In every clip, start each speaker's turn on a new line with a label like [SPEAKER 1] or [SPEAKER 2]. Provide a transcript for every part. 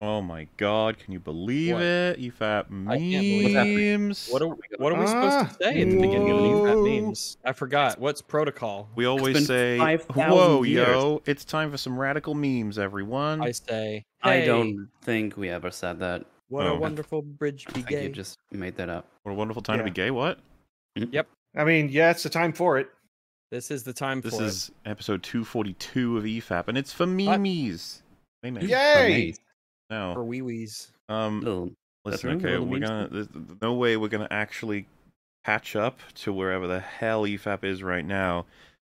[SPEAKER 1] Oh my god, can you believe
[SPEAKER 2] What?
[SPEAKER 1] it? You fat
[SPEAKER 2] can't believe what's happening.
[SPEAKER 1] memes.
[SPEAKER 2] What are we, what are we supposed
[SPEAKER 3] Ah,
[SPEAKER 2] to say at the beginning of these
[SPEAKER 1] whoa.
[SPEAKER 2] fat memes? I forgot. What's protocol?
[SPEAKER 1] we always
[SPEAKER 4] been
[SPEAKER 1] say,
[SPEAKER 4] 5,000
[SPEAKER 1] whoa,
[SPEAKER 4] years.
[SPEAKER 1] yo, it's time for some radical memes, everyone.
[SPEAKER 2] I say.
[SPEAKER 4] I
[SPEAKER 2] "Hey,
[SPEAKER 4] don't think we ever said that.
[SPEAKER 2] What
[SPEAKER 1] Oh.
[SPEAKER 2] a wonderful bridge be
[SPEAKER 4] I think
[SPEAKER 2] gay.
[SPEAKER 4] you just made that up.
[SPEAKER 1] What a wonderful time to
[SPEAKER 3] Yeah.
[SPEAKER 1] be gay. What?
[SPEAKER 3] I mean, yeah, it's the time for it.
[SPEAKER 2] This is the time
[SPEAKER 1] This
[SPEAKER 2] for it.
[SPEAKER 1] is episode 242 of E EFAP, and it's for memes. They know.
[SPEAKER 3] Yay!
[SPEAKER 4] Amazing.
[SPEAKER 2] for
[SPEAKER 1] No.
[SPEAKER 2] wee wees.
[SPEAKER 1] Um,
[SPEAKER 4] Little-
[SPEAKER 1] listen,
[SPEAKER 4] That's right,
[SPEAKER 1] okay,
[SPEAKER 4] little
[SPEAKER 1] we're
[SPEAKER 4] memes.
[SPEAKER 1] gonna, there's no way we're gonna actually catch up to wherever the hell E EFAP is right now.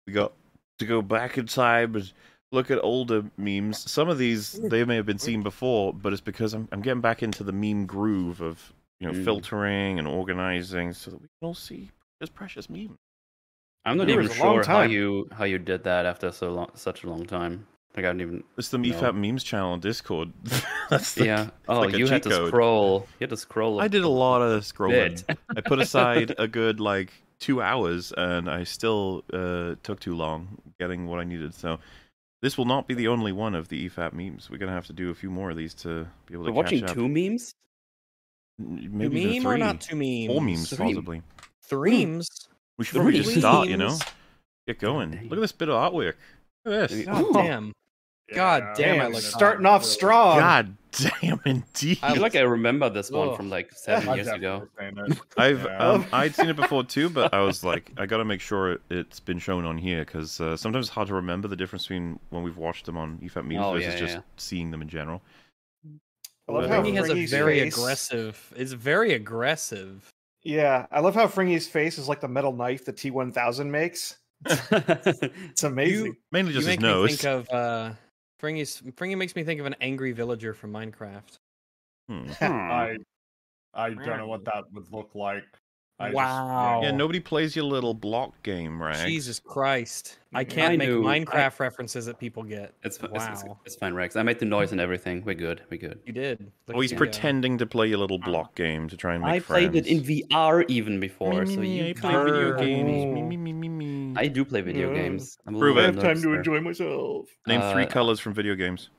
[SPEAKER 1] We got to go back in time and look at older memes. Some of these, they may have been seen before, but it's because I'm, I'm getting back into the meme groove of, you know,
[SPEAKER 4] Mm.
[SPEAKER 1] filtering and organizing so that we can all see this precious meme.
[SPEAKER 4] I'm not
[SPEAKER 3] It
[SPEAKER 4] even
[SPEAKER 3] was a long
[SPEAKER 4] sure how
[SPEAKER 3] time.
[SPEAKER 4] you how you did that after so long, such a long time. Like I don't even.
[SPEAKER 1] It's the
[SPEAKER 4] No.
[SPEAKER 1] EFAP memes channel on Discord. That's the
[SPEAKER 4] yeah. Oh,
[SPEAKER 1] like a
[SPEAKER 4] you had
[SPEAKER 1] cheat
[SPEAKER 4] to
[SPEAKER 1] code.
[SPEAKER 4] scroll. You had to scroll.
[SPEAKER 1] I did a lot of
[SPEAKER 4] bit.
[SPEAKER 1] scrolling. I put aside a good like two hours, and I still uh, took too long getting what I needed. So this will not be the only one of the E EFAP memes. We're gonna have to do a few more of these to be able to
[SPEAKER 4] We're watching
[SPEAKER 1] catch up.
[SPEAKER 4] two memes.
[SPEAKER 1] N-
[SPEAKER 2] Two
[SPEAKER 1] maybe even
[SPEAKER 2] meme
[SPEAKER 1] three,
[SPEAKER 2] or not two memes?
[SPEAKER 1] four memes
[SPEAKER 4] Three.
[SPEAKER 1] possibly.
[SPEAKER 2] Threems.
[SPEAKER 1] We should probably just start, you know,
[SPEAKER 2] Memes.
[SPEAKER 1] get going.
[SPEAKER 4] Dang.
[SPEAKER 1] Look at this bit of artwork. Look at
[SPEAKER 4] Maybe-
[SPEAKER 1] this.
[SPEAKER 2] God
[SPEAKER 3] Oh.
[SPEAKER 2] damn. God damn, I
[SPEAKER 3] Damn,
[SPEAKER 2] look
[SPEAKER 3] starting off strong.
[SPEAKER 1] God damn, indeed.
[SPEAKER 4] I feel like I remember this one
[SPEAKER 2] Ugh.
[SPEAKER 4] from like seven
[SPEAKER 5] I
[SPEAKER 4] years
[SPEAKER 5] definitely
[SPEAKER 4] ago.
[SPEAKER 5] understand that.
[SPEAKER 1] I've
[SPEAKER 5] Yeah.
[SPEAKER 1] um, I'd seen it before too, but I was like, I gotta make sure it, it's been shown on here because uh, sometimes it's hard to remember the difference between when we've watched them on EFAP Memes
[SPEAKER 4] Oh,
[SPEAKER 1] versus
[SPEAKER 4] yeah,
[SPEAKER 1] just
[SPEAKER 4] yeah.
[SPEAKER 1] seeing them in general.
[SPEAKER 3] I love
[SPEAKER 1] But-
[SPEAKER 3] how
[SPEAKER 2] He has a
[SPEAKER 3] Fringy's
[SPEAKER 2] very
[SPEAKER 3] face-
[SPEAKER 2] aggressive. It's very aggressive.
[SPEAKER 3] Yeah, I love how Fringy's face is like the metal knife the T1000 makes. It's amazing.
[SPEAKER 2] You-
[SPEAKER 1] Mainly
[SPEAKER 2] You
[SPEAKER 1] just his
[SPEAKER 2] make me
[SPEAKER 1] nose.
[SPEAKER 2] think of uh, Fringy's, Fringy makes me think of an angry villager from Minecraft.
[SPEAKER 1] Hmm.
[SPEAKER 4] Hmm.
[SPEAKER 5] I I don't know what that would look like. I just- uh,
[SPEAKER 4] Hmm.
[SPEAKER 2] Wow.
[SPEAKER 1] Yeah, nobody plays your little block game, right?
[SPEAKER 2] Jesus Christ! I
[SPEAKER 3] Mhm.
[SPEAKER 2] can't
[SPEAKER 4] I
[SPEAKER 2] make
[SPEAKER 4] knew- I-
[SPEAKER 2] Minecraft references that people get.
[SPEAKER 4] It's, fi- it's, it's,
[SPEAKER 2] Wow.
[SPEAKER 4] it's fine, Rex. I made the noise and everything. We're good. We're good.
[SPEAKER 2] You did. Look
[SPEAKER 1] Always
[SPEAKER 2] at you go.
[SPEAKER 1] Oh, pretending to play your little block game to try and make
[SPEAKER 4] I
[SPEAKER 1] friends.
[SPEAKER 4] played it in VR even
[SPEAKER 1] Me,
[SPEAKER 4] before,
[SPEAKER 1] me,
[SPEAKER 4] so
[SPEAKER 1] me,
[SPEAKER 4] you
[SPEAKER 1] I play video
[SPEAKER 4] can't-
[SPEAKER 1] games. Me, me, me, me, me.
[SPEAKER 4] I do play video
[SPEAKER 2] Mm.
[SPEAKER 3] Yeah.
[SPEAKER 4] games. I'm a
[SPEAKER 1] Prove
[SPEAKER 4] little
[SPEAKER 1] it.
[SPEAKER 3] I have Mm-hmm. time to
[SPEAKER 4] nervous there.
[SPEAKER 3] enjoy myself.
[SPEAKER 1] Name three
[SPEAKER 4] uh,
[SPEAKER 1] colors from video games.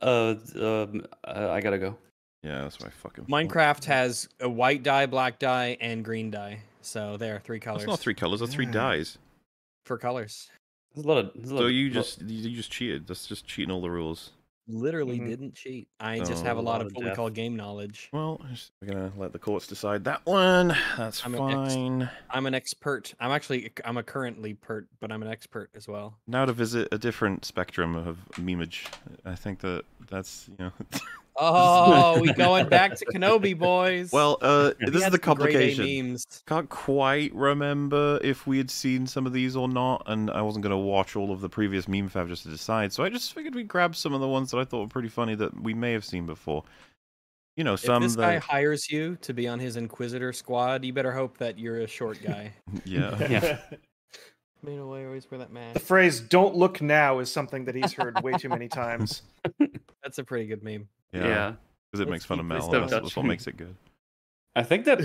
[SPEAKER 4] Uh, um, uh, I gotta go.
[SPEAKER 1] Yeah, that's what I fucking. thought.
[SPEAKER 2] Minecraft has a white dye, black dye, and green dye. So there, three colors.
[SPEAKER 1] That's not three colors. That's three
[SPEAKER 3] Yeah.
[SPEAKER 1] dyes.
[SPEAKER 2] for colors.
[SPEAKER 4] There's a lot of. There's a lot
[SPEAKER 1] So
[SPEAKER 4] of-
[SPEAKER 1] you
[SPEAKER 4] lot-
[SPEAKER 1] just you you just cheated. That's just cheating all the rules.
[SPEAKER 2] Literally
[SPEAKER 3] Mhm.
[SPEAKER 2] didn't cheat. I just have Mm-hmm. a
[SPEAKER 1] Oh,
[SPEAKER 2] lot
[SPEAKER 4] lot
[SPEAKER 2] of
[SPEAKER 4] of
[SPEAKER 2] what we
[SPEAKER 4] death.
[SPEAKER 2] call game knowledge.
[SPEAKER 1] Well, just- we're gonna let the courts decide that one. That's
[SPEAKER 2] I'm an ex-
[SPEAKER 1] fine.
[SPEAKER 2] I'm an expert. I'm actually I'm a currently pert, but I'm an expert as well.
[SPEAKER 1] Now to visit a different spectrum of memeage. I think that that's you know.
[SPEAKER 2] Oh, we going back to Kenobi, boys.
[SPEAKER 1] well, uh,
[SPEAKER 4] We
[SPEAKER 1] this is
[SPEAKER 2] had
[SPEAKER 1] the
[SPEAKER 2] some grade A
[SPEAKER 1] complication.
[SPEAKER 2] Memes.
[SPEAKER 1] Can't quite remember if we had seen some of these or not, and I wasn't gonna watch all of the previous meme fab just to decide. So I just figured we'd grab some of the ones that I thought were pretty funny that we may have seen before. You know, some
[SPEAKER 2] if this guy
[SPEAKER 1] that
[SPEAKER 2] hires you to be on his Inquisitor squad, you better hope that you're a short guy.
[SPEAKER 1] yeah.
[SPEAKER 2] Man, oh, I always wear that
[SPEAKER 3] the
[SPEAKER 2] mask.
[SPEAKER 3] phrase "Don't look now" is something that he's heard way too many times.
[SPEAKER 2] That's a pretty good meme.
[SPEAKER 4] yeah.
[SPEAKER 1] Because
[SPEAKER 2] Let's
[SPEAKER 1] it makes fun of
[SPEAKER 2] keep this
[SPEAKER 1] metal.
[SPEAKER 4] stuff
[SPEAKER 1] That's, that's what
[SPEAKER 4] touching.
[SPEAKER 1] makes it good.
[SPEAKER 4] I think that.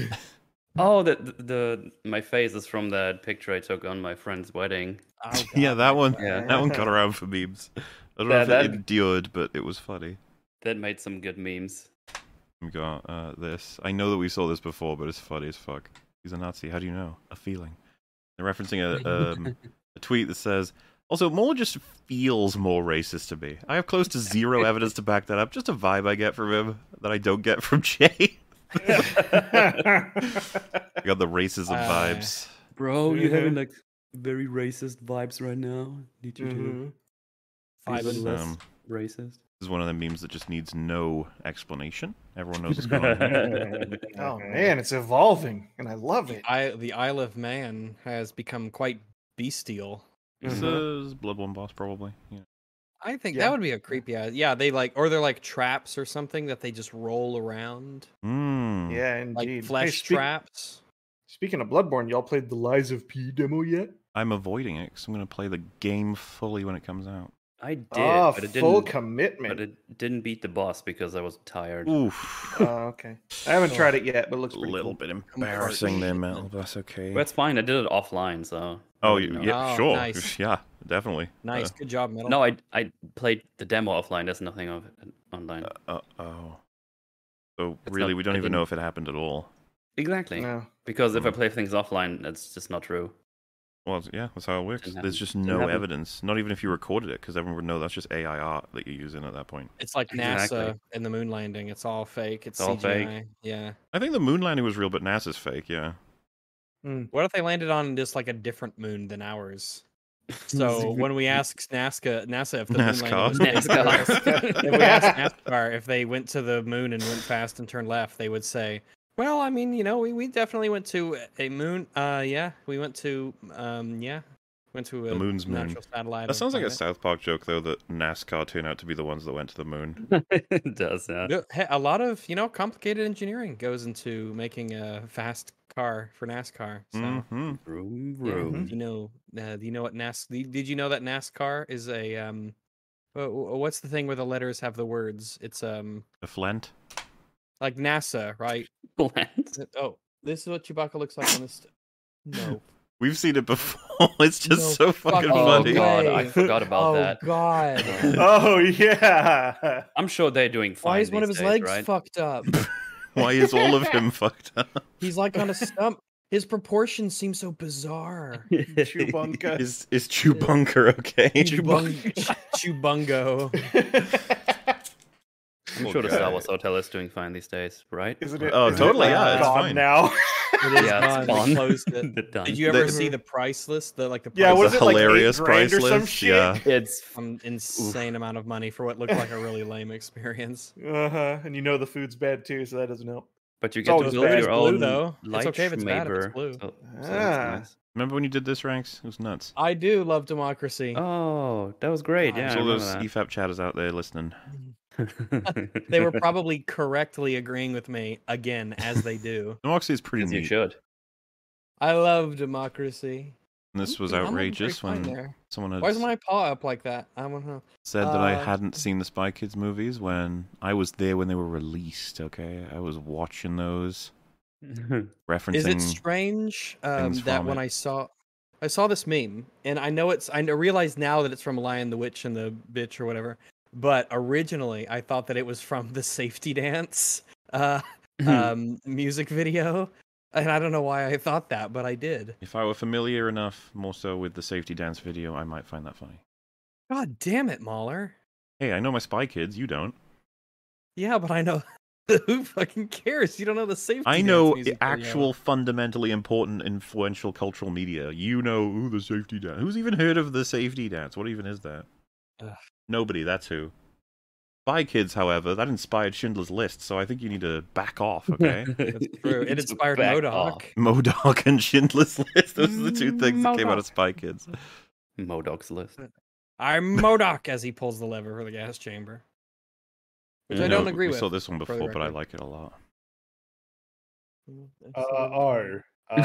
[SPEAKER 4] Oh, that the, the my face is from that picture I took on my friend's wedding.
[SPEAKER 2] Oh,
[SPEAKER 1] yeah,
[SPEAKER 2] God,
[SPEAKER 1] that one.
[SPEAKER 4] Yeah.
[SPEAKER 1] That one got around for memes. I don't know
[SPEAKER 4] Yeah,
[SPEAKER 1] if
[SPEAKER 4] that-
[SPEAKER 1] it endured, but it was funny.
[SPEAKER 4] That made some good memes.
[SPEAKER 1] We got uh, this. I know that we saw this before, but it's funny as fuck. He's a Nazi. How do you know? A feeling. They're referencing a um, a tweet that says. Also, more just feels more racist to me. I have close to zero evidence to back that up. Just a vibe I get from him that I don't get from Jay. I got the racism
[SPEAKER 2] Uh,
[SPEAKER 1] vibes.
[SPEAKER 4] Bro,
[SPEAKER 3] you having, Mhm.
[SPEAKER 4] Oh, like very racist vibes right now. Need
[SPEAKER 3] Mhm.
[SPEAKER 2] Five
[SPEAKER 1] This
[SPEAKER 2] and
[SPEAKER 1] is,
[SPEAKER 2] less.
[SPEAKER 1] um,
[SPEAKER 4] racist.
[SPEAKER 1] this is one of the memes that just needs no explanation. Everyone knows what's going on. here.
[SPEAKER 3] Oh man, it's evolving, and I love it.
[SPEAKER 2] The, I, the Isle of Man has become quite bestial.
[SPEAKER 1] This
[SPEAKER 3] Mhm.
[SPEAKER 1] is Bloodborne boss, probably. Yeah.
[SPEAKER 2] I think
[SPEAKER 3] Yeah.
[SPEAKER 2] that would be a creepy. Ass. Yeah, they like, or they're like traps or something that they just roll around,
[SPEAKER 1] Mm.
[SPEAKER 3] Yeah,
[SPEAKER 2] like
[SPEAKER 3] indeed. Hey,
[SPEAKER 2] flesh
[SPEAKER 3] speak-
[SPEAKER 2] traps.
[SPEAKER 3] Speaking of Bloodborne, y'all played the Lies of P demo yet?
[SPEAKER 1] I'm avoiding it because I'm going to play the game fully when it comes out.
[SPEAKER 4] I did,
[SPEAKER 3] oh,
[SPEAKER 4] but it
[SPEAKER 3] full
[SPEAKER 4] didn't.
[SPEAKER 3] commitment.
[SPEAKER 4] But it didn't beat the boss because I was tired.
[SPEAKER 1] Oof.
[SPEAKER 3] Oh, okay. I haven't
[SPEAKER 2] Oh.
[SPEAKER 3] tried it yet, but it looks
[SPEAKER 1] a
[SPEAKER 3] pretty
[SPEAKER 1] little
[SPEAKER 3] cool.
[SPEAKER 1] bit embarrassing there, Mel, but that's okay.
[SPEAKER 4] That's fine. I did it offline, so. I
[SPEAKER 1] oh,
[SPEAKER 4] wouldn't
[SPEAKER 1] y-
[SPEAKER 4] know.
[SPEAKER 1] yeah,
[SPEAKER 2] Oh,
[SPEAKER 1] sure.
[SPEAKER 2] nice.
[SPEAKER 1] Yeah, definitely. Uh,
[SPEAKER 2] Nice, good job, metal.
[SPEAKER 4] No, I I played the demo offline. There's nothing of it online.
[SPEAKER 1] Uh, uh, oh, So
[SPEAKER 4] It's
[SPEAKER 1] really,
[SPEAKER 4] not-
[SPEAKER 1] we don't
[SPEAKER 4] I
[SPEAKER 1] even know
[SPEAKER 4] didn't-
[SPEAKER 1] if it happened at all.
[SPEAKER 4] Exactly.
[SPEAKER 3] No.
[SPEAKER 4] Because if I
[SPEAKER 1] Mm.
[SPEAKER 4] play things offline, that's just not true.
[SPEAKER 1] Well, yeah, that's how it works.
[SPEAKER 4] Didn't
[SPEAKER 1] There's
[SPEAKER 4] happen.
[SPEAKER 1] just
[SPEAKER 4] Didn't
[SPEAKER 1] no
[SPEAKER 4] happen.
[SPEAKER 1] evidence, not even if you recorded it, because everyone would know that's just AI art that you're using at that point.
[SPEAKER 2] It's like
[SPEAKER 4] Exactly.
[SPEAKER 2] NASA and the moon landing. It's all fake. It's,
[SPEAKER 4] It's all
[SPEAKER 2] CGI.
[SPEAKER 4] fake.
[SPEAKER 2] Yeah.
[SPEAKER 1] I think the moon landing was real, but NASA's fake. Yeah,
[SPEAKER 2] What if they landed on just like a different moon than ours? So when we ask NASA, NASA if the moon
[SPEAKER 1] NASCAR.
[SPEAKER 2] landing was fake or real, if we asked NASCAR if they went to the moon and went fast and turned left, they would say, "Well, I mean, you know, we, we definitely went to a moon. Uh, yeah, we went to um, yeah, went to a
[SPEAKER 1] the moon's moon.
[SPEAKER 2] natural satellite.
[SPEAKER 1] That
[SPEAKER 2] of
[SPEAKER 1] sounds like a
[SPEAKER 2] planet."
[SPEAKER 1] South Park joke, though, that NASCAR turned out to be the ones that went to the moon.
[SPEAKER 4] it does, yeah.
[SPEAKER 2] No, hey, a lot of you know complicated engineering goes into making a fast car for NASCAR. So
[SPEAKER 1] hmm
[SPEAKER 4] Vroom,
[SPEAKER 2] yeah,
[SPEAKER 4] vroom.
[SPEAKER 2] do you know, uh, do you know what NAS? Did did you know that NASCAR is a um, wha- wha- what's the thing where the letters have the words? It's um,
[SPEAKER 1] The Flint.
[SPEAKER 2] like NASA, right?
[SPEAKER 4] Bland.
[SPEAKER 2] Is it- Oh, this is what Chewbacca looks like on this. No,
[SPEAKER 1] We've seen it before. It's just
[SPEAKER 2] No
[SPEAKER 1] so fucking
[SPEAKER 2] fucking
[SPEAKER 4] Oh
[SPEAKER 1] funny.
[SPEAKER 2] way.
[SPEAKER 4] god, I
[SPEAKER 2] Way.
[SPEAKER 4] forgot about
[SPEAKER 2] oh
[SPEAKER 4] that. Uh,
[SPEAKER 2] God,
[SPEAKER 3] Oh yeah.
[SPEAKER 4] I'm sure they're doing fine.
[SPEAKER 2] why is one of
[SPEAKER 4] these
[SPEAKER 2] his
[SPEAKER 4] days,
[SPEAKER 2] legs
[SPEAKER 4] right?
[SPEAKER 2] fucked up?
[SPEAKER 1] Why is all of him fucked up?
[SPEAKER 2] He's like on a stump. His proportions seem so bizarre.
[SPEAKER 3] Chewbunga.
[SPEAKER 1] Is is Chewbunker okay?
[SPEAKER 2] Chewbung- Chewbungo.
[SPEAKER 4] I'm
[SPEAKER 1] Poor
[SPEAKER 4] sure the Star
[SPEAKER 1] guy.
[SPEAKER 4] Wars Hotel is doing fine these days, right?
[SPEAKER 3] Isn't it?
[SPEAKER 1] Oh,
[SPEAKER 3] isn't
[SPEAKER 1] totally,
[SPEAKER 3] it
[SPEAKER 1] yeah, it's
[SPEAKER 3] gone
[SPEAKER 1] fine.
[SPEAKER 3] now.
[SPEAKER 2] It is
[SPEAKER 4] Yeah,
[SPEAKER 2] yeah,
[SPEAKER 4] it's
[SPEAKER 2] They
[SPEAKER 4] gone.
[SPEAKER 2] closed it.
[SPEAKER 4] They're done.
[SPEAKER 2] Did you ever
[SPEAKER 1] They-
[SPEAKER 2] see the price list? The like the
[SPEAKER 3] Yeah,
[SPEAKER 2] price
[SPEAKER 3] what
[SPEAKER 1] It's
[SPEAKER 3] is
[SPEAKER 1] a
[SPEAKER 3] it, like, eight
[SPEAKER 1] hilarious
[SPEAKER 3] grand
[SPEAKER 1] price
[SPEAKER 3] or some
[SPEAKER 1] list.
[SPEAKER 3] shit?
[SPEAKER 1] Yeah.
[SPEAKER 4] It's
[SPEAKER 2] an insane amount of money for what looked like a really lame experience.
[SPEAKER 3] Uh huh. And you know the food's bad too, so that doesn't help.
[SPEAKER 4] but you get
[SPEAKER 3] Oh,
[SPEAKER 4] to
[SPEAKER 3] it's
[SPEAKER 4] build
[SPEAKER 3] bad.
[SPEAKER 4] your
[SPEAKER 3] It's
[SPEAKER 2] blue,
[SPEAKER 4] own
[SPEAKER 2] though. It's
[SPEAKER 4] light
[SPEAKER 2] okay if it's bad if it's
[SPEAKER 4] schmaber.
[SPEAKER 2] blue.
[SPEAKER 4] So- so that's
[SPEAKER 3] Ah.
[SPEAKER 4] nice.
[SPEAKER 1] Remember when you did this, Ranks? It was nuts.
[SPEAKER 2] I do love democracy.
[SPEAKER 4] Oh, that was great.
[SPEAKER 2] Ah,
[SPEAKER 4] Yeah,
[SPEAKER 1] There's
[SPEAKER 4] I
[SPEAKER 1] all those E
[SPEAKER 4] remember
[SPEAKER 1] EFAP chatters out there listening.
[SPEAKER 4] that.
[SPEAKER 2] They were probably correctly agreeing with me again, as they do.
[SPEAKER 1] Democracy is pretty
[SPEAKER 4] As you
[SPEAKER 1] neat.
[SPEAKER 4] should.
[SPEAKER 2] I love democracy.
[SPEAKER 1] And this
[SPEAKER 2] I'm-
[SPEAKER 1] was
[SPEAKER 2] I'm doing
[SPEAKER 1] outrageous
[SPEAKER 2] pretty fine
[SPEAKER 1] when
[SPEAKER 2] there.
[SPEAKER 1] someone had
[SPEAKER 2] Why is my paw up like that? I don't know.
[SPEAKER 1] said that I
[SPEAKER 2] uh,
[SPEAKER 1] hadn't seen the Spy Kids movies when I was there when they were released. Okay, I was watching those, referencing.
[SPEAKER 2] Is it strange um,
[SPEAKER 1] things
[SPEAKER 2] that
[SPEAKER 1] from
[SPEAKER 2] when
[SPEAKER 1] it.
[SPEAKER 2] I saw I saw this meme and I know it's I realize now that it's from Lion the Witch and the Bitch or whatever, but originally I thought that it was from the Safety Dance uh, um, music video, and I don't know why I thought that, but I did.
[SPEAKER 1] if I were familiar enough, more so with the safety dance video, I might find that funny.
[SPEAKER 2] God damn it, Mahler!
[SPEAKER 1] Hey, I know my Spy Kids. You don't.
[SPEAKER 2] Yeah, but I know who fucking cares. You don't know the Safety.
[SPEAKER 1] I
[SPEAKER 2] Dance
[SPEAKER 1] know
[SPEAKER 2] music video.
[SPEAKER 1] actual fundamentally important, influential cultural media. You know ooh, the safety dance. Who's even heard of the safety dance? What even is that?
[SPEAKER 2] Ugh.
[SPEAKER 1] Nobody. That's who. Spy Kids, however, that inspired Schindler's List, so I think you need to back off. Okay.
[SPEAKER 2] That's true. It
[SPEAKER 4] It's
[SPEAKER 2] inspired
[SPEAKER 4] back
[SPEAKER 2] Modoc.
[SPEAKER 4] off.
[SPEAKER 1] Modoc and Schindler's List. Those are the two things that came out
[SPEAKER 4] Modoc.
[SPEAKER 1] of Spy Kids.
[SPEAKER 4] Modoc's list.
[SPEAKER 2] I'm Modoc as he pulls the lever for the gas chamber. Which
[SPEAKER 1] You
[SPEAKER 2] I
[SPEAKER 1] know,
[SPEAKER 2] don't agree
[SPEAKER 1] Mm, we
[SPEAKER 2] with.
[SPEAKER 1] saw this one
[SPEAKER 2] for the
[SPEAKER 1] before, but I
[SPEAKER 2] record.
[SPEAKER 1] like it a lot.
[SPEAKER 5] Uh, oh. Uh,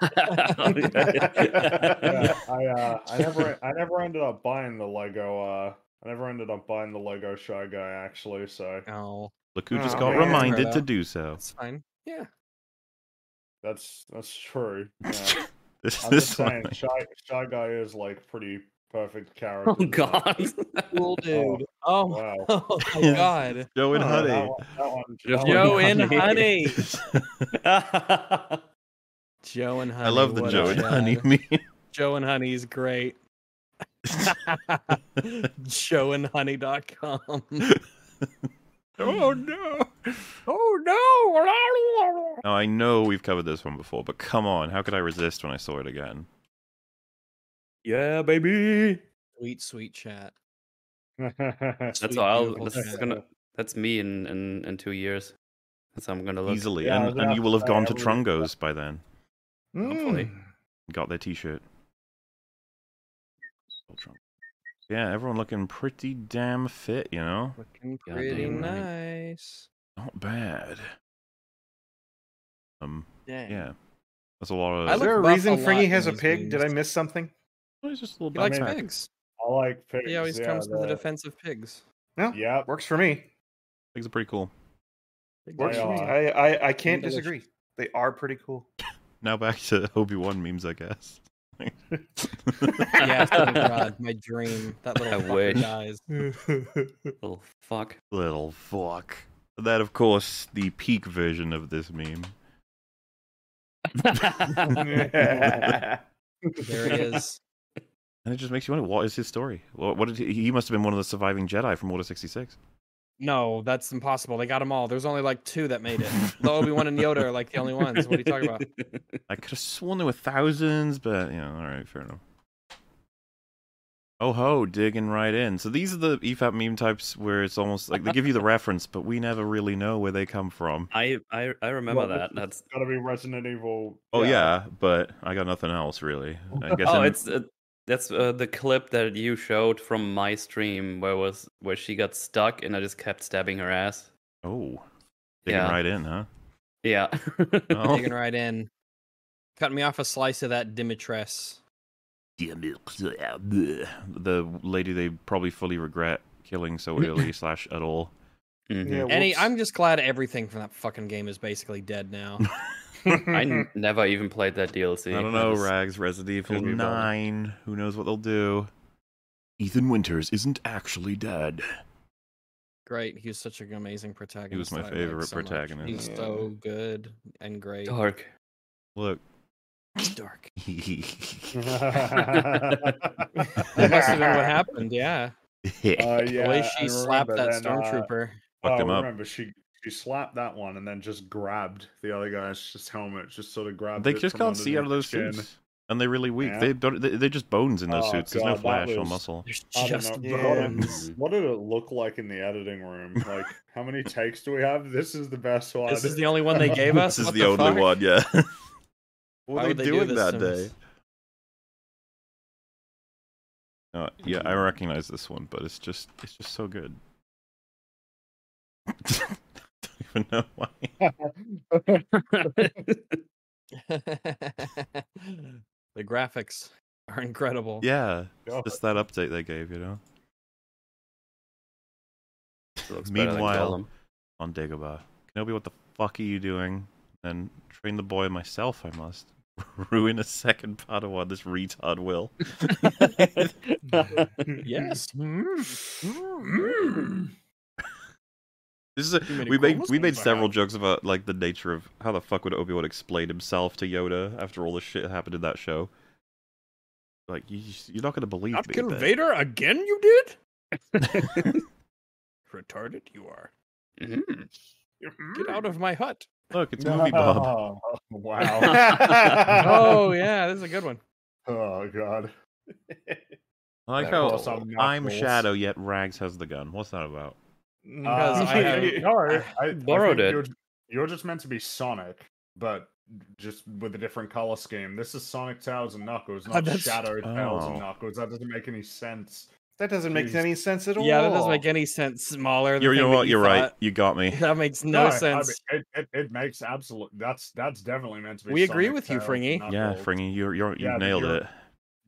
[SPEAKER 5] yeah, I, uh, I never, I never ended up buying the Lego. Uh, I never ended up buying the Lego Shy Guy actually. So uh,
[SPEAKER 2] Oh,
[SPEAKER 1] Look who just
[SPEAKER 3] Oh,
[SPEAKER 1] got
[SPEAKER 3] man.
[SPEAKER 1] reminded to do so.
[SPEAKER 2] that's fine. Yeah.
[SPEAKER 5] that's that's true. Yeah.
[SPEAKER 1] This,
[SPEAKER 5] I'm just
[SPEAKER 1] this one.
[SPEAKER 5] saying, Shy, Shy Guy is like pretty perfect character.
[SPEAKER 4] oh God.
[SPEAKER 5] design.
[SPEAKER 2] Cool dude. Oh,
[SPEAKER 5] Wow.
[SPEAKER 2] oh my god.
[SPEAKER 1] Joe and
[SPEAKER 5] Oh,
[SPEAKER 1] Honey.
[SPEAKER 5] That one, that one,
[SPEAKER 4] Just
[SPEAKER 5] that
[SPEAKER 2] Joe
[SPEAKER 5] one-
[SPEAKER 2] and
[SPEAKER 4] Honey.
[SPEAKER 2] Honey.
[SPEAKER 4] I
[SPEAKER 2] Joe and Honey.
[SPEAKER 1] I love the
[SPEAKER 2] what a
[SPEAKER 1] Joe and
[SPEAKER 2] dad.
[SPEAKER 1] Honey meme.
[SPEAKER 2] Joe and Honey is great. Joeandhoney.com.
[SPEAKER 4] Mm-hmm.
[SPEAKER 1] oh no!
[SPEAKER 2] Oh no!
[SPEAKER 1] Now I know we've covered this one before, but come on, how could I resist when I saw it again?
[SPEAKER 4] yeah, baby.
[SPEAKER 2] Sweet, sweet chat.
[SPEAKER 4] That's
[SPEAKER 2] Sweet,
[SPEAKER 4] all.
[SPEAKER 2] beautiful
[SPEAKER 4] That's
[SPEAKER 2] chat.
[SPEAKER 4] gonna. That's me in in in two years. That's how I'm gonna look.
[SPEAKER 1] Easily,
[SPEAKER 5] Yeah, I was
[SPEAKER 1] and,
[SPEAKER 5] gonna
[SPEAKER 1] and you
[SPEAKER 5] have
[SPEAKER 1] will
[SPEAKER 5] to
[SPEAKER 1] have
[SPEAKER 5] say,
[SPEAKER 1] gone
[SPEAKER 5] I
[SPEAKER 1] to
[SPEAKER 5] wouldn't-
[SPEAKER 1] Trungo's by then.
[SPEAKER 4] Hopefully.
[SPEAKER 3] Mm.
[SPEAKER 1] and Got their T-shirt. Old Trungo. Yeah, everyone looking pretty damn fit, you know.
[SPEAKER 2] Looking
[SPEAKER 4] Goddamn
[SPEAKER 2] pretty
[SPEAKER 4] right.
[SPEAKER 2] nice.
[SPEAKER 1] Not bad. Um,
[SPEAKER 2] Dang.
[SPEAKER 1] yeah, that's a lot of.
[SPEAKER 2] I
[SPEAKER 3] Is
[SPEAKER 2] look
[SPEAKER 3] there a
[SPEAKER 2] buff a
[SPEAKER 3] reason
[SPEAKER 2] lot
[SPEAKER 3] Fringy
[SPEAKER 2] in
[SPEAKER 3] has a
[SPEAKER 2] these
[SPEAKER 3] pig? Did I
[SPEAKER 2] memes.
[SPEAKER 3] miss something?
[SPEAKER 1] Oh, it's just a little
[SPEAKER 2] He likes
[SPEAKER 1] bit-
[SPEAKER 5] mean,
[SPEAKER 2] pigs.
[SPEAKER 5] I like pigs.
[SPEAKER 2] He always
[SPEAKER 5] yeah,
[SPEAKER 2] comes to the
[SPEAKER 5] they're-
[SPEAKER 2] defense of pigs.
[SPEAKER 3] No,
[SPEAKER 5] Yeah,
[SPEAKER 3] works for me.
[SPEAKER 1] Pigs are pretty cool.
[SPEAKER 2] Pigs
[SPEAKER 3] Works
[SPEAKER 5] They
[SPEAKER 3] for me.
[SPEAKER 5] are.
[SPEAKER 3] I, I, I can't
[SPEAKER 2] delicious.
[SPEAKER 3] disagree. They are pretty cool.
[SPEAKER 1] Now back to Obi Wan memes, I guess.
[SPEAKER 2] yeah, I swear to God, my dream. That little
[SPEAKER 4] I
[SPEAKER 2] fucker
[SPEAKER 4] wish.
[SPEAKER 2] dies.
[SPEAKER 4] Little fuck.
[SPEAKER 1] Little fuck. That, of course, the peak version of this meme.
[SPEAKER 2] There it is.
[SPEAKER 1] And it just makes you wonder, what is his story? What, what did he, he must have been one of the surviving Jedi from Order 66.
[SPEAKER 2] No, that's impossible. They got them all. There's only like two that made it. The Obi Wan and Yoda are like the only ones. What are you talking about?
[SPEAKER 1] I could have sworn there were thousands, but you know, all right, fair enough. Oh ho, digging right in. So these are the E EFAP meme types where it's almost like they give you the reference, but we never really know where they come from.
[SPEAKER 4] I I, I remember
[SPEAKER 5] Well,
[SPEAKER 4] that.
[SPEAKER 5] it's-
[SPEAKER 4] That's
[SPEAKER 5] Gotta be Resident Evil.
[SPEAKER 1] Oh yeah, but I got nothing else really. I guess.
[SPEAKER 4] oh,
[SPEAKER 1] I'm-
[SPEAKER 4] it's uh, that's uh, the clip that you showed from my stream where was where she got stuck and I just kept stabbing her ass.
[SPEAKER 1] oh, digging
[SPEAKER 4] Yeah.
[SPEAKER 1] right in, huh?
[SPEAKER 4] Yeah.
[SPEAKER 1] Oh.
[SPEAKER 2] Digging right in. Cut me off a slice of that Dimitress.
[SPEAKER 1] the lady they probably fully regret killing so early slash at all.
[SPEAKER 5] Mm-hmm.
[SPEAKER 4] Mhm.
[SPEAKER 2] Any, I'm just glad everything from that fucking game is basically dead now.
[SPEAKER 4] I n-
[SPEAKER 5] Mm-hmm.
[SPEAKER 4] never even played that DLC.
[SPEAKER 1] I don't know,
[SPEAKER 4] just-
[SPEAKER 1] Rags. Resident Evil
[SPEAKER 4] couldn't be bothered.
[SPEAKER 1] 9. Who knows what they'll do? Ethan Winters isn't actually dead.
[SPEAKER 2] Great. He was such an amazing protagonist.
[SPEAKER 1] my
[SPEAKER 2] that I liked
[SPEAKER 1] favorite
[SPEAKER 2] so much. He's
[SPEAKER 1] protagonist.
[SPEAKER 2] so good and great.
[SPEAKER 4] Dark.
[SPEAKER 1] Look.
[SPEAKER 2] Dark. That must have been what
[SPEAKER 1] Fucked
[SPEAKER 2] happened. Yeah.
[SPEAKER 5] Uh,
[SPEAKER 2] the way
[SPEAKER 5] yeah, I
[SPEAKER 2] she slapped that
[SPEAKER 5] remember then, uh,
[SPEAKER 2] stormtrooper.
[SPEAKER 5] oh,
[SPEAKER 1] him up.
[SPEAKER 5] remember she she slapped that one and then just grabbed the other guy's just helmet, just sort of grabbed.
[SPEAKER 1] They
[SPEAKER 5] it
[SPEAKER 1] just
[SPEAKER 5] from
[SPEAKER 1] can't see out of those
[SPEAKER 5] underneath his chin.
[SPEAKER 1] suits. And they're really weak.
[SPEAKER 5] Yeah.
[SPEAKER 1] They, but they- they're just bones in those
[SPEAKER 5] Oh,
[SPEAKER 1] suits. There's no
[SPEAKER 5] God, that
[SPEAKER 1] flesh or
[SPEAKER 5] was-
[SPEAKER 1] muscle.
[SPEAKER 2] There's
[SPEAKER 5] I don't
[SPEAKER 2] just
[SPEAKER 5] know.
[SPEAKER 3] Yeah.
[SPEAKER 2] bones.
[SPEAKER 5] What did it look like in the editing room? Like, how many takes do we have? This is the best one.
[SPEAKER 2] This is the only one they gave us.
[SPEAKER 1] This is
[SPEAKER 2] What
[SPEAKER 1] the, only
[SPEAKER 2] fuck?
[SPEAKER 1] one, yeah.
[SPEAKER 2] Why
[SPEAKER 1] what are
[SPEAKER 2] would
[SPEAKER 1] they
[SPEAKER 2] they do
[SPEAKER 1] doing
[SPEAKER 2] this
[SPEAKER 1] that
[SPEAKER 2] to
[SPEAKER 1] day?
[SPEAKER 2] us?
[SPEAKER 1] Uh, yeah, I recognize this one, but it's just it's just so good. don't even know why.
[SPEAKER 2] the graphics are incredible.
[SPEAKER 1] Yeah,
[SPEAKER 5] God.
[SPEAKER 1] it's just that update they gave, you know,
[SPEAKER 4] Looks better than
[SPEAKER 1] Meanwhile-
[SPEAKER 4] Gollum.
[SPEAKER 1] on Dagobah. Kenobi, what the fuck are you doing? Then train the boy myself, I must. Ruin a second Padawan, this retard will.
[SPEAKER 2] Yes.
[SPEAKER 1] Mm. This is a,
[SPEAKER 2] You made a
[SPEAKER 1] we
[SPEAKER 2] cool
[SPEAKER 1] made we
[SPEAKER 2] Muslim
[SPEAKER 1] made
[SPEAKER 2] guy.
[SPEAKER 1] several jokes about like the nature of how the fuck would Obi Wan explain himself to Yoda after all the shit that happened in that show. Like you, you're not gonna believe me. but-
[SPEAKER 2] Vader again? You did? Retarded you are.
[SPEAKER 1] Mm.
[SPEAKER 4] Mhm.
[SPEAKER 2] Get out of my hut.
[SPEAKER 1] Look, it's movie Bob.
[SPEAKER 5] Oh, wow. oh.
[SPEAKER 2] Oh yeah, this is a good one.
[SPEAKER 5] god.
[SPEAKER 1] I like
[SPEAKER 5] Of
[SPEAKER 1] how
[SPEAKER 5] course I'm not
[SPEAKER 1] I'm
[SPEAKER 5] Wolf.
[SPEAKER 1] Shadow, yet Rags has the gun. What's that about?
[SPEAKER 2] Because I have-
[SPEAKER 5] no, Uh, I, I
[SPEAKER 4] borrowed
[SPEAKER 5] think
[SPEAKER 4] it.
[SPEAKER 5] You're, you're just meant to be Sonic, but just with a different color scheme. This is Sonic Tails and Knuckles, not
[SPEAKER 2] that's-
[SPEAKER 5] Shadow Tails
[SPEAKER 1] Oh.
[SPEAKER 5] and Knuckles. That doesn't make any sense.
[SPEAKER 3] That doesn't make
[SPEAKER 5] Jeez.
[SPEAKER 3] any sense at all.
[SPEAKER 2] Yeah, that doesn't make any sense. Smaller. the
[SPEAKER 1] You're, you know
[SPEAKER 2] thing that
[SPEAKER 1] what? You're right.
[SPEAKER 2] thought.
[SPEAKER 1] You got me.
[SPEAKER 2] That makes no,
[SPEAKER 5] I mean,
[SPEAKER 2] sense.
[SPEAKER 5] it, it, it makes absolute. That's that's definitely meant to be.
[SPEAKER 2] We agree
[SPEAKER 5] Sonic,
[SPEAKER 2] with you,
[SPEAKER 5] Tails, and
[SPEAKER 2] Fringy.
[SPEAKER 1] Yeah,
[SPEAKER 5] Knuckles.
[SPEAKER 1] Fringy, you're, you're, you
[SPEAKER 5] Yeah, but
[SPEAKER 1] nailed
[SPEAKER 5] you're-
[SPEAKER 1] it.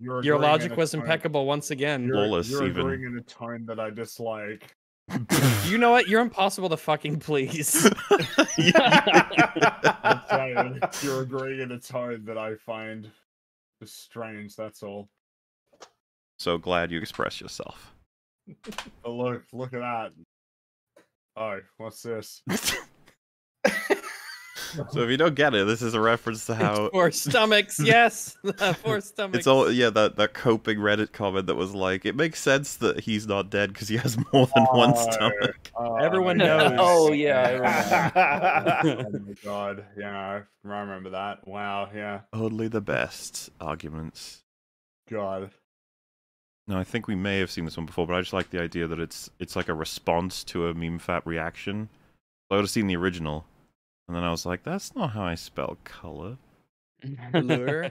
[SPEAKER 5] You're
[SPEAKER 2] Your
[SPEAKER 5] agreeing in
[SPEAKER 2] logic
[SPEAKER 5] a
[SPEAKER 2] was
[SPEAKER 5] tone-
[SPEAKER 2] impeccable once again.
[SPEAKER 5] You're,
[SPEAKER 1] Flawless,
[SPEAKER 5] you're
[SPEAKER 1] even.
[SPEAKER 5] agreeing in a tone that I dislike.
[SPEAKER 2] You know what? You're impossible to fucking please.
[SPEAKER 5] I'm saying, you're agreeing in a tone that I find just strange. That's all.
[SPEAKER 1] so glad you expressed yourself.
[SPEAKER 5] But look, look at that. Oh, what's this?
[SPEAKER 1] So if you don't get it, this is a reference to how
[SPEAKER 2] Four stomachs, yes. Four stomachs.
[SPEAKER 1] it's all yeah that that coping Reddit comment that was like it makes sense that he's not dead because he has more than one
[SPEAKER 5] Oh.
[SPEAKER 1] stomach.
[SPEAKER 5] Oh,
[SPEAKER 2] Everyone
[SPEAKER 5] yeah.
[SPEAKER 2] knows.
[SPEAKER 4] Oh, yeah, I remember.
[SPEAKER 5] oh my god, yeah, I remember that. Wow, yeah,
[SPEAKER 1] Only the best arguments.
[SPEAKER 5] god.
[SPEAKER 1] No, I think we may have seen this one before, but I just like the idea that it's it's like a response to a meme fat reaction. I would have seen the original, and then I was like, that's not how I spell color.
[SPEAKER 2] Lure.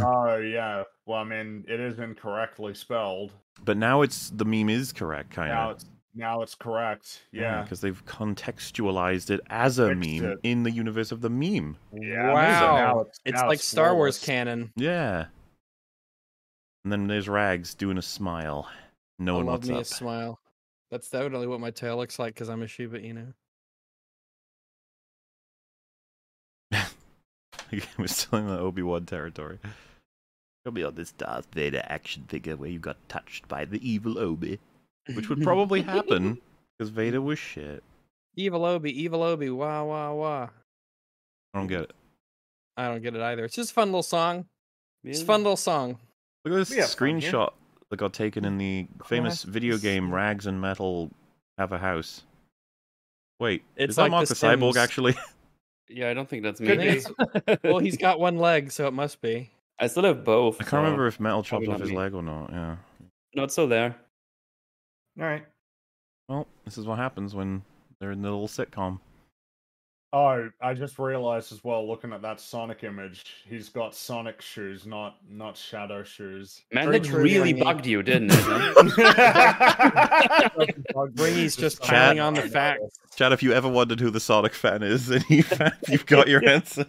[SPEAKER 5] Oh yeah. Well, I mean, it is incorrectly spelled.
[SPEAKER 1] But now it's the meme is correct, kind
[SPEAKER 5] Now
[SPEAKER 1] of.
[SPEAKER 5] it's now it's correct. Yeah.
[SPEAKER 1] because they've contextualized it as a
[SPEAKER 5] Fixed
[SPEAKER 1] meme
[SPEAKER 5] it.
[SPEAKER 1] in the universe of the meme.
[SPEAKER 5] Yeah,
[SPEAKER 2] Wow.
[SPEAKER 5] it's,
[SPEAKER 2] It's
[SPEAKER 5] now
[SPEAKER 2] like Star Wars
[SPEAKER 5] flawless.
[SPEAKER 2] canon.
[SPEAKER 1] Yeah. And then there's Rags doing a smile,
[SPEAKER 2] I
[SPEAKER 1] knowing
[SPEAKER 2] love
[SPEAKER 1] what's
[SPEAKER 2] me
[SPEAKER 1] up.
[SPEAKER 2] a smile. That's definitely what my tail looks like because I'm a Shiba Inu.
[SPEAKER 1] We're still in the Obi Wan territory. You'll be on this Darth Vader action figure where you got touched by the evil Obi, which would probably happen because Vader was shit.
[SPEAKER 2] Evil Obi, Evil Obi, wah wah wah.
[SPEAKER 1] I don't get it.
[SPEAKER 2] I don't get it either. It's just a fun little song. It's a fun little song.
[SPEAKER 1] Look at this
[SPEAKER 3] We have fun here.
[SPEAKER 1] screenshot that got taken in the famous video
[SPEAKER 2] Classics.
[SPEAKER 1] game Rags and Metal Have a House. Wait,
[SPEAKER 2] It's
[SPEAKER 1] is that
[SPEAKER 2] like
[SPEAKER 1] Mark
[SPEAKER 2] The
[SPEAKER 1] the, Cyborg
[SPEAKER 2] Sims.
[SPEAKER 1] actually?
[SPEAKER 4] Yeah, I don't think that's
[SPEAKER 2] I
[SPEAKER 4] me.
[SPEAKER 2] think it's- well, he's got one leg, so it must be.
[SPEAKER 4] I still have both.
[SPEAKER 1] I can't
[SPEAKER 4] so
[SPEAKER 1] remember if Metal chopped
[SPEAKER 4] probably
[SPEAKER 1] off
[SPEAKER 4] not
[SPEAKER 1] his
[SPEAKER 4] me.
[SPEAKER 1] leg or not. Yeah.
[SPEAKER 4] No, it's still there.
[SPEAKER 3] All right.
[SPEAKER 1] Well, this is what happens when they're in the little sitcom.
[SPEAKER 5] Oh, I just realized as well. Looking at that Sonic image, he's got Sonic shoes, not not shadow shoes.
[SPEAKER 4] Man,
[SPEAKER 2] Very
[SPEAKER 4] that
[SPEAKER 2] true,
[SPEAKER 4] really
[SPEAKER 2] Bringy.
[SPEAKER 4] bugged you, didn't it? huh?
[SPEAKER 2] Bringy's just
[SPEAKER 1] Chad-
[SPEAKER 2] piling on the facts.
[SPEAKER 1] Chad, if you ever wondered who the Sonic fan is, then you've, you've got your answer.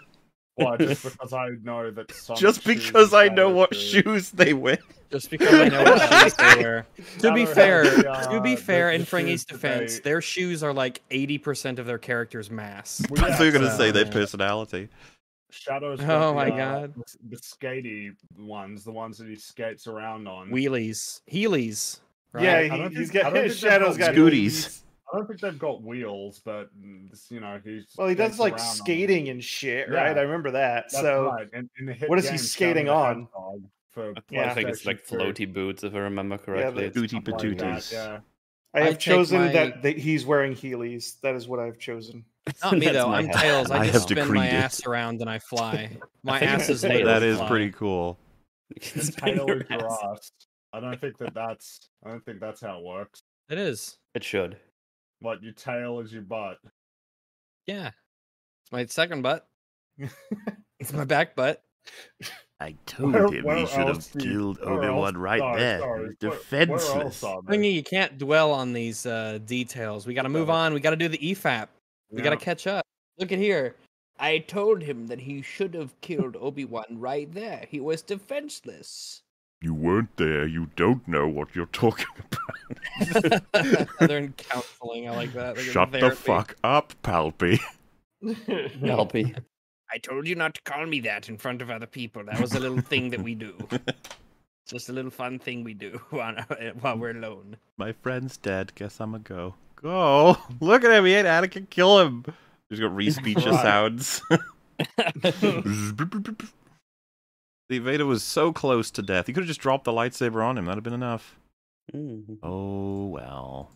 [SPEAKER 5] Why? Just because I know that. Sonic
[SPEAKER 1] Just
[SPEAKER 5] shoes
[SPEAKER 1] because
[SPEAKER 5] are
[SPEAKER 1] I know
[SPEAKER 5] shadow
[SPEAKER 1] what
[SPEAKER 5] shoes.
[SPEAKER 1] shoes they wear.
[SPEAKER 2] Just because I know what shoes they wear. To be
[SPEAKER 5] Shadow
[SPEAKER 2] fair,
[SPEAKER 5] has the,
[SPEAKER 2] to
[SPEAKER 5] uh,
[SPEAKER 2] be
[SPEAKER 5] the-
[SPEAKER 2] fair,
[SPEAKER 5] the
[SPEAKER 2] in Fringy's
[SPEAKER 5] shoes that
[SPEAKER 2] defense,
[SPEAKER 5] they-
[SPEAKER 2] their shoes are like 80% of their character's mass.
[SPEAKER 5] Well,
[SPEAKER 1] That's what you're going to
[SPEAKER 5] yeah,
[SPEAKER 1] say, their
[SPEAKER 2] yeah.
[SPEAKER 1] personality.
[SPEAKER 5] Shadows. got
[SPEAKER 2] Oh
[SPEAKER 5] the,
[SPEAKER 2] my
[SPEAKER 5] uh,
[SPEAKER 2] god.
[SPEAKER 5] the s- The skatey ones, the ones that he skates around on.
[SPEAKER 2] Wheelies. Heelys. Right?
[SPEAKER 3] Yeah,
[SPEAKER 5] I
[SPEAKER 3] he,
[SPEAKER 5] don't
[SPEAKER 3] he's
[SPEAKER 5] think- I
[SPEAKER 3] got
[SPEAKER 5] don't
[SPEAKER 3] his
[SPEAKER 5] think they've
[SPEAKER 3] shadow's
[SPEAKER 5] got
[SPEAKER 3] got
[SPEAKER 1] Scooties.
[SPEAKER 3] wings.
[SPEAKER 5] I don't think they've got wheels, but mm, this- you know he's.
[SPEAKER 3] Well, he does
[SPEAKER 5] skates
[SPEAKER 3] like
[SPEAKER 5] around on them.
[SPEAKER 3] skating and shit,
[SPEAKER 5] Yeah.
[SPEAKER 3] right? I remember that.
[SPEAKER 5] That's
[SPEAKER 3] so
[SPEAKER 5] right. and, and the hit
[SPEAKER 3] what is he
[SPEAKER 5] game Shadow
[SPEAKER 3] skating
[SPEAKER 5] the
[SPEAKER 3] on?
[SPEAKER 5] Hedgehog For
[SPEAKER 3] Yeah.
[SPEAKER 4] I think it's
[SPEAKER 5] PlayStation
[SPEAKER 4] like
[SPEAKER 5] 2.
[SPEAKER 4] floaty boots, if I remember
[SPEAKER 3] the-
[SPEAKER 4] correctly. It's-
[SPEAKER 1] Booty
[SPEAKER 5] Something like that,
[SPEAKER 1] patooties.
[SPEAKER 5] yeah.
[SPEAKER 3] I
[SPEAKER 2] I
[SPEAKER 3] have
[SPEAKER 2] take
[SPEAKER 3] chosen
[SPEAKER 2] my-
[SPEAKER 3] that, that he's wearing Heelys. That is what I've chosen.
[SPEAKER 2] Not me
[SPEAKER 4] that's
[SPEAKER 2] though.
[SPEAKER 4] my
[SPEAKER 2] I'm
[SPEAKER 4] hat.
[SPEAKER 2] tails. I
[SPEAKER 1] I
[SPEAKER 2] just
[SPEAKER 1] have
[SPEAKER 2] spin
[SPEAKER 1] decreed
[SPEAKER 2] my
[SPEAKER 1] it.
[SPEAKER 2] ass around and I fly. My
[SPEAKER 4] think
[SPEAKER 2] ass is
[SPEAKER 4] it's
[SPEAKER 2] made.
[SPEAKER 4] tails.
[SPEAKER 2] of
[SPEAKER 1] That is
[SPEAKER 2] fly.
[SPEAKER 1] pretty cool.
[SPEAKER 4] You can
[SPEAKER 5] It's
[SPEAKER 4] spin
[SPEAKER 5] Taylor
[SPEAKER 4] your
[SPEAKER 5] with
[SPEAKER 4] ass.
[SPEAKER 5] your ass. I don't think that that's. I don't think that's how it works.
[SPEAKER 2] It is.
[SPEAKER 4] It should.
[SPEAKER 5] What your tail is your butt.
[SPEAKER 2] Yeah. It's my second butt. it's my back butt.
[SPEAKER 1] I told
[SPEAKER 5] Where- him he where should have else do you- killed where Obi-Wan else- right sorry, there. sorry, He's where- Where else are they?
[SPEAKER 2] Thingy, you can't dwell on these uh, details. We got to move on. We got to do the E EFAP. We got to
[SPEAKER 5] Yeah.
[SPEAKER 2] catch up. Look at here. I told him that he should have killed Obi Wan right there. He was defenseless.
[SPEAKER 1] You weren't there. You don't know what you're talking
[SPEAKER 2] They're in counseling. I like that. They're in therapy.
[SPEAKER 1] up, Palpy.
[SPEAKER 4] Helpy.
[SPEAKER 2] I told you not to call me that in front of other people. That was a little thing that we do. Just a little fun thing we do while, while we're alone.
[SPEAKER 1] My friend's dead. Guess I'm a go. Go. Look at him. He ain't Anakin. Kill him. He's got re-speecher
[SPEAKER 5] Right.
[SPEAKER 1] sounds. the Vader was so close to death. He could have just dropped the lightsaber on him. That'd have been enough.
[SPEAKER 4] Mm.
[SPEAKER 1] Oh well.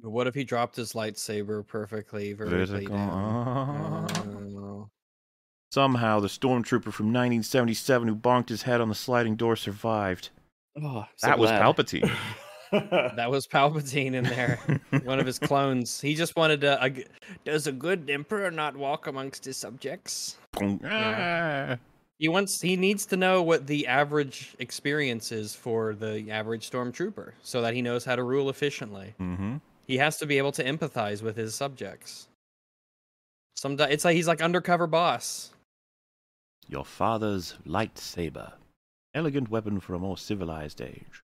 [SPEAKER 2] But what if he dropped his lightsaber perfectly vertically
[SPEAKER 1] Vertical.
[SPEAKER 2] down?
[SPEAKER 1] Ah.
[SPEAKER 2] Oh.
[SPEAKER 1] Somehow, the stormtrooper from 1977 who bonked his head on the sliding door survived.
[SPEAKER 4] Oh, I'm so
[SPEAKER 1] that was
[SPEAKER 4] glad.
[SPEAKER 1] Palpatine.
[SPEAKER 2] That was Palpatine in there. One of his clones. He just wanted to. a g- does a good emperor not walk amongst his subjects?
[SPEAKER 1] Ah.
[SPEAKER 2] Yeah. He wants. He needs to know what the average experience is for the average stormtrooper, so that he knows how to rule efficiently.
[SPEAKER 1] mm-hmm.
[SPEAKER 2] He has to be able to empathize with his subjects. Sometimes it's like he's like undercover boss.
[SPEAKER 1] Your father's lightsaber. Elegant weapon for a more civilized age.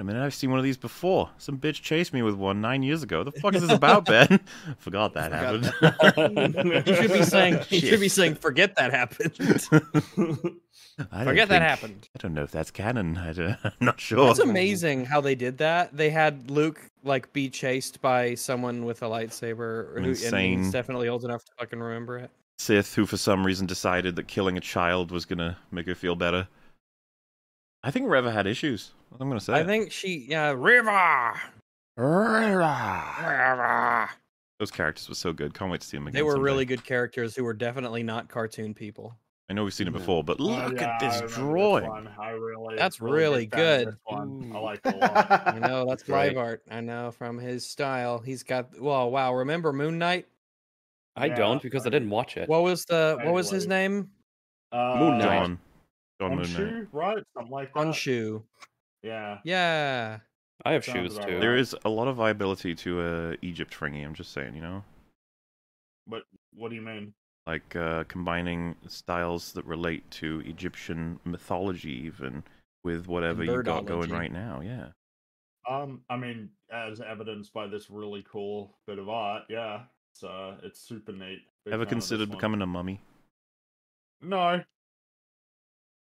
[SPEAKER 1] I mean, I've seen one of these before. Some bitch chased me with one nine years ago. The fuck is this about, Ben? Forgot that
[SPEAKER 2] Forgot
[SPEAKER 1] happened.
[SPEAKER 2] He should be saying. He should be
[SPEAKER 1] Shit.
[SPEAKER 2] saying, "Forget that happened.
[SPEAKER 1] I don't
[SPEAKER 2] Forget that
[SPEAKER 1] think- Oh,
[SPEAKER 2] happened."
[SPEAKER 1] I don't know if that's canon. I don't, I'm not sure.
[SPEAKER 2] It's amazing how they did that. They had Luke like be chased by someone with a lightsaber, who, and he's
[SPEAKER 1] Insane.
[SPEAKER 2] definitely old enough to fucking remember it.
[SPEAKER 1] Sith, who for some reason decided that killing a child was gonna make her feel better. I think Reva had issues. I'm gonna say.
[SPEAKER 2] I
[SPEAKER 1] it.
[SPEAKER 2] think she, yeah, River, River.
[SPEAKER 1] Those characters were so good. Can't wait to see them again.
[SPEAKER 2] They were
[SPEAKER 1] someday.
[SPEAKER 2] really good characters who were definitely not cartoon people.
[SPEAKER 1] I know we've seen it
[SPEAKER 4] Mhm.
[SPEAKER 1] before, but
[SPEAKER 5] Oh,
[SPEAKER 1] look
[SPEAKER 5] yeah,
[SPEAKER 1] at
[SPEAKER 5] I
[SPEAKER 1] this
[SPEAKER 5] remember
[SPEAKER 1] drawing.
[SPEAKER 5] one. I really,
[SPEAKER 2] That's really
[SPEAKER 5] big fan of
[SPEAKER 2] good.
[SPEAKER 5] this one. I
[SPEAKER 1] Ooh.
[SPEAKER 5] like it a lot.
[SPEAKER 2] I know that's
[SPEAKER 4] Right.
[SPEAKER 2] live art. I know from his style. He's got. Well, wow. Remember Moon Knight?
[SPEAKER 4] I
[SPEAKER 5] Yeah,
[SPEAKER 4] don't because I didn't watch it.
[SPEAKER 2] What was the? What was his
[SPEAKER 5] Anyway.
[SPEAKER 2] name?
[SPEAKER 5] Uh,
[SPEAKER 4] Moon Knight.
[SPEAKER 1] John. John Moon Knight.
[SPEAKER 5] Honshu, right? Something like that.
[SPEAKER 2] Honshu.
[SPEAKER 5] Yeah.
[SPEAKER 2] Yeah.
[SPEAKER 4] I have
[SPEAKER 5] Sounds
[SPEAKER 4] shoes
[SPEAKER 5] about
[SPEAKER 4] too.
[SPEAKER 5] right.
[SPEAKER 1] There is a lot of viability to uh, Egypt ringy. I'm just saying, you know,
[SPEAKER 5] But what do you mean?
[SPEAKER 1] like uh, combining styles that relate to Egyptian mythology, even with whatever you got going
[SPEAKER 2] birdology.
[SPEAKER 1] right now. Yeah.
[SPEAKER 5] Um, I mean, as evidenced by this really cool bit of art, yeah. It's uh, it's super neat. Big fan
[SPEAKER 1] Ever
[SPEAKER 5] of this
[SPEAKER 1] considered
[SPEAKER 5] one.
[SPEAKER 1] becoming a mummy?
[SPEAKER 5] No.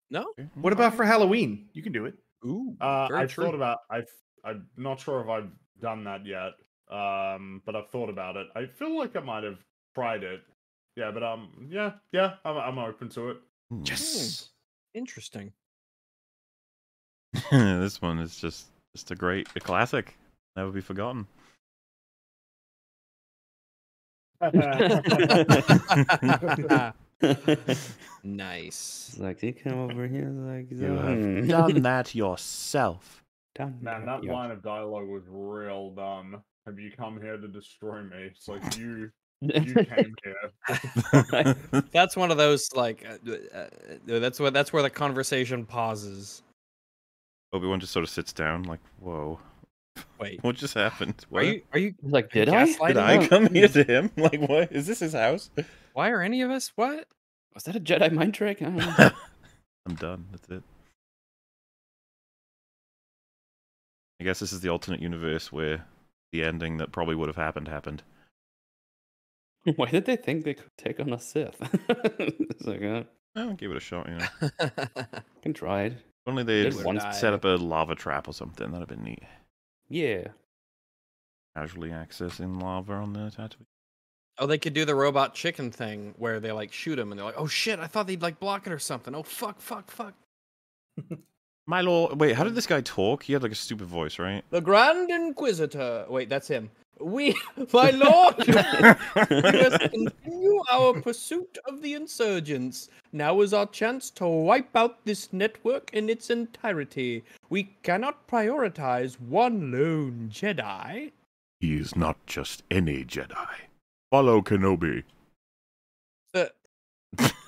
[SPEAKER 2] No.
[SPEAKER 3] What about for Halloween? You can do it.
[SPEAKER 2] Ooh.
[SPEAKER 5] Uh,
[SPEAKER 2] Very
[SPEAKER 5] I
[SPEAKER 2] true.
[SPEAKER 5] thought about. I. I'm not sure if I've done that yet. Um, but I've thought about it. I feel like I might have tried it. Yeah, but um, yeah, yeah, I'm I'm open to it.
[SPEAKER 1] Hmm.
[SPEAKER 3] Yes.
[SPEAKER 2] Interesting.
[SPEAKER 1] this one is just just a great a classic. Never be forgotten.
[SPEAKER 4] Mm-hmm.
[SPEAKER 2] nice.
[SPEAKER 4] like, you come over here like Hmm.
[SPEAKER 1] that yourself.
[SPEAKER 5] Man, that line of dialogue was real dumb. Have you come here to destroy me? It's like you you came here.
[SPEAKER 2] Oh, That's one of those like uh, uh, uh, that's where that's where the conversation pauses.
[SPEAKER 1] Obi Wan just sort of sits down, like, "Whoa,
[SPEAKER 2] Wait,
[SPEAKER 1] what just happened?
[SPEAKER 2] are
[SPEAKER 1] What?
[SPEAKER 2] you are you
[SPEAKER 4] like,
[SPEAKER 2] Are you
[SPEAKER 4] did I?
[SPEAKER 2] gaslighting Mm.
[SPEAKER 1] Did I come here to him? Like, what? Is this his house?
[SPEAKER 2] Why are any of us what?
[SPEAKER 4] Was that a Jedi mind trick? I don't know.
[SPEAKER 1] I'm done. That's it. I guess this is the alternate universe where the ending that probably would have happened happened.
[SPEAKER 4] Why did they think they could take on a Sith? it's like, uh,
[SPEAKER 1] I'll give it a shot. You know, if
[SPEAKER 4] can try it.
[SPEAKER 1] only they
[SPEAKER 4] Good
[SPEAKER 1] had
[SPEAKER 4] one.
[SPEAKER 1] set up a lava trap or something. That'd have been neat.
[SPEAKER 4] Yeah.
[SPEAKER 1] Casually accessing lava on the Tatooine.
[SPEAKER 2] oh, they could do the robot chicken thing where they like shoot him and they're like, "Oh shit, I thought they'd like block it or something." Oh fuck, fuck, fuck.
[SPEAKER 1] My lord, wait, how
[SPEAKER 2] Mm.
[SPEAKER 1] did this guy talk? He had like a stupid voice, right?
[SPEAKER 2] The Grand Inquisitor. Wait, that's him. We, my lord. We must continue our pursuit of the insurgents. Now is our chance to wipe out this network in its entirety. We cannot prioritize one lone Jedi.
[SPEAKER 1] He is not just any Jedi. Follow Kenobi.
[SPEAKER 2] The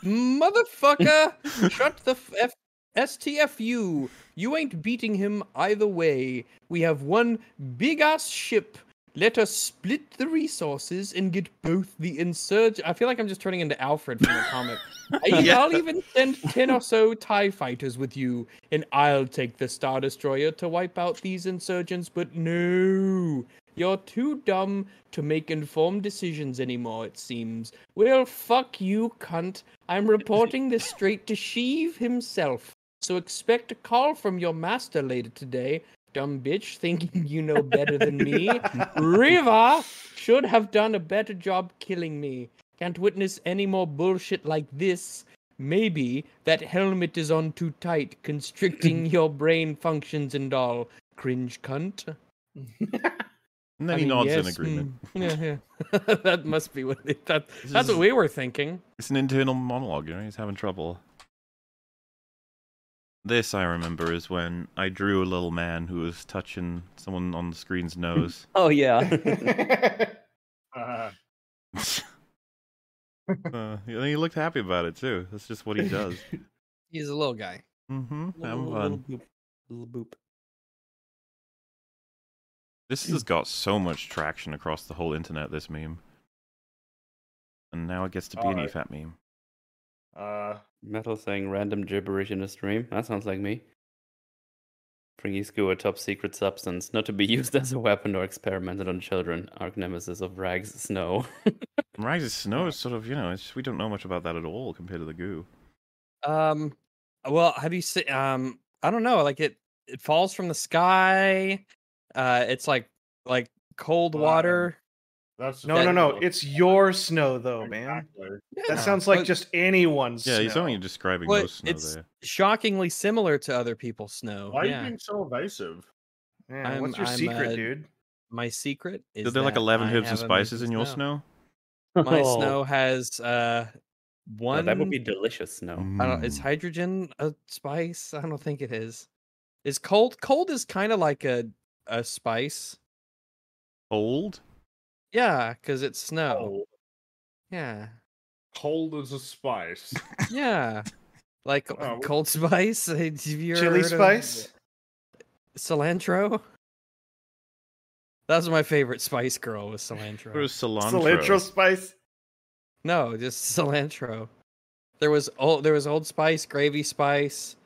[SPEAKER 2] motherfucker, shut the f- f- STFU. You ain't beating him either way. We have one big ass ship. Let us split the resources and get both the insurgent. I feel like I'm just turning into Alfred from the comic. I,
[SPEAKER 1] Yeah.
[SPEAKER 2] I'll even send 10 or so TIE fighters with you, and I'll take the Star Destroyer to wipe out these insurgents, but no. You're too dumb to make informed decisions anymore, it seems. Well, fuck you, cunt. I'm reporting this straight to Sheev himself, so expect a call from your master later today. Dumb bitch, thinking you know better than me. Riva should have done a better job killing me. Can't witness any more bullshit like this. Maybe that helmet is on too tight, constricting your brain functions and all. Cringe cunt.
[SPEAKER 1] And then
[SPEAKER 2] I
[SPEAKER 1] he
[SPEAKER 2] mean,
[SPEAKER 1] nods in
[SPEAKER 2] yes,
[SPEAKER 1] agreement.
[SPEAKER 2] mm, yeah, yeah. that must be what it, that,
[SPEAKER 1] This
[SPEAKER 2] that's
[SPEAKER 1] is-
[SPEAKER 2] what we were thinking.
[SPEAKER 1] It's an internal monologue, you know, he's having trouble. This, I remember, is when I drew a little man who was touching someone on the screen's nose.
[SPEAKER 4] Oh, yeah.
[SPEAKER 5] Uh,
[SPEAKER 1] uh, and he looked happy about it, too. That's just what he does.
[SPEAKER 2] He's a little guy.
[SPEAKER 1] hmm Having fun.
[SPEAKER 4] boop. Little boop.
[SPEAKER 1] This has got so much traction across the whole internet, this meme. And now it gets to be an
[SPEAKER 5] Oh.
[SPEAKER 1] EFAT meme.
[SPEAKER 5] uh,
[SPEAKER 4] Metal saying random gibberish in a stream. That sounds like me. Bringing Goo a top secret substance, not to be used as a weapon or experimented on children. Arch nemesis of Rags Snow.
[SPEAKER 1] Rise of Snow is sort of, you know, it's, we don't know much about that at all compared to the goo.
[SPEAKER 2] Um, well, have you seen? Um, I don't know. Like it, it falls from the sky. Uh, it's like like cold
[SPEAKER 5] Um,
[SPEAKER 2] water.
[SPEAKER 5] that's
[SPEAKER 3] No, no, no. It's your snow, though, man.
[SPEAKER 5] Exactly.
[SPEAKER 2] Yeah,
[SPEAKER 3] That sounds like
[SPEAKER 2] but
[SPEAKER 3] just anyone's.
[SPEAKER 1] Yeah, he's
[SPEAKER 3] snow.
[SPEAKER 1] only describing
[SPEAKER 2] Well,
[SPEAKER 1] most snow
[SPEAKER 2] it's-
[SPEAKER 1] there.
[SPEAKER 2] shockingly similar to other people's snow.
[SPEAKER 5] Why are
[SPEAKER 2] yeah,
[SPEAKER 5] you being so evasive?
[SPEAKER 3] Yeah,
[SPEAKER 2] I'm-
[SPEAKER 3] what's your
[SPEAKER 2] I'm,
[SPEAKER 3] secret,
[SPEAKER 2] uh,
[SPEAKER 3] dude?
[SPEAKER 2] my secret is
[SPEAKER 1] Is there like
[SPEAKER 2] that
[SPEAKER 1] 11
[SPEAKER 2] I
[SPEAKER 1] herbs and
[SPEAKER 2] have amazing
[SPEAKER 1] spices in your snow?
[SPEAKER 2] My
[SPEAKER 3] Oh.
[SPEAKER 2] snow has uh
[SPEAKER 4] Yeah,
[SPEAKER 2] one.
[SPEAKER 4] that would be delicious snow.
[SPEAKER 2] I don't. Is hydrogen a spice? I don't think it is. Is cold? Cold is kind of like a a spice.
[SPEAKER 1] old?
[SPEAKER 2] Yeah, because it's snow.
[SPEAKER 5] Cold.
[SPEAKER 2] Yeah.
[SPEAKER 5] Cold as a spice.
[SPEAKER 2] Yeah. Like
[SPEAKER 5] Oh, what-
[SPEAKER 2] cold spice, have you ever
[SPEAKER 3] Chili
[SPEAKER 2] heard of
[SPEAKER 3] spice?
[SPEAKER 2] cilantro. That was my favorite Spice Girl was
[SPEAKER 1] Or
[SPEAKER 2] cilantro.
[SPEAKER 1] is cilantro?
[SPEAKER 3] Cilantro spice?
[SPEAKER 2] No, just cilantro. There was old, there was Old Spice, Gravy Spice.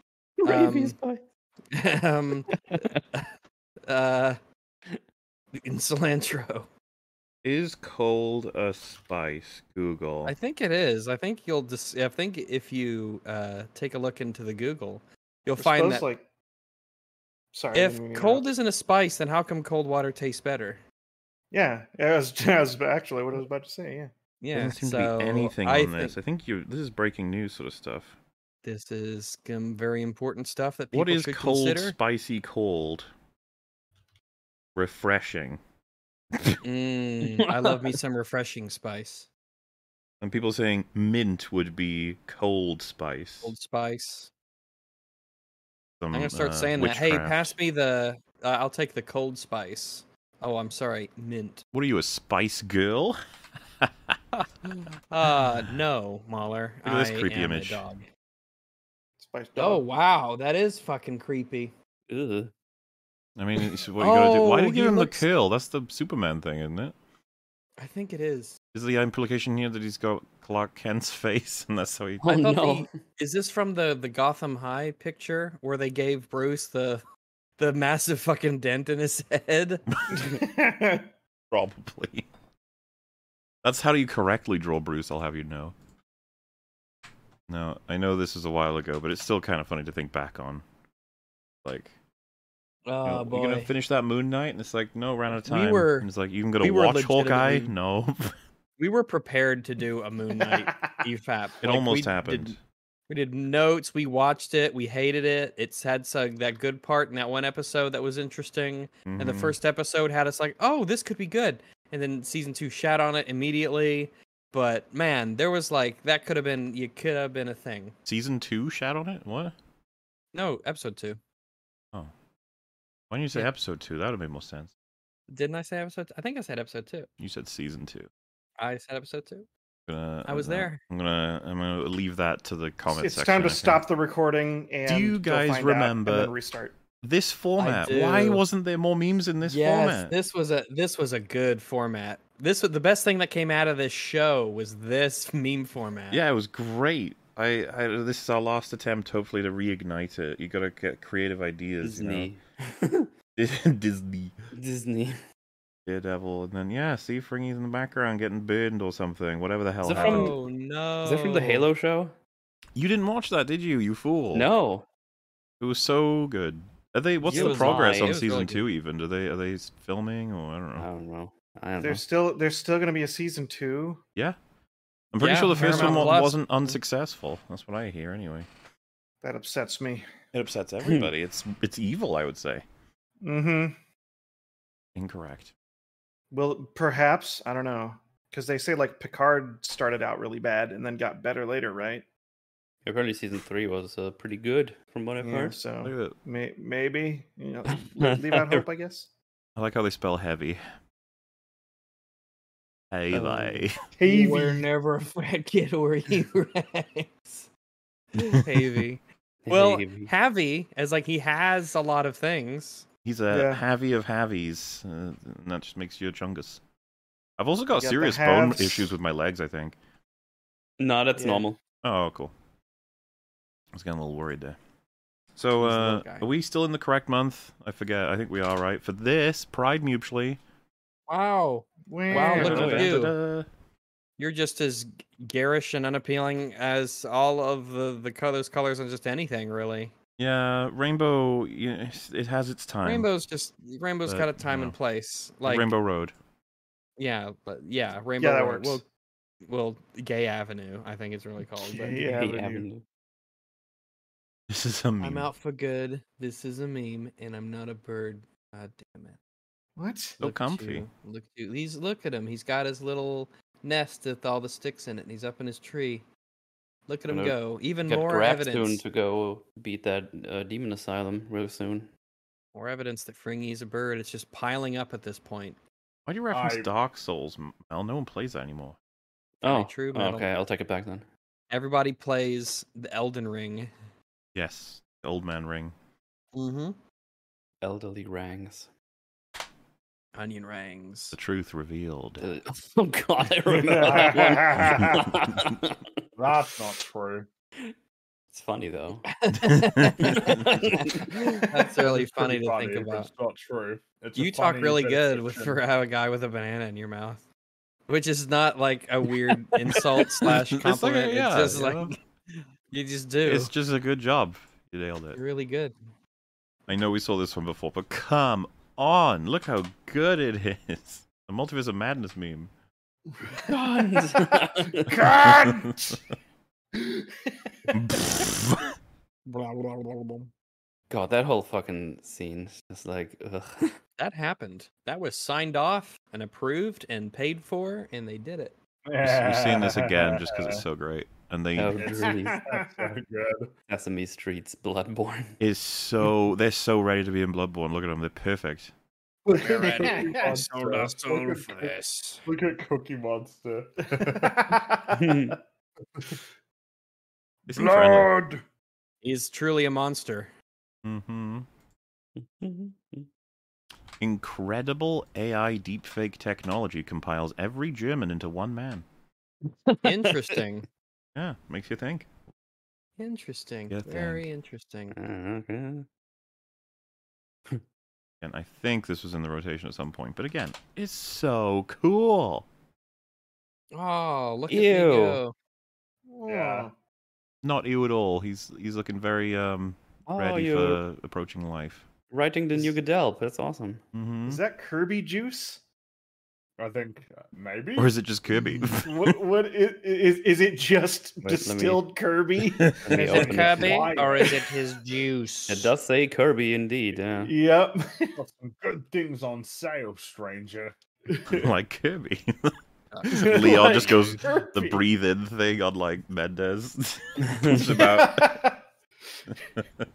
[SPEAKER 2] um, um, uh, in cilantro.
[SPEAKER 1] Is cold a spice? Google.
[SPEAKER 2] I think it is. I think you'll just. I think if you uh, take a look into the Google, you'll
[SPEAKER 3] It's
[SPEAKER 2] find
[SPEAKER 3] supposed
[SPEAKER 2] that
[SPEAKER 3] like. Sorry. I
[SPEAKER 2] if
[SPEAKER 3] didn't mean to
[SPEAKER 2] cold
[SPEAKER 3] interrupt.
[SPEAKER 2] isn't a spice, then how come cold water tastes better?
[SPEAKER 3] Yeah, it was, that was actually what I was about to say. Yeah.
[SPEAKER 2] Yeah.
[SPEAKER 1] Doesn't seem
[SPEAKER 2] so
[SPEAKER 1] to be anything
[SPEAKER 2] I
[SPEAKER 1] on this. I
[SPEAKER 2] think
[SPEAKER 1] think you. This is breaking news sort of stuff.
[SPEAKER 2] this is um, very important stuff that people
[SPEAKER 1] What is
[SPEAKER 2] should
[SPEAKER 1] cold,
[SPEAKER 2] consider.
[SPEAKER 1] spicy, cold? Refreshing.
[SPEAKER 2] Mm, I love me some refreshing spice.
[SPEAKER 1] And people saying mint would be cold spice.
[SPEAKER 2] Cold spice.
[SPEAKER 1] Some,
[SPEAKER 2] I'm gonna start
[SPEAKER 1] uh,
[SPEAKER 2] saying that. Hey,
[SPEAKER 1] witchcraft.
[SPEAKER 2] pass me the. Uh, I'll take the cold spice. Oh, I'm sorry, mint.
[SPEAKER 1] What are you, a spice girl?
[SPEAKER 2] Uh, no, Mahler.
[SPEAKER 1] Look at this
[SPEAKER 2] I
[SPEAKER 1] creepy
[SPEAKER 2] am a
[SPEAKER 1] image.
[SPEAKER 2] dog.
[SPEAKER 3] Spice
[SPEAKER 2] Oh
[SPEAKER 3] dog.
[SPEAKER 2] wow, that is fucking creepy.
[SPEAKER 4] Ugh.
[SPEAKER 1] I mean, it's what you gotta do.
[SPEAKER 2] Oh,
[SPEAKER 1] Why did you give
[SPEAKER 2] he
[SPEAKER 1] him
[SPEAKER 2] looks-
[SPEAKER 1] the curl? That's the Superman thing, isn't it?
[SPEAKER 2] I think it is.
[SPEAKER 1] Is the implication here that he's got Clark Kent's face, and that's how he?
[SPEAKER 4] Oh
[SPEAKER 2] I thought
[SPEAKER 4] no.
[SPEAKER 2] Is this from the the Gotham High picture where they gave Bruce the the massive fucking dent in his head?
[SPEAKER 1] Probably. That's how you correctly draw Bruce, I'll have you know. No, I know this was a while ago, but it's still kind of funny to think back on. Like, you know,
[SPEAKER 2] Oh
[SPEAKER 1] you gonna
[SPEAKER 2] boy.
[SPEAKER 1] finish that Moon Knight? And it's like, no, ran out of
[SPEAKER 2] We
[SPEAKER 1] time.
[SPEAKER 2] were-
[SPEAKER 1] and it's like, you can go to
[SPEAKER 2] we were
[SPEAKER 1] watch Hawkeye?
[SPEAKER 2] legitimately-
[SPEAKER 1] No.
[SPEAKER 2] we were prepared to do a Moon Knight E EFAP.
[SPEAKER 1] it
[SPEAKER 2] Like, we
[SPEAKER 1] almost
[SPEAKER 2] did-
[SPEAKER 1] happened.
[SPEAKER 2] we did notes. We watched it. We hated it. It's had some, that good part in that one episode that was interesting. And the
[SPEAKER 1] Mhm.
[SPEAKER 2] first episode had us like, oh, this could be good. And then season two shat on it immediately. But man, there was like that could have been you could have been a thing.
[SPEAKER 1] Season 2 shat on it? What?
[SPEAKER 2] No, episode two.
[SPEAKER 1] Why didn't you say
[SPEAKER 2] Yeah.
[SPEAKER 1] episode 2? That would have made more sense.
[SPEAKER 2] Didn't I say episode? Two? I think I said episode two.
[SPEAKER 1] You said season 2.
[SPEAKER 2] I said episode two.
[SPEAKER 1] Gonna-
[SPEAKER 2] I was
[SPEAKER 1] uh,
[SPEAKER 2] there.
[SPEAKER 1] I'm gonna I'm gonna leave that to the comment
[SPEAKER 3] it's
[SPEAKER 1] section.
[SPEAKER 3] time
[SPEAKER 1] I
[SPEAKER 3] to
[SPEAKER 1] think.
[SPEAKER 3] stop the recording and
[SPEAKER 1] you
[SPEAKER 3] go
[SPEAKER 1] guys
[SPEAKER 3] find out
[SPEAKER 1] remember-
[SPEAKER 3] and then restart.
[SPEAKER 1] this format. Why
[SPEAKER 2] do.
[SPEAKER 1] wasn't there more memes in this
[SPEAKER 2] yes,
[SPEAKER 1] format?
[SPEAKER 2] this was a this was a good format. This was the best thing that came out of this show was this meme format.
[SPEAKER 1] Yeah, it was great. I, I this is our last attempt, hopefully, to reignite it. You gotta get creative ideas.
[SPEAKER 4] Disney.
[SPEAKER 1] You know? Disney,
[SPEAKER 4] Disney.
[SPEAKER 1] Daredevil, and then yeah, see Fringy's in the background getting burned or something, whatever the hell
[SPEAKER 4] it
[SPEAKER 1] happened.
[SPEAKER 2] Oh no.
[SPEAKER 4] Is that from the Halo show?
[SPEAKER 1] You didn't watch that, did you? You fool.
[SPEAKER 4] No.
[SPEAKER 1] it was so good. Are they? What's
[SPEAKER 4] It
[SPEAKER 1] the
[SPEAKER 4] was
[SPEAKER 1] progress
[SPEAKER 4] nice. It
[SPEAKER 1] on
[SPEAKER 2] was
[SPEAKER 1] season
[SPEAKER 2] really good.
[SPEAKER 1] two? Even do they? Are they filming or I don't know.
[SPEAKER 4] I don't know. I don't know.
[SPEAKER 3] There's still there's still going to be a season two.
[SPEAKER 1] I'm pretty
[SPEAKER 2] Yeah,
[SPEAKER 1] sure the first
[SPEAKER 2] Paramount
[SPEAKER 1] one wa-
[SPEAKER 2] Plus. Mm.
[SPEAKER 1] wasn't unsuccessful. That's what I hear anyway.
[SPEAKER 3] That upsets me.
[SPEAKER 1] It upsets everybody. it's it's evil, I would say.
[SPEAKER 3] Mm-hmm.
[SPEAKER 1] Incorrect.
[SPEAKER 3] Well, perhaps I don't know because they say like Picard started out really bad and then got better later, right?
[SPEAKER 1] Hmm.
[SPEAKER 4] Apparently, season three was uh, pretty good, from what I've
[SPEAKER 3] Yeah,
[SPEAKER 4] heard.
[SPEAKER 3] so
[SPEAKER 1] Look at it.
[SPEAKER 3] may- maybe you know, le- leave out hope, I guess.
[SPEAKER 1] I like how they spell heavy. Hey,
[SPEAKER 2] Oh.
[SPEAKER 1] they.
[SPEAKER 3] Hey,
[SPEAKER 2] We're never a frat kid or E-Rex. Havy. Well, Havy as like he has a lot of things.
[SPEAKER 1] He's a
[SPEAKER 3] Yeah.
[SPEAKER 1] Havy of Havies. Uh, and that just makes you a chungus. I've also got
[SPEAKER 3] got the
[SPEAKER 1] serious bone
[SPEAKER 3] halves.
[SPEAKER 1] issues with my legs, I think.
[SPEAKER 4] no, that's
[SPEAKER 3] yeah.
[SPEAKER 4] normal.
[SPEAKER 1] Oh, cool. I was getting a little worried there. So,
[SPEAKER 2] He's a
[SPEAKER 1] uh,
[SPEAKER 2] little guy.
[SPEAKER 1] are we still in the correct month? I forget. I think we are, right? For this, Pride Mutually.
[SPEAKER 2] Wow. Wow, look at
[SPEAKER 1] Da-da-da-da-da.
[SPEAKER 2] you. You're just as g- garish and unappealing as all of the the co- those colors and just anything really.
[SPEAKER 1] Yeah, Rainbow, you know, it's- it has its time.
[SPEAKER 2] Rainbow's just Rainbow's
[SPEAKER 1] But,
[SPEAKER 2] got a
[SPEAKER 1] you
[SPEAKER 2] time
[SPEAKER 1] know,
[SPEAKER 2] and place. Like
[SPEAKER 1] Rainbow Road.
[SPEAKER 2] Yeah, but yeah, Rainbow.
[SPEAKER 3] that
[SPEAKER 2] Road- Well,
[SPEAKER 3] works.
[SPEAKER 2] well, Gay Avenue, I think it's really called. but-
[SPEAKER 3] Gay Yeah,
[SPEAKER 4] Hey,
[SPEAKER 3] but you-
[SPEAKER 4] Avenue.
[SPEAKER 1] This is a meme.
[SPEAKER 2] I'm out for good. This is a meme, and I'm not a bird. God damn it!
[SPEAKER 3] What?
[SPEAKER 1] So
[SPEAKER 2] Look at
[SPEAKER 1] comfy.
[SPEAKER 2] you, look, at you. he's look at him. He's got his little nest with all the sticks in it, and he's up in his tree. Look at him
[SPEAKER 4] Gonna
[SPEAKER 2] go. Even
[SPEAKER 4] Got
[SPEAKER 2] more
[SPEAKER 4] grabbed soon
[SPEAKER 2] evidence.
[SPEAKER 4] to go beat that uh, demon asylum real soon.
[SPEAKER 2] More evidence that Fringy's a bird. It's just piling up at this point.
[SPEAKER 1] Why do you reference
[SPEAKER 5] I-
[SPEAKER 1] Dark Souls, Mel? No one plays that anymore.
[SPEAKER 4] Oh,
[SPEAKER 2] true,
[SPEAKER 4] oh,
[SPEAKER 2] metal.
[SPEAKER 4] okay. I'll take it back then.
[SPEAKER 2] Everybody plays the Elden Ring.
[SPEAKER 1] Yes, the Old Man Ring.
[SPEAKER 2] Mm-hmm.
[SPEAKER 4] Elderly rangs.
[SPEAKER 2] Onion rings.
[SPEAKER 1] The truth revealed.
[SPEAKER 4] Uh, oh God, I remember that one.
[SPEAKER 5] That's not true.
[SPEAKER 4] it's funny though.
[SPEAKER 2] That's really
[SPEAKER 5] It's
[SPEAKER 2] funny to
[SPEAKER 5] pretty
[SPEAKER 2] think
[SPEAKER 5] funny, but
[SPEAKER 2] about.
[SPEAKER 5] It's not true. It's a
[SPEAKER 2] You talk
[SPEAKER 5] funny
[SPEAKER 2] really
[SPEAKER 5] bit of
[SPEAKER 2] good with
[SPEAKER 5] fiction.
[SPEAKER 2] for a guy with a banana in your mouth, which is not like a weird insult slash
[SPEAKER 1] It's like a-
[SPEAKER 2] compliment. It's,
[SPEAKER 1] yeah,
[SPEAKER 2] just
[SPEAKER 1] you
[SPEAKER 2] like
[SPEAKER 1] know?
[SPEAKER 2] you just do.
[SPEAKER 1] It's just a good job. You nailed it.
[SPEAKER 2] You're really good.
[SPEAKER 1] I know we saw this one before, but come on, look how good it is. The multiverse of madness meme.
[SPEAKER 4] Guns.
[SPEAKER 2] Oh,
[SPEAKER 3] Cunt!
[SPEAKER 2] Blah, blah, blah, blah.
[SPEAKER 4] God, that whole fucking scene is just like, ugh.
[SPEAKER 2] That happened. That was signed off and approved and paid for, and they did it.
[SPEAKER 1] We're seeing this again just because it's so great, and they
[SPEAKER 4] Oh,
[SPEAKER 5] It's-
[SPEAKER 4] dreamy.
[SPEAKER 5] that's so good.
[SPEAKER 4] Sesame Street's Bloodborne.
[SPEAKER 1] is so they're so ready to be in Bloodborne. Look at them, they're perfect.
[SPEAKER 6] We're at
[SPEAKER 5] Yeah,
[SPEAKER 6] sold our soul for this.
[SPEAKER 5] Look at Cookie Monster.
[SPEAKER 1] They seem friendly.
[SPEAKER 6] Blood.
[SPEAKER 2] He's truly a monster.
[SPEAKER 1] hmm
[SPEAKER 4] That's
[SPEAKER 1] Incredible AI deepfake technology compiles every German into one man.
[SPEAKER 2] Interesting.
[SPEAKER 1] Yeah, makes you think.
[SPEAKER 2] interesting.
[SPEAKER 1] Good
[SPEAKER 2] Very interesting.
[SPEAKER 1] And I think this was in the rotation at some point, but again, it's so cool.
[SPEAKER 2] Oh, look at
[SPEAKER 4] Ew.
[SPEAKER 2] me go.
[SPEAKER 5] yeah.
[SPEAKER 1] Not you at all. He's he's looking very um
[SPEAKER 4] Oh,
[SPEAKER 1] ready
[SPEAKER 4] you're
[SPEAKER 1] for approaching life.
[SPEAKER 4] writing the new Goodell. That's awesome.
[SPEAKER 1] hmm
[SPEAKER 3] Is that Kirby juice?
[SPEAKER 5] I think uh, maybe.
[SPEAKER 1] Or is it just Kirby?
[SPEAKER 3] what, what is, is is it just
[SPEAKER 4] Wait, let me-
[SPEAKER 3] distilled Kirby?
[SPEAKER 4] Let me
[SPEAKER 6] Is it
[SPEAKER 4] open it.
[SPEAKER 6] Kirby
[SPEAKER 5] Why?
[SPEAKER 6] or is it his juice?
[SPEAKER 4] It does say Kirby indeed. Yeah.
[SPEAKER 3] yep.
[SPEAKER 5] Got some good things on sale, stranger.
[SPEAKER 1] like Kirby.
[SPEAKER 3] Leon
[SPEAKER 1] just goes, the breathe in thing on like Mendez. It's about
[SPEAKER 3] about.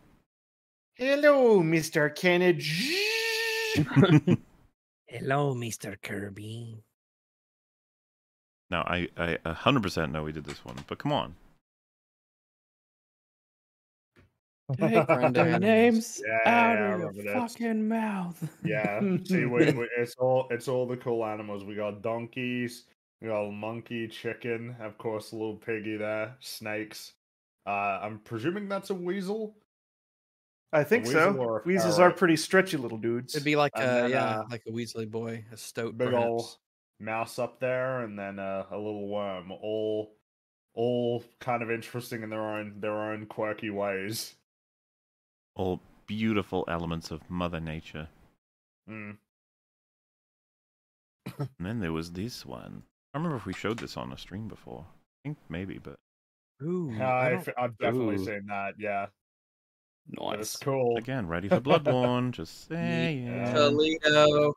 [SPEAKER 3] Hello, Mr. Kennedy.
[SPEAKER 2] Hello, Mr. Kirby.
[SPEAKER 1] Now I, I 100% know we did this one, but come on.
[SPEAKER 4] Take
[SPEAKER 2] Brendan.
[SPEAKER 4] names
[SPEAKER 5] Yeah,
[SPEAKER 4] out
[SPEAKER 5] yeah, I
[SPEAKER 4] of your
[SPEAKER 5] remember that.
[SPEAKER 4] fucking mouth.
[SPEAKER 5] Yeah. See, we, we, it's all it's all the cool animals. We got donkeys, we got monkey, chicken, of course, little piggy there, snakes. Uh, I'm presuming that's a weasel.
[SPEAKER 3] I think
[SPEAKER 5] A
[SPEAKER 3] so.
[SPEAKER 5] weasel or a
[SPEAKER 3] Weasels are
[SPEAKER 5] ferret?
[SPEAKER 3] pretty stretchy little dudes.
[SPEAKER 2] It'd be like
[SPEAKER 5] And
[SPEAKER 2] a
[SPEAKER 5] then,
[SPEAKER 2] yeah,
[SPEAKER 5] uh,
[SPEAKER 2] like a Weasley boy, a stoat.
[SPEAKER 5] Big
[SPEAKER 2] perhaps.
[SPEAKER 5] ol' mouse up there, and then uh, a little worm. All, all kind of interesting in their own their own quirky ways.
[SPEAKER 1] All beautiful elements of Mother Nature.
[SPEAKER 5] Mm.
[SPEAKER 1] And then there was this one. I remember if we showed this on a stream before. I think maybe, but
[SPEAKER 2] Ooh, I
[SPEAKER 5] I've,
[SPEAKER 2] don't-
[SPEAKER 5] I've definitely
[SPEAKER 4] Ooh.
[SPEAKER 5] seen that. Yeah, it's
[SPEAKER 4] Nice.
[SPEAKER 5] cool.
[SPEAKER 1] again, ready for Bloodborne. Just saying.
[SPEAKER 2] Toledo.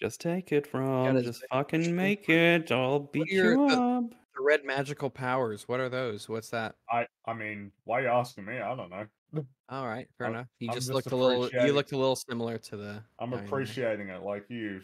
[SPEAKER 4] Just take it from.
[SPEAKER 2] his
[SPEAKER 4] Just
[SPEAKER 2] big
[SPEAKER 4] fucking
[SPEAKER 2] shoulders.
[SPEAKER 4] make it. I'll beat
[SPEAKER 2] Weird,
[SPEAKER 4] you
[SPEAKER 2] uh,
[SPEAKER 4] up.
[SPEAKER 2] The red magical powers. What are those? What's that?
[SPEAKER 5] I I mean, why are you asking me? I don't know.
[SPEAKER 2] All right, fair
[SPEAKER 5] I'm-
[SPEAKER 2] enough. You
[SPEAKER 5] I'm
[SPEAKER 2] just
[SPEAKER 5] just
[SPEAKER 2] looked a little. You
[SPEAKER 5] appreciating-
[SPEAKER 2] looked a little similar to the.
[SPEAKER 5] I'm
[SPEAKER 2] guy in there.
[SPEAKER 5] appreciating it like you.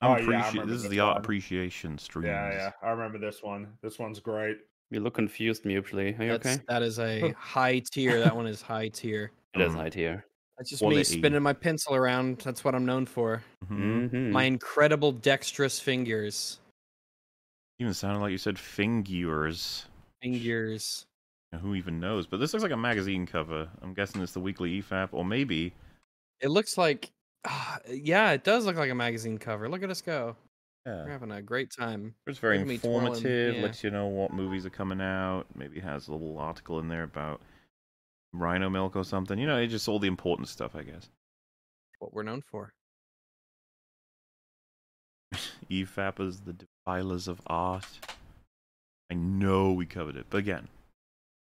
[SPEAKER 1] I'm
[SPEAKER 5] Oh, yeah, I
[SPEAKER 1] appreci-
[SPEAKER 5] remember
[SPEAKER 1] this is
[SPEAKER 5] this
[SPEAKER 1] the art
[SPEAKER 5] one.
[SPEAKER 1] appreciation stream.
[SPEAKER 5] Yeah, yeah. I remember this one. This one's great.
[SPEAKER 4] You look confused, mutually. Are you
[SPEAKER 2] That's,
[SPEAKER 4] okay?
[SPEAKER 2] That is a high tier. That one is high tier.
[SPEAKER 4] It is
[SPEAKER 1] Mm.
[SPEAKER 4] high tier.
[SPEAKER 2] That's just me
[SPEAKER 1] Quality.
[SPEAKER 2] spinning my pencil around. That's what I'm known for.
[SPEAKER 1] hmm
[SPEAKER 4] Mhm.
[SPEAKER 2] My incredible dexterous fingers.
[SPEAKER 1] Even sounded like you said fingers.
[SPEAKER 2] Fingers.
[SPEAKER 1] Now, Who even knows? But this looks like a magazine cover. I'm guessing it's the weekly E EFAP, or maybe
[SPEAKER 2] It looks like. ah, yeah, it does look like a magazine cover. Look at us go. We're
[SPEAKER 1] yeah.
[SPEAKER 2] having a great time.
[SPEAKER 1] It's very
[SPEAKER 2] Look at me twirling,
[SPEAKER 1] informative.
[SPEAKER 2] yeah.
[SPEAKER 1] Lets you know what movies are coming out. Maybe has a little article in there about Rhino Milk or something. You know, it's just all the important stuff, I guess.
[SPEAKER 2] What we're known for.
[SPEAKER 1] EFAP is the defilers of art. I know we covered it, but again,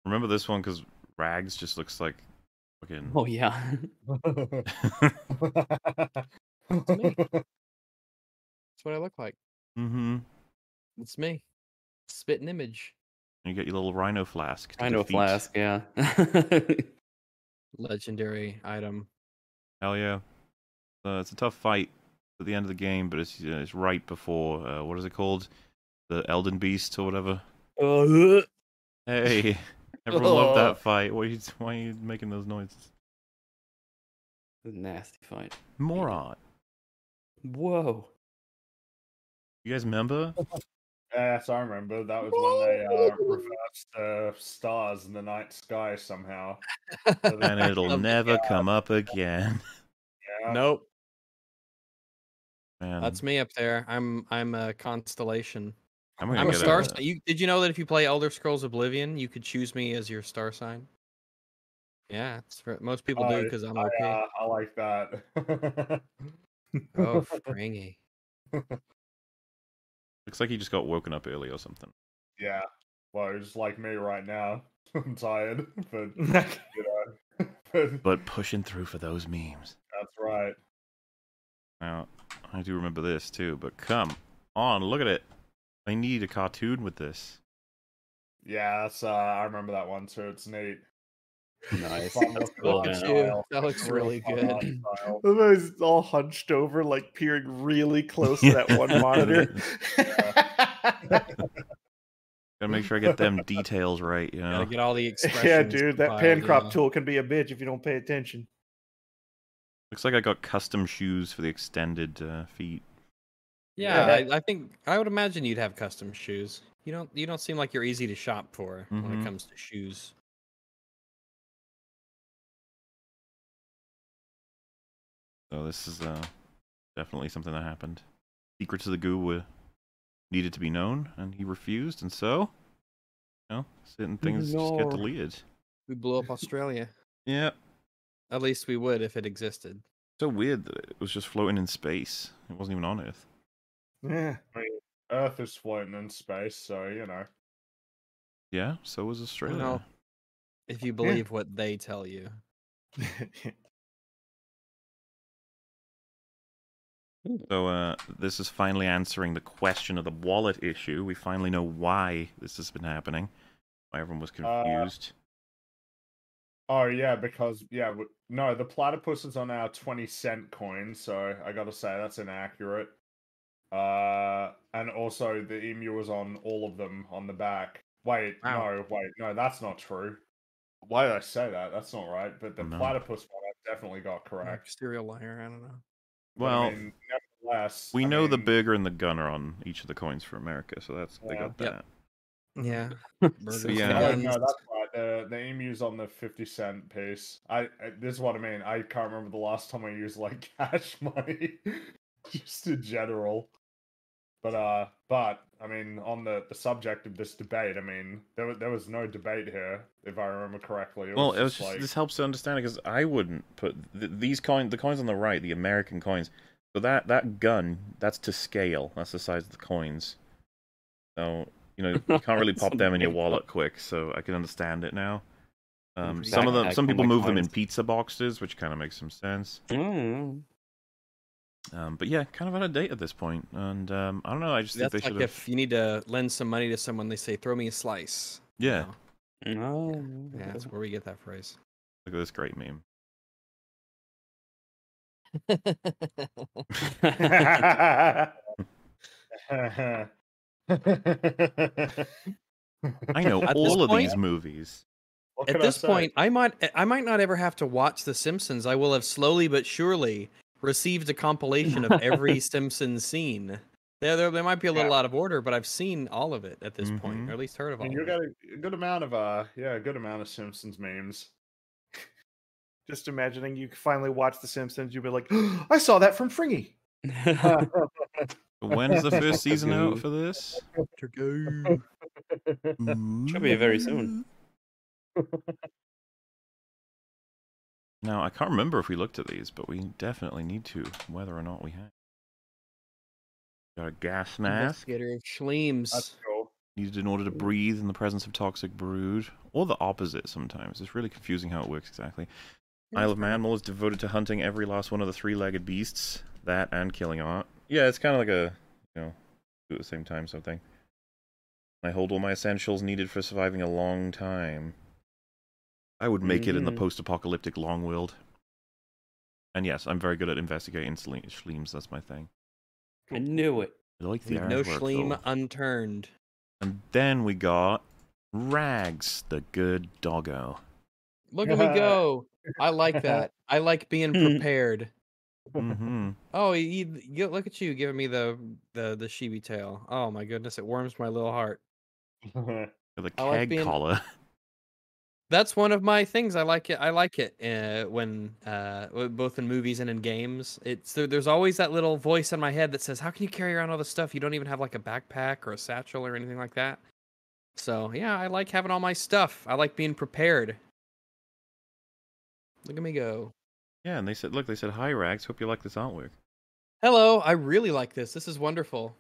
[SPEAKER 1] remember this one because Rags just looks like fucking.
[SPEAKER 4] Oh yeah.
[SPEAKER 2] That's what I look like.
[SPEAKER 1] mm-hmm.
[SPEAKER 2] It's me. Spitting image.
[SPEAKER 1] You get your little rhino flask. to
[SPEAKER 4] I know
[SPEAKER 1] defeat.
[SPEAKER 4] flask. Yeah.
[SPEAKER 2] Legendary item.
[SPEAKER 1] Hell yeah. Uh, it's a tough fight at the end of the game, but it's you know, it's right before uh, what is it called? The Elden Beast or whatever.
[SPEAKER 4] Oh,
[SPEAKER 1] Hey, everyone loved
[SPEAKER 4] Oh.
[SPEAKER 1] that fight. Why are you, why are you making those noises?
[SPEAKER 4] nasty fight.
[SPEAKER 1] More art.
[SPEAKER 4] Whoa.
[SPEAKER 1] You guys remember?
[SPEAKER 5] yes, I remember. That was when they uh, reversed the stars in the night sky somehow. So
[SPEAKER 1] And
[SPEAKER 5] that-
[SPEAKER 1] it'll
[SPEAKER 2] Loved it,
[SPEAKER 1] never come up again.
[SPEAKER 5] yeah.
[SPEAKER 2] Nope.
[SPEAKER 1] Man,
[SPEAKER 2] That's me up there. I'm I'm a constellation.
[SPEAKER 1] I'm gonna
[SPEAKER 2] I'm a
[SPEAKER 1] get
[SPEAKER 2] star. si- You, did you know that if you play Elder Scrolls Oblivion, you could choose me as your star sign? Yeah, it's for, most people do
[SPEAKER 5] I-
[SPEAKER 2] because I'm
[SPEAKER 5] I,
[SPEAKER 2] OP.
[SPEAKER 5] uh, I like that.
[SPEAKER 2] Oh, fringy.
[SPEAKER 1] Looks like he just got woken up early or something.
[SPEAKER 5] Yeah. Well, he's like me right now. I'm tired, but you know, but
[SPEAKER 1] But pushing through for those memes.
[SPEAKER 5] that's right.
[SPEAKER 1] Now, I do remember this too, but come on, look at it. I need a cartoon with this.
[SPEAKER 5] Yeah, that's. Uh, I remember that one too. It's neat.
[SPEAKER 4] Nice.
[SPEAKER 5] Fun
[SPEAKER 4] That's
[SPEAKER 5] looking
[SPEAKER 4] cool,
[SPEAKER 5] art
[SPEAKER 4] man.
[SPEAKER 2] Thank you.
[SPEAKER 5] style.
[SPEAKER 2] That looks
[SPEAKER 5] Real
[SPEAKER 2] really
[SPEAKER 5] fun
[SPEAKER 2] good.
[SPEAKER 5] art style.
[SPEAKER 3] He's all hunched over, like peering really close to that one monitor.
[SPEAKER 1] Gotta make sure I get them details right, you know.
[SPEAKER 2] Gotta get all the expressions.
[SPEAKER 3] yeah, dude, that pan
[SPEAKER 2] compiled,
[SPEAKER 3] crop
[SPEAKER 2] yeah.
[SPEAKER 3] tool can be a bitch if you don't pay attention.
[SPEAKER 1] Looks like I got custom shoes for the extended uh, feet.
[SPEAKER 2] Yeah,
[SPEAKER 5] Yeah.
[SPEAKER 2] I, I think I would imagine you'd have custom shoes. You don't. You don't seem like you're easy to shop for when
[SPEAKER 1] Mhm.
[SPEAKER 2] it comes to shoes.
[SPEAKER 1] So this is uh, definitely something that happened. Secrets of the goo were needed to be known, and he refused, and so, you know, certain things just get
[SPEAKER 2] No.
[SPEAKER 1] deleted.
[SPEAKER 2] We blew up Australia.
[SPEAKER 1] Yeah.
[SPEAKER 2] At least we would if it existed.
[SPEAKER 1] So weird that it was just floating in space. It wasn't even on Earth.
[SPEAKER 3] Yeah.
[SPEAKER 5] Earth is floating in space, so you know.
[SPEAKER 1] Yeah, so was Australia.
[SPEAKER 2] Well, if you believe what they tell you.
[SPEAKER 1] So uh, this is finally answering the question of the wallet issue. We finally know why this has been happening. Why everyone was
[SPEAKER 5] Uh,
[SPEAKER 1] confused.
[SPEAKER 5] Oh yeah, because yeah, w- no, the platypus is on our twenty cent coin, so I gotta say that's inaccurate. Uh, and also the emu was on all of them on the back. Wait,
[SPEAKER 2] Wow.
[SPEAKER 5] no, wait, no, that's not true. Why did I say that? That's not right. But the
[SPEAKER 1] No.
[SPEAKER 5] platypus one I definitely got correct.
[SPEAKER 2] Serial liar. I don't know.
[SPEAKER 5] But, I
[SPEAKER 1] well,
[SPEAKER 5] mean, nevertheless,
[SPEAKER 1] we
[SPEAKER 5] I
[SPEAKER 1] know the
[SPEAKER 5] mean,
[SPEAKER 1] burger and the gun are on each of the coins for America, so that's they
[SPEAKER 5] Yeah.
[SPEAKER 1] got
[SPEAKER 2] Yep.
[SPEAKER 1] that.
[SPEAKER 2] Yeah.
[SPEAKER 1] So,
[SPEAKER 2] and
[SPEAKER 1] yeah.
[SPEAKER 5] Oh,
[SPEAKER 2] guns.
[SPEAKER 5] no, that's right. The the emu's on the fifty cent piece. I, I this is what I mean. I can't remember the last time I used like cash money, just in general. But uh, but I mean, on the the subject of this debate, I mean, there wa- there was no debate here, if I remember correctly. It
[SPEAKER 1] Well,
[SPEAKER 5] was
[SPEAKER 1] it was
[SPEAKER 5] just
[SPEAKER 1] just,
[SPEAKER 5] like,
[SPEAKER 1] this helps to understand because I wouldn't put th- these coins, the coins on the right, the American coins. So that that gun, that's to scale. That's the size of the coins. So you know you can't really
[SPEAKER 4] That's
[SPEAKER 1] pop them in your
[SPEAKER 4] unbelievable.
[SPEAKER 1] wallet quick. So I can understand it now. Um,
[SPEAKER 4] Exact-
[SPEAKER 1] some of them,
[SPEAKER 4] like
[SPEAKER 1] some
[SPEAKER 4] all
[SPEAKER 1] people
[SPEAKER 4] my
[SPEAKER 1] move them in
[SPEAKER 4] coins.
[SPEAKER 1] pizza boxes, which kind of makes some sense.
[SPEAKER 4] Mm.
[SPEAKER 1] Um, but yeah, kind of out of date at this point, and um, I don't know. I just think
[SPEAKER 2] That's
[SPEAKER 1] they
[SPEAKER 2] like
[SPEAKER 1] should have.
[SPEAKER 2] if you need to lend some money to someone, they say, "Throw me a slice." you
[SPEAKER 1] Yeah,
[SPEAKER 2] know?
[SPEAKER 4] Oh,
[SPEAKER 2] Yeah, that's where we get that phrase.
[SPEAKER 1] look at this great meme. I know
[SPEAKER 2] At this
[SPEAKER 1] all of
[SPEAKER 2] point-
[SPEAKER 1] these movies.
[SPEAKER 5] What
[SPEAKER 2] At
[SPEAKER 5] can I
[SPEAKER 2] this
[SPEAKER 5] say?
[SPEAKER 2] point, I might eh, I might not ever have to watch The Simpsons. I will have slowly but surely received a compilation of every Simpsons scene. There, there, there might be a little out of order, but I've seen all of it at this point,
[SPEAKER 1] Mhm.
[SPEAKER 2] or at least heard of
[SPEAKER 5] I
[SPEAKER 2] all.
[SPEAKER 5] mean,
[SPEAKER 2] of
[SPEAKER 5] you
[SPEAKER 2] it.
[SPEAKER 5] got a a good amount of uh, yeah, a good amount of Simpsons memes.
[SPEAKER 3] Just imagining you finally watch The Simpsons, you'd be like, I saw that from Fringy.
[SPEAKER 1] But when is the first season out for this?
[SPEAKER 4] Should be very soon.
[SPEAKER 1] Now I can't remember if we looked at these, but we definitely need to, whether or not we have. Got a gas mask
[SPEAKER 2] Investigator of Schleems.
[SPEAKER 5] That's cool.
[SPEAKER 1] needed in order to breathe in the presence of toxic brood, or the opposite. Sometimes it's really confusing how it works exactly. Isle of Man Mole is devoted to hunting every last one of the three-legged beasts, that and killing art. Yeah, it's kind of like a you know, do at the same time something. I hold all my essentials needed for surviving a long time. I would make it in the
[SPEAKER 4] Mhm.
[SPEAKER 1] post-apocalyptic long world. And yes, I'm very good at investigating sle- schleems. That's my thing.
[SPEAKER 4] I knew it.
[SPEAKER 1] I like the
[SPEAKER 2] Leave
[SPEAKER 1] iron
[SPEAKER 2] no
[SPEAKER 1] work,
[SPEAKER 2] schleem
[SPEAKER 1] though.
[SPEAKER 2] unturned.
[SPEAKER 1] And then we got Rags, the good doggo.
[SPEAKER 2] Look at me go. I like that. I like being prepared.
[SPEAKER 1] hmm
[SPEAKER 2] Oh, you, you- you, look at you giving me the the the sheepy tail. Oh my goodness, it warms my little heart.
[SPEAKER 1] The
[SPEAKER 2] I like
[SPEAKER 1] keg
[SPEAKER 2] being-
[SPEAKER 1] collar.
[SPEAKER 2] That's one of my things. I like it. I like it uh, when uh, w- both in movies and in games. It's there, there's always that little voice in my head that says, "How can you carry around all this stuff? You don't even have like a backpack or a satchel or anything like that." So yeah, I like having all my stuff. I like being prepared. Look at me go.
[SPEAKER 1] Yeah, and they said, look, they said, hi, Rags. Hope you like this artwork.
[SPEAKER 2] Hello, I really like this. This is wonderful.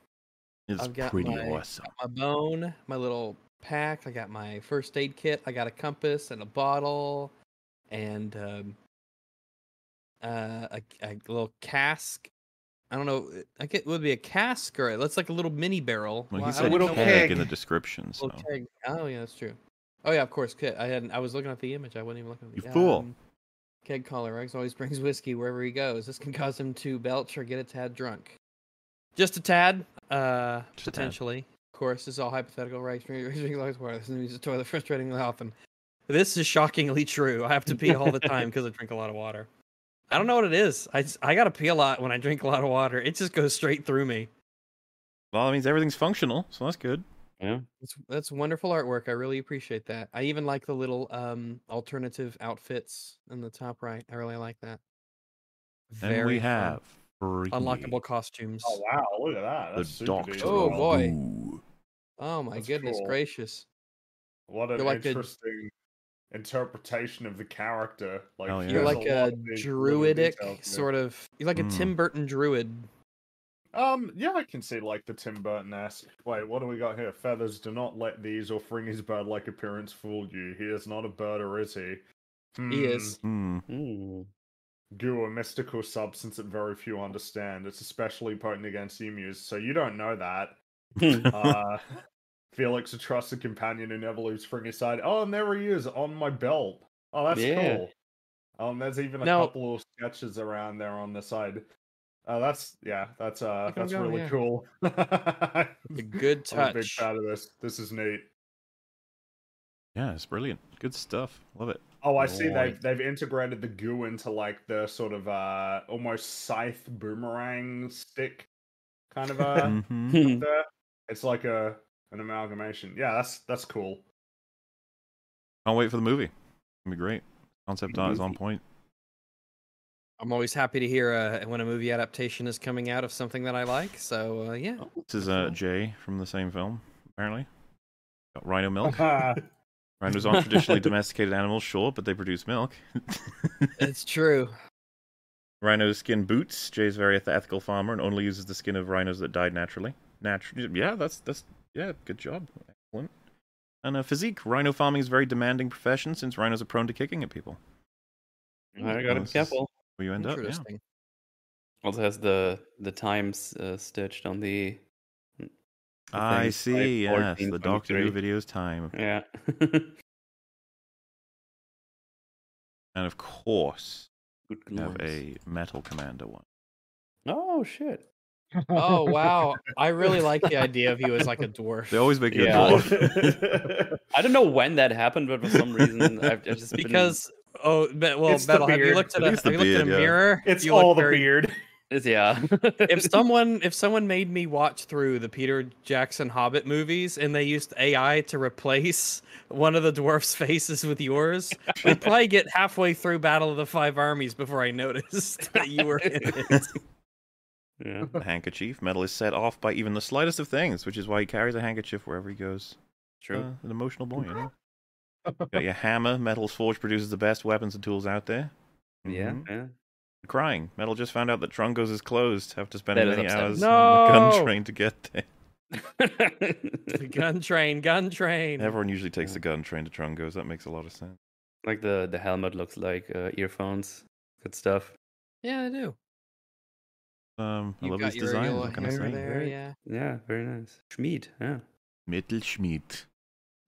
[SPEAKER 1] It's
[SPEAKER 2] I've got
[SPEAKER 1] pretty
[SPEAKER 2] my-
[SPEAKER 1] awesome.
[SPEAKER 2] my bone, my little pack. I got my first aid kit. I got a compass and a bottle, and um, uh, a, a little cask. I don't know. I get would it be a cask or that's like a little mini barrel.
[SPEAKER 1] Well,
[SPEAKER 2] Well, I
[SPEAKER 1] he
[SPEAKER 2] wouldn't
[SPEAKER 1] said
[SPEAKER 3] little
[SPEAKER 1] little
[SPEAKER 2] know what-
[SPEAKER 1] keg in
[SPEAKER 3] keg.
[SPEAKER 1] the description, so
[SPEAKER 2] little keg. Oh yeah, that's true. Oh yeah, of course. Kit. I hadn't. I was looking at the image. I wasn't even looking. at the
[SPEAKER 1] You fool.
[SPEAKER 2] um, Keg caller Rex always brings whiskey wherever he goes. This can cause him to belch or get a tad drunk. Just a tad, uh,
[SPEAKER 1] Just a tad.
[SPEAKER 2] potentially. Of course, this is all hypothetical. Rex drinks drinks lots of water. This is a toilet frustratingly often. This is shockingly true. I have to pee all the time because I drink a lot of water. I don't know what it is. I just- I gotta pee a lot when I drink a lot of water. It just goes straight through me.
[SPEAKER 1] well, that means everything's functional, so that's good.
[SPEAKER 4] Yeah.
[SPEAKER 2] That's, that's wonderful artwork. I really appreciate that. I even like the little um alternative outfits in the top right. I really like that.
[SPEAKER 1] And we
[SPEAKER 2] fun.
[SPEAKER 1] have free
[SPEAKER 2] unlockable costumes.
[SPEAKER 5] Oh wow, look at that.
[SPEAKER 1] the
[SPEAKER 5] That's super
[SPEAKER 1] doctor.
[SPEAKER 5] duper
[SPEAKER 2] Oh,
[SPEAKER 5] cool.
[SPEAKER 2] boy.
[SPEAKER 1] Who.
[SPEAKER 2] Oh my
[SPEAKER 5] That's
[SPEAKER 2] goodness
[SPEAKER 5] cool.
[SPEAKER 2] gracious!
[SPEAKER 5] What an
[SPEAKER 2] You're like a-
[SPEAKER 5] interesting interpretation of the character. Like
[SPEAKER 1] Hell
[SPEAKER 5] he
[SPEAKER 1] Oh, yeah.
[SPEAKER 2] You're
[SPEAKER 5] has
[SPEAKER 2] like
[SPEAKER 5] lot
[SPEAKER 2] a
[SPEAKER 5] of big little
[SPEAKER 2] druidic
[SPEAKER 5] details to it.
[SPEAKER 2] sort of. You're
[SPEAKER 1] Hmm.
[SPEAKER 2] like a Tim Burton druid.
[SPEAKER 5] Um, yeah, I can see like the Tim Burton esque. Wait, what do we got here? Feathers, do not let these or Fringy's bird like appearance fool you. He is not a bird, or is he?
[SPEAKER 2] He is.
[SPEAKER 1] Hmm.
[SPEAKER 4] Mm.
[SPEAKER 5] Goo, a mystical substance that very few understand. It's especially potent against emus, so you don't know that. Uh, Felix, a trusted companion who never leaves Fringy's side. Oh, and there he is on my belt. Oh, that's
[SPEAKER 4] Yeah.
[SPEAKER 5] cool. Um, there's even a
[SPEAKER 2] Now-
[SPEAKER 5] couple of sketches around there on the side. Uh, that's yeah, that's uh,
[SPEAKER 2] Look at 'em
[SPEAKER 5] that's
[SPEAKER 2] go,
[SPEAKER 5] really
[SPEAKER 2] yeah.
[SPEAKER 5] cool.
[SPEAKER 2] A good
[SPEAKER 5] I'm a big
[SPEAKER 2] touch.
[SPEAKER 5] fan of this. This is neat.
[SPEAKER 1] Yeah, it's brilliant. Good stuff. Love it.
[SPEAKER 5] Oh, I see. They've
[SPEAKER 4] Right.
[SPEAKER 5] they've integrated the goo into like the sort of uh almost scythe boomerang stick kind of uh
[SPEAKER 1] Mhm.
[SPEAKER 4] Hmm.
[SPEAKER 5] there. It's like a an amalgamation. Yeah, that's that's cool.
[SPEAKER 1] Can't wait for the movie. It's gonna be great. Concept art is on
[SPEAKER 4] Movie.
[SPEAKER 1] point.
[SPEAKER 2] I'm always happy to hear uh, when a movie adaptation is coming out of something that I like. So uh, yeah,
[SPEAKER 4] Oh,
[SPEAKER 1] This is uh, Jay from the same film, apparently. Got rhino milk. Rhinos aren't traditionally domesticated animals, sure, but they produce milk.
[SPEAKER 2] it's true.
[SPEAKER 1] Rhinos skin boots. Jay's very eth- ethical farmer and only uses the skin of rhinos that died naturally. Naturally, yeah, that's that's yeah, good job, excellent. And uh, physique. Rhino farming is a very demanding profession since rhinos are prone to kicking at people.
[SPEAKER 4] I gotta
[SPEAKER 1] This
[SPEAKER 4] be
[SPEAKER 1] is-
[SPEAKER 4] careful.
[SPEAKER 1] Where you end up, yeah.
[SPEAKER 2] Interesting.
[SPEAKER 4] Also has the the times uh, stitched on the. the
[SPEAKER 1] I
[SPEAKER 4] things,
[SPEAKER 1] see.
[SPEAKER 4] like
[SPEAKER 1] Yes,
[SPEAKER 4] 14,
[SPEAKER 1] the Doctor Who
[SPEAKER 4] 23.
[SPEAKER 1] videos time,
[SPEAKER 4] Yeah.
[SPEAKER 1] and of course,
[SPEAKER 4] Good
[SPEAKER 1] we have
[SPEAKER 4] lords.
[SPEAKER 1] a Metal Commander one.
[SPEAKER 4] Oh shit.
[SPEAKER 2] Oh wow! I really like the idea of you as like a dwarf.
[SPEAKER 1] They always make you
[SPEAKER 4] Yeah.
[SPEAKER 1] a dwarf.
[SPEAKER 4] I don't know when that happened, but for some reason I've, I've just been-
[SPEAKER 2] because oh be- well
[SPEAKER 3] It's the
[SPEAKER 2] metal have you
[SPEAKER 3] beard.
[SPEAKER 2] looked at
[SPEAKER 1] It
[SPEAKER 2] a,
[SPEAKER 1] is
[SPEAKER 2] have
[SPEAKER 1] the
[SPEAKER 2] you looked at a
[SPEAKER 1] beard, yeah.
[SPEAKER 2] mirror
[SPEAKER 3] It's
[SPEAKER 2] You look
[SPEAKER 3] all the
[SPEAKER 2] very-
[SPEAKER 3] beard.
[SPEAKER 4] it's, yeah.
[SPEAKER 2] if someone if someone made me watch through the peter jackson hobbit movies and they used ai to replace one of the dwarf's faces with yours we'd probably get halfway through battle of the five armies before i noticed that you were in it
[SPEAKER 4] yeah.
[SPEAKER 1] The handkerchief. Metal is set off by even the slightest of things, which is why he carries a handkerchief wherever he goes.
[SPEAKER 4] True.
[SPEAKER 1] Uh, an emotional boy, you know. You Got your hammer. Metal's forge produces the best weapons and tools out there.
[SPEAKER 4] yeah.
[SPEAKER 1] Mhm.
[SPEAKER 4] Yeah.
[SPEAKER 1] Crying. Metal just found out that Trungo's is closed. Have to spend
[SPEAKER 4] That is
[SPEAKER 1] many
[SPEAKER 4] upsetting.
[SPEAKER 1] hours
[SPEAKER 2] No.
[SPEAKER 1] on the gun train to get there.
[SPEAKER 2] gun train gun train
[SPEAKER 1] Everyone usually takes
[SPEAKER 4] Yeah.
[SPEAKER 1] the gun train to Trungo's. That makes a lot of sense.
[SPEAKER 4] like the the helmet looks like uh, earphones. Good stuff.
[SPEAKER 2] yeah i do
[SPEAKER 1] Um, I
[SPEAKER 2] You've
[SPEAKER 1] love
[SPEAKER 2] got
[SPEAKER 1] his
[SPEAKER 2] your
[SPEAKER 1] design.
[SPEAKER 2] yellow
[SPEAKER 1] What can I
[SPEAKER 2] hair
[SPEAKER 1] say?
[SPEAKER 2] there
[SPEAKER 4] Very-
[SPEAKER 2] yeah
[SPEAKER 4] Yeah, very nice. Schmied. Yeah.
[SPEAKER 1] Mittelschmied.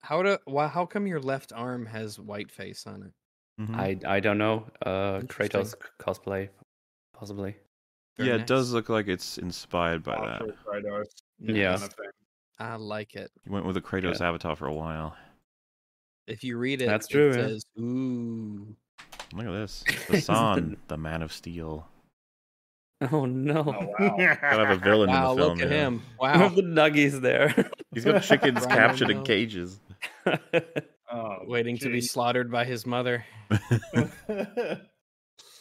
[SPEAKER 2] how do why how come your left arm has white face on it
[SPEAKER 1] Mhm.
[SPEAKER 4] I I don't know. Uh, Kratos
[SPEAKER 2] Interesting.
[SPEAKER 4] c- cosplay, possibly.
[SPEAKER 2] Very
[SPEAKER 1] yeah, it
[SPEAKER 2] nice.
[SPEAKER 1] does look like it's inspired by that.
[SPEAKER 5] Partial Kratos
[SPEAKER 4] Yeah.
[SPEAKER 5] kind of thing.
[SPEAKER 2] i like it
[SPEAKER 1] You went with a Kratos avatar for a while.
[SPEAKER 2] if you read it
[SPEAKER 4] That's
[SPEAKER 2] it
[SPEAKER 4] true, yeah.
[SPEAKER 2] says,
[SPEAKER 4] Mm.
[SPEAKER 2] ooh
[SPEAKER 1] Look at this. Hassan, the Man of Steel.
[SPEAKER 4] Oh no!
[SPEAKER 5] Oh wow.
[SPEAKER 1] Gotta have a villain
[SPEAKER 2] wow
[SPEAKER 1] in the film.
[SPEAKER 2] look at
[SPEAKER 1] yeah.
[SPEAKER 2] him
[SPEAKER 4] One
[SPEAKER 2] wow
[SPEAKER 4] of the nuggies there.
[SPEAKER 1] He's got chickens
[SPEAKER 2] Rhino
[SPEAKER 1] captured in
[SPEAKER 2] milk.
[SPEAKER 1] cages.
[SPEAKER 5] Oh,
[SPEAKER 2] waiting to be
[SPEAKER 5] geez.
[SPEAKER 2] slaughtered by his mother.
[SPEAKER 4] the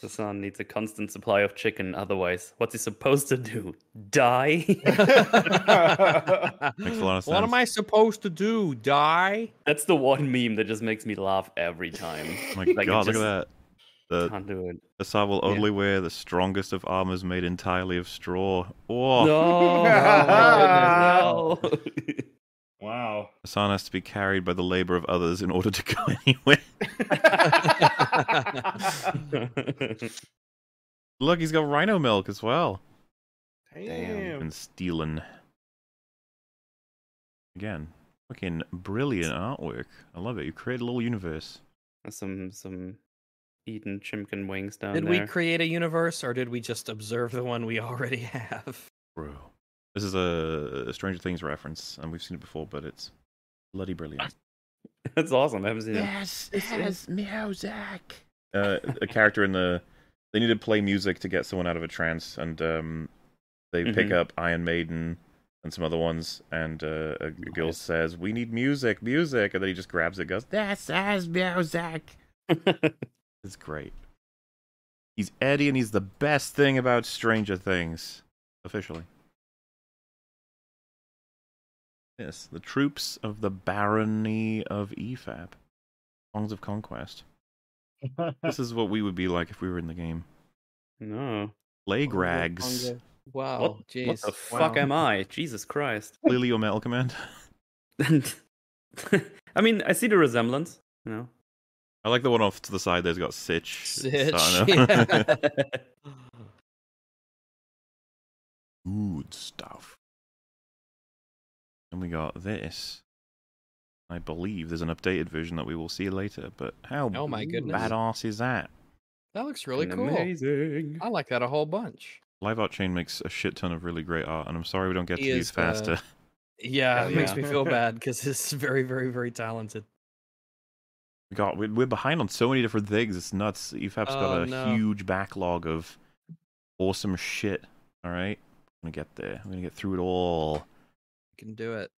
[SPEAKER 4] son needs a constant supply of chicken. Otherwise, what's he supposed to do? Die?
[SPEAKER 1] Makes a lot of
[SPEAKER 2] What am
[SPEAKER 1] sense.
[SPEAKER 2] I supposed to do? Die?
[SPEAKER 4] That's the one meme that just makes me laugh every time.
[SPEAKER 1] Oh My
[SPEAKER 4] Like, it
[SPEAKER 1] god, look
[SPEAKER 4] just-
[SPEAKER 1] at that. The
[SPEAKER 4] Can't do it.
[SPEAKER 1] Asar will
[SPEAKER 4] Yeah.
[SPEAKER 1] only wear the strongest of armors made entirely of straw. Oh,
[SPEAKER 4] No.
[SPEAKER 3] Oh
[SPEAKER 4] my goodness, no.
[SPEAKER 5] Wow.
[SPEAKER 1] Hassan has to be carried by the labor of others in order to go anywhere. Look, he's got rhino milk as well.
[SPEAKER 3] Damn.
[SPEAKER 1] And stealing. Again, fucking brilliant artwork. I love it. You create a little universe.
[SPEAKER 4] There's some some eating chimkin wings down
[SPEAKER 2] Did
[SPEAKER 4] there.
[SPEAKER 2] we create a universe or did we just observe the one we already have?
[SPEAKER 1] Bro. This is a, a Stranger Things reference, and we've seen it before, but it's bloody brilliant.
[SPEAKER 4] That's awesome. I haven't seen it.
[SPEAKER 1] Yes, yes, Meowzack. Uh, a character in the. They need to play music to get someone out of a trance, and um, they pick
[SPEAKER 4] Mhm.
[SPEAKER 1] up Iron Maiden and some other ones, and uh, a g- girl
[SPEAKER 4] Nice.
[SPEAKER 1] says, "We need music, music," and then he just grabs it, and goes, "That's us, Meowzack." It's great. He's Eddie, and he's the best thing about Stranger Things, officially. Yes, the troops of the Barony of E EFAB, Songs of Conquest. This is what we would be like if we were in the game.
[SPEAKER 4] no.
[SPEAKER 1] Leg rags,
[SPEAKER 4] What,
[SPEAKER 2] Wow, jeez.
[SPEAKER 4] what the fuck am I? Jesus Christ.
[SPEAKER 1] clearly your metal command.
[SPEAKER 4] I mean, I see the resemblance. You know.
[SPEAKER 1] I like the one off to the side. There's got Sitch.
[SPEAKER 2] Sitch,
[SPEAKER 1] Sana.
[SPEAKER 2] yeah.
[SPEAKER 1] Good stuff. And we got this. I believe there's an updated version that we will see later, but how
[SPEAKER 2] Oh my goodness.
[SPEAKER 1] badass is that?
[SPEAKER 2] That looks really
[SPEAKER 4] Fucking
[SPEAKER 2] cool.
[SPEAKER 4] Amazing.
[SPEAKER 2] I like that a whole bunch.
[SPEAKER 1] Live Art Chain makes a shit ton of really great art, and I'm sorry we don't get
[SPEAKER 2] He
[SPEAKER 1] to
[SPEAKER 2] is uh,
[SPEAKER 1] these
[SPEAKER 2] the-
[SPEAKER 1] faster.
[SPEAKER 2] Yeah,
[SPEAKER 4] Hell
[SPEAKER 2] it makes
[SPEAKER 4] yeah.
[SPEAKER 2] me feel bad because it's very, very, very talented.
[SPEAKER 1] We got we're, we're behind on so many different things. It's nuts. EFAP's got
[SPEAKER 2] Oh,
[SPEAKER 1] a
[SPEAKER 2] no.
[SPEAKER 1] huge backlog of awesome shit. All right, I'm gonna get there. I'm gonna get through it all.
[SPEAKER 2] You can do it.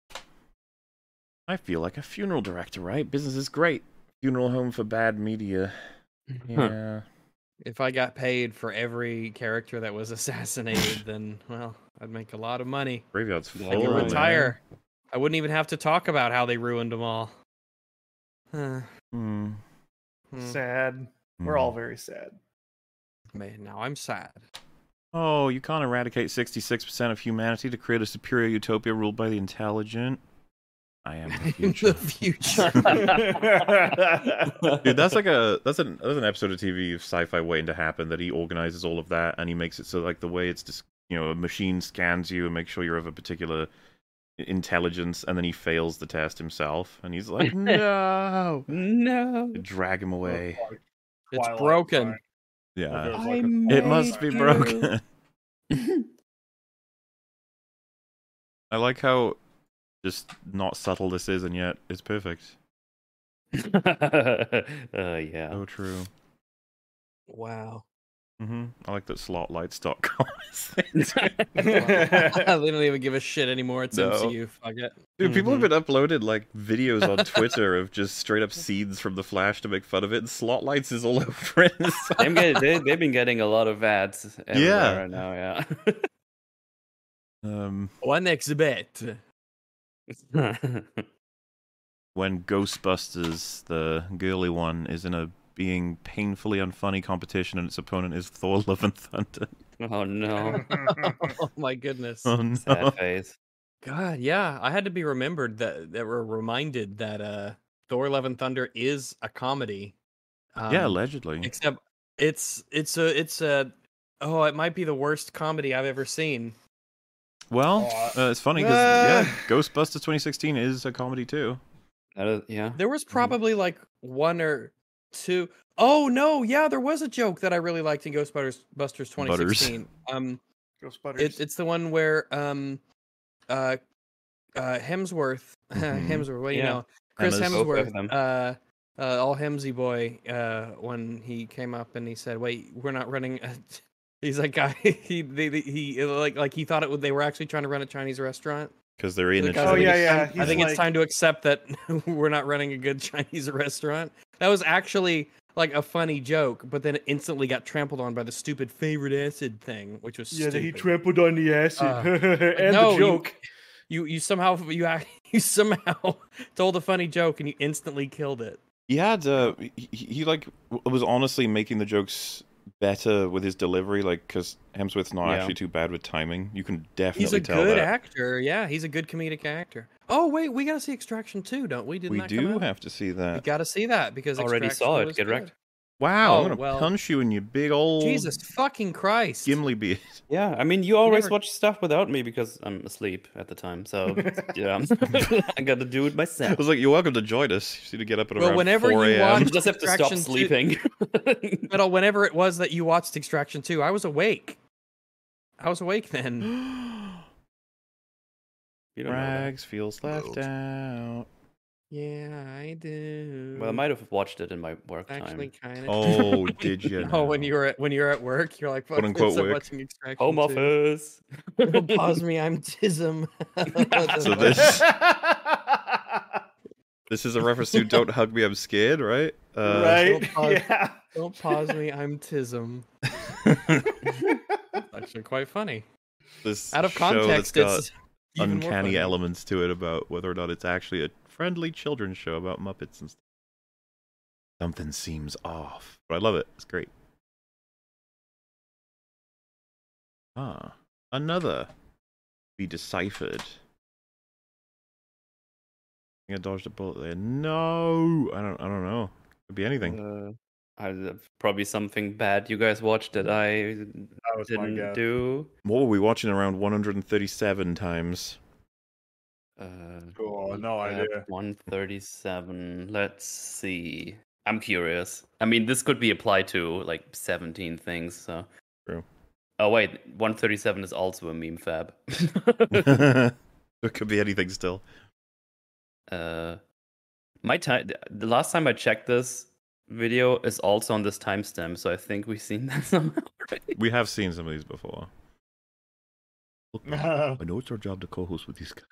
[SPEAKER 1] I feel like a funeral director, right? Business is great. Funeral home for bad media. Yeah.
[SPEAKER 2] If I got paid for every character that was assassinated, then well, I'd make a lot of money.
[SPEAKER 1] Graveyard's
[SPEAKER 4] Like
[SPEAKER 2] I
[SPEAKER 4] a
[SPEAKER 1] full.
[SPEAKER 2] could
[SPEAKER 4] Oh, yeah.
[SPEAKER 2] retire. I wouldn't even have to talk about how they ruined them all. Huh.
[SPEAKER 1] Mm.
[SPEAKER 2] Hmm.
[SPEAKER 3] sad. We're all
[SPEAKER 1] Mm.
[SPEAKER 3] very sad.
[SPEAKER 2] Man, now I'm sad.
[SPEAKER 1] Oh, you can't eradicate 66% of humanity to create a superior utopia ruled by the intelligent. I am the future.
[SPEAKER 2] the future.
[SPEAKER 1] Dude, that's like a that's an that's an episode of TV of sci-fi waiting to happen. That he organizes all of that and he makes it so like the way it's just you know a machine scans you and makes sure you're of a particular i- intelligence, and then he fails the test himself, and he's like, no,
[SPEAKER 4] No.
[SPEAKER 1] They drag him away.
[SPEAKER 2] It's
[SPEAKER 5] Twilight
[SPEAKER 2] broken.
[SPEAKER 5] Zone.
[SPEAKER 1] Yeah,
[SPEAKER 5] There's like a-
[SPEAKER 4] I'm
[SPEAKER 1] it must be
[SPEAKER 4] Thank you.
[SPEAKER 1] broken. I like how just not subtle this is, and yet it's perfect.
[SPEAKER 4] uh, yeah.
[SPEAKER 1] So true.
[SPEAKER 2] Wow.
[SPEAKER 1] hmm I like that slotlights.com is there.
[SPEAKER 2] they don't even give a shit anymore. It's
[SPEAKER 1] No. Mm-hmm.
[SPEAKER 2] MCU. Fuck it.
[SPEAKER 1] Dude, people have been uploaded like videos on Twitter of just straight up scenes from The Flash to make fun of it. And slot lights is all over it. It's like-
[SPEAKER 4] I'm getting, they, they've been getting a lot of ads everywhere
[SPEAKER 1] Yeah.
[SPEAKER 4] right now, yeah.
[SPEAKER 1] um,
[SPEAKER 2] One exhibit.
[SPEAKER 1] when Ghostbusters, the girly one, is in a being painfully unfunny competition, and its opponent is Thor: Love and Thunder.
[SPEAKER 4] oh no.
[SPEAKER 2] Oh my goodness.
[SPEAKER 1] Oh no!
[SPEAKER 4] Sad face.
[SPEAKER 2] God, yeah. I had to be remembered that that we're reminded that uh Thor Love and Thunder is a comedy.
[SPEAKER 1] yeah,
[SPEAKER 2] um,
[SPEAKER 1] allegedly.
[SPEAKER 2] except it's it's a it's a oh, it might be the worst comedy I've ever seen.
[SPEAKER 1] Well,
[SPEAKER 5] Aw.
[SPEAKER 1] uh, it's funny because
[SPEAKER 3] Ah.
[SPEAKER 1] yeah, Ghostbusters 2016 is a comedy too.
[SPEAKER 4] That is, yeah.
[SPEAKER 2] There
[SPEAKER 1] Mm-hmm.
[SPEAKER 2] was probably like one or two oh no, yeah, there was a joke that I really liked in Ghostbusters Busters 2016. Um
[SPEAKER 3] Ghostbusters.
[SPEAKER 2] It's it's the one where um uh uh Hemsworth
[SPEAKER 1] Mhm.
[SPEAKER 2] Hemsworth, what do you
[SPEAKER 4] Yeah.
[SPEAKER 2] know? Chris
[SPEAKER 1] Emma's-
[SPEAKER 4] Both of
[SPEAKER 2] Hemsworth, uh uh, all Hemsy boy, uh, when he came up and he said, "Wait, we're not running." A... He's like, "Guy, he, they, they, he, like, like he thought it. would- They were actually trying to run a Chinese restaurant."
[SPEAKER 1] Because they're in
[SPEAKER 2] The
[SPEAKER 1] a
[SPEAKER 2] guy-
[SPEAKER 3] oh yeah,
[SPEAKER 1] Chinese-
[SPEAKER 3] yeah.
[SPEAKER 2] I
[SPEAKER 3] he's
[SPEAKER 2] think it's
[SPEAKER 3] like-
[SPEAKER 2] time to accept that we're not running a good Chinese restaurant. That was actually like a funny joke, but then it instantly got trampled on by the stupid favorite acid thing, which was
[SPEAKER 3] Yeah, that he
[SPEAKER 2] stupid.
[SPEAKER 3] trampled on the acid
[SPEAKER 2] Uh,
[SPEAKER 3] and
[SPEAKER 2] no,
[SPEAKER 3] the
[SPEAKER 2] you-
[SPEAKER 3] joke.
[SPEAKER 2] you you somehow you act- you somehow told a funny joke and you instantly killed it.
[SPEAKER 1] He had uh, he, he he, like w- was honestly making the jokes better with his delivery, like because Hemsworth's not
[SPEAKER 4] Yeah.
[SPEAKER 1] actually too bad with timing. You can definitely
[SPEAKER 2] He's a
[SPEAKER 1] tell
[SPEAKER 2] good
[SPEAKER 1] that.
[SPEAKER 2] actor. Yeah, he's a good comedic actor. Oh wait, we gotta see Extraction too, don't we? Didn't
[SPEAKER 1] we
[SPEAKER 2] that come
[SPEAKER 1] do
[SPEAKER 2] out?
[SPEAKER 1] have to see
[SPEAKER 2] We
[SPEAKER 1] that.
[SPEAKER 2] gotta see that because
[SPEAKER 4] Already
[SPEAKER 2] Extraction
[SPEAKER 4] saw it,
[SPEAKER 2] was
[SPEAKER 4] get
[SPEAKER 2] good.
[SPEAKER 4] wrecked.
[SPEAKER 1] Wow,
[SPEAKER 2] Oh,
[SPEAKER 1] I'm gonna
[SPEAKER 2] well.
[SPEAKER 1] punch you in your big old
[SPEAKER 2] Jesus fucking Christ!
[SPEAKER 1] Gimli beard.
[SPEAKER 4] Yeah, I mean, you always
[SPEAKER 2] never-
[SPEAKER 4] watch stuff without me because I'm asleep at the time. So yeah, I got to do it
[SPEAKER 1] I
[SPEAKER 4] myself.
[SPEAKER 1] was like, "You're welcome to join us." You need to get up at
[SPEAKER 2] Well,
[SPEAKER 1] around
[SPEAKER 2] whenever you
[SPEAKER 1] 4 a.m.
[SPEAKER 4] I
[SPEAKER 2] watch-
[SPEAKER 4] just have to stop
[SPEAKER 2] Distraction to-
[SPEAKER 4] sleeping.
[SPEAKER 2] But uh, whenever it was that you watched Extraction 2, I was awake. I was awake then.
[SPEAKER 4] You don't know that.
[SPEAKER 1] Rags feels left out.
[SPEAKER 2] Yeah, I do.
[SPEAKER 4] Well, I might have watched it in my work time.
[SPEAKER 2] actually kind of.
[SPEAKER 1] Oh, did you?
[SPEAKER 2] Oh, when
[SPEAKER 1] now?
[SPEAKER 2] you were at when you're at work, you're like, "Fuck
[SPEAKER 1] Quote
[SPEAKER 2] this,
[SPEAKER 1] unquote
[SPEAKER 2] I'm
[SPEAKER 1] work.
[SPEAKER 2] watching Extraction
[SPEAKER 4] Home
[SPEAKER 2] 2."
[SPEAKER 4] office.
[SPEAKER 2] Don't pause me, I'm tism.
[SPEAKER 1] So this this is a reference to "Don't hug me, I'm scared," right? Uh,
[SPEAKER 3] right?
[SPEAKER 2] Don't pause.
[SPEAKER 3] Yeah.
[SPEAKER 2] Don't pause me, I'm tism. Actually, quite funny.
[SPEAKER 1] This
[SPEAKER 2] Out of
[SPEAKER 1] show that's
[SPEAKER 2] context,
[SPEAKER 1] got
[SPEAKER 2] it's even more
[SPEAKER 1] uncanny
[SPEAKER 2] funny.
[SPEAKER 1] elements to it about whether or not it's actually a friendly children's show about Muppets and stuff. Something seems off, but I love it. It's great. Ah, another be deciphered. I think I dodged a bullet there. No, I don't. I don't know. Could be anything. Mm.
[SPEAKER 4] Uh, I, probably something bad you guys watched that I
[SPEAKER 5] That was my
[SPEAKER 4] didn't
[SPEAKER 5] guess.
[SPEAKER 4] do.
[SPEAKER 1] What were we watching around 137 times?
[SPEAKER 4] Uh,
[SPEAKER 5] Cool, no idea.
[SPEAKER 4] One thirty-seven. Let's see. I'm curious. I mean, this could be applied to like seventeen things. So.
[SPEAKER 1] True.
[SPEAKER 4] Oh wait, one thirty-seven is also a meme fab.
[SPEAKER 1] it could be anything still.
[SPEAKER 4] uh, my time. The last time I checked this video is also on this timestamp, so I think we've seen that somehow already.
[SPEAKER 1] We have seen some of these before. Look, man,
[SPEAKER 5] No.
[SPEAKER 1] I know it's our job to co-host with these guys.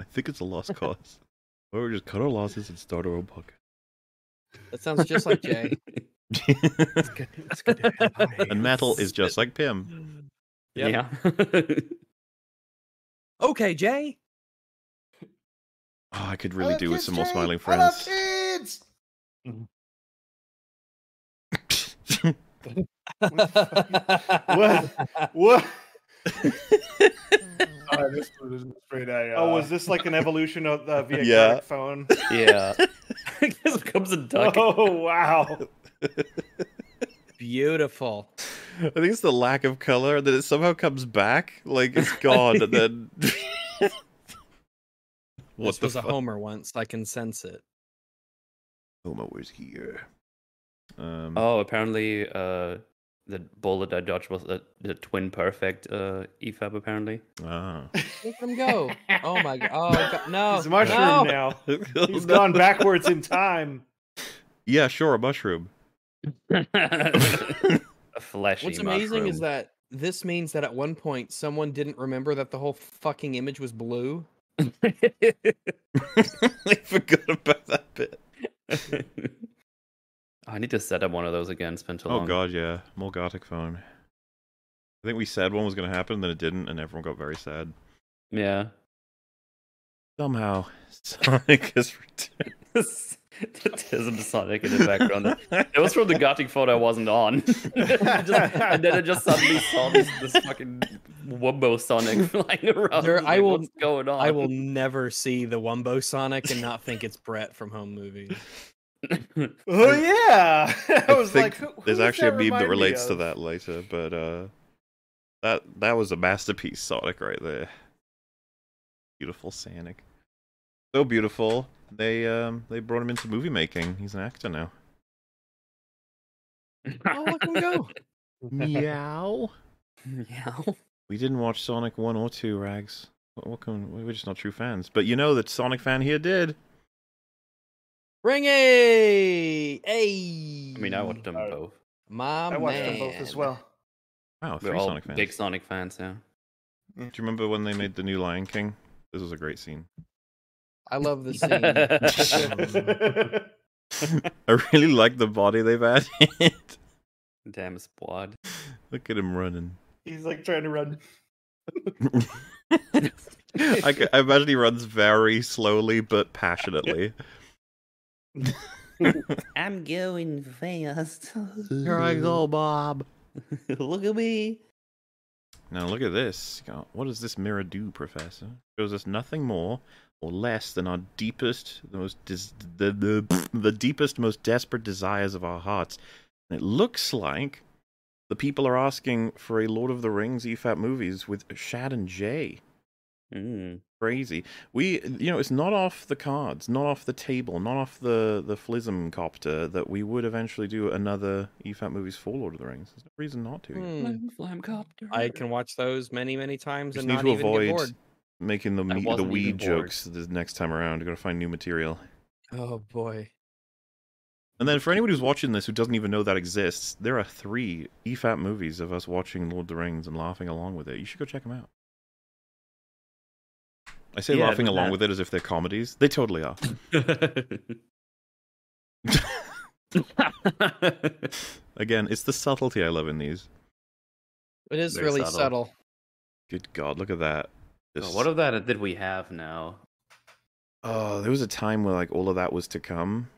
[SPEAKER 1] I think it's a lost cause. Or we just cut our losses and start our own
[SPEAKER 2] That sounds just like Jay.
[SPEAKER 1] podcast.
[SPEAKER 2] Let's go down. Hi.
[SPEAKER 1] and metal is just like Pim.
[SPEAKER 2] Yep.
[SPEAKER 4] Yeah.
[SPEAKER 2] Okay, Jay.
[SPEAKER 1] Oh, I could really do with some more smiling
[SPEAKER 5] I love
[SPEAKER 1] friends.
[SPEAKER 5] kids.
[SPEAKER 2] What?
[SPEAKER 3] What?
[SPEAKER 5] Oh, this was straight A.
[SPEAKER 3] Oh, was
[SPEAKER 5] uh,
[SPEAKER 3] this like an evolution of the Vietnamic
[SPEAKER 1] Yeah.
[SPEAKER 3] phone?
[SPEAKER 4] yeah. this becomes a duck.
[SPEAKER 3] Oh wow!
[SPEAKER 2] Beautiful.
[SPEAKER 1] I think it's the lack of color and then it somehow comes back. Like it's gone and then What
[SPEAKER 2] this
[SPEAKER 1] the
[SPEAKER 2] was a
[SPEAKER 1] fuck?
[SPEAKER 2] Homer once. I can sense it.
[SPEAKER 1] Homer was here. Um,
[SPEAKER 4] Oh, apparently, uh, the bullet I dodged was a, the twin perfect uh, EFAB. Apparently,
[SPEAKER 1] ah.
[SPEAKER 2] Look at him go. Oh my god. Oh god. no.
[SPEAKER 3] He's a mushroom
[SPEAKER 2] no.
[SPEAKER 3] now. He's gone backwards in time.
[SPEAKER 1] Yeah, sure, a mushroom.
[SPEAKER 4] a fleshy.
[SPEAKER 2] What's amazing is
[SPEAKER 4] mushroom.
[SPEAKER 2] that this means that at one point someone didn't remember that the whole fucking image was blue.
[SPEAKER 1] I forgot about that bit.
[SPEAKER 4] I need to set up one of those again. It's been too
[SPEAKER 1] Oh
[SPEAKER 4] long.
[SPEAKER 1] god, yeah, more Gothic phone. I think we said one was going to happen, then it didn't, and everyone got very sad.
[SPEAKER 4] Yeah.
[SPEAKER 1] Somehow, Sonic has returned.
[SPEAKER 4] There's a Sonic in the background. It was from the Gothic photo I wasn't on. I just- and then I just suddenly saw this, this fucking Wumbo Sonic flying around.
[SPEAKER 2] There-
[SPEAKER 4] was
[SPEAKER 2] I
[SPEAKER 4] like,
[SPEAKER 2] will-
[SPEAKER 4] What's going on?
[SPEAKER 2] I will never see the Wumbo Sonic and not think it's Brett from Home Movies.
[SPEAKER 3] Oh yeah! I
[SPEAKER 1] I
[SPEAKER 3] was
[SPEAKER 1] think
[SPEAKER 3] like, who, who
[SPEAKER 1] There's
[SPEAKER 3] does
[SPEAKER 1] actually a meme
[SPEAKER 3] remind
[SPEAKER 1] that
[SPEAKER 3] me
[SPEAKER 1] relates to
[SPEAKER 3] of?
[SPEAKER 1] that later, but uh, that that was a masterpiece, Sonic, right there. Beautiful Sonic, so beautiful. They um they brought him into movie making. He's an actor now.
[SPEAKER 2] Oh, look him go.
[SPEAKER 1] Meow.
[SPEAKER 4] Yeah.
[SPEAKER 1] We didn't watch Sonic one or two, Rags. What, what can, we're just not true fans. But you know that Sonic fan here did.
[SPEAKER 2] Ring a hey.
[SPEAKER 4] I mean, I watched them
[SPEAKER 5] Oh.
[SPEAKER 4] both.
[SPEAKER 2] My
[SPEAKER 3] I watched them both as
[SPEAKER 2] man.
[SPEAKER 3] well.
[SPEAKER 1] Wow,
[SPEAKER 4] We're
[SPEAKER 1] three
[SPEAKER 4] all
[SPEAKER 1] Sonic fans.
[SPEAKER 4] big Sonic fans, yeah.
[SPEAKER 1] Do you remember when they made the new Lion King? This was a great scene.
[SPEAKER 2] I love the scene.
[SPEAKER 1] I really like the body they've added.
[SPEAKER 4] Damn squad.
[SPEAKER 1] Look at him running.
[SPEAKER 3] He's like trying to run.
[SPEAKER 1] I, ca- I imagine he runs very slowly but passionately.
[SPEAKER 4] I'm going fast.
[SPEAKER 1] Here I go, Bob.
[SPEAKER 4] Look at me.
[SPEAKER 1] Now look at this. God, What does this mirror do, Professor? shows us nothing more or less than our deepest, the most dis- the, the the deepest, most desperate desires of our hearts. And it looks like the people are asking for a Lord of the Rings E EFAP movies with Shad and Jay.
[SPEAKER 4] Mm.
[SPEAKER 1] Crazy. We, you know, it's not off the cards, not off the table, not off the the flism copter that we would eventually do another E EFAP movies for Lord of the Rings. There's no reason not to.
[SPEAKER 2] Hmm, I can watch those many, many times
[SPEAKER 1] Just
[SPEAKER 2] and
[SPEAKER 1] need
[SPEAKER 2] not
[SPEAKER 1] to
[SPEAKER 2] even get
[SPEAKER 1] avoid-
[SPEAKER 2] bored.
[SPEAKER 1] making the
[SPEAKER 4] I
[SPEAKER 1] me- the
[SPEAKER 4] wasn't even
[SPEAKER 1] weed
[SPEAKER 4] bored.
[SPEAKER 1] jokes the next time around. Got to find new material.
[SPEAKER 2] Oh boy.
[SPEAKER 1] And then for anyone who's watching this who doesn't even know that exists, there are three E EFAP movies of us watching Lord of the Rings and laughing along with it. You should go check them out. I say
[SPEAKER 4] Yeah,
[SPEAKER 1] laughing
[SPEAKER 4] but
[SPEAKER 1] along
[SPEAKER 4] that-
[SPEAKER 1] with it as if they're comedies. They totally are. Again, it's the subtlety I love in these.
[SPEAKER 2] It is
[SPEAKER 4] Very
[SPEAKER 2] really
[SPEAKER 4] subtle.
[SPEAKER 2] subtle.
[SPEAKER 1] Good God, look at that.
[SPEAKER 4] Oh,
[SPEAKER 1] Just-
[SPEAKER 4] what of that did we have now?
[SPEAKER 1] oh, there was a time where like all of that was to come.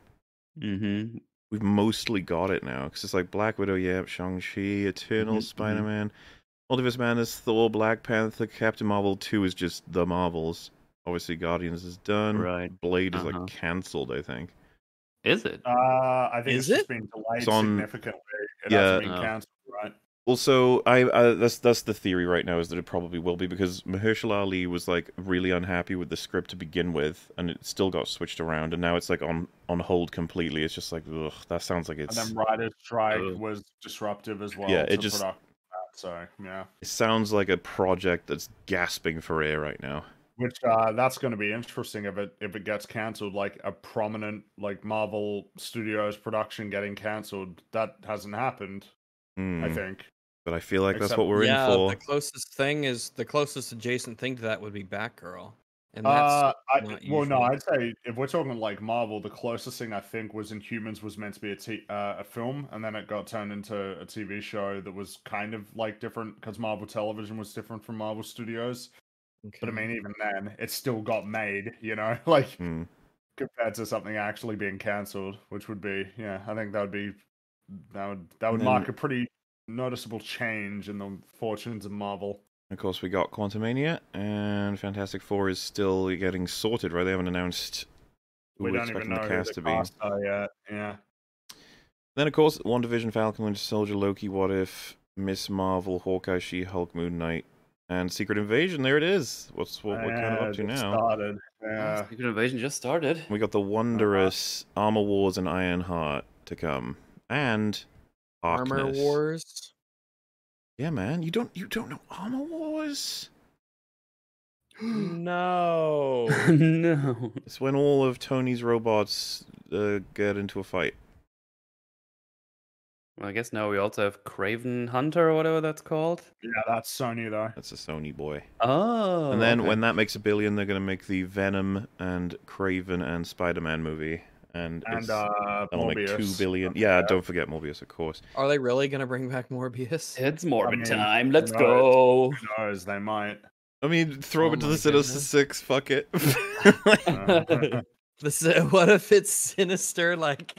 [SPEAKER 4] Mm-hmm.
[SPEAKER 1] we've mostly got it now because it's like Black Widow, yeah, Shang Chi, Eternal
[SPEAKER 4] Mhm, mhm.
[SPEAKER 1] Spider Man, Multiverse Madness, Thor, Black Panther, Captain Marvel Two is just the Marvels. Obviously, Guardians is done.
[SPEAKER 4] Right.
[SPEAKER 1] Blade is
[SPEAKER 4] Uh-huh.
[SPEAKER 1] like cancelled, I think.
[SPEAKER 4] Is it?
[SPEAKER 5] Uh, I think
[SPEAKER 2] Is
[SPEAKER 5] it's just
[SPEAKER 2] it?
[SPEAKER 5] been delayed
[SPEAKER 1] It's on-
[SPEAKER 5] significantly. It hasn't
[SPEAKER 1] Yeah.
[SPEAKER 5] been
[SPEAKER 4] Oh.
[SPEAKER 5] cancelled, right?
[SPEAKER 1] Also, I uh, that's that's the theory right now is that it probably will be because Mahershala Ali was like really unhappy with the script to begin with, and it still got switched around, and now it's like on on hold completely. It's just like ugh, that sounds like
[SPEAKER 5] And
[SPEAKER 1] it's
[SPEAKER 5] then writer's strike
[SPEAKER 4] Oh.
[SPEAKER 5] was disruptive as well.
[SPEAKER 1] Yeah, it
[SPEAKER 5] to
[SPEAKER 1] just-
[SPEAKER 5] production, so yeah,
[SPEAKER 1] it sounds like a project that's gasping for air right now.
[SPEAKER 5] which uh, that's going to be interesting if it if it gets cancelled, like a prominent like Marvel Studios production getting cancelled. That hasn't happened,
[SPEAKER 1] Hmm.
[SPEAKER 5] I think.
[SPEAKER 1] But I feel like that's
[SPEAKER 5] Except-
[SPEAKER 1] what we're
[SPEAKER 2] yeah,
[SPEAKER 1] in for.
[SPEAKER 2] the closest thing is the closest adjacent thing to that would be Batgirl, and that's
[SPEAKER 5] Uh, I,
[SPEAKER 2] not
[SPEAKER 5] well, no,
[SPEAKER 2] usually-
[SPEAKER 5] I'd say if we're talking like Marvel, the closest thing I think was Inhumans was meant to be a, t- uh, a film, and then it got turned into a TV show that was kind of like different because Marvel Television was different from Marvel Studios. But I
[SPEAKER 2] Okay.
[SPEAKER 5] mean, even then, it still got made, you know, like
[SPEAKER 1] Hmm.
[SPEAKER 5] compared to something actually being cancelled, which would be, yeah, I think that would be that would that would
[SPEAKER 1] And
[SPEAKER 5] mark
[SPEAKER 1] then-
[SPEAKER 5] a pretty noticeable change in the fortunes of Marvel.
[SPEAKER 1] Of course, we got Quantumania, and Fantastic Four is still getting sorted, right? They haven't announced who
[SPEAKER 5] We
[SPEAKER 1] we're
[SPEAKER 5] don't even
[SPEAKER 1] expecting
[SPEAKER 5] know
[SPEAKER 1] the
[SPEAKER 5] who
[SPEAKER 1] cast
[SPEAKER 5] the
[SPEAKER 1] to be.
[SPEAKER 5] cast are yet. Yeah.
[SPEAKER 1] Then, of course, WandaVision, Falcon, Winter Soldier, Loki, What If, Miss Marvel, Hawkeye, She Hulk, Moon Knight, and Secret Invasion. There it is. What's what we're kind of up
[SPEAKER 5] And
[SPEAKER 1] to
[SPEAKER 5] it
[SPEAKER 1] now?
[SPEAKER 5] Uh, Started.
[SPEAKER 4] Oh,
[SPEAKER 5] Yeah.
[SPEAKER 4] Secret Invasion just started.
[SPEAKER 1] We got the Wondrous, Armor Wars, and Ironheart to come, and
[SPEAKER 2] Armor
[SPEAKER 1] Harkness.
[SPEAKER 2] Wars.
[SPEAKER 1] Yeah, man, you don't you don't know Armor Wars?
[SPEAKER 2] no.
[SPEAKER 4] no.
[SPEAKER 1] It's when all of Tony's robots uh, get into a fight.
[SPEAKER 4] Well, I guess now we also have Craven Hunter or whatever that's called.
[SPEAKER 5] Yeah, that's Sony though.
[SPEAKER 1] That's a Sony boy.
[SPEAKER 4] Oh.
[SPEAKER 1] and then
[SPEAKER 4] okay.
[SPEAKER 1] when that makes a billion, they're going to make the Venom and Craven and Spider-Man movie, and,
[SPEAKER 5] And
[SPEAKER 1] it's,
[SPEAKER 5] uh
[SPEAKER 1] that'll make
[SPEAKER 5] Morbius.
[SPEAKER 1] two billion. Yeah, don't forget Morbius, of course.
[SPEAKER 2] Are they really gonna bring back Morbius?
[SPEAKER 4] it's Morbid
[SPEAKER 5] mean,
[SPEAKER 4] time. Let's
[SPEAKER 5] no,
[SPEAKER 4] go.
[SPEAKER 5] Who knows, they might.
[SPEAKER 1] I mean, throw
[SPEAKER 4] Oh
[SPEAKER 1] it to
[SPEAKER 4] my
[SPEAKER 1] the Sinister
[SPEAKER 4] goodness.
[SPEAKER 1] Six. Fuck it.
[SPEAKER 5] Uh,
[SPEAKER 2] This is- what if it's sinister like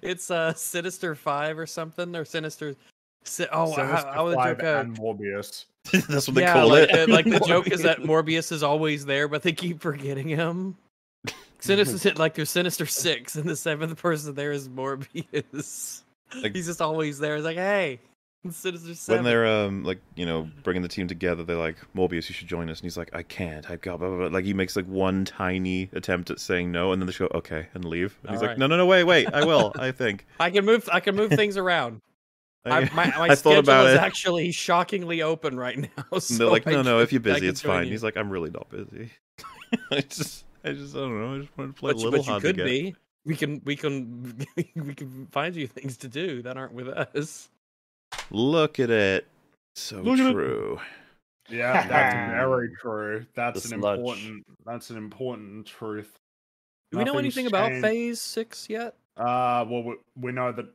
[SPEAKER 2] it's uh sinister five or something or sinister si- oh
[SPEAKER 5] Sinister
[SPEAKER 2] how, how would the
[SPEAKER 5] Five
[SPEAKER 2] joke go?
[SPEAKER 5] and Morbius.
[SPEAKER 1] That's what they
[SPEAKER 2] yeah,
[SPEAKER 1] call
[SPEAKER 2] like,
[SPEAKER 1] it.
[SPEAKER 2] the- like the joke is that Morbius is always there, but they keep forgetting him. Sinister, like there's Sinister Six, and the seventh person there is Morbius.
[SPEAKER 1] Like-
[SPEAKER 2] He's just always there. He's like, hey, it's Sinister
[SPEAKER 1] When
[SPEAKER 2] Seven.
[SPEAKER 1] they're um like you know bringing the team together, they're like Morbius, you should join us, and he's like, I can't, I got blah blah. blah. Like he makes like one tiny attempt at saying no, and then they just go okay and leave, and he's like,
[SPEAKER 2] Alright.
[SPEAKER 1] no no no wait wait I will I think.
[SPEAKER 2] I can move. I can move things around.
[SPEAKER 1] I,
[SPEAKER 2] I, my my
[SPEAKER 1] I
[SPEAKER 2] schedule
[SPEAKER 1] thought about
[SPEAKER 2] is
[SPEAKER 1] it.
[SPEAKER 2] actually shockingly open right now. Oh, So
[SPEAKER 1] and they're like,
[SPEAKER 2] I
[SPEAKER 1] no, no,
[SPEAKER 2] can-
[SPEAKER 1] if you're
[SPEAKER 2] I
[SPEAKER 1] busy,
[SPEAKER 2] can
[SPEAKER 1] it's
[SPEAKER 2] join
[SPEAKER 1] fine.
[SPEAKER 2] you."
[SPEAKER 1] He's like, I'm really not busy. I just, I just, I don't know. I just wanted to play
[SPEAKER 2] but,
[SPEAKER 1] a
[SPEAKER 2] you-
[SPEAKER 1] little
[SPEAKER 2] but you
[SPEAKER 1] hard
[SPEAKER 2] could
[SPEAKER 1] to get.
[SPEAKER 2] be. We can we can we can find you things to do that aren't with us.
[SPEAKER 1] Look at it. So
[SPEAKER 5] Look at it.
[SPEAKER 1] true.
[SPEAKER 5] Yeah, that's very true. That's
[SPEAKER 4] The
[SPEAKER 5] an
[SPEAKER 4] sludge.
[SPEAKER 5] important that's an important truth.
[SPEAKER 2] Do we know
[SPEAKER 5] Nothing's
[SPEAKER 2] anything about
[SPEAKER 5] changed.
[SPEAKER 2] Phase Six yet?
[SPEAKER 5] Uh, well, we, we know that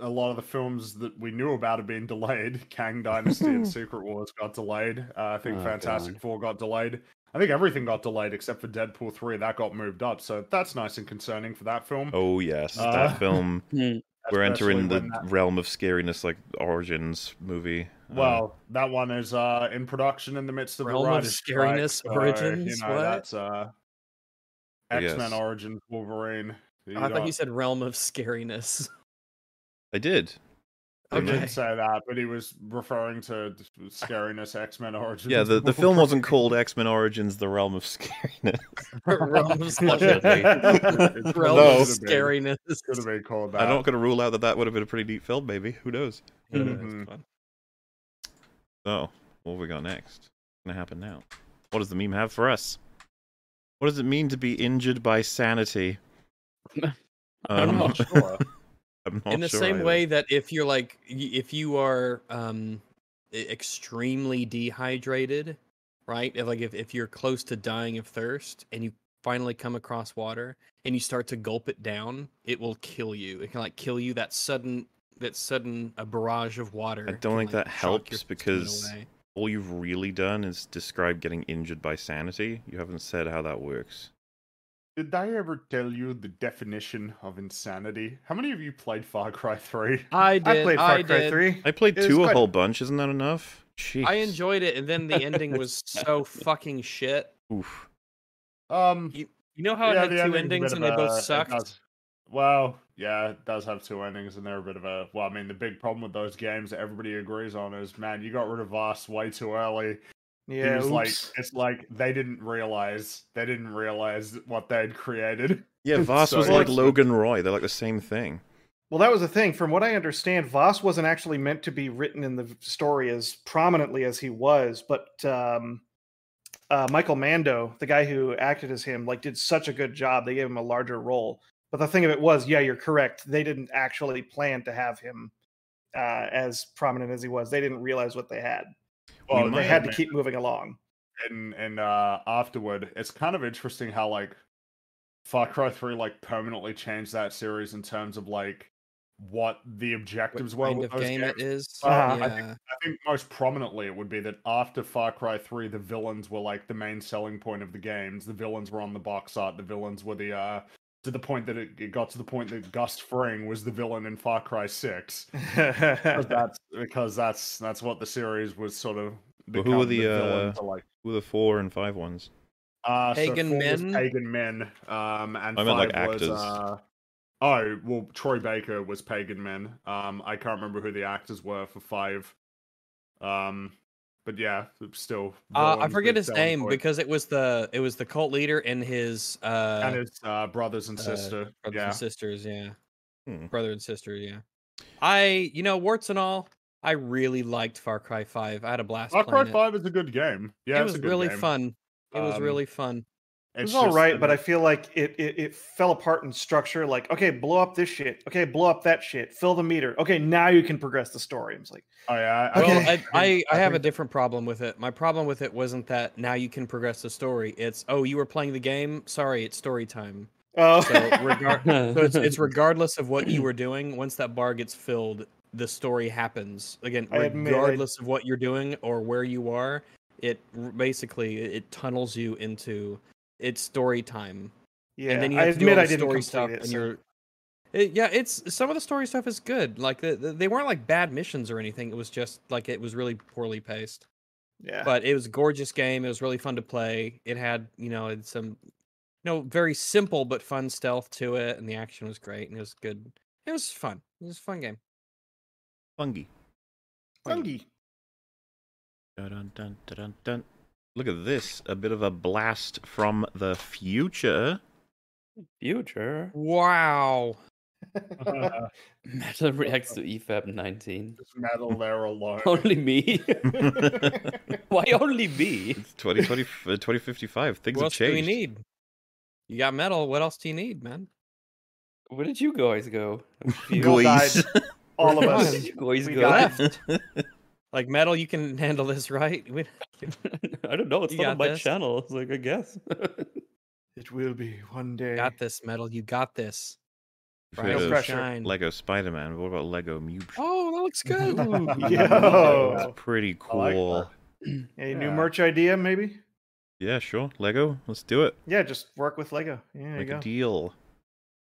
[SPEAKER 5] a lot of the films that we knew about have been delayed. Kang Dynasty and Secret Wars got delayed. Uh, I think
[SPEAKER 4] Oh,
[SPEAKER 5] Fantastic
[SPEAKER 4] God.
[SPEAKER 5] Four got delayed. I think everything got delayed except for Deadpool 3. That got moved up. So that's nice and concerning for that film.
[SPEAKER 1] Oh yes,
[SPEAKER 5] Uh,
[SPEAKER 1] that film.
[SPEAKER 2] Hmm.
[SPEAKER 1] We're
[SPEAKER 5] especially
[SPEAKER 1] entering the
[SPEAKER 5] when that-
[SPEAKER 1] realm of scariness, like Origins movie. Uh,
[SPEAKER 5] well, that one is uh, in production in the midst of
[SPEAKER 2] Realm
[SPEAKER 5] the
[SPEAKER 2] of
[SPEAKER 5] writer's strike,
[SPEAKER 2] Scariness,
[SPEAKER 5] so,
[SPEAKER 2] Origins,
[SPEAKER 5] You know,
[SPEAKER 2] what?
[SPEAKER 5] That's uh,
[SPEAKER 1] Yes.
[SPEAKER 5] X Men Origins Wolverine. You
[SPEAKER 2] I thought
[SPEAKER 5] got-
[SPEAKER 2] you said realm of scariness.
[SPEAKER 1] I did.
[SPEAKER 5] He
[SPEAKER 1] didn't I?
[SPEAKER 5] did say that, but he was referring to the scariness X Men Origins.
[SPEAKER 1] Yeah, the, the film wasn't called X Men Origins: The Realm of Scariness.
[SPEAKER 2] realm of, scariness.
[SPEAKER 5] Wolverine. It
[SPEAKER 2] realm
[SPEAKER 1] No.
[SPEAKER 2] of
[SPEAKER 5] could've been-
[SPEAKER 2] scariness.
[SPEAKER 5] could've been called that.
[SPEAKER 1] I'm not going to rule out that that would have been a pretty neat film. Maybe who knows?
[SPEAKER 3] Mm-hmm.
[SPEAKER 5] Mhm.
[SPEAKER 2] Fun.
[SPEAKER 1] So, what have we got next? What's going to happen now? What does the meme have for us? What does it mean to be injured by sanity? Um,
[SPEAKER 4] I'm not
[SPEAKER 5] sure.
[SPEAKER 1] I'm not
[SPEAKER 2] in the
[SPEAKER 1] sure
[SPEAKER 2] same
[SPEAKER 1] either.
[SPEAKER 2] way that if you're like y- if you are um e- extremely dehydrated right if like if, if you're close to dying of thirst and you finally come across water and you start to gulp it down it will kill you it can like kill you that sudden that sudden a barrage of water
[SPEAKER 1] I don't
[SPEAKER 2] can,
[SPEAKER 1] think that
[SPEAKER 2] shock your
[SPEAKER 1] helps
[SPEAKER 2] system in a
[SPEAKER 1] because-
[SPEAKER 2] way.
[SPEAKER 1] all you've really done is describe getting injured by sanity. You haven't said how that works.
[SPEAKER 5] Did I ever tell you the definition of insanity? How many of you played Far Cry 3?
[SPEAKER 2] i did
[SPEAKER 3] I
[SPEAKER 2] i,
[SPEAKER 3] played Far Cry
[SPEAKER 2] did.
[SPEAKER 3] 3.
[SPEAKER 1] I played
[SPEAKER 5] It's
[SPEAKER 1] two a
[SPEAKER 5] quite-
[SPEAKER 1] whole bunch. Isn't that enough? Jeez.
[SPEAKER 2] I enjoyed it and then the ending was so fucking shit
[SPEAKER 1] Oof.
[SPEAKER 5] Um,
[SPEAKER 2] You you know how
[SPEAKER 5] yeah,
[SPEAKER 2] it
[SPEAKER 5] the
[SPEAKER 2] had two endings
[SPEAKER 5] ending's a
[SPEAKER 2] and
[SPEAKER 5] bit
[SPEAKER 2] they
[SPEAKER 5] of a-
[SPEAKER 2] both
[SPEAKER 5] it
[SPEAKER 2] sucked
[SPEAKER 5] does- Well, yeah, it does have two endings, and they're a bit of a. Well, I mean, the big problem with those games that everybody agrees on is, man, you got rid of Voss way too early.
[SPEAKER 3] Yeah,
[SPEAKER 5] he was
[SPEAKER 3] oops.
[SPEAKER 5] like, it's like they didn't realize they didn't realize what they'd created.
[SPEAKER 1] Yeah, Voss was
[SPEAKER 5] Sorry.
[SPEAKER 1] like Logan Roy. They're like the same thing.
[SPEAKER 3] Well, that was the thing. From what I understand, Voss wasn't actually meant to be written in the v- story as prominently as he was, but um, uh, Michael Mando, the guy who acted as him, like did such a good job. They gave him a larger role. But the thing of it was, yeah, you're correct. They didn't actually plan to have him uh, as prominent as he was. They didn't realize what they had.
[SPEAKER 5] Well,
[SPEAKER 3] they
[SPEAKER 1] might
[SPEAKER 3] had to
[SPEAKER 5] keep.
[SPEAKER 3] keep moving along.
[SPEAKER 5] and and uh afterward it's kind of interesting how like far cry 3 like permanently changed that series in terms of like what the objectives were
[SPEAKER 2] kind
[SPEAKER 5] with
[SPEAKER 2] of
[SPEAKER 5] those
[SPEAKER 2] game
[SPEAKER 5] games. Uh,
[SPEAKER 2] it is.
[SPEAKER 3] Uh-huh.
[SPEAKER 5] I think- i think most prominently it would be that after far cry 3 the villains were like the main selling point of the games the villains were on the box art the villains were the uh to the point that it, it got to the point that Gus Fring was the villain in Far Cry 6 because that's because that's that's what the series was sort of
[SPEAKER 1] But who were
[SPEAKER 5] become,
[SPEAKER 1] the,
[SPEAKER 5] villain
[SPEAKER 1] uh,
[SPEAKER 5] to, like
[SPEAKER 1] Who the four and five ones?
[SPEAKER 5] uh, so
[SPEAKER 2] Pagan
[SPEAKER 5] four was
[SPEAKER 2] men?
[SPEAKER 5] Pagan men. Um, and
[SPEAKER 1] I meant, like,
[SPEAKER 5] five
[SPEAKER 1] actors.
[SPEAKER 5] Was, uh, oh well, Troy Baker was Pagan men. Um, I can't remember who the actors were for five. Um, but yeah, it's still.
[SPEAKER 2] Uh, I
[SPEAKER 5] villains,
[SPEAKER 2] forget
[SPEAKER 5] big
[SPEAKER 2] his
[SPEAKER 5] selling
[SPEAKER 2] name
[SPEAKER 5] point.
[SPEAKER 2] because it was the it was the cult leader and his uh
[SPEAKER 5] and his uh, brothers and
[SPEAKER 2] uh,
[SPEAKER 5] sister.
[SPEAKER 2] brothers
[SPEAKER 5] yeah,
[SPEAKER 2] and sisters, yeah.
[SPEAKER 1] Hmm.
[SPEAKER 2] Brother and sister, yeah. I you know, warts and all, I really liked Far Cry five. I had a blast.
[SPEAKER 5] Far Cry
[SPEAKER 2] playing it.
[SPEAKER 5] Five is a good game. Yeah,
[SPEAKER 2] it
[SPEAKER 5] it's
[SPEAKER 2] was
[SPEAKER 5] a good
[SPEAKER 2] really
[SPEAKER 5] game.
[SPEAKER 2] fun. It was
[SPEAKER 5] Um,
[SPEAKER 2] really fun.
[SPEAKER 3] It
[SPEAKER 5] It's
[SPEAKER 3] was all
[SPEAKER 5] just uh,
[SPEAKER 3] right,
[SPEAKER 5] an-
[SPEAKER 3] but I feel like it, it it fell apart in structure. Like, okay, blow up this shit. Okay, blow up that shit. Fill the meter. Okay, now you can progress the story. I'm just like,
[SPEAKER 5] Oh, yeah, I,
[SPEAKER 3] Okay.
[SPEAKER 2] Well, I, I, I have a
[SPEAKER 5] think-
[SPEAKER 2] different problem with it. My problem with it wasn't that now you can progress the story. It's oh, you were playing the game. Sorry, it's story time.
[SPEAKER 3] oh,
[SPEAKER 2] So regard, So it's, it's regardless of what you were doing. Once that bar gets filled, the story happens again.
[SPEAKER 3] I admit I-
[SPEAKER 2] regardless of what you're doing or where you are, it r- basically it it tunnels you into it's story time,
[SPEAKER 3] yeah.
[SPEAKER 2] and then you
[SPEAKER 3] I
[SPEAKER 2] have to do all
[SPEAKER 3] admit
[SPEAKER 2] the
[SPEAKER 3] I didn't
[SPEAKER 2] story
[SPEAKER 3] complete
[SPEAKER 2] stuff.
[SPEAKER 3] it.
[SPEAKER 2] and
[SPEAKER 3] so-
[SPEAKER 2] you're, it, yeah, it's some of the story stuff is good. Like the, the, they weren't like bad missions or anything. It was just like it was really poorly paced
[SPEAKER 3] yeah.
[SPEAKER 2] but it was a gorgeous game. It was really fun to play. It had, you know, it had some, you know, very simple but fun stealth to it, and the action was great, and it was good. It was fun. It was a fun game.
[SPEAKER 1] Fungi.
[SPEAKER 3] Fungi.
[SPEAKER 1] Dun, dun, dun, dun, dun. Look at this. A bit of a blast from the future.
[SPEAKER 4] Future.
[SPEAKER 2] Wow.
[SPEAKER 4] Metal reacts to E EFAB 19.
[SPEAKER 5] Just metal there alone.
[SPEAKER 4] Only me? Why only me?
[SPEAKER 1] It's 2020, uh, 2055. Things
[SPEAKER 2] what
[SPEAKER 1] have
[SPEAKER 2] else
[SPEAKER 1] changed.
[SPEAKER 2] do we need? You got metal. What else do you need, man?
[SPEAKER 4] Where did you guys go?
[SPEAKER 3] all died.
[SPEAKER 1] Guys.
[SPEAKER 3] All of
[SPEAKER 4] Where
[SPEAKER 3] us.
[SPEAKER 4] did you guys
[SPEAKER 3] We
[SPEAKER 4] go?
[SPEAKER 3] got-
[SPEAKER 2] Like metal, you can handle this, right? We-
[SPEAKER 4] I don't know. It's
[SPEAKER 2] You
[SPEAKER 4] not
[SPEAKER 2] got
[SPEAKER 4] on my
[SPEAKER 2] this.
[SPEAKER 4] channel. It's like, I guess.
[SPEAKER 3] It will be one day.
[SPEAKER 2] got this, metal. You got this.
[SPEAKER 1] We've
[SPEAKER 2] Rise
[SPEAKER 1] heard
[SPEAKER 3] No
[SPEAKER 1] of
[SPEAKER 2] and
[SPEAKER 3] pressure.
[SPEAKER 2] shine.
[SPEAKER 1] Lego Spider Man, but what about Lego Mute?
[SPEAKER 2] Oh, that looks good.
[SPEAKER 3] Yo.
[SPEAKER 7] Oh.
[SPEAKER 1] That's pretty
[SPEAKER 5] I like
[SPEAKER 1] cool.
[SPEAKER 5] that.
[SPEAKER 3] A new
[SPEAKER 5] Yeah.
[SPEAKER 3] merch idea, maybe?
[SPEAKER 1] Yeah, sure. Lego, let's do it.
[SPEAKER 3] Yeah, just work with Lego. Yeah, there you
[SPEAKER 1] Make
[SPEAKER 3] go.
[SPEAKER 1] a deal.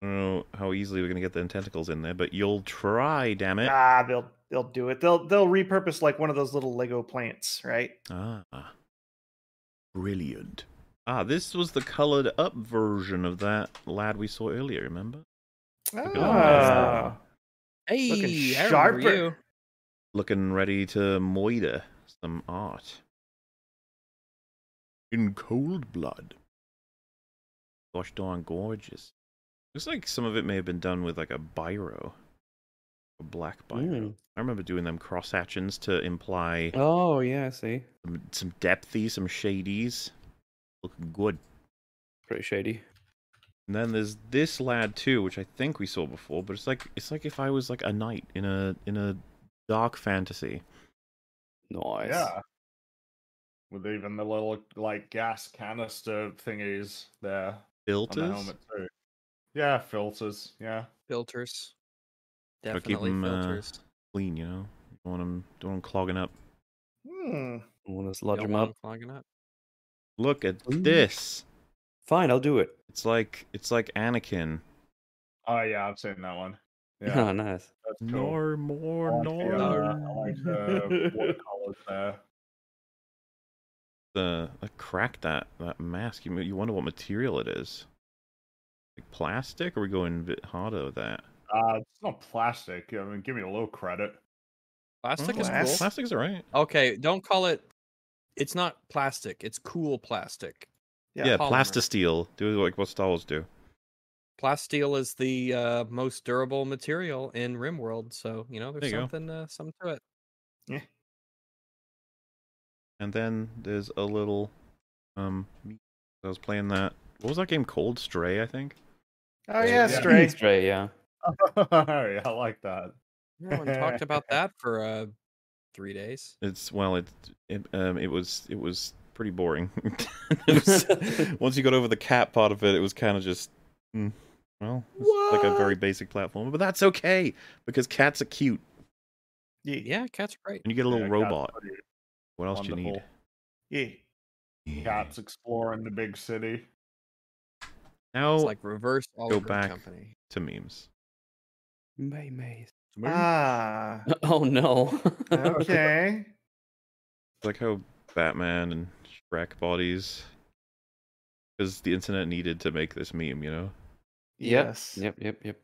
[SPEAKER 1] I don't know how easily we're gonna get the tentacles in there, but you'll try, damn it.
[SPEAKER 3] Ah, they'll they'll do it. They'll they'll repurpose like one of those little Lego plants, right?
[SPEAKER 1] Ah. Brilliant. Ah, this was the colored up version of that lad we saw earlier, remember? at all that.
[SPEAKER 3] Ah,
[SPEAKER 2] Hey,
[SPEAKER 3] Looking
[SPEAKER 2] I remember
[SPEAKER 3] sharper.
[SPEAKER 2] you.
[SPEAKER 1] Looking ready to moida some art. In cold blood. Gosh darn gorgeous. Looks like some of it may have been done with like a biro. A black biro.
[SPEAKER 4] Mm.
[SPEAKER 1] I remember doing them cross hatchings to imply
[SPEAKER 4] Oh yeah, I see.
[SPEAKER 1] some, some depthy, some shadies. Looking good.
[SPEAKER 4] Pretty shady.
[SPEAKER 1] And then there's this lad too, which I think we saw before, but it's like it's like if I was like a knight in a in a dark fantasy.
[SPEAKER 4] Nice.
[SPEAKER 5] Yeah. With even the little like gas canister thingies there on the
[SPEAKER 1] Filters.
[SPEAKER 5] helmet too. Yeah, filters. Yeah.
[SPEAKER 2] Filters.
[SPEAKER 1] Gotta keep
[SPEAKER 2] Definitely
[SPEAKER 1] 'em, uh,
[SPEAKER 2] filters.
[SPEAKER 1] Clean, you know. Don't want them don't want 'em clogging up.
[SPEAKER 3] Hmm.
[SPEAKER 4] Want to lodge
[SPEAKER 2] Don't
[SPEAKER 4] him
[SPEAKER 2] want
[SPEAKER 4] up?
[SPEAKER 2] 'em clogging up.
[SPEAKER 1] Look at
[SPEAKER 4] Ooh.
[SPEAKER 1] this.
[SPEAKER 4] Fine, I'll do it.
[SPEAKER 1] It's like it's like Anakin.
[SPEAKER 5] Oh yeah, I've seen that one. Yeah.
[SPEAKER 4] Ah, nice.
[SPEAKER 5] that's cool.
[SPEAKER 1] Nor
[SPEAKER 5] I
[SPEAKER 1] more
[SPEAKER 5] like
[SPEAKER 1] nor
[SPEAKER 5] the, uh, I like the watercolors there.
[SPEAKER 1] the I cracked that that mask. You mo- you wonder what material it is. Like plastic? Or are we going a bit harder with that?
[SPEAKER 5] Uh, it's not plastic. I mean, give me a little credit.
[SPEAKER 2] Plastic
[SPEAKER 1] Oh,
[SPEAKER 2] is
[SPEAKER 3] Glass.
[SPEAKER 2] cool.
[SPEAKER 1] Plastic's alright.
[SPEAKER 2] Okay, don't call it. It's not plastic. It's cool plastic.
[SPEAKER 1] Yeah,
[SPEAKER 3] Yeah,
[SPEAKER 1] yeah
[SPEAKER 2] polymer.
[SPEAKER 1] plastisteel. Do like what Star Wars do.
[SPEAKER 2] Plasteel is the uh, most durable material in RimWorld, so you know there's
[SPEAKER 1] There you go.
[SPEAKER 2] something uh, something to it.
[SPEAKER 1] And then there's a little um I was playing that what was that game called? Stray, I think.
[SPEAKER 3] Oh yeah,
[SPEAKER 5] Yeah.
[SPEAKER 3] stray.
[SPEAKER 4] Stray, yeah.
[SPEAKER 5] yeah, I like that.
[SPEAKER 2] No one talked about that for uh, three days.
[SPEAKER 1] It's well it it um it was it was pretty boring. It was- once you got over the cat part of it, it was kind of just mm, well, it's like a very basic platform, but that's okay because cats are cute
[SPEAKER 3] Yeah.
[SPEAKER 2] Yeah, cats are great.
[SPEAKER 1] and you get a little
[SPEAKER 5] Yeah,
[SPEAKER 1] robot.
[SPEAKER 5] Cat's, pretty
[SPEAKER 1] What else do you
[SPEAKER 5] wonderful.
[SPEAKER 3] yeah.
[SPEAKER 1] need?
[SPEAKER 5] Cat's exploring the big city.
[SPEAKER 1] Now
[SPEAKER 2] It's like reverse Oliver
[SPEAKER 1] back.
[SPEAKER 2] Company.
[SPEAKER 1] to memes.
[SPEAKER 4] May Maze.
[SPEAKER 3] Ah.
[SPEAKER 4] Oh no.
[SPEAKER 3] Okay.
[SPEAKER 1] It's like how Batman and Shrek bodies because the internet needed to make this meme, you know.
[SPEAKER 3] yes.
[SPEAKER 4] Yep, yep, yep.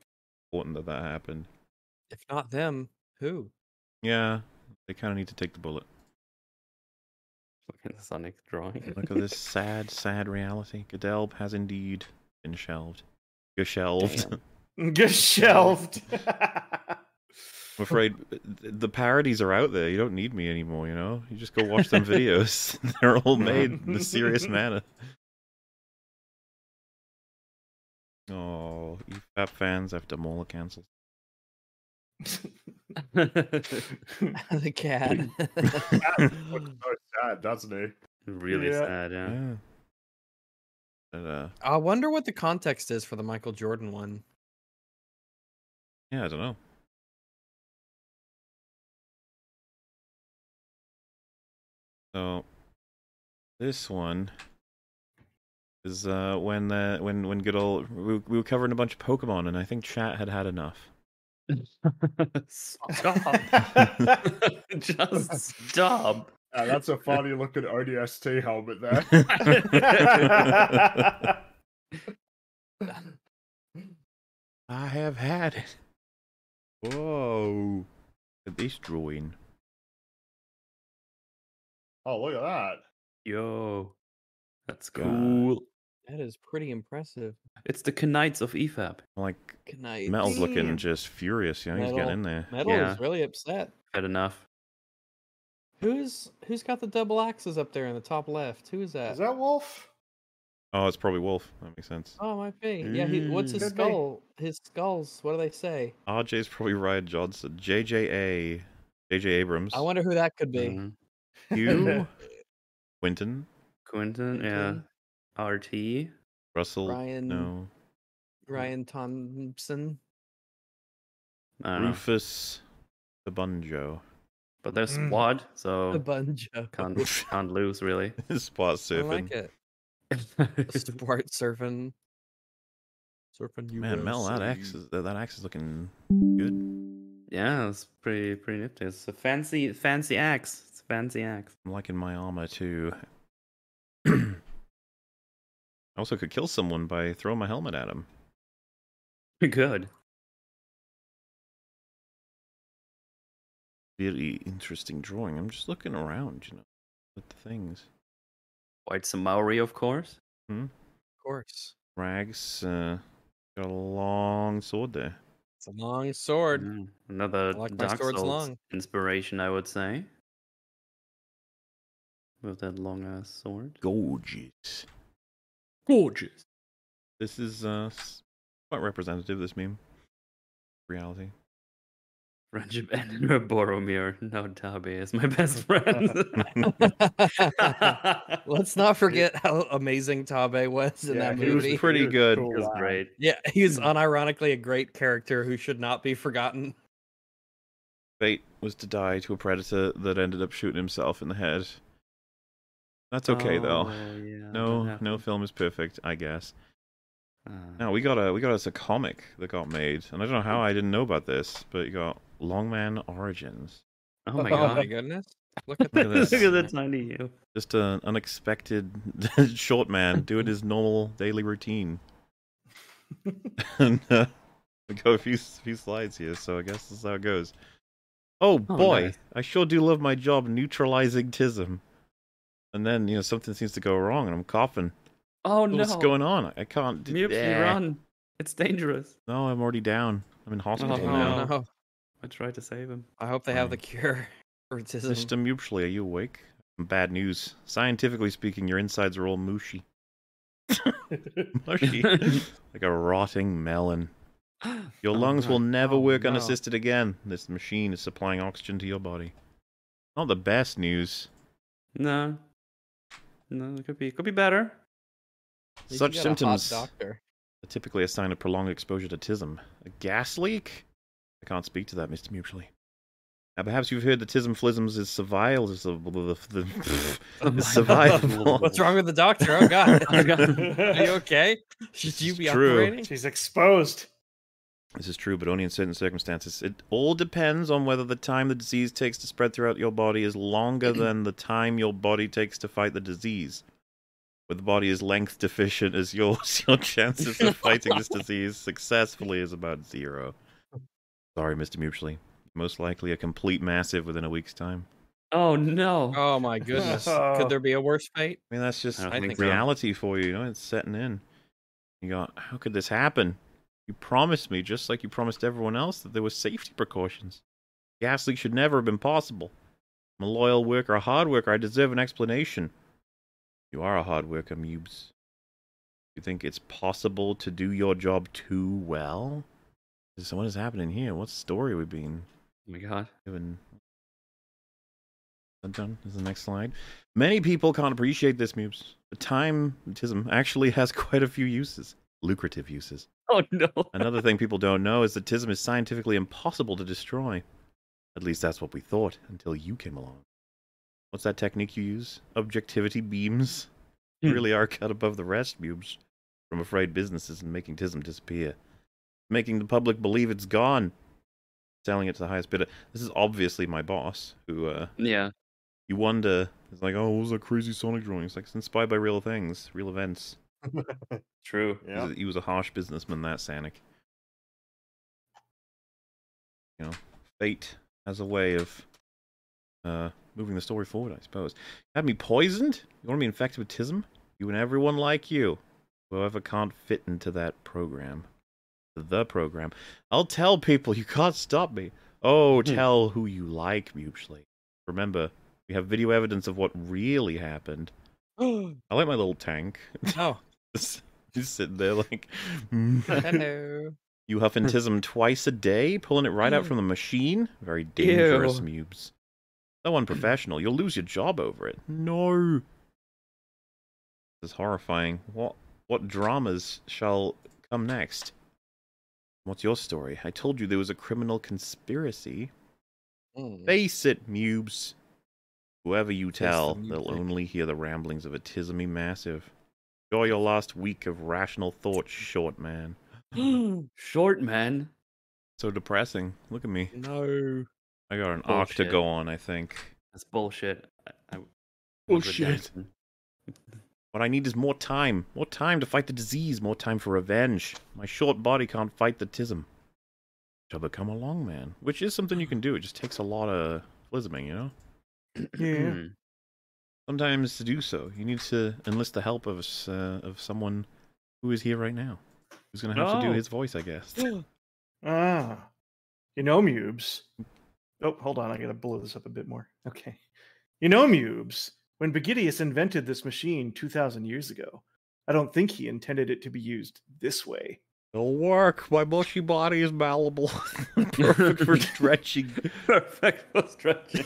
[SPEAKER 1] Important that that happened.
[SPEAKER 2] If not them, who?
[SPEAKER 1] Yeah, they kind of need to take the bullet.
[SPEAKER 4] Fucking Sonic drawing.
[SPEAKER 1] Look at this sad, sad reality. Goodell has indeed been shelved. You're shelved.
[SPEAKER 4] Damn.
[SPEAKER 3] Get shelved.
[SPEAKER 1] I'm afraid uh, th- the parodies are out there. You don't need me anymore, you know? You just go watch them videos. They're all made in a serious manner. Oh, you fat fans after Mola cancels.
[SPEAKER 2] the cat.
[SPEAKER 5] Looks so sad, doesn't he?
[SPEAKER 4] really
[SPEAKER 5] Yeah.
[SPEAKER 4] sad, yeah.
[SPEAKER 1] Yeah. But, uh,
[SPEAKER 2] I wonder what the context is for the Michael Jordan one.
[SPEAKER 1] yeah, I don't know. So this one is uh, when uh, when when good old we, we were covering a bunch of Pokemon, and I think chat had had enough.
[SPEAKER 4] stop. Just stop.
[SPEAKER 5] Yeah, that's a funny looking ODST helmet there.
[SPEAKER 1] I have had it. Whoa! Look at this drawing.
[SPEAKER 5] oh, look at that.
[SPEAKER 4] Yo. That's
[SPEAKER 1] God.
[SPEAKER 4] cool.
[SPEAKER 2] That is pretty impressive.
[SPEAKER 4] It's the Knights of EFAB.
[SPEAKER 1] Like
[SPEAKER 2] Good night.
[SPEAKER 1] Metal's looking
[SPEAKER 3] Damn.
[SPEAKER 1] just furious. You know he's
[SPEAKER 2] Metal.
[SPEAKER 1] getting in there.
[SPEAKER 2] Metal
[SPEAKER 4] Yeah.
[SPEAKER 2] is really upset.
[SPEAKER 4] Good enough.
[SPEAKER 2] Who's who's got the double axes up there in the top left? Who is that?
[SPEAKER 3] Is that Wolf?
[SPEAKER 1] Oh, it's probably Wolf. That makes sense.
[SPEAKER 2] Oh, might be. Yeah. He, what's his
[SPEAKER 1] Mm.
[SPEAKER 3] Could be.
[SPEAKER 2] skull? His skulls. What do they say?
[SPEAKER 1] RJ's probably Ryan Johnson. JJA. JJ Abrams.
[SPEAKER 2] I wonder who that could be.
[SPEAKER 4] Mhm.
[SPEAKER 1] Mm-hmm. you. Quinton.
[SPEAKER 4] Quinton, yeah.
[SPEAKER 2] Quinton.
[SPEAKER 4] RT.
[SPEAKER 1] Russell.
[SPEAKER 2] Ryan-
[SPEAKER 1] No.
[SPEAKER 2] Ryan Thompson.
[SPEAKER 4] I don't know.
[SPEAKER 1] Rufus. The Bunjo.
[SPEAKER 4] But they're
[SPEAKER 3] Mm.
[SPEAKER 4] squad,
[SPEAKER 2] The
[SPEAKER 4] so
[SPEAKER 2] Bunjo.
[SPEAKER 4] can't can't lose really.
[SPEAKER 1] Spot
[SPEAKER 2] I
[SPEAKER 1] surfing.
[SPEAKER 2] like it. Sport surfing. Surfing you.
[SPEAKER 1] Man, Mel, that axe is that, that axe is looking good.
[SPEAKER 4] yeah, it's pretty pretty nifty. It's a fancy fancy axe. It's a fancy axe.
[SPEAKER 1] I'm liking my armor too. I also could kill someone by throwing my helmet at him.
[SPEAKER 4] Good.
[SPEAKER 1] Really interesting drawing. I'm just looking around, you know, with the things.
[SPEAKER 4] White Samauri, of course.
[SPEAKER 1] hmm?
[SPEAKER 2] Of course.
[SPEAKER 1] Rags uh, got a long sword there.
[SPEAKER 2] It's a long sword.
[SPEAKER 4] Yeah, Another
[SPEAKER 2] I like my
[SPEAKER 4] Dark
[SPEAKER 2] swords
[SPEAKER 4] Souls
[SPEAKER 2] long.
[SPEAKER 4] inspiration, I would say. With that long ass sword.
[SPEAKER 1] Gorgeous.
[SPEAKER 6] Gorgeous.
[SPEAKER 1] This is uh, s- quite representative. This meme, reality.
[SPEAKER 4] Friendship ended with Boromir. Now Tabi is my best friend.
[SPEAKER 2] Let's not forget how amazing Tabe was in
[SPEAKER 5] Yeah,
[SPEAKER 2] that
[SPEAKER 5] he was
[SPEAKER 2] movie.
[SPEAKER 1] pretty
[SPEAKER 5] he was
[SPEAKER 1] good.
[SPEAKER 5] cool
[SPEAKER 4] It was
[SPEAKER 5] lad.
[SPEAKER 4] great.
[SPEAKER 2] yeah, he's
[SPEAKER 1] Mm-hmm.
[SPEAKER 2] unironically a great character who should not be forgotten.
[SPEAKER 1] fate was to die to a predator that ended up shooting himself in the head. That's okay though.
[SPEAKER 4] Oh, yeah,
[SPEAKER 1] No,
[SPEAKER 4] that
[SPEAKER 1] no
[SPEAKER 4] happened.
[SPEAKER 1] film is perfect, I guess.
[SPEAKER 4] Ah.
[SPEAKER 1] Now we got a we got us a comic that got made, and I don't know how I didn't know about this, but you got Longman Origins.
[SPEAKER 4] Oh my
[SPEAKER 2] oh
[SPEAKER 4] god.
[SPEAKER 2] my goodness. Look at
[SPEAKER 1] Look
[SPEAKER 2] that.
[SPEAKER 1] at
[SPEAKER 4] Look
[SPEAKER 1] this.
[SPEAKER 4] at the tiny you.
[SPEAKER 1] Just an unexpected short man doing his normal daily routine. and uh, we go a few few slides here, so I guess this is how it goes. Oh, boy,
[SPEAKER 4] nice.
[SPEAKER 1] I sure do love my job neutralizing tism. And then you know something seems to go wrong, and I'm coughing.
[SPEAKER 4] Oh no.
[SPEAKER 1] What's going on? I can't. do-
[SPEAKER 4] Mupsi,
[SPEAKER 1] Eh.
[SPEAKER 4] run. It's dangerous.
[SPEAKER 1] No, I'm already down. I'm in hospital
[SPEAKER 4] Oh,
[SPEAKER 1] now.
[SPEAKER 4] no.
[SPEAKER 2] no.
[SPEAKER 4] I tried to save him.
[SPEAKER 2] I hope they have the
[SPEAKER 1] Fine.
[SPEAKER 2] cure for autism.
[SPEAKER 1] Mr. Mupsley, are you awake? Bad news. Scientifically speaking, your insides are all mushy. mushy. like a rotting melon. Your
[SPEAKER 4] Oh,
[SPEAKER 1] lungs will
[SPEAKER 4] no.
[SPEAKER 1] never
[SPEAKER 2] Oh,
[SPEAKER 1] work
[SPEAKER 2] no.
[SPEAKER 1] unassisted again. This machine is supplying oxygen to your body. Not the best news.
[SPEAKER 4] No. No, it could be could be better.
[SPEAKER 2] At least you
[SPEAKER 1] Such
[SPEAKER 2] got a hot
[SPEAKER 1] symptoms are
[SPEAKER 2] doctor.
[SPEAKER 1] typically a sign of prolonged exposure to tism. A gas leak? I can't speak to that, Mr. Mupsley. Now, perhaps you've heard that tism flisms is survival. is the- the- the-
[SPEAKER 4] Oh my
[SPEAKER 1] survivable.
[SPEAKER 4] God.
[SPEAKER 2] What's wrong with the doctor? Oh god.
[SPEAKER 4] Oh, God.
[SPEAKER 2] Are you okay? Should you
[SPEAKER 1] It's
[SPEAKER 2] be
[SPEAKER 1] true.
[SPEAKER 2] operating?
[SPEAKER 3] She's exposed.
[SPEAKER 1] This is true, but only in certain circumstances. It all depends on whether the time the disease takes to spread throughout your body is longer than the time your body takes to fight the disease. With the body as length deficient as yours, your chances of fighting this disease successfully is about zero. Sorry, Mr. Mutually. Most likely a complete massive within a week's time.
[SPEAKER 4] Oh no.
[SPEAKER 2] Oh my goodness. Could there be a worse fate?
[SPEAKER 1] I mean, that's just
[SPEAKER 4] I don't
[SPEAKER 2] I
[SPEAKER 4] think
[SPEAKER 2] think
[SPEAKER 4] so.
[SPEAKER 1] reality for you. You know, it's setting in. You go, how could this happen? You promised me, just like you promised everyone else, that there were safety precautions. Gas leak should never have been possible. I'm a loyal worker, a hard worker. I deserve an explanation. You are a hard worker, Mubes. You think it's possible to do your job too well? So what is happening here? What story are we being
[SPEAKER 4] Oh my god.
[SPEAKER 1] given. Dun dun is the next slide. Many people can't appreciate this muse. But timeism actually has quite a few uses, lucrative uses.
[SPEAKER 4] Oh no.
[SPEAKER 1] Another thing people don't know is that tism is scientifically impossible to destroy. At least that's what we thought until you came along. What's that technique you use? Objectivity beams. You
[SPEAKER 4] Hmm.
[SPEAKER 1] really are cut above the rest, Mubes. From afraid businesses and making tism disappear. Making the public believe it's gone. Selling it to the highest bidder. This is obviously my boss, who uh,
[SPEAKER 4] Yeah.
[SPEAKER 1] you wonder is like, oh, what was that crazy Sonic drawing? It's like it's inspired by real things, real events.
[SPEAKER 4] True.
[SPEAKER 1] He was
[SPEAKER 5] Yeah.
[SPEAKER 1] a- He was a harsh businessman, that Sanic. You know, fate has a way of uh, moving the story forward, I suppose. had me poisoned? You want to be infected with tism? You and everyone like you. Whoever can't fit into that program. The program. I'll tell people you can't stop me. Oh,
[SPEAKER 4] Hmm.
[SPEAKER 1] tell who you like, mutually. Remember, we have video evidence of what really happened.
[SPEAKER 2] oh.
[SPEAKER 1] I like my little tank. Just sitting there like, "Mm."
[SPEAKER 2] Hello.
[SPEAKER 1] You huff and tism twice a day, pulling it right out from the machine? Very dangerous, Mubes. So unprofessional. You'll lose your job over it. No. This is horrifying. What what dramas shall come next? What's your story? I told you there was a criminal conspiracy.
[SPEAKER 4] Hmm.
[SPEAKER 2] Mm.
[SPEAKER 1] Face it, Mubes. Whoever you
[SPEAKER 2] Taste the
[SPEAKER 1] tell, they'll
[SPEAKER 2] music.
[SPEAKER 1] only hear the ramblings of a tismy massive. Enjoy your last week of rational thought, short man.
[SPEAKER 4] Short man.
[SPEAKER 1] So depressing. Look at me.
[SPEAKER 2] No.
[SPEAKER 1] I got an arc to
[SPEAKER 4] Bullshit.
[SPEAKER 1] go on, I think.
[SPEAKER 4] That's bullshit. I, I, I'm
[SPEAKER 6] Bullshit.
[SPEAKER 4] redacted.
[SPEAKER 1] What I need is more time. More time to fight the disease, more time for revenge. My short body can't fight the tism. Shall become a long man. Which is something you can do. It just takes a lot of flisming, you know?
[SPEAKER 4] Hmm.
[SPEAKER 3] Yeah.
[SPEAKER 1] Sometimes to do so, you need to enlist the help of s- uh, of someone who is here right now. Who's going to have to do
[SPEAKER 4] No.
[SPEAKER 1] his voice, I guess.
[SPEAKER 3] Ah, you know, mubes. Oh, hold on. I got to blow this up a bit more. Okay. You know, mubes. When Begidius invented this machine 2,000 years ago, I don't think he intended it to be used this way.
[SPEAKER 1] It'll work. My mushy body is malleable. Perfect for stretching.
[SPEAKER 4] Perfect for stretching.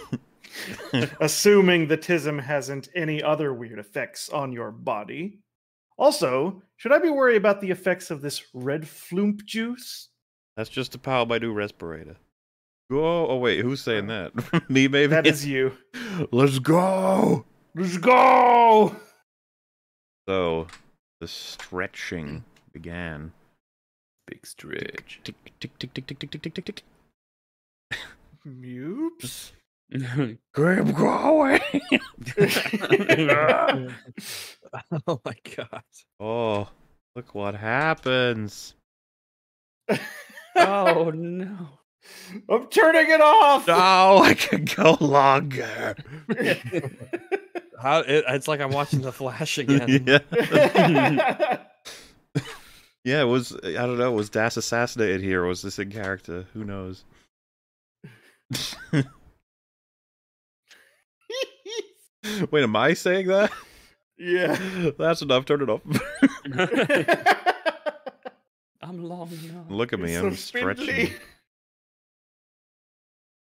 [SPEAKER 3] Assuming the tism hasn't any other weird effects on your body. Also, should I be worried about the effects of this red flump juice?
[SPEAKER 1] That's just a power by new respirator. Go. Oh, wait. Who's saying that? Me, maybe?
[SPEAKER 3] That is you.
[SPEAKER 1] Let's go!
[SPEAKER 3] Let's go!
[SPEAKER 1] So, the stretching began.
[SPEAKER 4] Big stretch.
[SPEAKER 1] Tick, tick, tick, tick, tick, tick, tick, tick, tick, tick.
[SPEAKER 3] Mubes?
[SPEAKER 1] Keep going!
[SPEAKER 2] Oh my god.
[SPEAKER 1] oh, look what happens.
[SPEAKER 4] oh no.
[SPEAKER 3] I'm turning it off!
[SPEAKER 1] No, I can go longer.
[SPEAKER 2] How it, it's like I'm watching the Flash again.
[SPEAKER 1] yeah. yeah, it was, I don't know, was Das assassinated here or was this in character? Who knows? Wait, am I saying that?
[SPEAKER 3] yeah.
[SPEAKER 1] That's enough. Turn it off.
[SPEAKER 4] I'm
[SPEAKER 2] Oh,
[SPEAKER 4] long now.
[SPEAKER 1] Look at me.
[SPEAKER 3] It's so
[SPEAKER 1] I'm stretching.
[SPEAKER 3] spindly.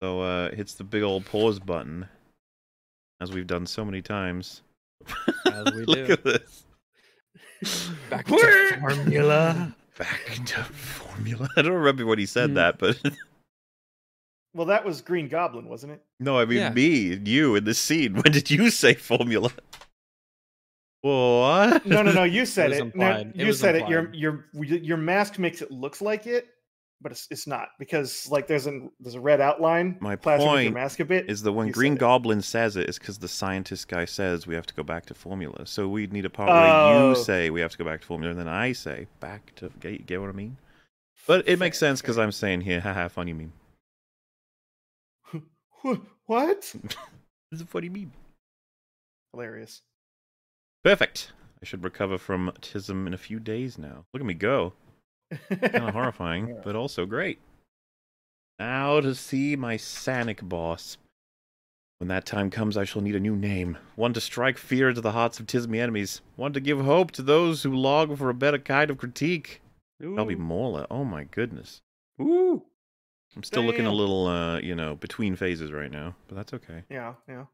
[SPEAKER 1] So uh hits the big old pause button. As we've done so many times.
[SPEAKER 2] As we
[SPEAKER 1] Look
[SPEAKER 2] do.
[SPEAKER 1] at this.
[SPEAKER 2] Back to formula. Hmm.
[SPEAKER 1] Back to formula. I don't remember when he said
[SPEAKER 4] Mhm.
[SPEAKER 1] that, but
[SPEAKER 3] well, that was Green Goblin, wasn't it?
[SPEAKER 1] no, I mean
[SPEAKER 2] Yeah.
[SPEAKER 1] me and you in this scene. When did you say formula? What?
[SPEAKER 3] No, no, no. You said
[SPEAKER 2] was
[SPEAKER 3] it. No,
[SPEAKER 2] implied. It
[SPEAKER 3] you
[SPEAKER 2] was
[SPEAKER 3] said it. Your
[SPEAKER 2] implied.
[SPEAKER 3] your y- your mask makes it looks like it, but it's, it's not because like there's an there's a red outline.
[SPEAKER 1] My
[SPEAKER 3] clashing with your
[SPEAKER 1] point
[SPEAKER 3] mask a bit.
[SPEAKER 1] Is that when
[SPEAKER 3] You
[SPEAKER 1] Green
[SPEAKER 3] said it.
[SPEAKER 1] Goblin says it is because the scientist guy says we have to go back to formula. So we'd need a part where
[SPEAKER 3] Oh.
[SPEAKER 1] you say we have to go back to formula, and then I say back to get, get what I mean. But it makes
[SPEAKER 3] Fair,
[SPEAKER 1] sense because I'm saying here, haha, funny meme.
[SPEAKER 3] fair. Wh- what?
[SPEAKER 1] This is a funny meme.
[SPEAKER 3] Hilarious.
[SPEAKER 1] Perfect. I should recover from tism in a few days now. Look at me go. Kind of horrifying, but also great. Now to see my Sanic boss. When that time comes, I shall need a new name. One to strike fear into the hearts of Tismi enemies. One to give hope to those who long for a better kind of critique. That'll be Morla. Oh my goodness.
[SPEAKER 4] Ooh.
[SPEAKER 1] I'm still looking a
[SPEAKER 3] Damn.
[SPEAKER 1] little, uh, you know, between phases right now, but that's okay.
[SPEAKER 3] yeah, yeah.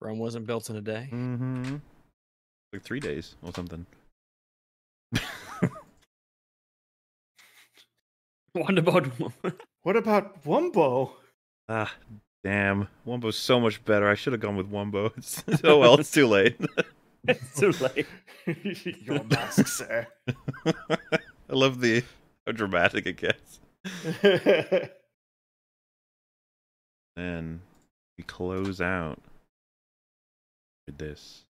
[SPEAKER 2] Rome wasn't built in a day.
[SPEAKER 1] Mm-hmm. Like three days or something.
[SPEAKER 4] What about
[SPEAKER 3] What about Wumbo?
[SPEAKER 1] Ah, damn. Wumbo's so much better. I should have gone with Wumbo. It's- oh well, it's too late.
[SPEAKER 4] it's too late?
[SPEAKER 3] your mask, sir.
[SPEAKER 1] I love the how dramatic it gets. And we close out with this.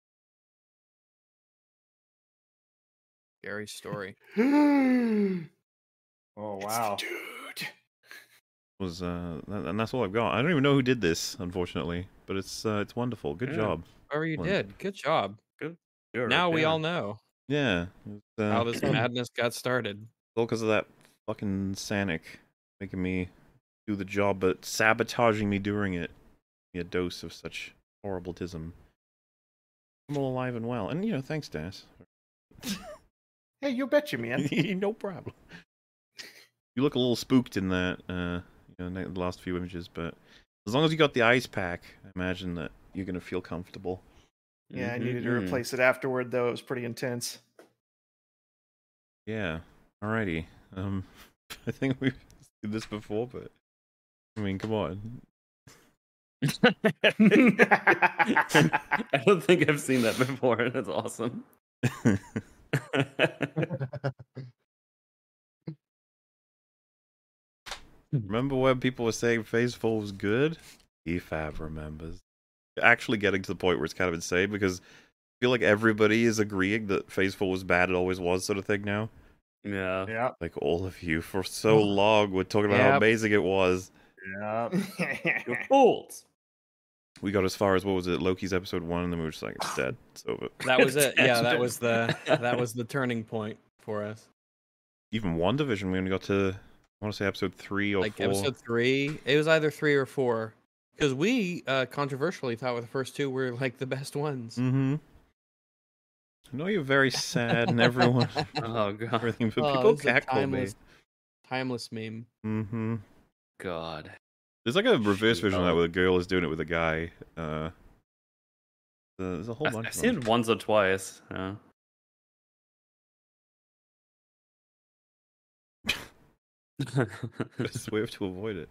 [SPEAKER 2] Scary story.
[SPEAKER 3] oh
[SPEAKER 5] Oh wow.
[SPEAKER 3] dude.
[SPEAKER 1] Was uh, that- and that's all I've got. I don't even know who did this, unfortunately, but it's uh, it's wonderful. Good
[SPEAKER 4] Yeah.
[SPEAKER 1] job.
[SPEAKER 2] Whoever Oh, you
[SPEAKER 1] Excellent.
[SPEAKER 2] did, good job.
[SPEAKER 4] Sure,
[SPEAKER 2] Now we
[SPEAKER 4] yeah.
[SPEAKER 2] all know
[SPEAKER 1] Yeah, it's, uh,
[SPEAKER 2] how this madness got started.
[SPEAKER 1] all because of that fucking Sanic making me do the job, but sabotaging me during it. Me a dose of such horrible tism. I'm all alive and well, and you know, thanks, Das.
[SPEAKER 3] Hey, you betcha, man.
[SPEAKER 1] no problem. You look a little spooked in that, uh, you know, na- the last few images, but as long as you got the ice pack, I imagine that you're gonna feel comfortable.
[SPEAKER 3] Yeah, I needed to
[SPEAKER 1] Mm-hmm.
[SPEAKER 4] Mhm.
[SPEAKER 3] replace it afterward, though. It was pretty intense.
[SPEAKER 1] Yeah. Alrighty. Um, I think we've did this before, but I mean, come on.
[SPEAKER 4] I don't think I've seen that before. That's awesome.
[SPEAKER 1] Remember when people were saying Phase 4 was good? EFAB remembers. Actually getting to the point where it's kind of insane because I feel like everybody is agreeing that Phase 4 was bad, it always was, sort of thing now.
[SPEAKER 4] yeah.
[SPEAKER 5] Yeah,
[SPEAKER 1] Like all of you for so long were talking about how
[SPEAKER 2] Yep.
[SPEAKER 1] amazing it was.
[SPEAKER 5] yeah.
[SPEAKER 4] You're fools.
[SPEAKER 1] We got as far as what was it, Loki's episode one, and then we were just like, it's dead. It's over.
[SPEAKER 2] That was it. Yeah, that
[SPEAKER 4] Attention.
[SPEAKER 2] was the that was the turning point for us.
[SPEAKER 1] Even one division, we only got to I want to say episode three or
[SPEAKER 2] like
[SPEAKER 1] four.
[SPEAKER 2] episode three. It was either three or four. Because we uh, controversially thought with the first two were like the best ones.
[SPEAKER 1] Mm-hmm. I know you're very sad and everyone
[SPEAKER 4] Oh god.
[SPEAKER 1] everything, but
[SPEAKER 2] Oh,
[SPEAKER 1] people
[SPEAKER 2] this is a
[SPEAKER 1] cackle me.
[SPEAKER 2] timeless, timeless meme.
[SPEAKER 1] Mm-hmm.
[SPEAKER 4] God.
[SPEAKER 1] There's like a reverse
[SPEAKER 4] Shoot.
[SPEAKER 1] version of that where the girl is doing it with a guy. Uh, there's a whole
[SPEAKER 4] I've,
[SPEAKER 1] bunch.
[SPEAKER 4] I've
[SPEAKER 1] of
[SPEAKER 4] seen
[SPEAKER 1] them.
[SPEAKER 4] it once or twice. Yeah.
[SPEAKER 1] Best way to avoid it.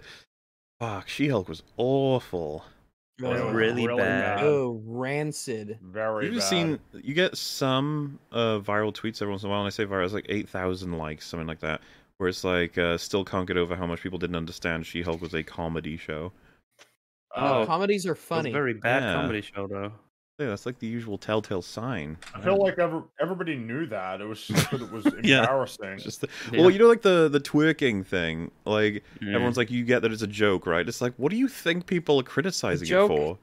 [SPEAKER 1] Fuck, She-Hulk was awful.
[SPEAKER 5] That was
[SPEAKER 4] was
[SPEAKER 5] really
[SPEAKER 4] really,
[SPEAKER 5] bad.
[SPEAKER 4] bad.
[SPEAKER 2] Oh, rancid.
[SPEAKER 5] Very
[SPEAKER 1] You've just
[SPEAKER 5] bad.
[SPEAKER 1] seen you get some uh, viral tweets every once in a while, and I say viral, it's like eight thousand likes, something like that, where it's like uh, still can't get over how much people didn't understand She-Hulk was a comedy show.
[SPEAKER 2] No,
[SPEAKER 5] Uh,
[SPEAKER 4] Oh,
[SPEAKER 2] comedies are
[SPEAKER 4] It was
[SPEAKER 2] funny.
[SPEAKER 4] a very bad
[SPEAKER 1] Yeah.
[SPEAKER 4] comedy show though.
[SPEAKER 1] Yeah, that's like the usual telltale sign.
[SPEAKER 5] I
[SPEAKER 1] Yeah.
[SPEAKER 5] feel like ever, everybody knew that. It was just that it was
[SPEAKER 1] Yeah.
[SPEAKER 5] embarrassing.
[SPEAKER 1] It's just the, well, you know, like the the twerking thing. Like
[SPEAKER 4] Mm.
[SPEAKER 1] everyone's like, you get that it's a joke, right? It's like, what do you think people are criticizing it
[SPEAKER 2] joke?
[SPEAKER 1] for?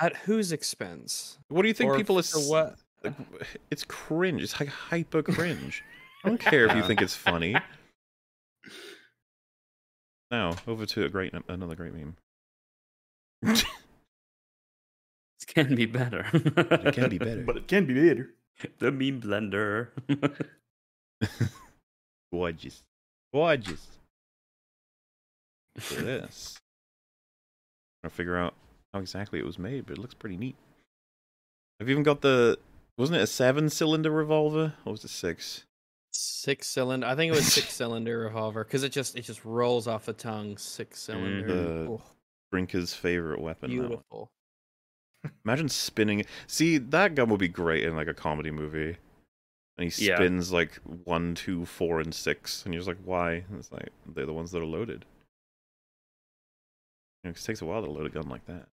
[SPEAKER 2] At whose expense?
[SPEAKER 1] What do you think
[SPEAKER 2] Or
[SPEAKER 1] people are?
[SPEAKER 2] for
[SPEAKER 1] s-
[SPEAKER 2] what?
[SPEAKER 1] Like, it's cringe. It's like hyper cringe. I don't care if you think it's funny. Now over to a great another great meme.
[SPEAKER 4] This can be better.
[SPEAKER 1] It can be better.
[SPEAKER 5] it can be better.
[SPEAKER 4] the meme blender.
[SPEAKER 1] gorgeous, gorgeous. Look at this. I'm trying to figure out how exactly it was made, but it looks pretty neat. I've even got the wasn't it a seven cylinder revolver or was it six?
[SPEAKER 2] Six cylinder. I think it was six cylinder revolver because it just it just rolls off the tongue. Six cylinder.
[SPEAKER 4] Mm-hmm.
[SPEAKER 1] The
[SPEAKER 2] Oh,
[SPEAKER 1] Brinker's favorite weapon. that one.
[SPEAKER 2] beautiful.
[SPEAKER 1] Imagine spinning. it. See, that gun would be great in like a comedy movie. And he
[SPEAKER 4] Yeah.
[SPEAKER 1] spins like one, two, four, and six, and you're just like, why? And it's like they're the ones that are loaded. You know, 'cause it takes a while to load a gun like that.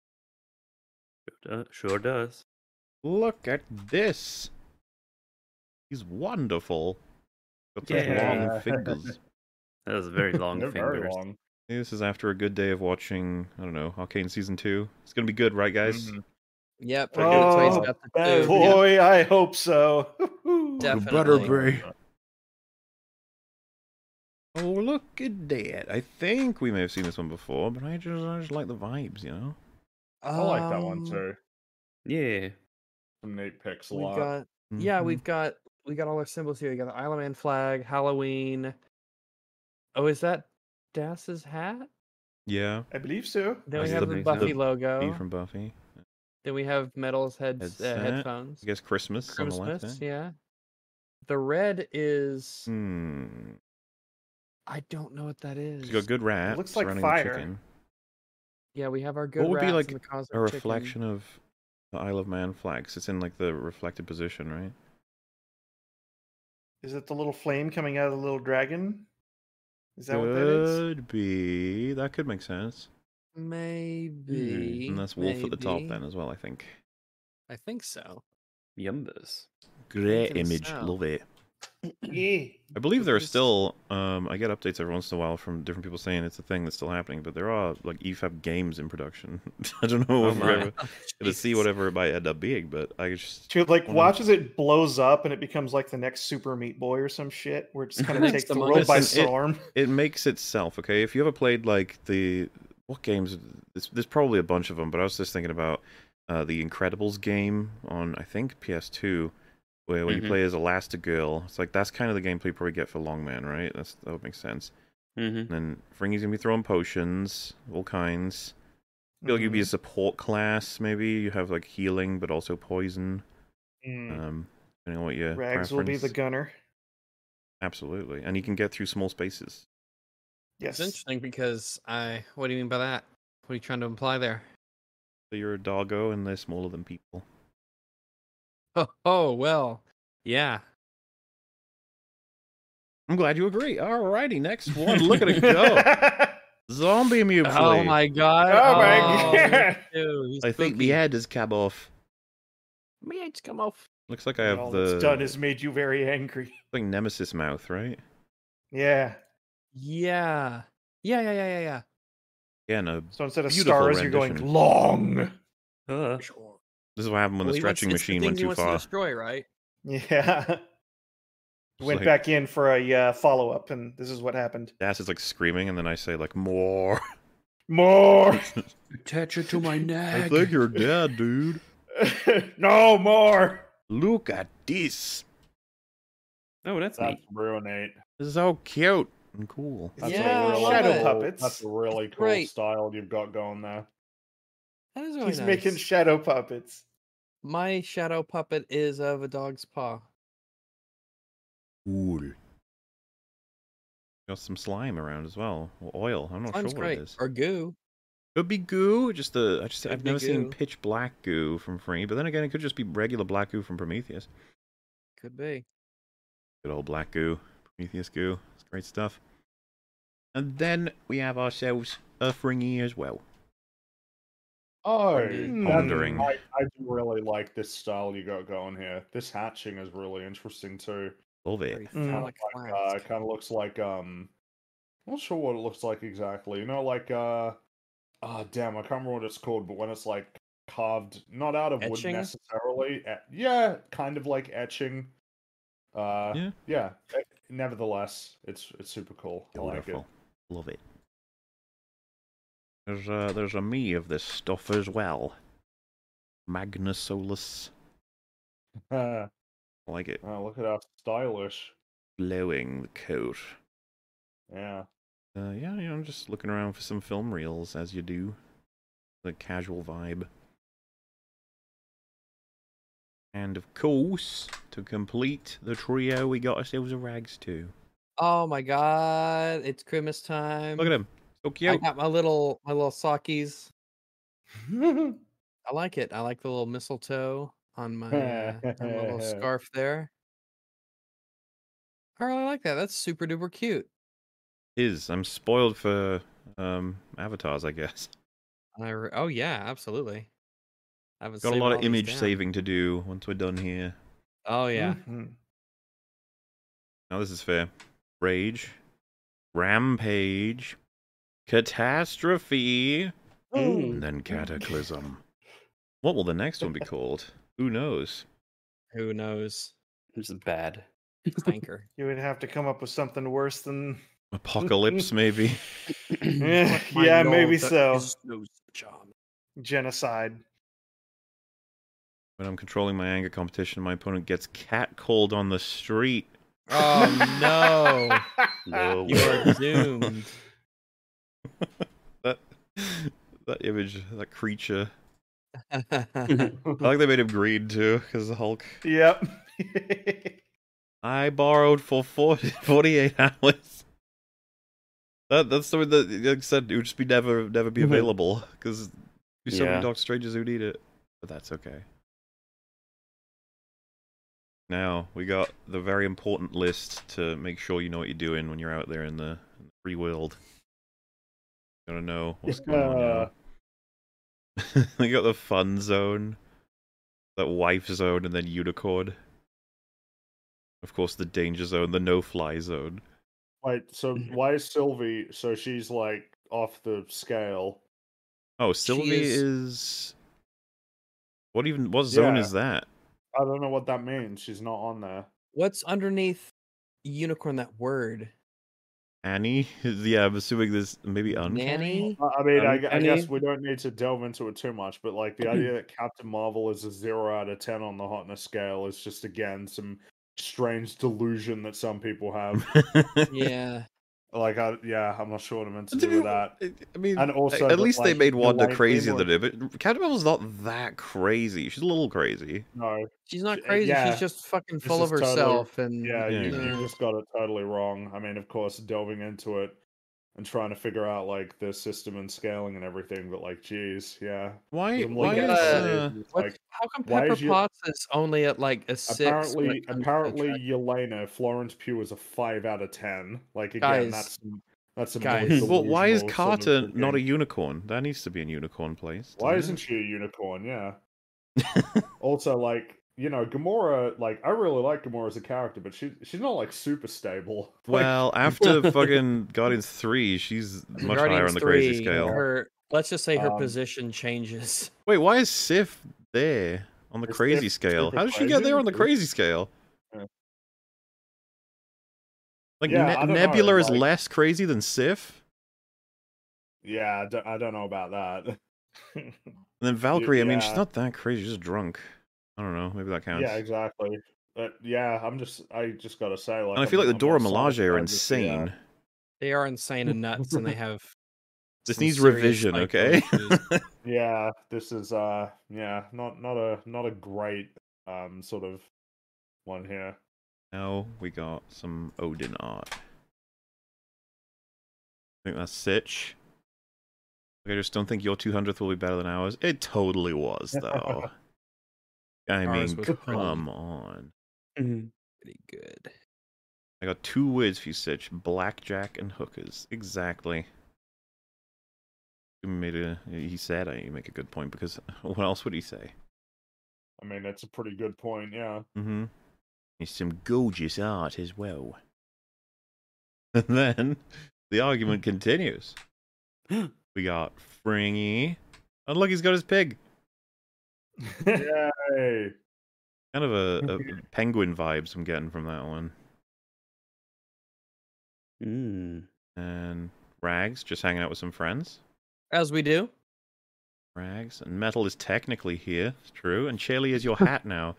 [SPEAKER 4] Uh, sure does.
[SPEAKER 1] Look at this. He's wonderful. Got those
[SPEAKER 5] Yeah.
[SPEAKER 1] long fingers.
[SPEAKER 4] That was very long
[SPEAKER 5] They're
[SPEAKER 4] fingers.
[SPEAKER 5] very long.
[SPEAKER 1] Maybe this is after a good day of watching. I don't know, Arcane season two. It's gonna be good, right, guys?
[SPEAKER 5] Mhm.
[SPEAKER 2] Yep.
[SPEAKER 5] Like,
[SPEAKER 2] that's why he's
[SPEAKER 5] oh,
[SPEAKER 2] got the
[SPEAKER 3] Oh,
[SPEAKER 2] two.
[SPEAKER 3] boy, I hope so.
[SPEAKER 2] Definitely.
[SPEAKER 1] Oh, look at that. I think we may have seen this one before, but I just, I just like the vibes, you know?
[SPEAKER 5] I like that one
[SPEAKER 2] Um,
[SPEAKER 5] too.
[SPEAKER 4] Yeah.
[SPEAKER 5] From Nate picks a
[SPEAKER 2] We've
[SPEAKER 5] lot.
[SPEAKER 2] got Yeah,
[SPEAKER 1] Mhm.
[SPEAKER 2] we've got we got all our symbols here. You got the Isle of Man flag, Halloween. Oh, is that Das's hat?
[SPEAKER 1] Yeah.
[SPEAKER 3] I believe so.
[SPEAKER 2] Then we
[SPEAKER 1] That's
[SPEAKER 2] have
[SPEAKER 1] the-
[SPEAKER 2] the
[SPEAKER 1] the
[SPEAKER 2] Buffy
[SPEAKER 1] bee
[SPEAKER 2] logo.
[SPEAKER 1] B from Buffy.
[SPEAKER 2] Then we have Metal's heads, uh,
[SPEAKER 1] Headset.
[SPEAKER 2] headphones.
[SPEAKER 1] I guess Christmas, on the left.
[SPEAKER 2] Christmas,
[SPEAKER 1] eh?
[SPEAKER 2] yeah. The red is
[SPEAKER 1] Hmm.
[SPEAKER 2] I don't know what that is.
[SPEAKER 1] He's got good rats.
[SPEAKER 3] looks like
[SPEAKER 1] running
[SPEAKER 3] fire.
[SPEAKER 1] The chicken.
[SPEAKER 2] Yeah, we have our good.
[SPEAKER 1] would be
[SPEAKER 2] rats
[SPEAKER 1] like
[SPEAKER 2] and the cause
[SPEAKER 1] A
[SPEAKER 2] of chicken.
[SPEAKER 1] reflection of the Isle of Man flags. It's in like the reflected position, right?
[SPEAKER 3] Is it the little flame coming out of the little dragon? Is that what that is?
[SPEAKER 1] could be. That could make sense.
[SPEAKER 2] Maybe.
[SPEAKER 1] Hmm, And that's wolf at the top
[SPEAKER 2] maybe.
[SPEAKER 1] then as well, I think.
[SPEAKER 2] I think so.
[SPEAKER 4] Yumbus.
[SPEAKER 1] Great
[SPEAKER 2] Making a
[SPEAKER 1] image.
[SPEAKER 2] sound.
[SPEAKER 1] Love it.
[SPEAKER 3] Yeah.
[SPEAKER 1] I believe there are
[SPEAKER 2] Because-
[SPEAKER 1] still. Um, I get updates every once in a while from different people saying it's a thing that's still happening, but there are like E EFAB games in production. I don't know if we're
[SPEAKER 4] my.
[SPEAKER 1] ever gonna see whatever it might end up being, but I just
[SPEAKER 3] To like
[SPEAKER 1] Wow.
[SPEAKER 3] watch as it blows up and it becomes like the next Super Meat Boy or some shit, where it just kind of
[SPEAKER 2] Next
[SPEAKER 3] takes the
[SPEAKER 2] Among
[SPEAKER 3] world
[SPEAKER 1] Us.
[SPEAKER 3] by
[SPEAKER 1] Listen, it-
[SPEAKER 3] storm.
[SPEAKER 1] it makes itself okay. If you ever played like the what games? There's, there's probably a bunch of them, but I was just thinking about uh, the Incredibles game on I think PS2, where when
[SPEAKER 4] Mhm.
[SPEAKER 3] Mm-hmm.
[SPEAKER 1] you play as Elastigirl, it's like that's kind of the gameplay you probably get for Longman, right? That's that would make sense.
[SPEAKER 3] Mm-hmm.
[SPEAKER 4] hmm
[SPEAKER 1] And then Fringy's gonna be throwing potions, all kinds. I feel like you'd be a
[SPEAKER 3] Mm-hmm.
[SPEAKER 1] support class, maybe. You have like healing, but also poison.
[SPEAKER 3] Mhm.
[SPEAKER 1] Um, depending on what your
[SPEAKER 3] Rags will be the
[SPEAKER 1] preference-
[SPEAKER 3] gunner.
[SPEAKER 1] Absolutely, and you can get through small spaces.
[SPEAKER 3] Yes.
[SPEAKER 2] It's interesting because I. What do you mean by that? What are you trying to imply there?
[SPEAKER 1] So you're a doggo, and they're smaller than people.
[SPEAKER 2] Oh, oh well, yeah.
[SPEAKER 1] I'm glad you agree. Alrighty, next one. Look at it go. Zombie mutilation.
[SPEAKER 2] Oh my god.
[SPEAKER 5] Oh my God.
[SPEAKER 2] dude, he's
[SPEAKER 1] I think
[SPEAKER 2] spooky.
[SPEAKER 1] the head has come off.
[SPEAKER 2] My head's come off.
[SPEAKER 1] Looks like I
[SPEAKER 3] And
[SPEAKER 1] have
[SPEAKER 3] all
[SPEAKER 1] the
[SPEAKER 3] it's done is made you very angry.
[SPEAKER 1] thing Nemesis mouth, right?
[SPEAKER 3] Yeah.
[SPEAKER 2] Yeah. Yeah, yeah, yeah, yeah, yeah.
[SPEAKER 1] Yeah, no.
[SPEAKER 3] So instead of
[SPEAKER 1] Beautiful
[SPEAKER 3] stars, you're going
[SPEAKER 1] rendition.
[SPEAKER 3] long.
[SPEAKER 1] This is what happened when
[SPEAKER 2] Well,
[SPEAKER 1] the
[SPEAKER 2] he wants-
[SPEAKER 1] stretching
[SPEAKER 2] it's the
[SPEAKER 1] machine
[SPEAKER 2] thing
[SPEAKER 1] went
[SPEAKER 2] he
[SPEAKER 1] too
[SPEAKER 2] wants To
[SPEAKER 1] far.
[SPEAKER 2] destroy, right?
[SPEAKER 3] Yeah.
[SPEAKER 1] It's
[SPEAKER 3] Went
[SPEAKER 1] like,
[SPEAKER 3] back in for a uh, follow up, and this is what happened.
[SPEAKER 1] Das is like screaming, and then I say like more.
[SPEAKER 3] More.
[SPEAKER 6] Attach it to my neck.
[SPEAKER 1] you're dead, dude.
[SPEAKER 3] no more.
[SPEAKER 1] Look at this.
[SPEAKER 4] Oh, that's
[SPEAKER 5] That's
[SPEAKER 4] neat.
[SPEAKER 5] ruinate.
[SPEAKER 1] This is so cute and cool.
[SPEAKER 5] That's
[SPEAKER 2] Yeah,
[SPEAKER 5] a
[SPEAKER 2] I
[SPEAKER 5] really
[SPEAKER 2] love
[SPEAKER 3] shadow
[SPEAKER 2] it.
[SPEAKER 3] puppets.
[SPEAKER 5] That's a really
[SPEAKER 2] That's
[SPEAKER 5] cool
[SPEAKER 2] great.
[SPEAKER 5] style you've got going there.
[SPEAKER 2] That is really
[SPEAKER 3] He's
[SPEAKER 2] Oh, nice.
[SPEAKER 3] making shadow puppets.
[SPEAKER 2] My shadow puppet is of a dog's paw.
[SPEAKER 1] Cool. Got some slime around as well, or oil. I'm not
[SPEAKER 2] Slime's
[SPEAKER 1] sure what
[SPEAKER 2] great.
[SPEAKER 1] it is.
[SPEAKER 2] Or goo.
[SPEAKER 1] Could be goo. Just the I just
[SPEAKER 2] Could
[SPEAKER 1] I've
[SPEAKER 2] be
[SPEAKER 1] never seen
[SPEAKER 2] goo.
[SPEAKER 1] pitch black goo from Free, but then again, it could just be regular black goo from Prometheus.
[SPEAKER 2] Could be.
[SPEAKER 1] Good old black goo, Prometheus goo. It's great stuff. And then we have ourselves a fringy as well.
[SPEAKER 5] Oh,
[SPEAKER 2] Indeed.
[SPEAKER 5] that's-
[SPEAKER 1] Pondering.
[SPEAKER 5] I, I do really like this style you got going here. This hatching is really interesting too.
[SPEAKER 1] Love it.
[SPEAKER 2] Very
[SPEAKER 3] Mm.
[SPEAKER 2] phallic
[SPEAKER 5] Like, uh,
[SPEAKER 2] lines.
[SPEAKER 5] it kind of looks like um, I'm not sure what it looks like exactly. You know, like uh, oh damn, I can't remember what it's called, but when it's like carved, not out of
[SPEAKER 2] Etching?
[SPEAKER 5] wood necessarily.
[SPEAKER 3] eh,
[SPEAKER 5] e- yeah, kind of like etching. Uh,
[SPEAKER 1] Yeah.
[SPEAKER 5] yeah. e- Nevertheless, it's it's super cool. I like it.
[SPEAKER 1] Beautiful. Love it. There's a, there's a me of this stuff as well. Magnasolus.
[SPEAKER 5] Uh,
[SPEAKER 1] I like it.
[SPEAKER 5] Oh, look at how stylish.
[SPEAKER 1] Blowing the coat.
[SPEAKER 5] Yeah.
[SPEAKER 1] Uh, yeah, you know, I'm just looking around for some film reels, as you do. The casual vibe. And of course, to complete the trio, we got ourselves a rags too.
[SPEAKER 2] Oh my god, it's Christmas time.
[SPEAKER 1] Look at him. So
[SPEAKER 2] I
[SPEAKER 1] cute.
[SPEAKER 2] got my little my little sockies. I like it. I like the little mistletoe on my, uh, on my little scarf there. I really like that. That's super duper cute.
[SPEAKER 1] Is I'm spoiled for um avatars, I guess.
[SPEAKER 2] I re- oh yeah, absolutely. I haven't
[SPEAKER 1] Got a
[SPEAKER 2] saved
[SPEAKER 1] lot
[SPEAKER 2] all
[SPEAKER 1] of
[SPEAKER 2] these
[SPEAKER 1] image
[SPEAKER 2] down.
[SPEAKER 1] saving to do once we're done here.
[SPEAKER 2] Oh yeah,
[SPEAKER 5] Hmm.
[SPEAKER 3] Mhm.
[SPEAKER 1] Now this is fair. Rage, rampage, catastrophe, and then cataclysm. what will the next one be called? Who knows?
[SPEAKER 2] who knows?
[SPEAKER 4] This is bad.
[SPEAKER 2] Clanker.
[SPEAKER 3] You would have to come up with something worse than.
[SPEAKER 1] Apocalypse, maybe.
[SPEAKER 3] Eh,
[SPEAKER 6] My
[SPEAKER 3] yeah,
[SPEAKER 6] lord,
[SPEAKER 3] maybe
[SPEAKER 6] there
[SPEAKER 3] so.
[SPEAKER 6] is no charm.
[SPEAKER 3] Genocide.
[SPEAKER 1] When I'm controlling my anger competition, my opponent gets catcalled on the street.
[SPEAKER 2] Oh no,
[SPEAKER 4] No
[SPEAKER 2] you are doomed.
[SPEAKER 1] That that image, that creature. I like they made him green too, because the Hulk.
[SPEAKER 3] Yep.
[SPEAKER 1] I borrowed for 40, 48 hours. That that's something that like I said it would just be never never be
[SPEAKER 4] Mhm.
[SPEAKER 1] available because there's so
[SPEAKER 4] Yeah.
[SPEAKER 1] many Doctor Strangers who need it. But that's okay. Now we got the very important list to make sure you know what you're doing when you're out there in the, in the free world. You gotta know what's going on. you know? we got the fun zone, that wife zone, and then unicorn. Of course, the danger zone, the no fly zone.
[SPEAKER 5] Wait, so
[SPEAKER 1] Mm-hmm.
[SPEAKER 5] why is Sylvie? So she's like off the scale.
[SPEAKER 1] Oh, Sylvie is...
[SPEAKER 2] is-
[SPEAKER 1] What even? What zone
[SPEAKER 5] Yeah.
[SPEAKER 1] is that?
[SPEAKER 5] I don't know what that means. She's not on there.
[SPEAKER 2] What's underneath unicorn? That word,
[SPEAKER 1] Annie? yeah, I'm assuming this maybe uncanny.
[SPEAKER 2] nanny.
[SPEAKER 5] I I mean, I, gu- I guess
[SPEAKER 4] Uncanny.
[SPEAKER 5] we don't need to delve into it too much, but like the
[SPEAKER 1] Hmm.
[SPEAKER 5] idea that Captain Marvel is a zero out of ten on the hotness scale is just again some strange delusion that some people have.
[SPEAKER 2] Yeah,
[SPEAKER 5] like, I yeah, I'm not sure what I meant to
[SPEAKER 1] To
[SPEAKER 5] do
[SPEAKER 1] be-
[SPEAKER 5] with that.
[SPEAKER 1] I mean,
[SPEAKER 5] And also,
[SPEAKER 1] at
[SPEAKER 5] that,
[SPEAKER 1] least they
[SPEAKER 5] like,
[SPEAKER 1] made
[SPEAKER 5] the
[SPEAKER 1] Wanda
[SPEAKER 5] white
[SPEAKER 1] crazier
[SPEAKER 5] people-
[SPEAKER 1] than it. But Catwoman's not that crazy. She's a little crazy.
[SPEAKER 5] No,
[SPEAKER 2] she's not
[SPEAKER 5] Sh-
[SPEAKER 2] crazy.
[SPEAKER 5] eh, yeah.
[SPEAKER 2] She's just fucking
[SPEAKER 5] This
[SPEAKER 2] full of
[SPEAKER 5] is totally-
[SPEAKER 2] herself and
[SPEAKER 5] Yeah, You,
[SPEAKER 1] Yeah.
[SPEAKER 5] you just got it totally wrong. I mean, of course, delving into it, and trying to figure out like the system and scaling and everything. But like, geez, yeah.
[SPEAKER 1] Why?
[SPEAKER 5] Even
[SPEAKER 1] Why
[SPEAKER 5] looking
[SPEAKER 1] is
[SPEAKER 2] uh,
[SPEAKER 5] at it,
[SPEAKER 1] uh,
[SPEAKER 5] it's
[SPEAKER 2] What,
[SPEAKER 5] like,
[SPEAKER 2] how come
[SPEAKER 5] why
[SPEAKER 2] Pepper
[SPEAKER 5] is your-
[SPEAKER 2] Potts is only at like a six? when it comes
[SPEAKER 5] apparently
[SPEAKER 2] to
[SPEAKER 5] apparently
[SPEAKER 2] track?
[SPEAKER 5] Yelena Florence Pugh is a five out of ten. Like again,
[SPEAKER 2] Guys.
[SPEAKER 5] that's some, that's some
[SPEAKER 2] Guys.
[SPEAKER 5] really
[SPEAKER 1] well, why is
[SPEAKER 5] delusional sort of
[SPEAKER 1] Carter not a
[SPEAKER 5] thinking.
[SPEAKER 1] unicorn? There needs to be a unicorn place.
[SPEAKER 5] Why
[SPEAKER 1] doesn't
[SPEAKER 5] isn't
[SPEAKER 1] it?
[SPEAKER 5] she a unicorn? Yeah. also, like you know, Gamora. Like I really like Gamora as a character, but she she's not like super stable. Like,
[SPEAKER 1] Well, after fucking Guardians three, she's much higher
[SPEAKER 2] Guardians
[SPEAKER 1] on the crazy
[SPEAKER 2] 3,
[SPEAKER 1] scale.
[SPEAKER 2] Her, let's just say her
[SPEAKER 5] Um,
[SPEAKER 2] position changes.
[SPEAKER 1] Wait, why is Sif there on the
[SPEAKER 5] Is
[SPEAKER 1] crazy
[SPEAKER 5] Sif
[SPEAKER 1] scale?
[SPEAKER 5] super
[SPEAKER 1] How did she get
[SPEAKER 5] crazy?
[SPEAKER 1] there on the crazy scale?
[SPEAKER 5] Yeah.
[SPEAKER 1] Like
[SPEAKER 5] Yeah,
[SPEAKER 1] Ne-
[SPEAKER 5] I don't know,
[SPEAKER 1] Nebula is
[SPEAKER 5] like-
[SPEAKER 1] less crazy than Sif,
[SPEAKER 5] yeah, I don't, I don't know about that.
[SPEAKER 1] and then Valkyrie. I mean, she's
[SPEAKER 5] yeah.
[SPEAKER 1] not that crazy; she's just drunk. I don't know. Maybe that counts.
[SPEAKER 5] yeah, exactly. But yeah, I'm just I just gotta say like,
[SPEAKER 1] and I feel
[SPEAKER 5] I'm-
[SPEAKER 1] like the
[SPEAKER 5] I'm
[SPEAKER 1] Dora
[SPEAKER 5] not sold
[SPEAKER 1] Milaje are
[SPEAKER 5] by this, yeah.
[SPEAKER 1] insane.
[SPEAKER 2] They are insane and nuts, and they have.
[SPEAKER 1] This
[SPEAKER 2] some
[SPEAKER 1] needs
[SPEAKER 2] serious
[SPEAKER 1] revision,
[SPEAKER 2] psycho
[SPEAKER 1] okay?
[SPEAKER 2] issues.
[SPEAKER 5] yeah this is uh yeah not not a not a great um sort of one here
[SPEAKER 1] Now we got some Odin art. I think that's Sitch. Like, I just don't think your 200th will be better than ours. It totally was, though. I
[SPEAKER 2] Ours
[SPEAKER 1] mean,
[SPEAKER 2] was pretty-
[SPEAKER 1] come on.
[SPEAKER 2] Pretty good.
[SPEAKER 1] I got two words for you, Sitch blackjack and hookers. Exactly. You made a, he said I you make a good point because what else would he say?
[SPEAKER 5] i mean that's a pretty good point yeah
[SPEAKER 1] Mm-hmm. It's some gorgeous art as well. And then the argument continues. we got Fringy. And look, he's got his pig.
[SPEAKER 5] yay
[SPEAKER 1] Kind of a, a penguin vibes I'm getting from that one.
[SPEAKER 4] Mm.
[SPEAKER 1] And Rags just hanging out with some friends.
[SPEAKER 2] As we do.
[SPEAKER 1] Rags and Metal is technically here, it's true. And Chaley is your hat now.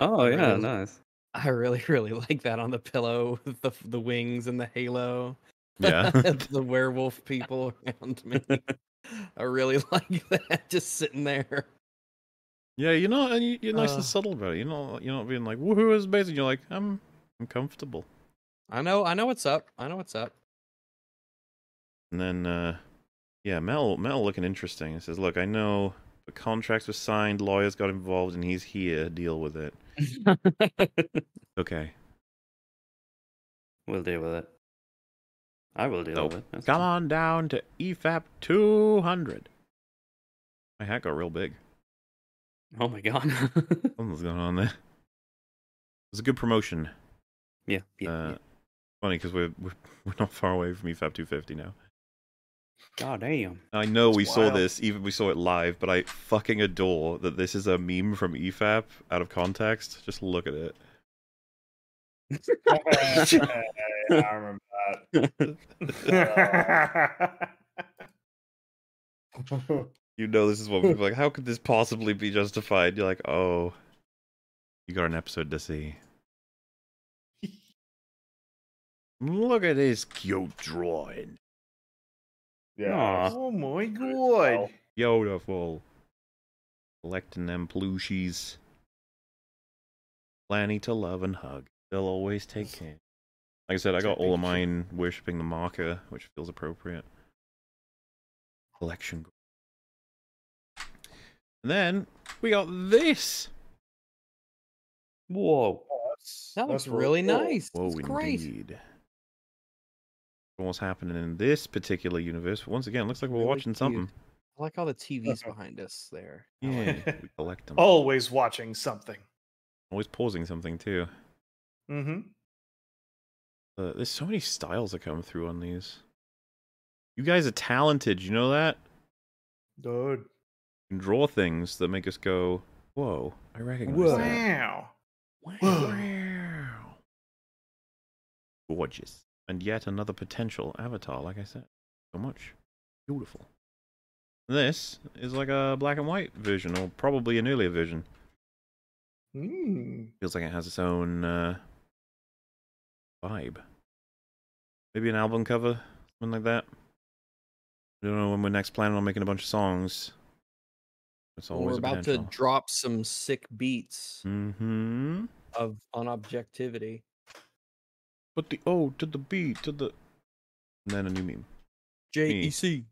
[SPEAKER 4] Oh yeah,
[SPEAKER 2] Really?
[SPEAKER 4] nice.
[SPEAKER 2] I really, really like that on the pillow, with the the wings and the halo.
[SPEAKER 1] Yeah.
[SPEAKER 2] the werewolf people around me. I really like that. Just sitting there.
[SPEAKER 1] Yeah, you're not. and you- You're nice
[SPEAKER 2] Uh.
[SPEAKER 1] and subtle about it. You're not. You're not being like woohoo is amazing. You're like I'm. I'm comfortable.
[SPEAKER 2] I know. I know what's up. I know what's up.
[SPEAKER 1] And then, uh, yeah, Mel, Mel looking interesting. He says, "Look, I know the contracts were signed, lawyers got involved, and he's here. Deal with it." Okay,
[SPEAKER 4] we'll deal with it. I will deal
[SPEAKER 1] Nope.
[SPEAKER 4] with it. that's
[SPEAKER 1] come
[SPEAKER 4] fine.
[SPEAKER 1] on down to E EFAP 200. My hat got real big.
[SPEAKER 4] Oh my god.
[SPEAKER 1] Something's going on there. It was a good promotion.
[SPEAKER 4] yeah. yeah,
[SPEAKER 1] uh,
[SPEAKER 4] yeah.
[SPEAKER 1] Funny because we're, we're we're not far away from E EFAP 250 now.
[SPEAKER 4] God damn.
[SPEAKER 1] I know
[SPEAKER 5] It's
[SPEAKER 1] we saw
[SPEAKER 5] wild.
[SPEAKER 1] this, even we saw it live, but I fucking adore that this is a meme from EFAP out of context. Just look at it.
[SPEAKER 5] Hey, i remember that
[SPEAKER 1] You know this is what people are like. How could this possibly be justified? You're like, oh, you got an episode to see. look at this cute drawing.
[SPEAKER 5] yeah
[SPEAKER 3] oh my god!
[SPEAKER 1] Beautiful. Collecting them plushies. Planning to love and hug. They'll always take care. Like I said, I got all of mine worshipping the marker, which feels appropriate. Collection. And then we got this.
[SPEAKER 4] Whoa.
[SPEAKER 5] that's,
[SPEAKER 2] That
[SPEAKER 5] that's
[SPEAKER 2] was really
[SPEAKER 5] cool.
[SPEAKER 2] nice.
[SPEAKER 1] Whoa,
[SPEAKER 2] It's great.
[SPEAKER 1] indeed. What's happening in this particular universe? But once again, it looks like we're
[SPEAKER 2] Really
[SPEAKER 1] watching
[SPEAKER 2] cute.
[SPEAKER 1] something.
[SPEAKER 2] I like all the TVs behind us there. I like
[SPEAKER 1] Yeah,
[SPEAKER 2] it.
[SPEAKER 1] we collect them.
[SPEAKER 3] Always watching something.
[SPEAKER 1] Always pausing something too.
[SPEAKER 3] hmm
[SPEAKER 1] Uh, there's so many styles that come through on these. You guys are talented, you know that?
[SPEAKER 3] Dude.
[SPEAKER 1] You can draw things that make us go, whoa, I recognize
[SPEAKER 4] Whoa.
[SPEAKER 1] that.
[SPEAKER 3] Wow.
[SPEAKER 1] Wow. Gorgeous. And yet another potential avatar, like I said. So much. Beautiful. This is like a black and white version, or probably an earlier version.
[SPEAKER 3] Mm.
[SPEAKER 1] Feels like it has its own uh, vibe. Maybe an album cover, something like that. I don't know when we're next planning on making a bunch of songs. It's
[SPEAKER 2] Well,
[SPEAKER 1] always
[SPEAKER 2] we're
[SPEAKER 1] a
[SPEAKER 2] about to
[SPEAKER 1] potential.
[SPEAKER 2] drop some sick beats
[SPEAKER 1] Mm-hmm.
[SPEAKER 2] of on objectivity.
[SPEAKER 1] But the oh to the beat to the and then a new meme.
[SPEAKER 2] J E C.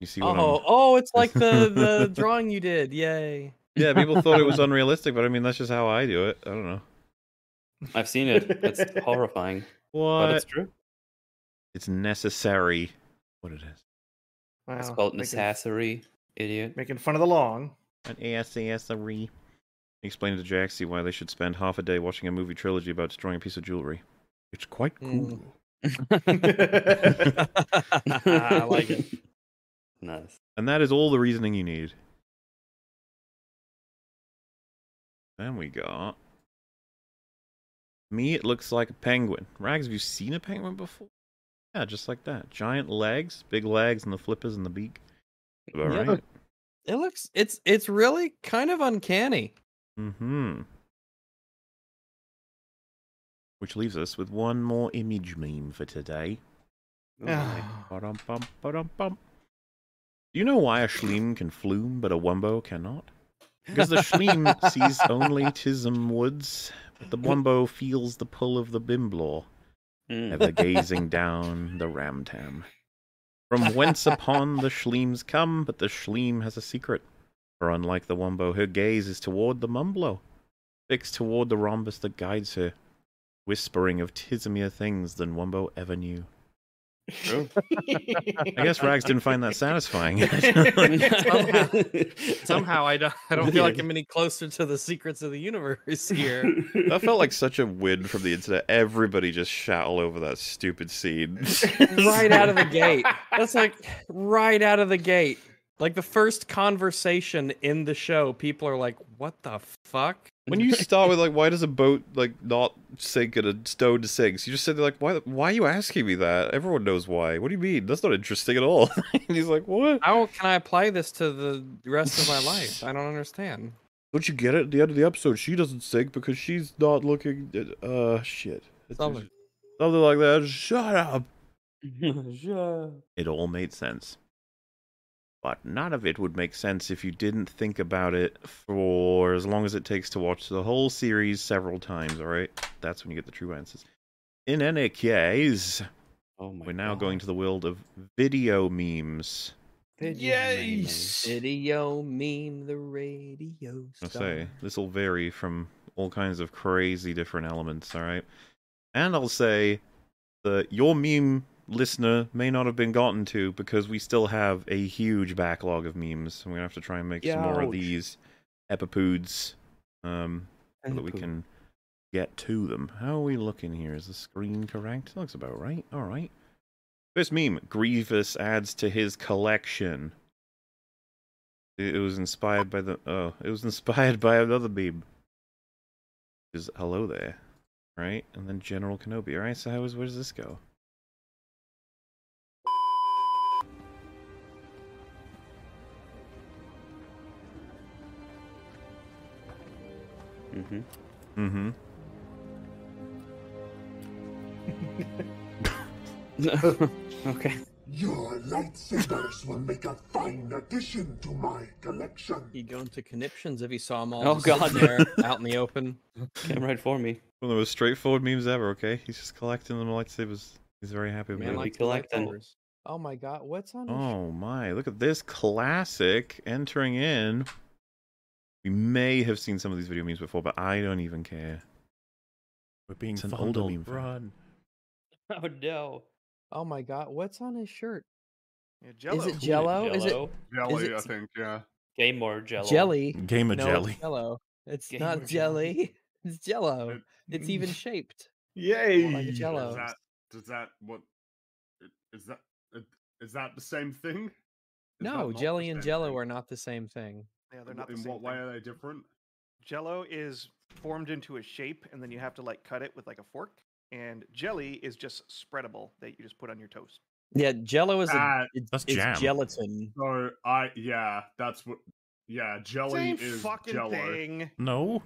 [SPEAKER 1] You see what
[SPEAKER 2] Oh,
[SPEAKER 1] I'm...
[SPEAKER 2] oh, it's like the the drawing you did. Yay.
[SPEAKER 1] Yeah, people thought it was unrealistic, but I mean that's just how I do it. I don't know.
[SPEAKER 4] I've seen it. It's horrifying,
[SPEAKER 1] What?
[SPEAKER 4] but it's true.
[SPEAKER 1] It's necessary. What it is?
[SPEAKER 3] Wow.
[SPEAKER 4] It's called
[SPEAKER 3] making,
[SPEAKER 4] necessary, idiot.
[SPEAKER 3] making fun of the long.
[SPEAKER 1] An ASASRE. Explain to Jaxie why they should spend half a day watching a movie trilogy about destroying a piece of jewelry. It's quite cool.
[SPEAKER 2] Mm.
[SPEAKER 3] That's
[SPEAKER 2] I like it.
[SPEAKER 4] Nice.
[SPEAKER 1] And that is all the reasoning you need. Then we got. Me, it looks like a penguin. Rags, have you seen a penguin before? Yeah, just like that. Giant legs, big legs, and the flippers and the beak. About
[SPEAKER 2] Yeah.
[SPEAKER 1] right.
[SPEAKER 2] It looks it's it's really kind of uncanny.
[SPEAKER 1] Mm-hmm. Which leaves us with one more image meme for today. Ba-dum, bum, ba-dum, bum. Do you know why a schleem can flume but a wombo cannot? Because the schleem sees only Tism Woods, but the wombo feels the pull of the bimblor,
[SPEAKER 4] Mm.
[SPEAKER 1] ever gazing down the ramtam. From whence upon the schleems come, but the schleem has a secret. For unlike the wombo, her gaze is toward the mumblo, fixed toward the rhombus that guides her, whispering of tismier things than wombo ever knew.
[SPEAKER 4] True.
[SPEAKER 1] I guess Rags didn't find that satisfying.
[SPEAKER 2] Somehow I don't I don't feel like I'm any closer to the secrets of the universe here.
[SPEAKER 1] That felt like such a win from the internet. Everybody just shout all over that stupid scene.
[SPEAKER 2] right out of the gate. That's like right out of the gate. Like the first conversation in the show, people are like, "What the fuck?"
[SPEAKER 1] when you start with like, why does a boat like not sink and a stone sinks? You just said like, why? Why are you asking me that? Everyone knows why. What do you mean? That's not interesting at all. and he's like, what?
[SPEAKER 2] How can I apply this to the rest of my life? I don't understand.
[SPEAKER 1] Don't you get it? At the end of the episode, she doesn't sink because she's not looking. At, uh, shit. It's-
[SPEAKER 2] Something.
[SPEAKER 1] something like that. Shut up.
[SPEAKER 4] Yeah.
[SPEAKER 1] it all made sense. But none of it would make sense if you didn't think about it for as long as it takes to watch the whole series several times, alright? That's when you get the true answers. In any case,
[SPEAKER 4] Oh my
[SPEAKER 1] we're now
[SPEAKER 4] God.
[SPEAKER 1] going to the world of video memes.
[SPEAKER 4] Yes.
[SPEAKER 2] Video meme, the radio
[SPEAKER 1] I
[SPEAKER 2] star.
[SPEAKER 1] say this will vary from all kinds of crazy different elements, alright? And I'll say that your meme listener may not have been gotten to because we still have a huge backlog of memes. I'm gonna have to try and make some more of
[SPEAKER 4] Youch.
[SPEAKER 1] these epipoods um, so that we can get to them. How are we looking here? Is the screen correct? Looks about right. All right. First meme: Grievous adds to his collection. It it was inspired by the oh, it was inspired by another meme. Is hello there, right? And then General Kenobi. All right. So how is where does this go?
[SPEAKER 4] Mm-hmm.
[SPEAKER 1] Mm-hmm.
[SPEAKER 5] Mm-hmm.
[SPEAKER 4] okay.
[SPEAKER 2] Uh,
[SPEAKER 6] Your lightsabers will make a fine addition to my collection.
[SPEAKER 2] He'd go into conniptions if he saw them all.
[SPEAKER 4] Oh,
[SPEAKER 2] just sitting
[SPEAKER 4] God.
[SPEAKER 2] there out in the open.
[SPEAKER 4] Came right for me.
[SPEAKER 1] One of the most straightforward memes ever, okay? He's just collecting them lightsabers. He's very happy about
[SPEAKER 2] Man
[SPEAKER 1] it.
[SPEAKER 4] like-
[SPEAKER 2] likes the
[SPEAKER 4] collect them.
[SPEAKER 2] lightsabers. Oh my god, what's on? his
[SPEAKER 1] oh my, look at this classic entering in. We may have seen some of these video memes before, but I don't even care.
[SPEAKER 8] We're being
[SPEAKER 1] It's an
[SPEAKER 8] fondled.
[SPEAKER 1] older meme for me.
[SPEAKER 8] Run.
[SPEAKER 4] Oh no.
[SPEAKER 2] Oh my god, what's on his shirt?
[SPEAKER 3] Yeah, Jell-O.
[SPEAKER 2] Is it Jello? Oh, Is it
[SPEAKER 5] Jelly,
[SPEAKER 2] it
[SPEAKER 5] I
[SPEAKER 2] s-
[SPEAKER 5] think. Yeah.
[SPEAKER 4] Game or Jello?
[SPEAKER 2] jelly?
[SPEAKER 8] Game of
[SPEAKER 2] no,
[SPEAKER 8] jelly.
[SPEAKER 2] It's jello. It's
[SPEAKER 4] Game
[SPEAKER 2] not
[SPEAKER 4] of jelly.
[SPEAKER 2] jelly. It's jello.
[SPEAKER 5] It-
[SPEAKER 2] It's even shaped.
[SPEAKER 3] Yay!
[SPEAKER 2] like a Jell-O.
[SPEAKER 5] Is that, is that what? Is that is that the same thing? Is that
[SPEAKER 2] No,
[SPEAKER 5] not the
[SPEAKER 2] jelly and
[SPEAKER 5] same
[SPEAKER 2] jello
[SPEAKER 5] thing?
[SPEAKER 2] are not the same thing.
[SPEAKER 3] Yeah, they're
[SPEAKER 5] In
[SPEAKER 3] not the
[SPEAKER 5] in
[SPEAKER 3] same
[SPEAKER 5] what way
[SPEAKER 3] thing.
[SPEAKER 5] are they different?
[SPEAKER 3] Jello is formed into a shape, and then you have to like cut it with like a fork. And jelly is just spreadable that you just put on your toast.
[SPEAKER 2] Yeah, jello is a
[SPEAKER 5] Ah,
[SPEAKER 2] it's,
[SPEAKER 8] that's
[SPEAKER 2] it's
[SPEAKER 8] jam.
[SPEAKER 2] gelatin.
[SPEAKER 5] so I yeah, that's what. Yeah, jelly
[SPEAKER 3] Same
[SPEAKER 5] is
[SPEAKER 3] fucking
[SPEAKER 5] jello.
[SPEAKER 3] thing. Oh,
[SPEAKER 8] No.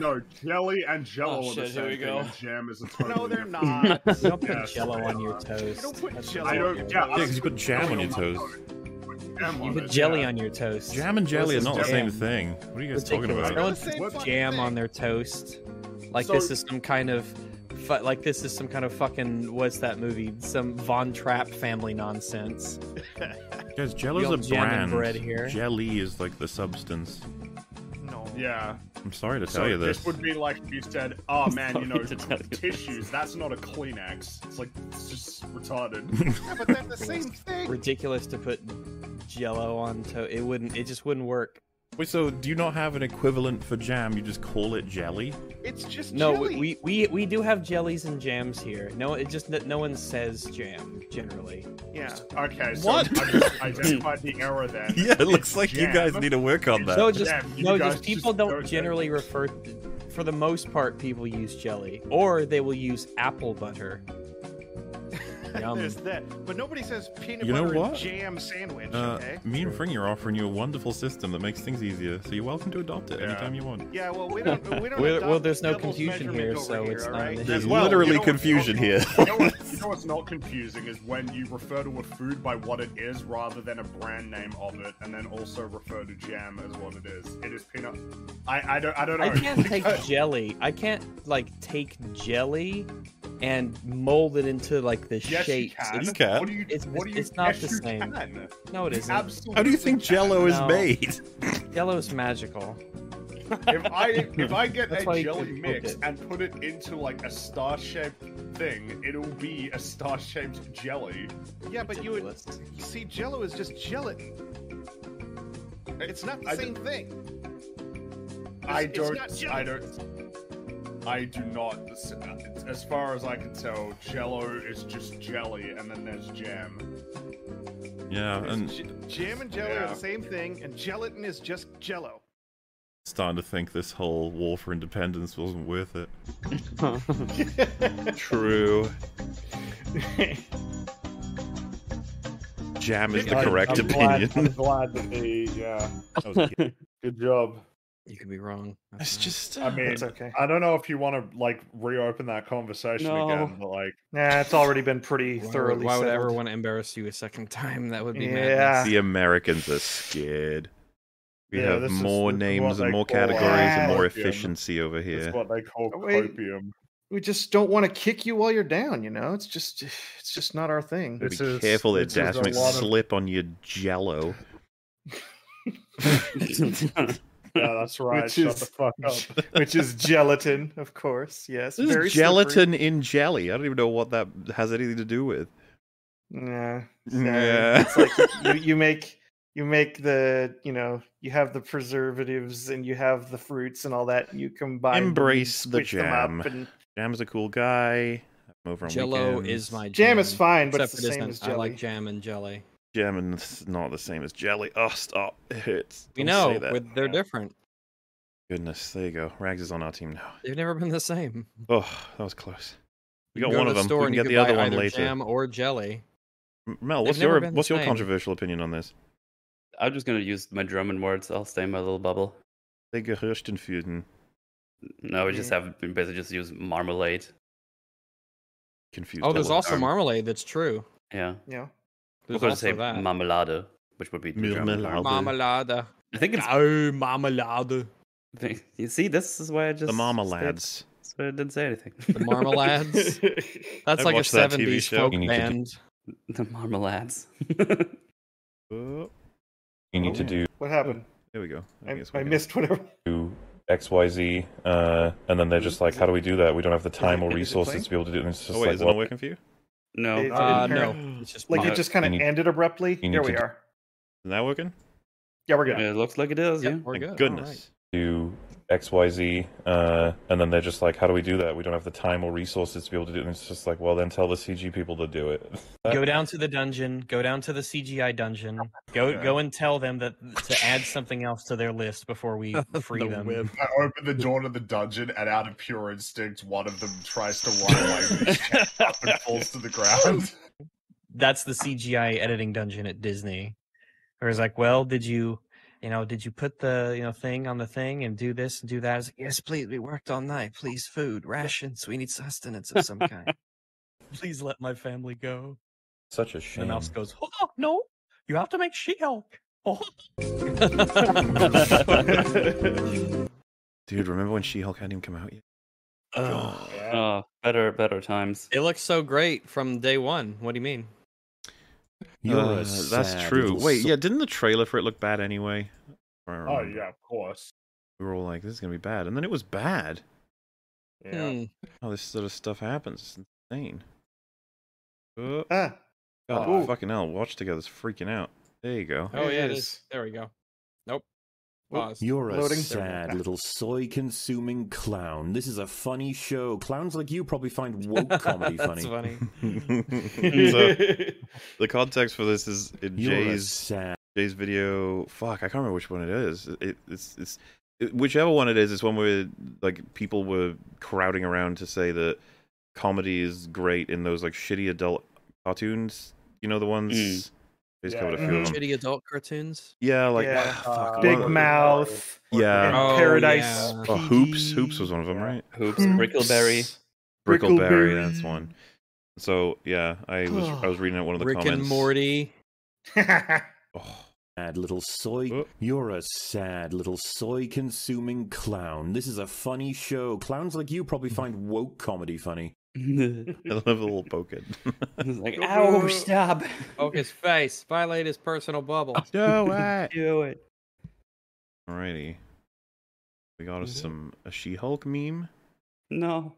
[SPEAKER 5] No, jelly and jello are the
[SPEAKER 4] shit,
[SPEAKER 5] same
[SPEAKER 4] here we
[SPEAKER 5] thing.
[SPEAKER 4] go.
[SPEAKER 5] and jam is a totally
[SPEAKER 3] No, they're
[SPEAKER 5] different
[SPEAKER 3] not.
[SPEAKER 2] You don't put
[SPEAKER 5] Yes,
[SPEAKER 2] jello
[SPEAKER 5] they
[SPEAKER 2] on your
[SPEAKER 5] are.
[SPEAKER 2] toast.
[SPEAKER 3] don't put
[SPEAKER 2] That's
[SPEAKER 3] Jell-O
[SPEAKER 5] I
[SPEAKER 2] weird.
[SPEAKER 5] don't. Yeah,
[SPEAKER 8] Yeah, because you put jam on your toast.
[SPEAKER 5] Jam
[SPEAKER 2] You
[SPEAKER 5] on
[SPEAKER 2] put
[SPEAKER 5] it,
[SPEAKER 2] jelly
[SPEAKER 5] yeah.
[SPEAKER 2] on your toast.
[SPEAKER 8] Jam and jelly are
[SPEAKER 2] Versus
[SPEAKER 8] not the same
[SPEAKER 2] jam.
[SPEAKER 8] thing. What are you guys talking
[SPEAKER 2] Ridiculous.
[SPEAKER 8] about?
[SPEAKER 2] Everyone
[SPEAKER 3] Same
[SPEAKER 2] puts
[SPEAKER 3] fucking
[SPEAKER 2] jam on
[SPEAKER 3] thing.
[SPEAKER 2] their toast. Like
[SPEAKER 5] So-
[SPEAKER 2] this is some kind of fu- like this is some kind of fucking what's that movie? Some Von Trapp family nonsense.
[SPEAKER 8] Guys, Jello's
[SPEAKER 2] all
[SPEAKER 8] a
[SPEAKER 2] jam
[SPEAKER 8] brand.
[SPEAKER 2] and bread here.
[SPEAKER 1] Jelly is like the substance.
[SPEAKER 3] No.
[SPEAKER 5] Yeah.
[SPEAKER 1] I'm sorry to tell
[SPEAKER 5] So
[SPEAKER 1] you
[SPEAKER 5] this.
[SPEAKER 1] this.
[SPEAKER 5] would be like if you said, "Oh man, you know,
[SPEAKER 4] Sorry to tell you this.
[SPEAKER 5] tissues. That's not a Kleenex. It's like it's just retarded."
[SPEAKER 3] Yeah, but they're the same thing.
[SPEAKER 2] Ridiculous to put Jello on to It wouldn't. It just wouldn't work.
[SPEAKER 8] Wait, so do you not have an equivalent for jam? You just call it jelly?
[SPEAKER 3] It's just
[SPEAKER 2] No,
[SPEAKER 3] jelly.
[SPEAKER 2] we, we we do have jellies and jams here. No, it just that no one says jam generally.
[SPEAKER 3] yeah.
[SPEAKER 5] Okay, so
[SPEAKER 1] What?
[SPEAKER 5] I just identified the error then.
[SPEAKER 1] yeah, it looks
[SPEAKER 5] It's
[SPEAKER 1] like you
[SPEAKER 5] jam.
[SPEAKER 1] guys need to work on that.
[SPEAKER 2] No, just
[SPEAKER 5] jam, you
[SPEAKER 2] no,
[SPEAKER 5] guys
[SPEAKER 2] just people
[SPEAKER 5] just
[SPEAKER 2] don't
[SPEAKER 5] don't say
[SPEAKER 2] generally
[SPEAKER 5] it.
[SPEAKER 2] refer. To, for the most part, people use jelly, or they will use apple butter. Yum.
[SPEAKER 3] There's that. But nobody says peanut
[SPEAKER 1] You know
[SPEAKER 3] butter
[SPEAKER 1] what?
[SPEAKER 3] and jam sandwich,
[SPEAKER 1] Uh,
[SPEAKER 3] okay?
[SPEAKER 1] me and Fring are offering you a wonderful system that makes things easier, so you're welcome to adopt it
[SPEAKER 5] Yeah.
[SPEAKER 1] anytime you want.
[SPEAKER 3] Yeah, well, we don't. We don't
[SPEAKER 2] Well-
[SPEAKER 3] adopt
[SPEAKER 2] well, there's no
[SPEAKER 3] double
[SPEAKER 2] confusion
[SPEAKER 3] measurement
[SPEAKER 2] here,
[SPEAKER 3] over
[SPEAKER 2] so it's
[SPEAKER 3] all
[SPEAKER 2] not an
[SPEAKER 3] right?
[SPEAKER 2] issue.
[SPEAKER 1] There's
[SPEAKER 2] There's
[SPEAKER 5] Well,
[SPEAKER 1] literally
[SPEAKER 5] you know what's
[SPEAKER 1] confusion
[SPEAKER 5] not-
[SPEAKER 1] here.
[SPEAKER 5] You know, what, you know what's not confusing is when you refer to a food by what it is rather than a brand name of it, and then also refer to jam as what it is. It is peanut. I I don't I don't know.
[SPEAKER 2] I can't take jelly. I can't like take jelly and mold it into like the
[SPEAKER 5] Yes, you
[SPEAKER 2] shape.
[SPEAKER 5] can.
[SPEAKER 1] You can.
[SPEAKER 5] What do you?
[SPEAKER 2] It's-
[SPEAKER 5] what do you?
[SPEAKER 2] it's not
[SPEAKER 5] yes,
[SPEAKER 2] the
[SPEAKER 5] you
[SPEAKER 2] same.
[SPEAKER 5] Can.
[SPEAKER 2] No, it
[SPEAKER 5] You
[SPEAKER 2] isn't.
[SPEAKER 5] absolutely
[SPEAKER 1] How do you think
[SPEAKER 5] can.
[SPEAKER 1] Jello is
[SPEAKER 2] No.
[SPEAKER 1] made?
[SPEAKER 2] Jello's magical.
[SPEAKER 5] if I if I get
[SPEAKER 2] That's
[SPEAKER 5] a
[SPEAKER 2] why you
[SPEAKER 5] jelly
[SPEAKER 2] could cook
[SPEAKER 5] mix
[SPEAKER 2] it.
[SPEAKER 5] and put it into like a star shaped thing, it'll be a star shaped jelly.
[SPEAKER 3] Yeah, but you would
[SPEAKER 2] Ridiculous.
[SPEAKER 3] you see, Jello is just gelatin. It's not the
[SPEAKER 5] I
[SPEAKER 3] same thing.
[SPEAKER 5] I
[SPEAKER 3] It's-
[SPEAKER 5] don't.
[SPEAKER 3] It's
[SPEAKER 5] I
[SPEAKER 3] not jelly.
[SPEAKER 5] don't. I do not. uh, As far as I can tell, Jello is just jelly, and then there's jam.
[SPEAKER 1] yeah,
[SPEAKER 3] It's
[SPEAKER 1] and
[SPEAKER 3] j- jam and jelly are
[SPEAKER 5] Yeah.
[SPEAKER 3] the same thing, and gelatin is just Jello.
[SPEAKER 1] starting to think this whole war for independence wasn't worth it. True. Jam is the
[SPEAKER 5] I-
[SPEAKER 1] correct
[SPEAKER 5] I'm glad- I'm
[SPEAKER 1] opinion.
[SPEAKER 5] glad that they. Yeah. Good job.
[SPEAKER 2] You could be wrong.
[SPEAKER 1] It's just. uh,
[SPEAKER 5] I mean,
[SPEAKER 3] It's okay.
[SPEAKER 5] I don't know if you want to like reopen that conversation
[SPEAKER 4] No.
[SPEAKER 5] again, but like,
[SPEAKER 3] Nah, it's already been pretty
[SPEAKER 2] Why would-
[SPEAKER 3] thoroughly.
[SPEAKER 2] Why would I ever
[SPEAKER 3] settled.
[SPEAKER 2] want to embarrass you a second time? That would be
[SPEAKER 3] Yeah.
[SPEAKER 2] madness.
[SPEAKER 1] the Americans are scared. We
[SPEAKER 5] Yeah,
[SPEAKER 1] have
[SPEAKER 5] this is-
[SPEAKER 1] more
[SPEAKER 5] this is what
[SPEAKER 1] names
[SPEAKER 5] they
[SPEAKER 1] and more
[SPEAKER 5] call, uh,
[SPEAKER 1] categories and more
[SPEAKER 5] copium.
[SPEAKER 1] efficiency over here.
[SPEAKER 5] That's what they call
[SPEAKER 3] Oh, Wait.
[SPEAKER 5] copium.
[SPEAKER 3] We just don't want to kick you while you're down. You know, it's just it's just not our thing.
[SPEAKER 5] This
[SPEAKER 1] Be
[SPEAKER 5] is-
[SPEAKER 1] careful there,
[SPEAKER 5] this is
[SPEAKER 1] Dash.
[SPEAKER 5] a
[SPEAKER 1] Might
[SPEAKER 5] lot of-
[SPEAKER 1] slip on your jello.
[SPEAKER 5] Yeah, that's right.
[SPEAKER 3] Which
[SPEAKER 5] Shut
[SPEAKER 3] is-
[SPEAKER 5] the fuck up.
[SPEAKER 3] Which is gelatin, of course. Yes,
[SPEAKER 1] This
[SPEAKER 3] very
[SPEAKER 1] is gelatin in jelly. I don't even know what that has anything to do with.
[SPEAKER 3] slippery. Nah.
[SPEAKER 1] Yeah.
[SPEAKER 3] It's like you, you make you make the you know you have the preservatives and you have the fruits and all that. And you combine them and
[SPEAKER 1] Embrace the
[SPEAKER 3] squish them up
[SPEAKER 1] jam.
[SPEAKER 3] and-
[SPEAKER 1] Jam's a cool guy. I'm over on
[SPEAKER 2] Jello
[SPEAKER 1] weekends.
[SPEAKER 2] is my
[SPEAKER 3] jam is fine, but
[SPEAKER 2] Except
[SPEAKER 3] it's the
[SPEAKER 2] it
[SPEAKER 3] same
[SPEAKER 2] isn't.
[SPEAKER 3] as jelly.
[SPEAKER 2] I like jam and jelly.
[SPEAKER 1] jam and it's not the same as jelly. Oh, stop! It hurts.
[SPEAKER 2] We
[SPEAKER 1] Don't say
[SPEAKER 2] know
[SPEAKER 1] that.
[SPEAKER 2] we're- they're different.
[SPEAKER 1] Goodness, there you go. Rags is on our team now.
[SPEAKER 2] They've never been the same.
[SPEAKER 1] Oh, that was close. We
[SPEAKER 2] You
[SPEAKER 1] got
[SPEAKER 2] can go
[SPEAKER 1] one
[SPEAKER 2] to
[SPEAKER 1] of
[SPEAKER 2] the
[SPEAKER 1] them.
[SPEAKER 2] store
[SPEAKER 1] We
[SPEAKER 2] and
[SPEAKER 1] can
[SPEAKER 2] you
[SPEAKER 1] get the
[SPEAKER 2] buy
[SPEAKER 1] other one
[SPEAKER 2] either
[SPEAKER 1] later.
[SPEAKER 2] Jam or jelly.
[SPEAKER 1] M- Mel, what's
[SPEAKER 2] never
[SPEAKER 1] your
[SPEAKER 2] been the
[SPEAKER 1] what's your
[SPEAKER 2] same.
[SPEAKER 1] controversial opinion on this?
[SPEAKER 4] I'm just gonna use my German words. I'll stay in my little bubble.
[SPEAKER 1] They Gehirschtenfüden.
[SPEAKER 4] No, we just have we basically just use marmalade.
[SPEAKER 1] Confused.
[SPEAKER 2] Oh, there's
[SPEAKER 1] Hello.
[SPEAKER 2] also
[SPEAKER 4] term.
[SPEAKER 2] marmalade. That's true.
[SPEAKER 4] Yeah,
[SPEAKER 3] you know,
[SPEAKER 4] we're
[SPEAKER 2] There's
[SPEAKER 4] gonna
[SPEAKER 2] also
[SPEAKER 4] say
[SPEAKER 2] that.
[SPEAKER 4] marmalade, which would be the German. word.
[SPEAKER 1] Marmalade.
[SPEAKER 2] Marmalade.
[SPEAKER 4] I think it's.
[SPEAKER 2] Oh, marmalade.
[SPEAKER 4] think- You see, this is why I just
[SPEAKER 1] the
[SPEAKER 4] mama
[SPEAKER 1] Marmalades.
[SPEAKER 4] That's why I didn't say anything.
[SPEAKER 2] The marmalades. That's
[SPEAKER 1] I'd
[SPEAKER 2] like a
[SPEAKER 1] watch that TV
[SPEAKER 2] 70s
[SPEAKER 1] show.
[SPEAKER 2] folk
[SPEAKER 1] You need to do-
[SPEAKER 2] band.
[SPEAKER 4] the marmalades.
[SPEAKER 1] Oh, you need
[SPEAKER 5] Oh.
[SPEAKER 1] to do.
[SPEAKER 3] what happened?
[SPEAKER 1] There we go.
[SPEAKER 3] I,
[SPEAKER 1] guess we
[SPEAKER 3] I
[SPEAKER 1] can
[SPEAKER 3] missed whatever.
[SPEAKER 1] Do X Y Z, uh, and then they're just like, "How do we do that? We don't have the time
[SPEAKER 3] it-
[SPEAKER 1] or
[SPEAKER 3] is it
[SPEAKER 1] resources
[SPEAKER 3] playing?
[SPEAKER 1] to be able to do it." And it's just
[SPEAKER 8] Oh, wait,
[SPEAKER 1] like,
[SPEAKER 8] is it
[SPEAKER 1] well,
[SPEAKER 8] not working for you?
[SPEAKER 4] no,
[SPEAKER 3] It- it
[SPEAKER 2] Uh,
[SPEAKER 3] didn't
[SPEAKER 2] no,
[SPEAKER 3] pair.
[SPEAKER 2] it's just
[SPEAKER 3] Like
[SPEAKER 4] Mar-
[SPEAKER 3] it just kind
[SPEAKER 1] you
[SPEAKER 3] of
[SPEAKER 1] need-
[SPEAKER 3] ended abruptly.
[SPEAKER 1] you need
[SPEAKER 3] There we
[SPEAKER 1] to do-
[SPEAKER 3] are.
[SPEAKER 8] Is that working?
[SPEAKER 3] Yeah, we're good.
[SPEAKER 4] it looks like it is.
[SPEAKER 2] Yep,
[SPEAKER 4] Yeah.
[SPEAKER 2] we're
[SPEAKER 1] Thank
[SPEAKER 2] good. all right.
[SPEAKER 1] goodness. Do X Y Z, uh, and then they're just like, "How do we do that? We don't have the time or resources to be able to do it." And it's just like, "Well, then tell the CG people to do it."
[SPEAKER 2] Go down to the dungeon. Go down to the CGI dungeon. Go
[SPEAKER 5] Yeah.
[SPEAKER 2] go and tell them that to add something else to their list before we free them.
[SPEAKER 5] I open the door to the dungeon, and out of pure instinct, one of them tries to run away with his chest up and falls to the ground.
[SPEAKER 2] That's the CGI editing dungeon at Disney. Where it's like, well, did you, you know, did you put the you know thing on the thing and do this and do that? It's like, yes, please. We worked all night. Please, food, rations. We need sustenance of some kind. please let my family go.
[SPEAKER 1] Such a
[SPEAKER 2] And
[SPEAKER 1] shame.
[SPEAKER 2] the mouse goes, oh no, you have to make she help. Oh.
[SPEAKER 1] Dude, remember when She-Hulk hadn't even come out yet?
[SPEAKER 2] Ugh.
[SPEAKER 4] Oh, Better, better times.
[SPEAKER 2] It looks so great from day one. What do you mean?
[SPEAKER 8] You're
[SPEAKER 1] Uh,
[SPEAKER 8] a
[SPEAKER 1] that's
[SPEAKER 8] sad
[SPEAKER 1] true.
[SPEAKER 8] little
[SPEAKER 1] Wait,
[SPEAKER 8] so-
[SPEAKER 1] yeah, didn't the trailer for it look bad anyway? I
[SPEAKER 5] Oh
[SPEAKER 1] remember.
[SPEAKER 5] yeah, of course.
[SPEAKER 1] We were all like, this is gonna be bad, and then it was bad.
[SPEAKER 5] Yeah.
[SPEAKER 2] Hmm.
[SPEAKER 1] Oh, this sort of stuff happens. It's insane. Oh,
[SPEAKER 3] Ah,
[SPEAKER 1] God,
[SPEAKER 5] Oh.
[SPEAKER 1] fucking hell! Watch together's freaking out. There you go.
[SPEAKER 2] Oh
[SPEAKER 3] It
[SPEAKER 2] yeah, it
[SPEAKER 3] is.
[SPEAKER 2] is. There we go. Nope.
[SPEAKER 3] Oh,
[SPEAKER 2] Pause.
[SPEAKER 8] You're a
[SPEAKER 3] Loading.
[SPEAKER 8] sad little soy consuming clown. This is a funny show. Clowns like you probably find woke comedy
[SPEAKER 2] That's
[SPEAKER 8] funny.
[SPEAKER 2] funny.
[SPEAKER 1] so the context for this is in
[SPEAKER 8] You're a
[SPEAKER 1] Jay's
[SPEAKER 8] sad.
[SPEAKER 1] Jay's video. Fuck, I can't remember which one it is. It, it's it's it- whichever one it is. It's one where like people were crowding around to say that comedy is great in those like shitty adult cartoons. You know the ones.
[SPEAKER 4] Mm.
[SPEAKER 2] Hmm.
[SPEAKER 1] Jay's
[SPEAKER 5] Yeah.
[SPEAKER 1] covered
[SPEAKER 2] Mm-hmm.
[SPEAKER 1] a few of them.
[SPEAKER 2] Shitty adult cartoons.
[SPEAKER 1] Mm-hmm. Yeah, like ah,
[SPEAKER 3] Yeah.
[SPEAKER 1] fuck,
[SPEAKER 5] Uh,
[SPEAKER 1] one
[SPEAKER 3] Big
[SPEAKER 1] of the-
[SPEAKER 3] Mouth.
[SPEAKER 1] Yeah.
[SPEAKER 3] and
[SPEAKER 2] Oh,
[SPEAKER 3] Paradise.
[SPEAKER 2] yeah.
[SPEAKER 1] Oh, hoops, hoops was one of them,
[SPEAKER 5] Yeah.
[SPEAKER 1] right?
[SPEAKER 4] Hoops, Brickleberry.
[SPEAKER 1] Brickleberry, that's one. So yeah, I was I was reading out one of the
[SPEAKER 2] Rick
[SPEAKER 1] comments.
[SPEAKER 2] and Morty.
[SPEAKER 1] Oh,
[SPEAKER 8] Sad little soy.
[SPEAKER 1] Oh.
[SPEAKER 8] You're a sad little soy consuming clown. This is a funny show. Clowns like you probably find woke comedy funny.
[SPEAKER 4] it's
[SPEAKER 1] I love a little pokin.
[SPEAKER 4] like, ow, stop.
[SPEAKER 2] Poke his face. Violate his personal bubble.
[SPEAKER 1] no way.
[SPEAKER 4] Do it.
[SPEAKER 1] Alrighty, we got us some a She-Hulk meme.
[SPEAKER 4] No.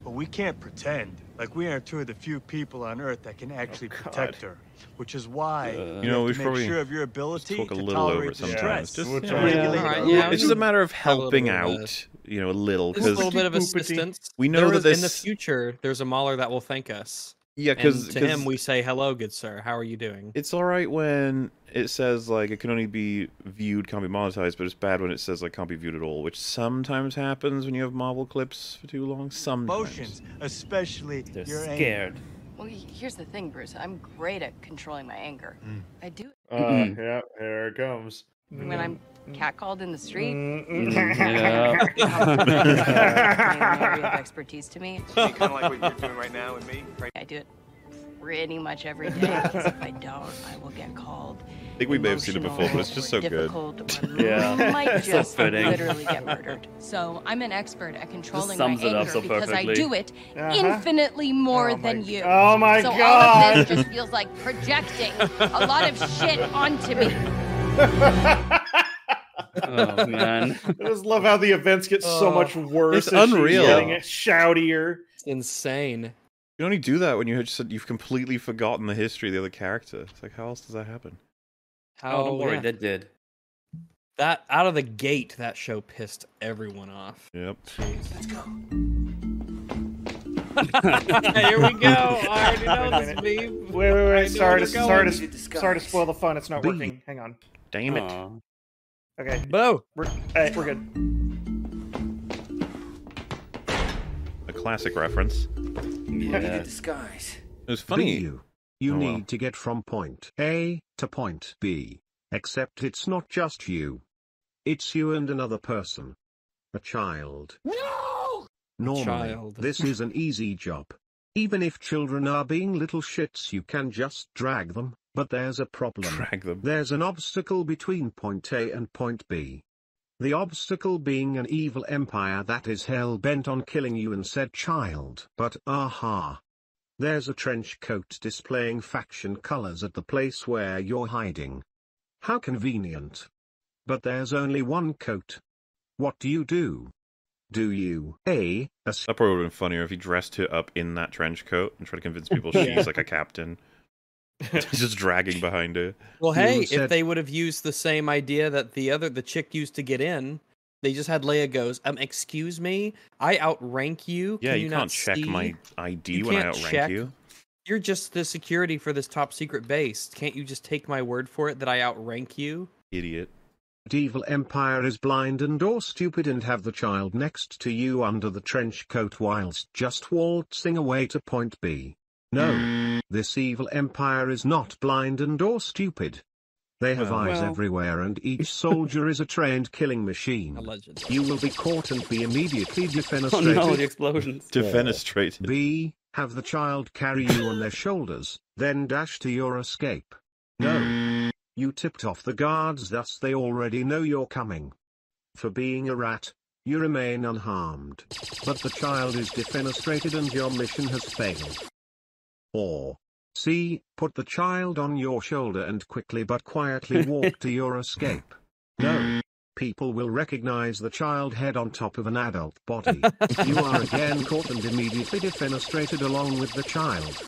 [SPEAKER 9] But we can't pretend like we aren't two of the few people on Earth that can actually
[SPEAKER 4] Oh,
[SPEAKER 9] protect her, which is why
[SPEAKER 4] Uh,
[SPEAKER 1] You know,
[SPEAKER 9] you have to
[SPEAKER 1] we should
[SPEAKER 9] make
[SPEAKER 1] probably
[SPEAKER 9] sure of your ability
[SPEAKER 1] talk a
[SPEAKER 9] to
[SPEAKER 1] little over
[SPEAKER 9] tolerate
[SPEAKER 1] it
[SPEAKER 9] the
[SPEAKER 1] sometimes.
[SPEAKER 9] stress.
[SPEAKER 1] Just
[SPEAKER 5] We're
[SPEAKER 1] you
[SPEAKER 5] trying to-
[SPEAKER 1] know,
[SPEAKER 4] Yeah,
[SPEAKER 1] regulate
[SPEAKER 2] alright,
[SPEAKER 1] it.
[SPEAKER 2] yeah,
[SPEAKER 1] it's
[SPEAKER 2] we
[SPEAKER 1] just a
[SPEAKER 2] can
[SPEAKER 1] matter of
[SPEAKER 2] have a little
[SPEAKER 1] helping
[SPEAKER 2] bit of
[SPEAKER 1] out,
[SPEAKER 2] this.
[SPEAKER 1] you know, a little
[SPEAKER 2] Just a
[SPEAKER 1] because
[SPEAKER 2] little bit of
[SPEAKER 3] Oopity-poopity.
[SPEAKER 2] assistance.
[SPEAKER 1] we know
[SPEAKER 2] There
[SPEAKER 1] that
[SPEAKER 2] is- in the
[SPEAKER 1] this-
[SPEAKER 2] future, there's a Mahler that will thank us.
[SPEAKER 1] yeah, because
[SPEAKER 2] Because to him, we say, "Hello, good sir. How are you doing?"
[SPEAKER 1] It's all right when it says like it can only be viewed, can't be monetized, but it's bad when it says like can't be viewed at all, which sometimes happens when you have Marvel clips for too long. Sometimes.
[SPEAKER 9] Emotions, especially
[SPEAKER 4] They're
[SPEAKER 9] your anger.
[SPEAKER 4] scared.
[SPEAKER 7] Well, y- here's the thing, Bruce. I'm great at controlling my anger.
[SPEAKER 9] Mm.
[SPEAKER 7] I do it
[SPEAKER 5] Uh,
[SPEAKER 4] Mm-mm.
[SPEAKER 5] yeah, here it comes.
[SPEAKER 7] when I'm catcalled in the street.
[SPEAKER 4] Mm,
[SPEAKER 3] Mm.
[SPEAKER 4] yeah.
[SPEAKER 7] my own area of expertise to me.
[SPEAKER 9] kind of like what you're doing right now with me.
[SPEAKER 7] I do it pretty much every day. 'cause if I don't, I will get called.
[SPEAKER 1] I think we may have seen it before, but it's just so good.
[SPEAKER 7] good.
[SPEAKER 4] Yeah.
[SPEAKER 7] I might
[SPEAKER 4] It's so
[SPEAKER 7] just
[SPEAKER 4] fitting.
[SPEAKER 7] literally get murdered. So I'm an expert at controlling my
[SPEAKER 4] sums it
[SPEAKER 7] anger
[SPEAKER 4] up so
[SPEAKER 7] because
[SPEAKER 4] perfectly.
[SPEAKER 7] I do it
[SPEAKER 3] Uh-huh.
[SPEAKER 7] infinitely more
[SPEAKER 3] Oh my
[SPEAKER 7] than
[SPEAKER 3] g-
[SPEAKER 7] you.
[SPEAKER 3] Oh my
[SPEAKER 7] so all
[SPEAKER 3] god!
[SPEAKER 7] of this just feels like projecting a lot of shit onto me.
[SPEAKER 4] Oh, man.
[SPEAKER 3] I just love how the events get so
[SPEAKER 2] Oh,
[SPEAKER 3] much worse.
[SPEAKER 1] it's
[SPEAKER 3] as she's
[SPEAKER 1] unreal.
[SPEAKER 3] Getting it shoutier.
[SPEAKER 2] It's insane.
[SPEAKER 1] You only do that when you had just you've completely forgotten the history of the other character. It's like how else does that happen?
[SPEAKER 4] Oh,
[SPEAKER 2] How
[SPEAKER 4] don't worry,
[SPEAKER 2] yeah.
[SPEAKER 4] that did.
[SPEAKER 2] that out of the gate, that show pissed everyone off.
[SPEAKER 1] Yep.
[SPEAKER 2] Here we go. Oh, I already know
[SPEAKER 3] Wait a
[SPEAKER 2] this meme.
[SPEAKER 3] Wait, wait,
[SPEAKER 2] I
[SPEAKER 3] wait.
[SPEAKER 2] know where
[SPEAKER 3] Sorry to,
[SPEAKER 2] you're
[SPEAKER 3] sorry,
[SPEAKER 2] going.
[SPEAKER 3] to, sorry to spoil the fun. It's not working. Hang on.
[SPEAKER 1] Damn it.
[SPEAKER 4] Aw.
[SPEAKER 3] Okay.
[SPEAKER 2] Bo.
[SPEAKER 3] We're, hey, we're good.
[SPEAKER 1] A classic reference.
[SPEAKER 4] Yeah.
[SPEAKER 1] It was funny.
[SPEAKER 10] Be you. You
[SPEAKER 1] Oh, well.
[SPEAKER 10] need to get from point A to point B. Except it's not just you. It's you and another person. A child. No! Normally,
[SPEAKER 2] Child.
[SPEAKER 10] this is an easy job. Even if children are being little shits, you can just drag them, but there's a problem.
[SPEAKER 1] Drag them.
[SPEAKER 10] There's an obstacle between point A and point B. The obstacle being an evil empire that is hell bent on killing you and said child. But aha! There's a trench coat displaying faction colors at the place where you're hiding. How convenient. But there's only one coat. What do you do? Do you A. Ass-
[SPEAKER 1] That probably would have been funnier if he dressed her up in that trench coat and tried to convince people
[SPEAKER 3] Yeah.
[SPEAKER 1] she's like a captain. just dragging behind her.
[SPEAKER 2] Well,
[SPEAKER 10] You
[SPEAKER 2] hey, if
[SPEAKER 10] said-
[SPEAKER 2] they would have used the same idea that the other the chick used to get in, they just had Leia goes, um, excuse me, I outrank you.
[SPEAKER 1] Yeah,
[SPEAKER 2] Can
[SPEAKER 1] you,
[SPEAKER 2] you
[SPEAKER 1] can't
[SPEAKER 2] not
[SPEAKER 1] check
[SPEAKER 2] see?
[SPEAKER 1] my ID
[SPEAKER 2] You
[SPEAKER 1] when I
[SPEAKER 2] can't
[SPEAKER 1] outrank
[SPEAKER 2] check.
[SPEAKER 1] you.
[SPEAKER 2] You're just the security for this top secret base. Can't you just take my word for it that I outrank you?
[SPEAKER 1] Idiot.
[SPEAKER 10] The evil empire is blind and or stupid and have the child next to you under the trench coat whilst just waltzing away to point B. No, this evil empire is not blind and or stupid. They have
[SPEAKER 1] Well.
[SPEAKER 10] eyes
[SPEAKER 2] Well.
[SPEAKER 10] everywhere and each soldier is a trained killing machine.
[SPEAKER 2] Allegedly.
[SPEAKER 10] You will be caught and be immediately
[SPEAKER 4] Oh, no, the
[SPEAKER 10] defenestrated.
[SPEAKER 4] explosions.
[SPEAKER 1] Defenestrated.
[SPEAKER 10] B. Have the child carry you on their shoulders, then dash to your escape. No. You tipped off the guards thus they already know you're coming. For being a rat, You remain unharmed. But the child is defenestrated and your mission has failed. Or. C. Put the child on your shoulder and quickly but quietly walk to your escape. No. People will recognize the child head on top of an adult body. you are again caught and immediately defenestrated along with the child.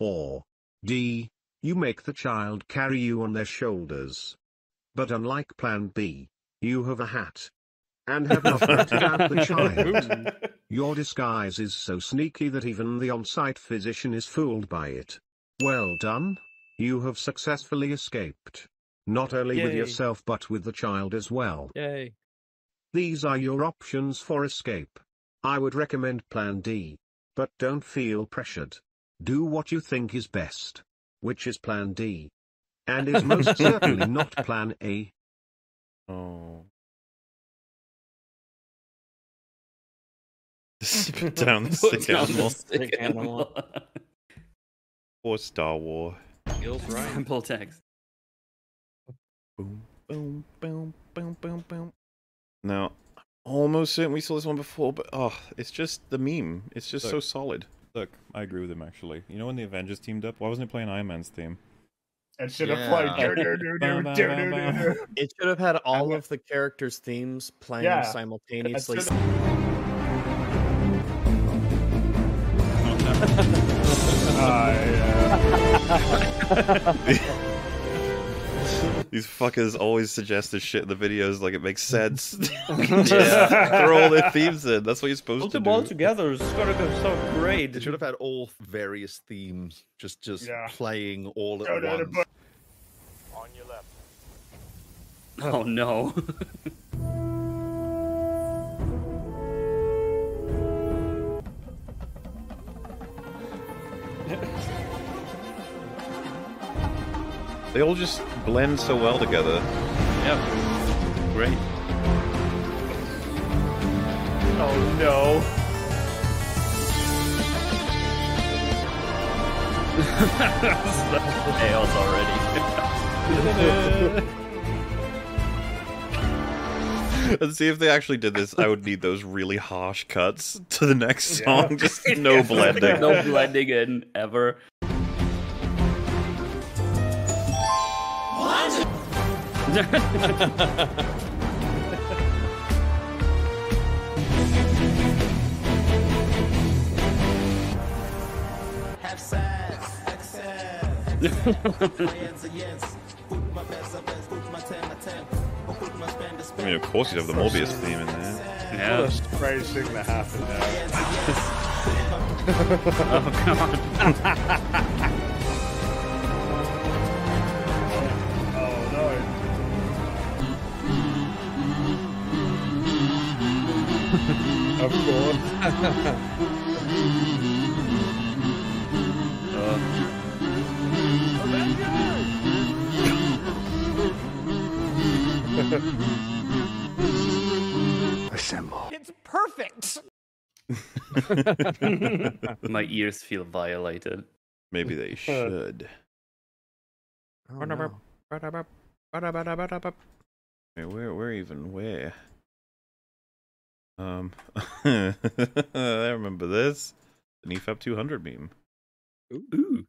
[SPEAKER 10] Or. D. You make the child carry you on their shoulders. But unlike Plan B, you have a hat. And have not ratted out the child. Your disguise is so sneaky that even the on site physician is fooled by it. Well done. You have successfully escaped. Not only with
[SPEAKER 2] Yay.
[SPEAKER 10] yourself but with the child as well.
[SPEAKER 2] Yay.
[SPEAKER 10] These are your options for escape. I would recommend Plan D. But don't feel pressured. Do what you think is best, which is Plan D. And is most certainly not Plan A.
[SPEAKER 1] Oh. Spit down the
[SPEAKER 4] Put
[SPEAKER 1] sick
[SPEAKER 4] down the
[SPEAKER 1] animal.
[SPEAKER 4] sick
[SPEAKER 2] Sick animal.
[SPEAKER 4] animal.
[SPEAKER 1] Or Star War.
[SPEAKER 2] Feels right.
[SPEAKER 4] Simple text.
[SPEAKER 1] Boom, boom, boom, boom, boom, boom. Now, I'm almost certain we saw this one before, but oh, it's just the meme. It's just so
[SPEAKER 8] Look.
[SPEAKER 1] solid.
[SPEAKER 8] Look, I agree with him actually. You know when the Avengers teamed up, why wasn't it playing Iron Man's theme?
[SPEAKER 5] It should have played.
[SPEAKER 2] Yeah.
[SPEAKER 5] "Do-do-do-do, do-do-do-do."
[SPEAKER 2] It should have had all
[SPEAKER 5] And-
[SPEAKER 2] of the characters' themes playing
[SPEAKER 5] Yeah.
[SPEAKER 2] simultaneously.
[SPEAKER 5] That's Ah, yeah.
[SPEAKER 1] These fuckers always suggest this shit in the videos, like it makes sense.
[SPEAKER 5] Yeah.
[SPEAKER 1] Throw all their themes in. That's what you're supposed
[SPEAKER 11] Put
[SPEAKER 1] to
[SPEAKER 11] them
[SPEAKER 1] do.
[SPEAKER 11] all together. It's gonna go so great.
[SPEAKER 12] It should have had all various themes, just just
[SPEAKER 5] Yeah.
[SPEAKER 12] playing all at
[SPEAKER 5] Don't know the
[SPEAKER 12] once.
[SPEAKER 5] book.
[SPEAKER 9] On your left.
[SPEAKER 4] Oh no.
[SPEAKER 1] They all just blend so well together.
[SPEAKER 4] yep. Great.
[SPEAKER 5] Oh no.
[SPEAKER 4] Chaos already.
[SPEAKER 1] And see if they actually did this, I would need those really harsh cuts to the next song.
[SPEAKER 5] Yeah.
[SPEAKER 1] Just no blending.
[SPEAKER 4] no blending in ever.
[SPEAKER 1] I mean, of course you'd have the Morbius theme in there.
[SPEAKER 4] Yeah.
[SPEAKER 5] What a strange thing that happened there.
[SPEAKER 4] Oh come on.
[SPEAKER 5] Oh no. of course.
[SPEAKER 4] My ears feel violated.
[SPEAKER 1] Maybe they should.
[SPEAKER 2] Oh, no.
[SPEAKER 1] Wait, where, where even where? Um, I remember this. The NEFAP 200 meme.
[SPEAKER 4] Ooh.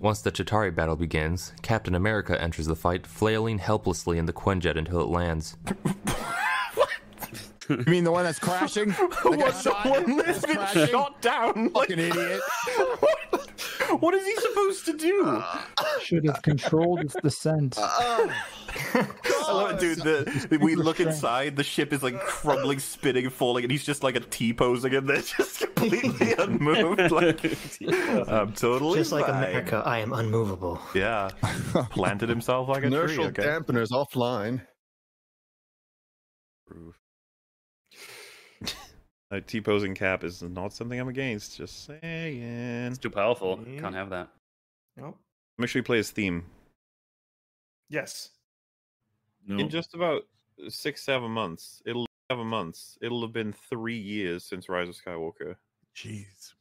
[SPEAKER 13] Once the Chitari battle begins, Captain America enters the fight, flailing helplessly in the Quinjet until it lands.
[SPEAKER 11] You mean the one that's crashing? What the one that's been shot down? Fucking idiot.
[SPEAKER 8] What is he supposed to do?
[SPEAKER 14] Should have controlled its descent.
[SPEAKER 8] I love it, dude. The, the- we look inside, the ship is like crumbling, spinning, falling, and he's just like a T posing in there, just completely unmoved. Like, I'm totally
[SPEAKER 15] Just like
[SPEAKER 8] fine.
[SPEAKER 15] America, I am unmovable.
[SPEAKER 8] Yeah, planted himself like a
[SPEAKER 12] Inertial
[SPEAKER 8] tree. Okay.
[SPEAKER 12] dampeners offline.
[SPEAKER 1] Proof. A T posing cap is not something I'm against. Just saying.
[SPEAKER 4] It's too powerful. Can't have that.
[SPEAKER 3] Nope.
[SPEAKER 1] Make sure you play his theme.
[SPEAKER 3] Yes.
[SPEAKER 1] In just about six, seven months, it'll seven months. It'll have been three years since Rise of Skywalker.
[SPEAKER 11] Jeez.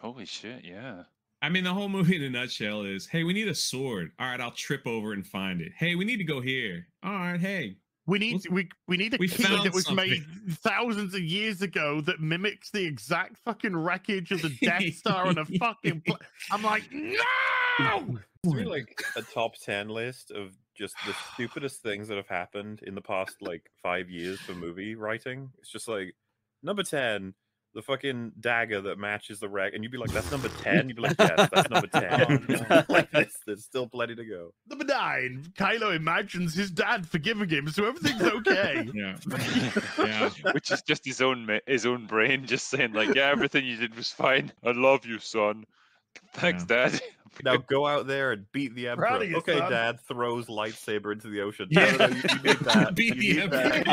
[SPEAKER 16] Holy shit, yeah.
[SPEAKER 17] I mean, the whole movie in a nutshell is hey, we need a sword. All right, I'll trip over and find it. Hey, we need to go here. All right, hey,
[SPEAKER 5] We need we we need a
[SPEAKER 18] We
[SPEAKER 5] key
[SPEAKER 18] found
[SPEAKER 5] that was
[SPEAKER 18] something.
[SPEAKER 5] made thousands of years ago that mimics the exact fucking wreckage of the Death Star on a fucking. Pla- I'm like, no.
[SPEAKER 1] Is there, like a top ten list of just the stupidest things that have happened in the past like five years for movie writing? It's just like number ten, the fucking dagger that matches the wreck, and you'd be like, "That's number 10? You'd be like, "Yes, that's number ten. like this, there's still plenty to go.
[SPEAKER 5] Number nine, Kylo imagines his dad forgiving him, so everything's okay.
[SPEAKER 19] Yeah. yeah, which is just his own ma- his own brain just saying like, yeah, everything you did was fine. I love you, son. Thanks, Dad.
[SPEAKER 1] Now go out there and beat the emperor.
[SPEAKER 19] Proud of you,
[SPEAKER 1] okay,
[SPEAKER 19] son.
[SPEAKER 1] Dad throws lightsaber into the ocean.
[SPEAKER 19] Yeah.
[SPEAKER 1] No, no, you, you need that.
[SPEAKER 19] Beat
[SPEAKER 1] you
[SPEAKER 19] the
[SPEAKER 1] need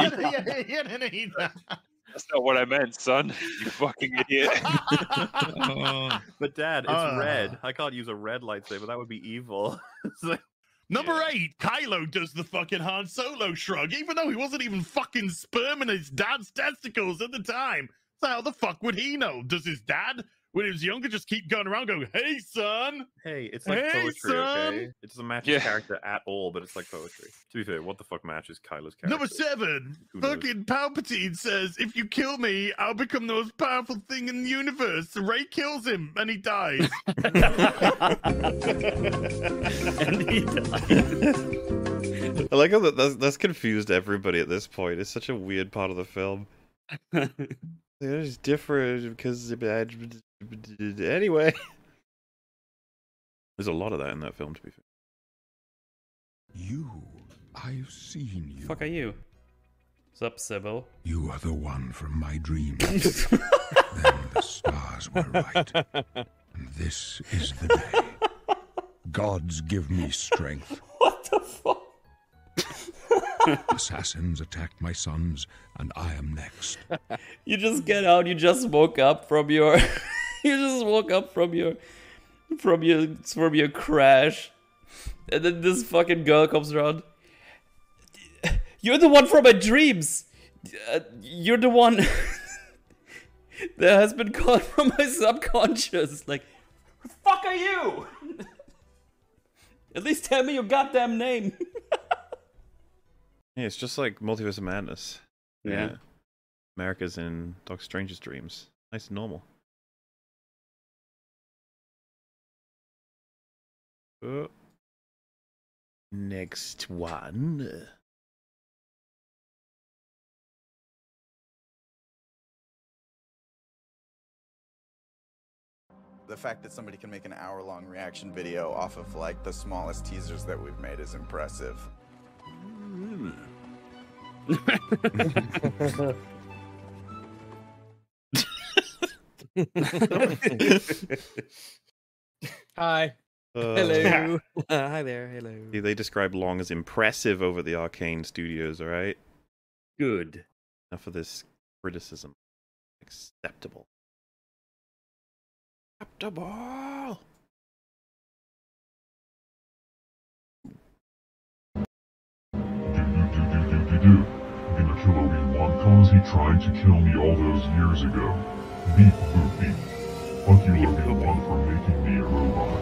[SPEAKER 19] emperor.
[SPEAKER 1] that.
[SPEAKER 19] That's not what I meant, son. You fucking idiot.
[SPEAKER 1] but Dad, it's
[SPEAKER 19] Ah.
[SPEAKER 5] Uh.
[SPEAKER 1] red. I can't use a red lightsaber. That would be evil. It's like,
[SPEAKER 5] Number eight, Kylo does the fucking Han Solo shrug, even though he wasn't even fucking sperming his dad's testicles at the time. So how the fuck would he know? Does his dad, when he was younger, just keep going around going, "Hey, son"?
[SPEAKER 1] Hey, it's like
[SPEAKER 5] Hey,
[SPEAKER 1] poetry,
[SPEAKER 5] son!
[SPEAKER 1] okay? It doesn't match
[SPEAKER 5] Yeah.
[SPEAKER 1] his character at all, but it's like poetry. To be fair, what the fuck matches Kylo's character?
[SPEAKER 5] Number seven,
[SPEAKER 1] Who knows?
[SPEAKER 5] fucking Palpatine says, "If you kill me, I'll become the most powerful thing in the universe." So Ray kills him, and he dies. and he dies.
[SPEAKER 20] I like how that that's, that's confused everybody at this point. It's such a weird part of the film. It's different because anyway. There's a lot of that in that film, to be fair.
[SPEAKER 4] You, I've seen you. Fuck are you? What's up, Sybil?
[SPEAKER 21] You are the one from my dreams. then the stars were right. And this is the day. Gods give me strength. What the fuck? Assassins attacked my sons, and I am next.
[SPEAKER 4] You just get out. You just woke up from your. you just woke up from your, from your from your crash, and then this fucking girl comes around. You're the one from my dreams. Uh, you're the one that has been called from my subconscious. Like, fuck are you? At least tell me your goddamn name.
[SPEAKER 20] Yeah, it's just like Multiverse of Madness.
[SPEAKER 4] Yeah.
[SPEAKER 20] America's in Doctor Strange's dreams. Nice and normal. Uh, next one.
[SPEAKER 22] the fact that somebody can make an hour long reaction video off of like the smallest teasers that we've made is impressive.
[SPEAKER 2] Hi.
[SPEAKER 20] Uh,
[SPEAKER 2] Hello. Uh, hi there. Hello.
[SPEAKER 20] See, they describe long as impressive over the Arcane Studios, all right? Good. Enough of this criticism. Acceptable. Acceptable.
[SPEAKER 7] I'm gonna kill Obi-Wan cause he tried to kill me all those years ago. Beep boop beep. Fuck you Obi-Wan for making me a robot.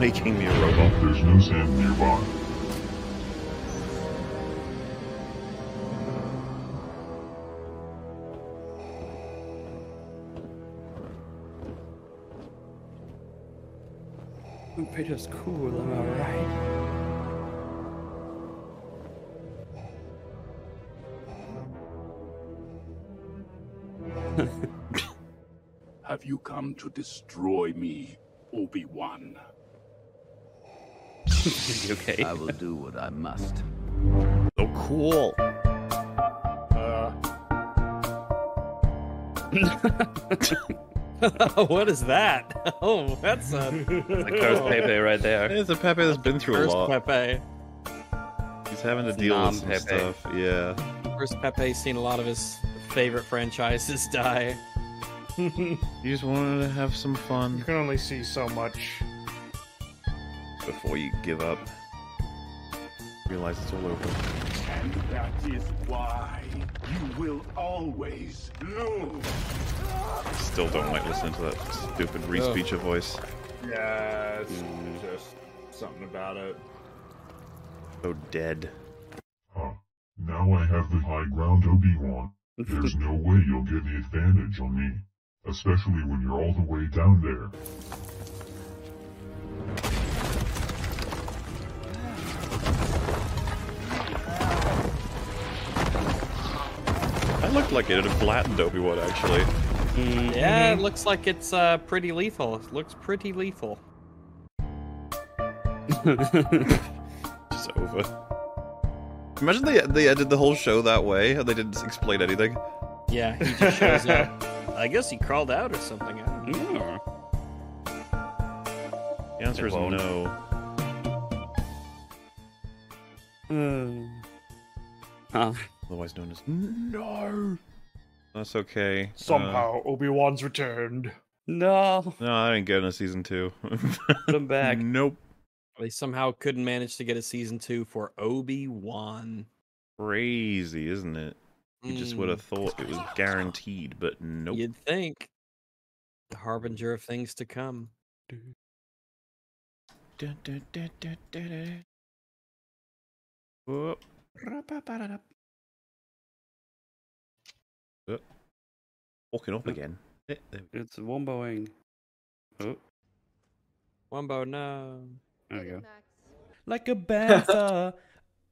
[SPEAKER 20] Making me a robot.
[SPEAKER 7] There's no sand nearby.
[SPEAKER 4] Peter's cool, am I right?
[SPEAKER 23] Have you come to destroy me, Obi-Wan?
[SPEAKER 4] okay?
[SPEAKER 24] I will do what I must.
[SPEAKER 20] So cool.
[SPEAKER 23] Uh,
[SPEAKER 2] what is that? Oh, that's a.
[SPEAKER 4] Like there's Pepe right there.
[SPEAKER 20] It's a Pepe that's been through a
[SPEAKER 2] First
[SPEAKER 20] lot.
[SPEAKER 2] Pepe.
[SPEAKER 20] He's having to
[SPEAKER 2] It's
[SPEAKER 20] deal with some
[SPEAKER 2] non-Pepe.
[SPEAKER 20] stuff. Yeah.
[SPEAKER 2] First Pepe's seen a lot of his favorite franchises die.
[SPEAKER 20] you just wanted to have some fun. You
[SPEAKER 3] can only see so much.
[SPEAKER 1] Uh.
[SPEAKER 20] Before you give up, realize it's all over.
[SPEAKER 23] And that is why you will always lose.
[SPEAKER 20] Still don't like listening to that stupid Reese
[SPEAKER 25] Ugh.
[SPEAKER 20] Beecher voice.
[SPEAKER 25] Yeah, it's just something about it.
[SPEAKER 20] So dead.
[SPEAKER 26] Now I have the high ground, Obi-Wan. There's no way you'll get the advantage on me. Especially when you're all the way down there.
[SPEAKER 27] That looked like it had flattened Obi Wan, actually. Mm-hmm.
[SPEAKER 2] Yeah, it looks like it's uh, pretty lethal. It looks pretty lethal.
[SPEAKER 27] Just over. Imagine they they edited the whole show that way and they didn't explain anything.
[SPEAKER 2] Yeah, he just shows up. I guess he crawled out or something. I don't know.
[SPEAKER 1] The answer is
[SPEAKER 27] won't.
[SPEAKER 1] no. Otherwise known as "Mm,
[SPEAKER 3] No.
[SPEAKER 1] That's okay. Uh,
[SPEAKER 3] Somehow Obi Wan's returned.
[SPEAKER 2] Oh.
[SPEAKER 4] No.
[SPEAKER 1] no, I ain't getting a season two.
[SPEAKER 4] Put him back.
[SPEAKER 1] Nope.
[SPEAKER 2] They somehow couldn't manage to get a season two for Obi Wan.
[SPEAKER 1] Crazy, isn't it? You just would have thought it was guaranteed, but nope.
[SPEAKER 2] Hmm. You'd think the harbinger of things to come.
[SPEAKER 1] Whoop. Yep. Walking up again.
[SPEAKER 4] It's Womboing. Oh,
[SPEAKER 2] Wumbo, no.
[SPEAKER 4] there we go.
[SPEAKER 6] Like a bantha.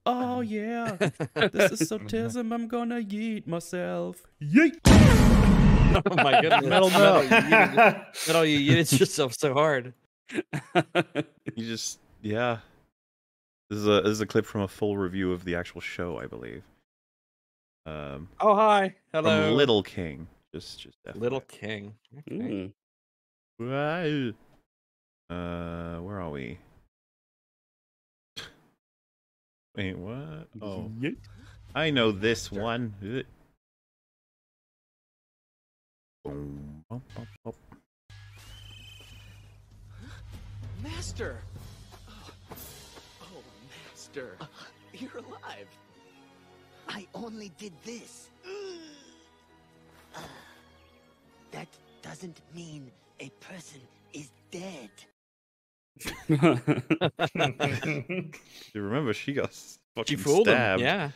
[SPEAKER 6] oh yeah. this is sotism. I'm gonna yeet myself. Yeet.
[SPEAKER 2] Oh my goodness.
[SPEAKER 6] Metal no.
[SPEAKER 2] you yeeted- metal, you yeeted yourself so hard.
[SPEAKER 1] You just yeah. This is a this is a clip from a full review of the actual show, I believe. Um
[SPEAKER 2] Oh hi.
[SPEAKER 1] from
[SPEAKER 2] Hello.
[SPEAKER 1] Little King. Just just
[SPEAKER 2] Little Hmm. King. Okay.
[SPEAKER 4] Hmm.
[SPEAKER 1] FYI. Uh where are we? Wait, what? Oh. I know this one. Ugh. Boom, bum, bum, bum.
[SPEAKER 7] Master! Oh, oh, Master. You're alive. I only did this. that doesn't mean a person is dead.
[SPEAKER 1] You remember she got s- fucking
[SPEAKER 4] fooled him,
[SPEAKER 1] stabbed.
[SPEAKER 4] yeah.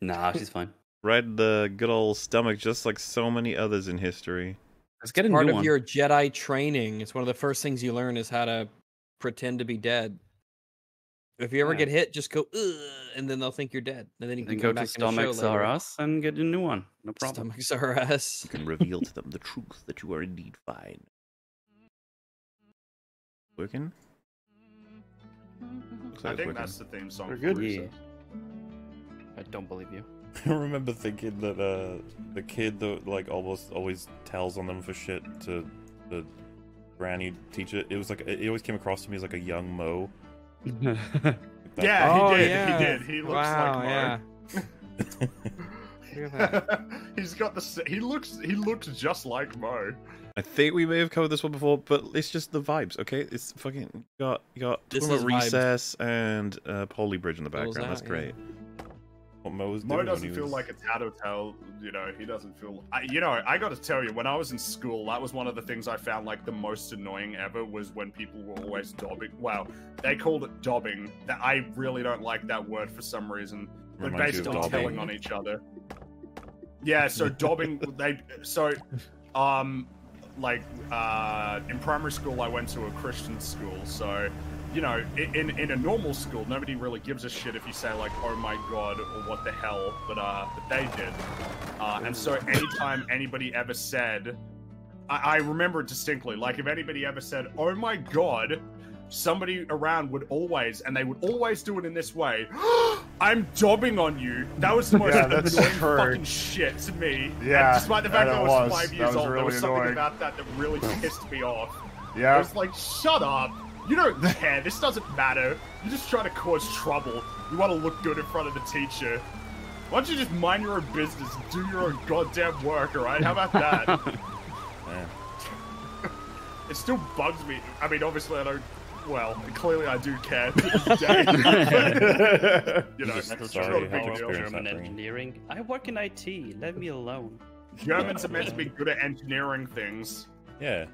[SPEAKER 4] Nah, she's fine.
[SPEAKER 1] Right in the good old stomach, just like so many others in history.
[SPEAKER 4] Let's
[SPEAKER 1] get a
[SPEAKER 2] Part
[SPEAKER 1] new
[SPEAKER 2] of
[SPEAKER 1] one.
[SPEAKER 2] your Jedi training. It's one of the first things you learn is how to pretend to be dead. If you ever
[SPEAKER 4] Yeah.
[SPEAKER 2] get hit, just go Ugh, and then they'll think you're dead. And then you can
[SPEAKER 4] Then
[SPEAKER 2] come
[SPEAKER 4] go to
[SPEAKER 2] back in the show
[SPEAKER 4] Stomachs R
[SPEAKER 2] later.
[SPEAKER 4] Us and get a new one. No problem.
[SPEAKER 2] Stomachs R Us.
[SPEAKER 1] You can reveal to them the truth that you are indeed fine. Working? Looks
[SPEAKER 5] I
[SPEAKER 1] like it's
[SPEAKER 5] think
[SPEAKER 1] working.
[SPEAKER 5] that's the theme song.
[SPEAKER 4] We're
[SPEAKER 5] for
[SPEAKER 4] good.
[SPEAKER 5] Risa.
[SPEAKER 4] Yeah. I don't believe you.
[SPEAKER 27] I remember thinking that uh, the kid that like almost always tells on them for shit to the granny teacher. It was like it always came across to me as like a young Mo. Like that Oh,
[SPEAKER 5] Yeah,
[SPEAKER 27] guy.
[SPEAKER 1] oh,
[SPEAKER 5] he did. He did. He looks
[SPEAKER 2] Wow,
[SPEAKER 5] like
[SPEAKER 2] yeah.
[SPEAKER 5] Mark.
[SPEAKER 2] Look at
[SPEAKER 5] He's got the. s- He looks. He looks just like Mo.
[SPEAKER 1] I think we may have covered this one before, but it's just the vibes, okay? It's fucking you got you got
[SPEAKER 2] This
[SPEAKER 1] talking about
[SPEAKER 2] is vibes.
[SPEAKER 1] recess and uh, Polly Bridge in the
[SPEAKER 2] Fills
[SPEAKER 1] background. That's
[SPEAKER 2] out, yeah.
[SPEAKER 1] great. What Mo was doing
[SPEAKER 5] Mo
[SPEAKER 1] when
[SPEAKER 5] doesn't
[SPEAKER 1] he
[SPEAKER 5] feel
[SPEAKER 1] was-
[SPEAKER 5] like a tattletale. You know, he doesn't feel. I, you know, I got to tell you, when I was in school, that was one of the things I found like the most annoying ever was when people were always dobbing. Wow, they called it dobbing. That I really don't like that word for some reason. They're
[SPEAKER 27] Reminds you of
[SPEAKER 5] basically
[SPEAKER 27] dobbing.
[SPEAKER 5] telling on each other. Yeah, so dobbing they so um like uh in primary school I went to a Christian school, so you know, i- in in a normal school nobody really gives a shit if you say like oh my god or what the hell, but uh but they did. Uh and so anytime anybody ever said I, I remember it distinctly. Like, if anybody ever said, "Oh my god," somebody around would always, and they would always do it in this way. I'm dobbing on you. That was the most
[SPEAKER 15] Yeah,
[SPEAKER 5] annoying
[SPEAKER 15] that's
[SPEAKER 5] fucking shit to me.
[SPEAKER 15] Yeah,
[SPEAKER 5] and despite the fact
[SPEAKER 15] that
[SPEAKER 5] that I
[SPEAKER 15] it
[SPEAKER 5] was,
[SPEAKER 15] was.
[SPEAKER 5] five
[SPEAKER 15] That
[SPEAKER 5] years
[SPEAKER 15] was
[SPEAKER 5] old, there
[SPEAKER 15] really
[SPEAKER 5] was something
[SPEAKER 15] annoying.
[SPEAKER 5] about that that really pissed me off.
[SPEAKER 15] Yeah.
[SPEAKER 5] I was like, "Shut up." You don't care. This doesn't matter. You're just trying to cause trouble. You want to look good in front of the teacher. Why don't you just mind your own business and do your own goddamn work, alright? How about that?
[SPEAKER 27] Yeah.
[SPEAKER 5] It still bugs me. I mean, obviously, I don't. Well, clearly, I do care. to this day, but, you know,
[SPEAKER 4] Metal
[SPEAKER 5] it's not a
[SPEAKER 4] Gear,
[SPEAKER 5] big
[SPEAKER 4] Power
[SPEAKER 5] deal.
[SPEAKER 4] German engineering. I work in IT. Let me alone.
[SPEAKER 5] Germans are meant to be good at engineering things.
[SPEAKER 27] Yeah.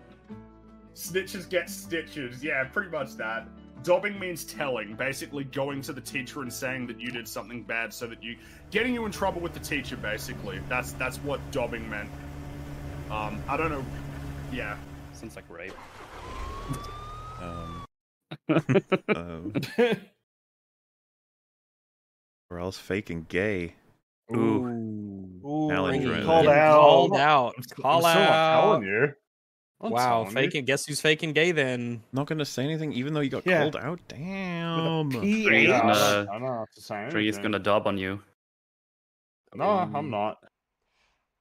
[SPEAKER 5] Snitches get stitches. Yeah, pretty much that. Dobbing means telling, basically going to the teacher and saying that you did something bad so that you getting you in trouble with the teacher basically. That's that's what dobbing meant. Um I don't know yeah.
[SPEAKER 4] Sounds like rape.
[SPEAKER 1] Um, um, or else fake and gay. Ooh.
[SPEAKER 3] Ooh,
[SPEAKER 1] Now enjoy it.
[SPEAKER 3] called
[SPEAKER 1] Yeah.
[SPEAKER 3] out.
[SPEAKER 2] Called out. Call
[SPEAKER 1] I'm
[SPEAKER 2] out.
[SPEAKER 1] still not telling
[SPEAKER 5] you.
[SPEAKER 1] I'm
[SPEAKER 2] wow,
[SPEAKER 1] telling you.
[SPEAKER 2] faking. Guess who's faking gay then?
[SPEAKER 1] Not gonna say anything, even though you got
[SPEAKER 2] Yeah.
[SPEAKER 1] called out. Damn.
[SPEAKER 4] Tree is gonna,
[SPEAKER 5] I know, it's the same
[SPEAKER 4] Tree is
[SPEAKER 5] thing.
[SPEAKER 4] gonna dob on you.
[SPEAKER 5] No, I'm not.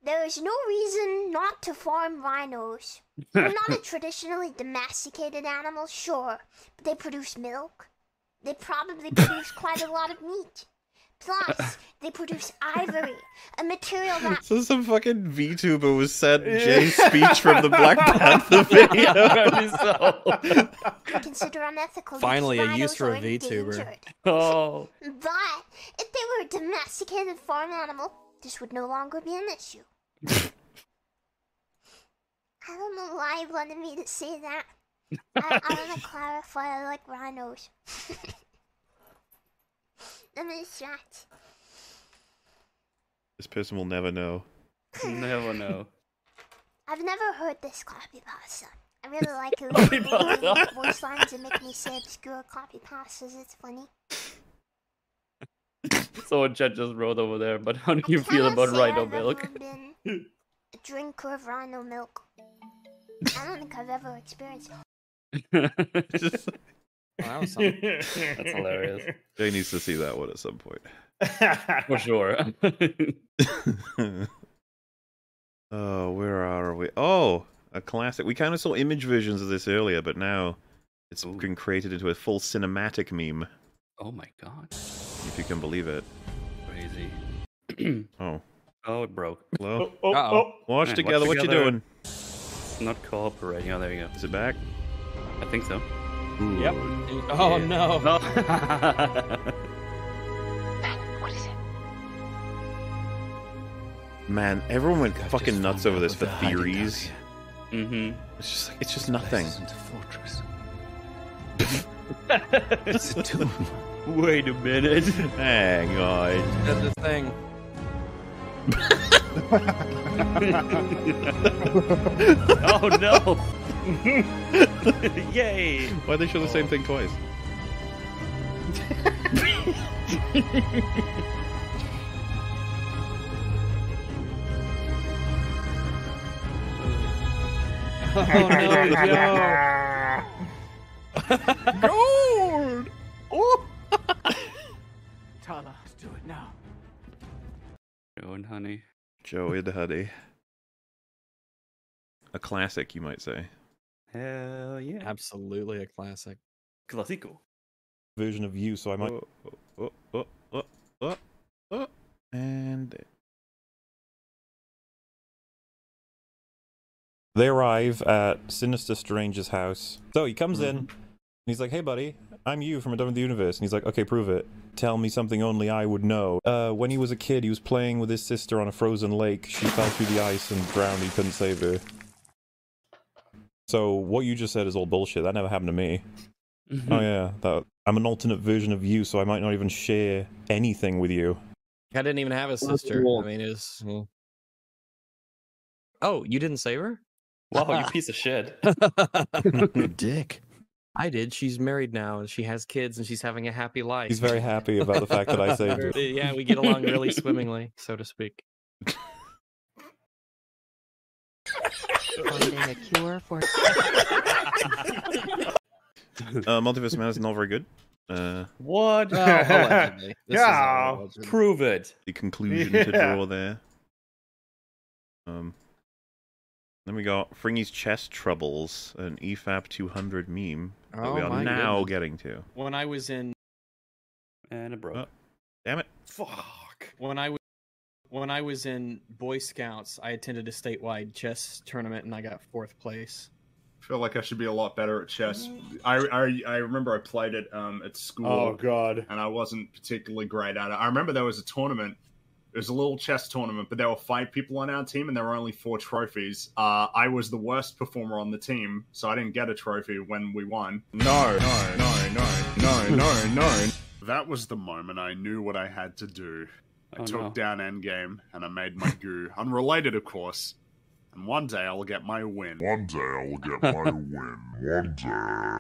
[SPEAKER 9] There is no reason not to farm rhinos. They're not a traditionally domesticated animal, sure, but they produce milk. They probably produce quite a lot of meat. Plus, they produce ivory, a material that
[SPEAKER 1] So some fucking VTuber was sent Jay's speech from the Black Panther video.
[SPEAKER 4] Apparently so.
[SPEAKER 9] I consider unethical.
[SPEAKER 2] Finally, a
[SPEAKER 9] because
[SPEAKER 2] use for a
[SPEAKER 9] rhinos are
[SPEAKER 2] VTuber.
[SPEAKER 9] endangered. But if they were a domesticated farm animal, this would no longer be an issue. I don't know why you wanted me to say that. I, I want to clarify, I like rhinos. I'm gonna distract.
[SPEAKER 1] This person will never know.
[SPEAKER 4] Never know.
[SPEAKER 9] I've never heard this copy pasta. I really like it. when people do voice lines and make me say obscure copy pastas. It's funny.
[SPEAKER 4] So what Jet just wrote over there, but how do you
[SPEAKER 9] Can
[SPEAKER 4] feel
[SPEAKER 9] I
[SPEAKER 4] about
[SPEAKER 9] say
[SPEAKER 4] rhino
[SPEAKER 9] I've
[SPEAKER 4] milk? Hmm.
[SPEAKER 9] never been a drinker of rhino milk. I don't think I've ever experienced.
[SPEAKER 2] Wow, son.
[SPEAKER 4] That's hilarious.
[SPEAKER 1] Jay needs to see that one at some point.
[SPEAKER 4] For sure.
[SPEAKER 1] Oh, where are we? Oh, a classic. We kind of saw image versions of this earlier, but now it's been created into a full cinematic meme.
[SPEAKER 4] oh my god.
[SPEAKER 1] If you can believe it.
[SPEAKER 4] Crazy.
[SPEAKER 1] Oh.
[SPEAKER 4] Oh, it broke.
[SPEAKER 1] Hello?
[SPEAKER 4] Oh, oh, Uh-oh. oh.
[SPEAKER 1] Watch
[SPEAKER 4] Man,
[SPEAKER 1] together,
[SPEAKER 4] watch
[SPEAKER 1] what you
[SPEAKER 4] together.
[SPEAKER 1] doing?
[SPEAKER 4] It's not cooperating. Oh, there you go.
[SPEAKER 1] Is it back?
[SPEAKER 4] I think so.
[SPEAKER 2] Yep. Oh no.
[SPEAKER 9] What is it?
[SPEAKER 1] Man, everyone went fucking nuts over this for theories.
[SPEAKER 4] Mm-hmm.
[SPEAKER 1] It's just like, it's just nothing.
[SPEAKER 11] Fortress.
[SPEAKER 4] it's a tomb. Wait a minute.
[SPEAKER 1] Hang on.
[SPEAKER 2] Did the thing.
[SPEAKER 4] oh no! Yay!
[SPEAKER 1] Why'd they show the same thing twice?
[SPEAKER 2] Oh no, Joe.
[SPEAKER 11] Gold! Oh!
[SPEAKER 7] Tala, let's do it now.
[SPEAKER 4] Joe and honey.
[SPEAKER 1] Joe and Huddy. A classic, you might say.
[SPEAKER 4] Hell yeah.
[SPEAKER 2] Absolutely a classic.
[SPEAKER 4] Classico.
[SPEAKER 1] Version of you, so I might. Oh, oh, oh, oh, oh, and They arrive at Sinister Stranger's house. So he comes in and he's like, Hey, buddy, I'm you from A Done with the Universe. And he's like, Okay, prove it. Tell me something only I would know. Uh, when he was a kid, he was playing with his sister on a frozen lake. She fell through the ice and drowned. He couldn't save her. So what you just said is all bullshit. That never happened to me. oh, yeah. That, I'm an alternate version of you, so I might not even share anything with you.
[SPEAKER 2] I didn't even have a sister. I mean, it's. Oh, you didn't save her?
[SPEAKER 4] Wow, you piece of shit.
[SPEAKER 2] Dick. I did. She's married now and she has kids and she's having a happy life.
[SPEAKER 1] He's very happy about the fact that I saved her.
[SPEAKER 2] Uh, yeah, we get along really swimmingly, so to speak.
[SPEAKER 10] Finding a cure for.
[SPEAKER 1] Uh, Multiverse Man is not very good. Uh,
[SPEAKER 4] What?
[SPEAKER 1] allegedly. This is all
[SPEAKER 4] yeah.
[SPEAKER 1] allegedly.
[SPEAKER 4] Prove it.
[SPEAKER 1] the conclusion to
[SPEAKER 4] Yeah.
[SPEAKER 1] draw there. Um, then we got Fringy's chest troubles, an E EFAP 200 meme that we
[SPEAKER 2] Oh my
[SPEAKER 1] are now
[SPEAKER 2] goodness.
[SPEAKER 1] getting to.
[SPEAKER 2] When I was in Oh.
[SPEAKER 4] And it broke.
[SPEAKER 1] Damn it!
[SPEAKER 2] Fuck. When I was when I was in Boy Scouts, I attended a statewide chess tournament and I got fourth place.
[SPEAKER 5] feel like I should be a lot better at chess. I I, I remember I played it um, at school.
[SPEAKER 2] Oh,
[SPEAKER 5] god! And I wasn't particularly great at it. I remember there was a tournament. It was a little chess tournament, but there were five people on our team, and there were only four trophies. Uh, I was the worst performer on the team, so I didn't get a trophy when we won. No, no, no, no, no, no, no. That was the moment I knew what I had to do. I
[SPEAKER 4] Oh,
[SPEAKER 5] took
[SPEAKER 4] no.
[SPEAKER 5] down Endgame, and I made my goo. Unrelated, of course. And one day I'll get my win. One day I'll get my win. One day.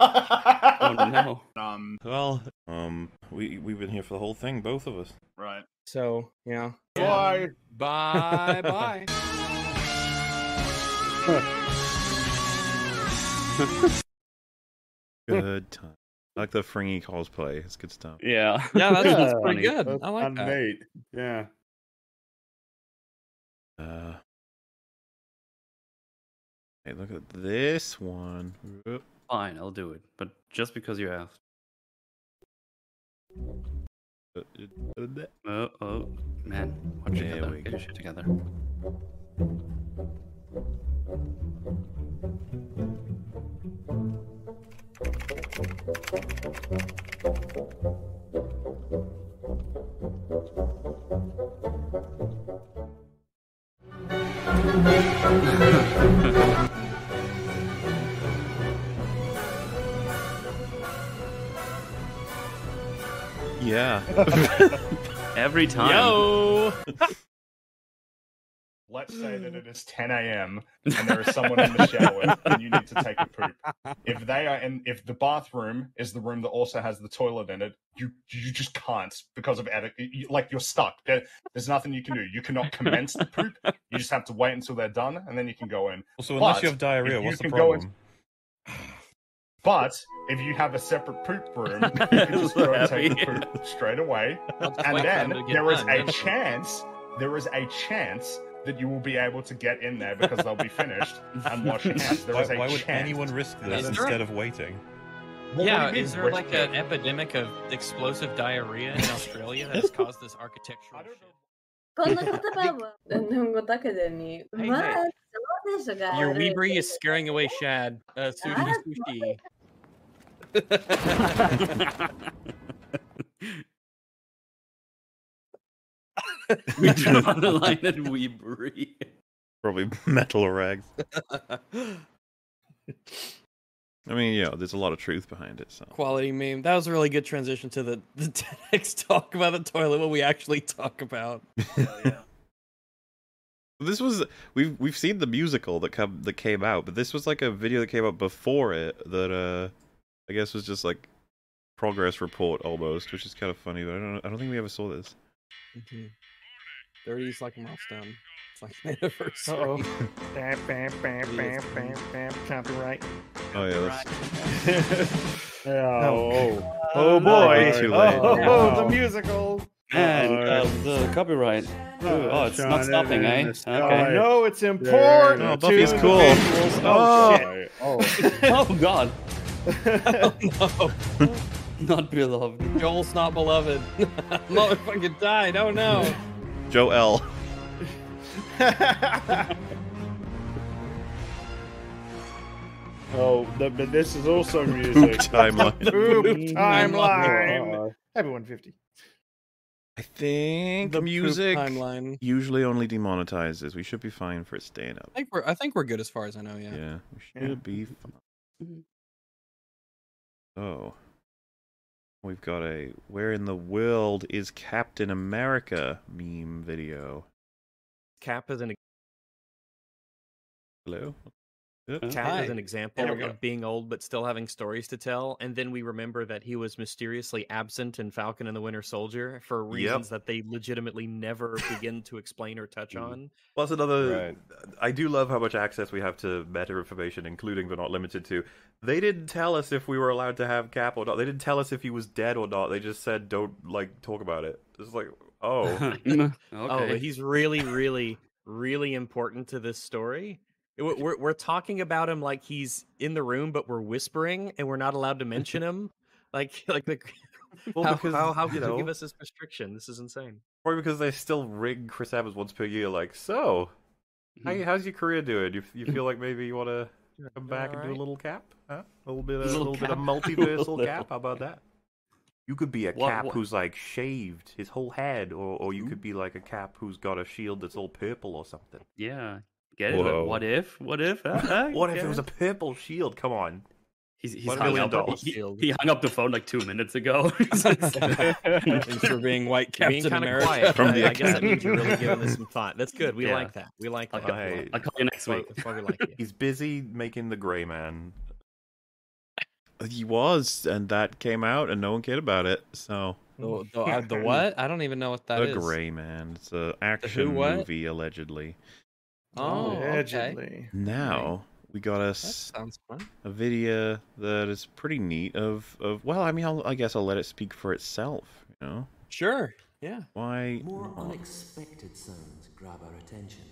[SPEAKER 1] oh
[SPEAKER 4] no.
[SPEAKER 5] Um.
[SPEAKER 1] Well. Um. We we've been here for the whole thing, both of us.
[SPEAKER 5] Right.
[SPEAKER 2] So yeah.
[SPEAKER 5] Bye.
[SPEAKER 2] Bye.
[SPEAKER 1] Bye. Good time. I like the fringy cosplay. It's good stuff.
[SPEAKER 4] Yeah.
[SPEAKER 2] Yeah, that's, that's
[SPEAKER 1] Yeah.
[SPEAKER 2] pretty good.
[SPEAKER 1] That's
[SPEAKER 2] I like that.
[SPEAKER 5] Nate. Yeah.
[SPEAKER 1] Uh, hey, look at this one.
[SPEAKER 4] Fine, I'll do it. But just because you asked.
[SPEAKER 1] Uh,
[SPEAKER 4] Oh, oh, man. Watch
[SPEAKER 1] There
[SPEAKER 4] together.
[SPEAKER 1] we
[SPEAKER 4] Get
[SPEAKER 1] go.
[SPEAKER 4] your shit together.
[SPEAKER 1] Yeah.
[SPEAKER 4] Every time.
[SPEAKER 5] Yo! Let's say that it is 10 a.m. and there is someone in the shower and you need to take a poop. If they are in, if the bathroom is the room that also has the toilet in it, you you just can't because of etiquette. You, like you're stuck. There- there's nothing you can do. You cannot commence the poop. You just have to wait until they're done and then you can go in.
[SPEAKER 27] Also, unless you
[SPEAKER 5] But
[SPEAKER 27] have diarrhea,
[SPEAKER 5] if
[SPEAKER 27] what's the
[SPEAKER 5] can go in-
[SPEAKER 27] problem?
[SPEAKER 5] but if you have a separate poop room, you can just go and take the poop straight away. And
[SPEAKER 11] wait for them
[SPEAKER 5] then
[SPEAKER 11] to get
[SPEAKER 5] there is
[SPEAKER 11] done,
[SPEAKER 5] a
[SPEAKER 11] that's all.
[SPEAKER 5] chance, there is a chance that you will be able to get in there because they'll be finished and wash your hands. There
[SPEAKER 27] why
[SPEAKER 5] is a
[SPEAKER 27] why would
[SPEAKER 5] chance.
[SPEAKER 27] anyone risk
[SPEAKER 5] And
[SPEAKER 27] this
[SPEAKER 5] then-
[SPEAKER 27] instead of waiting?
[SPEAKER 5] What
[SPEAKER 10] yeah,
[SPEAKER 5] would it
[SPEAKER 10] is
[SPEAKER 5] be
[SPEAKER 10] there
[SPEAKER 5] risk
[SPEAKER 10] like
[SPEAKER 5] it?
[SPEAKER 10] an epidemic of explosive diarrhea in Australia that has caused this architectural shit?
[SPEAKER 13] こんな言葉も日本語だけでに、まあ、そうですが。
[SPEAKER 2] Your Weebri is scaring away Shad. Uh, sushi, sushi.
[SPEAKER 4] we draw the
[SPEAKER 1] Oh,
[SPEAKER 4] line and we breathe.
[SPEAKER 1] Probably metal rags. I mean, yeah, there's a lot of truth behind it. So
[SPEAKER 2] Quality meme. That was a really good transition to the, the TEDx talk about the toilet, what we actually talk about.
[SPEAKER 1] this was we've we've seen the musical that come that came out, but this was like a video that came out before it that uh I guess was just like progress report almost, which is kind of funny. But I don't I don't think we ever saw this.
[SPEAKER 2] 30 is like a milestone. It's like an anniversary.
[SPEAKER 3] Uh-oh. Bam, bam, bam, bam, bam, bam. Copyright.
[SPEAKER 1] Oh yeah, that's
[SPEAKER 3] Oh.
[SPEAKER 4] Oh,
[SPEAKER 3] boy.
[SPEAKER 4] way too
[SPEAKER 3] Oh,
[SPEAKER 4] late.
[SPEAKER 3] oh, oh,
[SPEAKER 4] Wow.
[SPEAKER 3] the musical.
[SPEAKER 4] Man, uh, the copyright. Ooh, oh, it's not stopping, eh? Okay.
[SPEAKER 3] No, it's important.
[SPEAKER 4] No,
[SPEAKER 3] to
[SPEAKER 4] Oh, Buffy's
[SPEAKER 3] the
[SPEAKER 4] cool.
[SPEAKER 3] visuals.
[SPEAKER 4] Oh.
[SPEAKER 3] Oh, shit.
[SPEAKER 4] oh god.
[SPEAKER 2] Oh,
[SPEAKER 4] Not beloved.
[SPEAKER 2] Joel's not beloved. Motherfucking died. Oh no.
[SPEAKER 1] Joe L.
[SPEAKER 11] Oh, the, but this is also music.
[SPEAKER 1] timeline.
[SPEAKER 3] Oop, timeline. Everyone 50.
[SPEAKER 1] I think
[SPEAKER 2] The poop
[SPEAKER 1] music
[SPEAKER 2] timeline.
[SPEAKER 1] usually only demonetizes. We should be fine for it staying up.
[SPEAKER 2] I think we're I think we're good as far as I know, yeah.
[SPEAKER 1] Yeah, we
[SPEAKER 2] Yeah.
[SPEAKER 1] should be fine. Oh, we've got a "Where in the world is Captain America?" meme video.
[SPEAKER 10] Cap is an
[SPEAKER 1] Hello.
[SPEAKER 10] Cap is an
[SPEAKER 2] There we
[SPEAKER 10] example
[SPEAKER 2] go.
[SPEAKER 10] of being old but still having stories to tell, and then we remember that he was mysteriously absent in Falcon and the Winter Soldier for
[SPEAKER 8] Yep.
[SPEAKER 10] reasons that they legitimately never begin to explain or touch
[SPEAKER 8] Mm.
[SPEAKER 10] on.
[SPEAKER 8] Well, that's another. I do love how much access we have to meta information, including but not limited to. They didn't tell us if we were allowed to have Cap or not. They didn't tell us if he was dead or not. They just said don't like talk about it. It's like oh,
[SPEAKER 10] Oh, but he's really, really, really important to this story. It- We're, we're, we're talking about him like he's in the room, but we're whispering and we're not allowed to mention him. Like, like the
[SPEAKER 8] Well,
[SPEAKER 10] how,
[SPEAKER 8] because,
[SPEAKER 10] how, how
[SPEAKER 8] you
[SPEAKER 10] could you give
[SPEAKER 8] know-
[SPEAKER 10] us this restriction? This is insane.
[SPEAKER 8] probably because they still ring Chris Evans once per year. Like so, how,
[SPEAKER 4] Mm-hmm.
[SPEAKER 10] Mhm.
[SPEAKER 8] how's your career doing? You you feel like maybe you want to come back and do
[SPEAKER 10] alright?
[SPEAKER 8] a little Cap, huh? A little bit, of,
[SPEAKER 10] Little
[SPEAKER 8] little bit of
[SPEAKER 10] Cap. Little
[SPEAKER 8] multiversal Cap. How about that? You could be a
[SPEAKER 27] What-
[SPEAKER 8] cap
[SPEAKER 27] what-
[SPEAKER 8] who's like shaved his whole head, or or you could be like a cap who's got a shield that's all purple or something.
[SPEAKER 4] Yeah, get it? Like, what if? What if?
[SPEAKER 8] what if it was a purple shield? Come on.
[SPEAKER 4] He's, he's
[SPEAKER 8] One
[SPEAKER 4] hung
[SPEAKER 8] million
[SPEAKER 4] up. he-
[SPEAKER 8] dollars.
[SPEAKER 4] He, he hung up the phone like two minutes ago.
[SPEAKER 2] Thanks for being white
[SPEAKER 4] Captain
[SPEAKER 2] being kinda
[SPEAKER 4] America.
[SPEAKER 2] Quiet,
[SPEAKER 4] From
[SPEAKER 2] but
[SPEAKER 4] the
[SPEAKER 2] I guess that means you're really
[SPEAKER 4] Academy.
[SPEAKER 2] giving this some thought. That's good. We
[SPEAKER 4] Yeah.
[SPEAKER 2] like that. We like that.
[SPEAKER 8] Okay.
[SPEAKER 4] I'll call you next
[SPEAKER 2] That's why-
[SPEAKER 4] week.
[SPEAKER 2] That's why we like you.
[SPEAKER 8] He's busy making the Gray Man.
[SPEAKER 1] He was, and that came out, and no one cared about it. So
[SPEAKER 2] The, the, uh, the what? I don't even know what that
[SPEAKER 1] the
[SPEAKER 2] is.
[SPEAKER 1] Gray Man. It's an action
[SPEAKER 2] what?
[SPEAKER 1] movie allegedly.
[SPEAKER 2] Oh,
[SPEAKER 3] Allegedly.
[SPEAKER 1] Now we got us
[SPEAKER 2] sounds fun.
[SPEAKER 1] a video that is pretty neat. Of of well, I mean, I'll, I guess I'll let it speak for itself. You know.
[SPEAKER 2] Sure. Yeah.
[SPEAKER 1] Why?
[SPEAKER 12] More
[SPEAKER 1] not?
[SPEAKER 12] unexpected sounds grab our attention.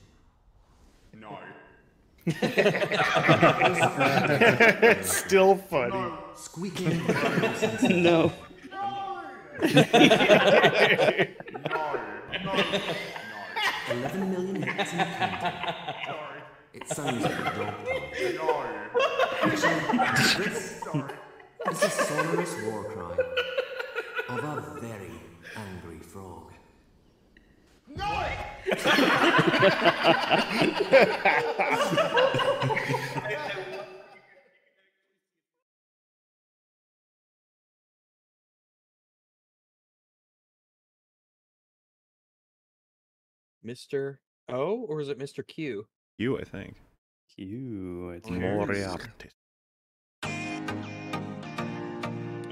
[SPEAKER 5] No.
[SPEAKER 12] It's
[SPEAKER 3] still funny.
[SPEAKER 12] Squeaking.
[SPEAKER 3] No.
[SPEAKER 12] Eleven million hits and counting. It sounds like a dog pound. This is a sonorous war cry of a very angry frog.
[SPEAKER 2] Mr. O or is it Mr. Q?
[SPEAKER 1] You, I think.
[SPEAKER 4] You, I
[SPEAKER 2] think.
[SPEAKER 1] Moriarty.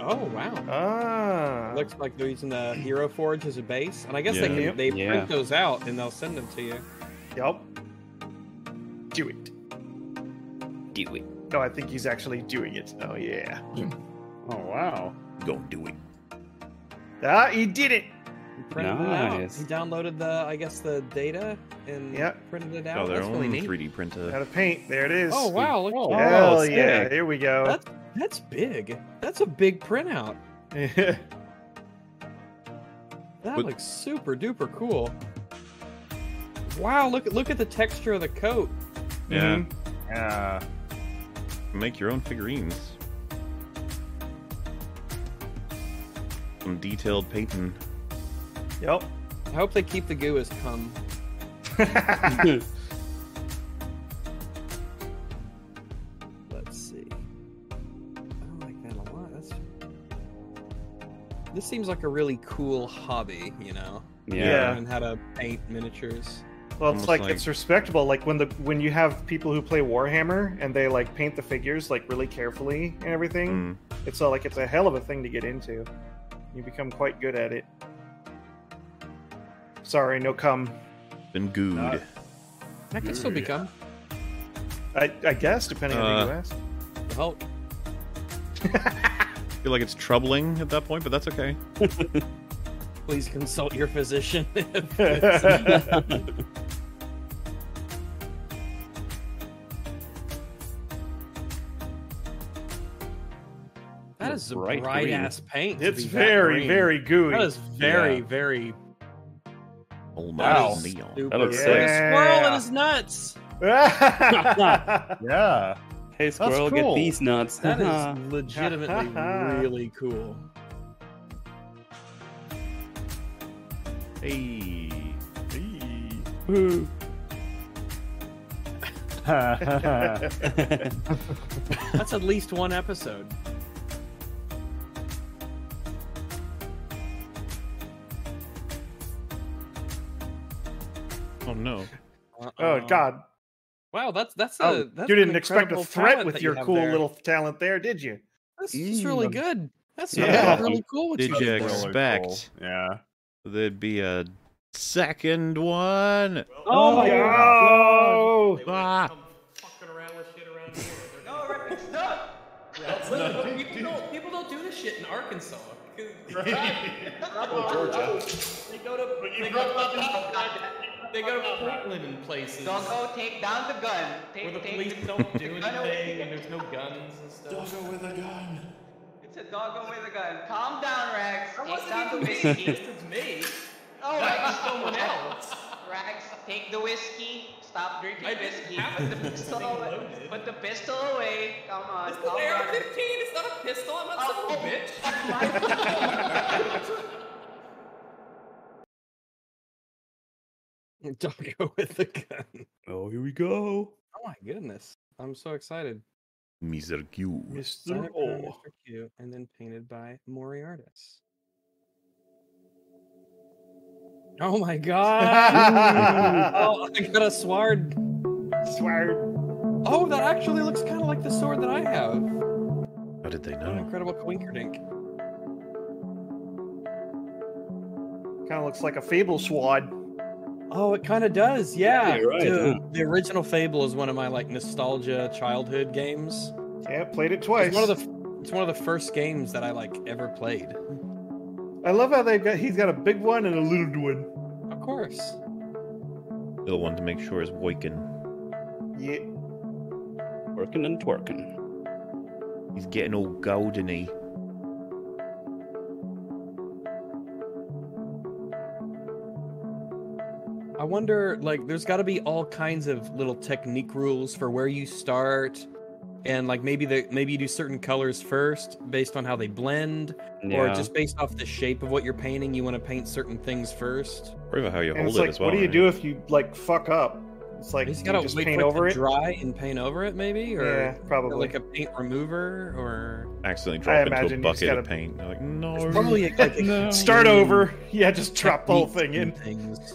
[SPEAKER 2] Oh wow.
[SPEAKER 3] Ah.
[SPEAKER 2] Looks like they're using the Hero Forge as a base, and I guess
[SPEAKER 3] Yeah.
[SPEAKER 2] they can, they
[SPEAKER 3] Yeah.
[SPEAKER 2] print those out and they'll send them to you.
[SPEAKER 3] Yep. Do it.
[SPEAKER 4] Do it.
[SPEAKER 3] No, I think he's actually doing it. Oh yeah. oh wow.
[SPEAKER 1] Don't do it.
[SPEAKER 3] Ah, he did it.
[SPEAKER 2] Printed it out.
[SPEAKER 1] Nice.
[SPEAKER 2] He downloaded the I guess the data and printed it out.
[SPEAKER 1] Oh, their
[SPEAKER 2] That's really
[SPEAKER 1] own
[SPEAKER 2] neat.
[SPEAKER 1] 3D printer.
[SPEAKER 3] Out of paint. There it is.
[SPEAKER 2] Oh wow! Look
[SPEAKER 3] Oh,
[SPEAKER 2] at that.
[SPEAKER 3] hell yeah! Here we go.
[SPEAKER 2] That's, that's big. That's a big printout.
[SPEAKER 3] that
[SPEAKER 1] But-
[SPEAKER 2] looks super duper cool. Wow! Look look at the texture of the coat.
[SPEAKER 1] Yeah.
[SPEAKER 2] Mhm.
[SPEAKER 1] Yeah. Make your own figurines. Some detailed painting.
[SPEAKER 3] Mm-hmm. Yep.
[SPEAKER 2] I hope they keep the goo as cum. Let's see. I like that a lot. That's... This seems like a really cool hobby, you know?
[SPEAKER 3] Yeah. Yeah.
[SPEAKER 2] And how to paint miniatures.
[SPEAKER 3] Well, it's like, it's respectable. Like when the when you have people who play Warhammer and they like paint the figures like really carefully and everything, it's uh, like it's a hell of a thing to get into. You become quite good at it. Sorry, no cum.
[SPEAKER 1] Been gooed.
[SPEAKER 2] I can still
[SPEAKER 3] Ooh.
[SPEAKER 2] become
[SPEAKER 3] I, I guess depending on who
[SPEAKER 1] Uh,
[SPEAKER 3] you ask.
[SPEAKER 2] the Hulk.
[SPEAKER 1] I feel like it's troubling at that point, but that's okay.
[SPEAKER 2] Please consult your physician. if it's- that is some bright,
[SPEAKER 3] bright green.
[SPEAKER 2] ass paint. to
[SPEAKER 3] It's
[SPEAKER 2] be that
[SPEAKER 3] very,
[SPEAKER 2] green.
[SPEAKER 3] very gooey.
[SPEAKER 2] That is very,
[SPEAKER 3] Yeah.
[SPEAKER 2] very
[SPEAKER 1] Almost
[SPEAKER 2] is
[SPEAKER 1] neon.
[SPEAKER 2] stupid.
[SPEAKER 1] That looks
[SPEAKER 2] It's
[SPEAKER 1] sick.
[SPEAKER 2] Like a squirrel in his nuts.
[SPEAKER 5] yeah.
[SPEAKER 4] Hey, squirrel, get
[SPEAKER 2] cool.
[SPEAKER 4] these nuts.
[SPEAKER 2] That is legitimately really cool.
[SPEAKER 1] Hey.
[SPEAKER 2] That's at least one episode.
[SPEAKER 1] Oh no.
[SPEAKER 3] Oh God!
[SPEAKER 2] Wow, that's that's a
[SPEAKER 3] Oh,
[SPEAKER 2] that's
[SPEAKER 3] you
[SPEAKER 2] an
[SPEAKER 3] didn't expect a
[SPEAKER 2] incredible
[SPEAKER 3] threat
[SPEAKER 2] talent
[SPEAKER 3] with
[SPEAKER 2] that you
[SPEAKER 3] your
[SPEAKER 2] have
[SPEAKER 3] cool
[SPEAKER 2] there.
[SPEAKER 3] little talent there, did you?
[SPEAKER 2] This is really good. That's
[SPEAKER 3] Yeah.
[SPEAKER 2] really cool. What
[SPEAKER 1] Did
[SPEAKER 2] you
[SPEAKER 1] you
[SPEAKER 2] did there.
[SPEAKER 1] expect? Yeah. There'd be a second one.
[SPEAKER 2] Oh my
[SPEAKER 3] Oh!
[SPEAKER 1] Ah.
[SPEAKER 2] That's not- people, don't, people don't do this shit in Arkansas.
[SPEAKER 11] Georgia.
[SPEAKER 2] They go to they go to, they go to Portland and places.
[SPEAKER 14] Doggo, take down the gun. Take,
[SPEAKER 2] where the
[SPEAKER 14] take
[SPEAKER 2] police
[SPEAKER 14] the-
[SPEAKER 2] don't do
[SPEAKER 14] the gun away.
[SPEAKER 2] anything and there's no guns and stuff.
[SPEAKER 14] Doggo with a gun. It's a doggo with a gun. Calm down, Rags. Take
[SPEAKER 2] wasn't
[SPEAKER 14] down the
[SPEAKER 2] even
[SPEAKER 14] whiskey.
[SPEAKER 2] me. It's me.
[SPEAKER 14] Oh,
[SPEAKER 2] That
[SPEAKER 14] Rags,
[SPEAKER 2] was someone else.
[SPEAKER 14] Rags, take the whiskey. Stop drinking whiskey. Put the, pistol away. put the pistol away. Come on.
[SPEAKER 16] It's
[SPEAKER 14] come
[SPEAKER 16] an
[SPEAKER 14] on.
[SPEAKER 16] AR 15, it's not a pistol, I'm not some bitch.
[SPEAKER 2] Doggo with the gun.
[SPEAKER 4] Oh, here we go.
[SPEAKER 2] Oh my goodness. I'm so excited.
[SPEAKER 1] Mr. Q.
[SPEAKER 2] Mr. Mr. Q, and then painted by Moriartis. Oh my god! oh, I got a sword.
[SPEAKER 3] Sword.
[SPEAKER 2] Oh, that actually looks kind of like the sword that I have.
[SPEAKER 1] How did they
[SPEAKER 2] An
[SPEAKER 1] know?
[SPEAKER 2] incredible coinkerdink.
[SPEAKER 3] Kind of looks like a fable swad.
[SPEAKER 2] Oh, it kind of does. Yeah.
[SPEAKER 3] you're right,
[SPEAKER 2] dude,
[SPEAKER 3] yeah.
[SPEAKER 2] The original Fable is one of my like nostalgia childhood games.
[SPEAKER 3] Yeah, played it twice.
[SPEAKER 2] It's one of the it's one of the first games that I like ever played.
[SPEAKER 3] I love how they got he's got a big one and a little one.
[SPEAKER 2] Of course.
[SPEAKER 1] Little one to make sure is waking.
[SPEAKER 3] Yeah.
[SPEAKER 1] Working and twerking. He's getting all goldeny.
[SPEAKER 2] I wonder, like, there's got to be all kinds of little technique rules for where you start, and like maybe the maybe you do certain colors first based on how they blend, or
[SPEAKER 1] Yeah.
[SPEAKER 2] just based off the shape of what you're painting. You want to paint certain things first.
[SPEAKER 1] Probably how you
[SPEAKER 3] And
[SPEAKER 1] hold
[SPEAKER 3] it's
[SPEAKER 1] it
[SPEAKER 3] like,
[SPEAKER 1] as well.
[SPEAKER 3] what do you
[SPEAKER 1] right?
[SPEAKER 3] do if you like fuck up? It's like
[SPEAKER 2] He's
[SPEAKER 3] do
[SPEAKER 2] got
[SPEAKER 3] you
[SPEAKER 2] to
[SPEAKER 3] just
[SPEAKER 2] wait
[SPEAKER 3] paint
[SPEAKER 2] for it
[SPEAKER 3] over
[SPEAKER 2] to
[SPEAKER 3] it.
[SPEAKER 2] dry and paint over it, maybe, or
[SPEAKER 3] Yeah, probably.
[SPEAKER 2] like a paint remover, or
[SPEAKER 1] Accidentally
[SPEAKER 3] I
[SPEAKER 1] drop into
[SPEAKER 3] imagine
[SPEAKER 1] a
[SPEAKER 3] you just
[SPEAKER 1] bucket of
[SPEAKER 3] gotta-
[SPEAKER 1] paint. They're like, no.
[SPEAKER 2] There's probably a, like, a
[SPEAKER 3] Start
[SPEAKER 2] hidden
[SPEAKER 3] over. Yeah, just drop the whole
[SPEAKER 2] techniques
[SPEAKER 3] thing in.
[SPEAKER 2] and Things.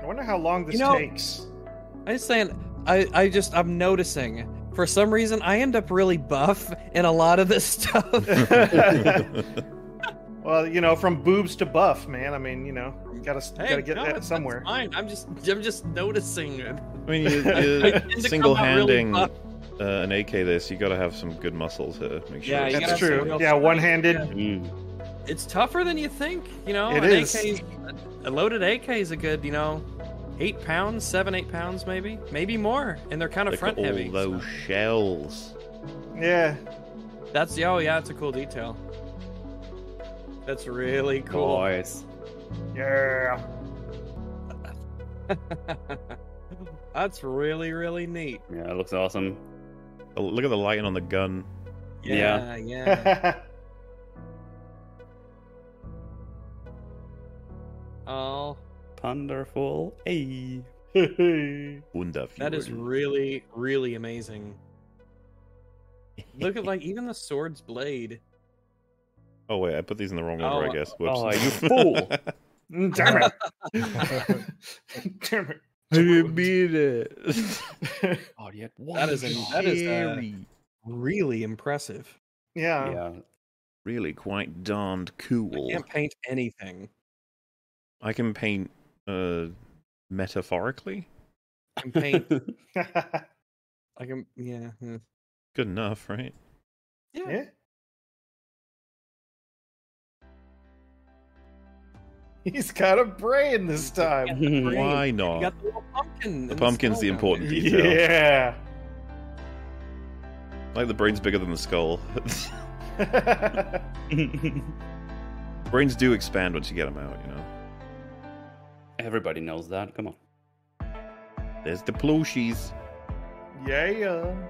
[SPEAKER 3] I wonder how long this
[SPEAKER 2] You know-
[SPEAKER 3] takes.
[SPEAKER 2] I'm just saying, I, I just, I'm noticing. For some reason, I end up really buff in a lot of this stuff.
[SPEAKER 3] Well, you know, from boobs to buff, man. I mean, you know, you gotta
[SPEAKER 2] Hey,
[SPEAKER 3] gotta get
[SPEAKER 2] no,
[SPEAKER 3] that somewhere.
[SPEAKER 2] Fine, I'm just, I'm just noticing it.
[SPEAKER 1] I mean, you,
[SPEAKER 2] I tend to
[SPEAKER 1] you
[SPEAKER 2] come out really
[SPEAKER 1] single-handing
[SPEAKER 2] buff.
[SPEAKER 1] uh, an AK. This you got to have some good muscle to make sure.
[SPEAKER 2] Yeah, you gotta
[SPEAKER 1] it's-
[SPEAKER 3] That's
[SPEAKER 2] have some
[SPEAKER 3] true.
[SPEAKER 2] real
[SPEAKER 3] Yeah,
[SPEAKER 2] strength.
[SPEAKER 3] one-handed.
[SPEAKER 2] It's tougher than you think, you know.
[SPEAKER 3] It
[SPEAKER 2] an
[SPEAKER 3] is.
[SPEAKER 2] AK is- a loaded AK is a good, you know, eight pounds, seven, eight pounds, maybe, maybe more, and they're kind of
[SPEAKER 1] Look at
[SPEAKER 2] front
[SPEAKER 1] all
[SPEAKER 2] heavy.
[SPEAKER 1] those shells.
[SPEAKER 3] Yeah.
[SPEAKER 2] That's yeah, oh yeah, it's a cool detail. That's really
[SPEAKER 1] Oh,
[SPEAKER 2] cool.
[SPEAKER 4] Nice.
[SPEAKER 3] Yeah.
[SPEAKER 2] That's really really neat.
[SPEAKER 4] Yeah, it looks awesome.
[SPEAKER 1] Oh, look at the lighting on the gun.
[SPEAKER 4] Yeah.
[SPEAKER 2] Yeah, yeah. oh,
[SPEAKER 4] Ponderful. Hey.
[SPEAKER 1] Wonderful.
[SPEAKER 2] that is really really amazing. Look at like even the sword's blade.
[SPEAKER 1] Oh wait, I put these in the wrong order.
[SPEAKER 2] Oh,
[SPEAKER 1] I guess. Whoops.
[SPEAKER 4] oh, you fool.
[SPEAKER 3] Mm, Damn it. Damn it.
[SPEAKER 1] I didn't mean it.
[SPEAKER 4] Oh, yeah.
[SPEAKER 2] That is an- that is uh,
[SPEAKER 1] Scary.
[SPEAKER 2] really impressive.
[SPEAKER 3] Yeah.
[SPEAKER 1] Really quite darned cool.
[SPEAKER 2] Can't paint anything.
[SPEAKER 1] I can paint uh, metaphorically.
[SPEAKER 2] I can paint. I can yeah. mm.
[SPEAKER 1] Good enough, right?
[SPEAKER 2] Yeah.
[SPEAKER 3] Yeah. He's got a brain this time.
[SPEAKER 1] Why
[SPEAKER 2] You
[SPEAKER 1] not?
[SPEAKER 2] got the little pumpkin.
[SPEAKER 1] The
[SPEAKER 2] and
[SPEAKER 1] pumpkin's the
[SPEAKER 2] skull down
[SPEAKER 1] important
[SPEAKER 2] there.
[SPEAKER 1] detail.
[SPEAKER 3] Yeah.
[SPEAKER 1] Like the brain's bigger than the skull. Brains do expand once you get them out, you know.
[SPEAKER 4] Everybody knows that. Come on.
[SPEAKER 1] There's the plushies.
[SPEAKER 3] Yeah.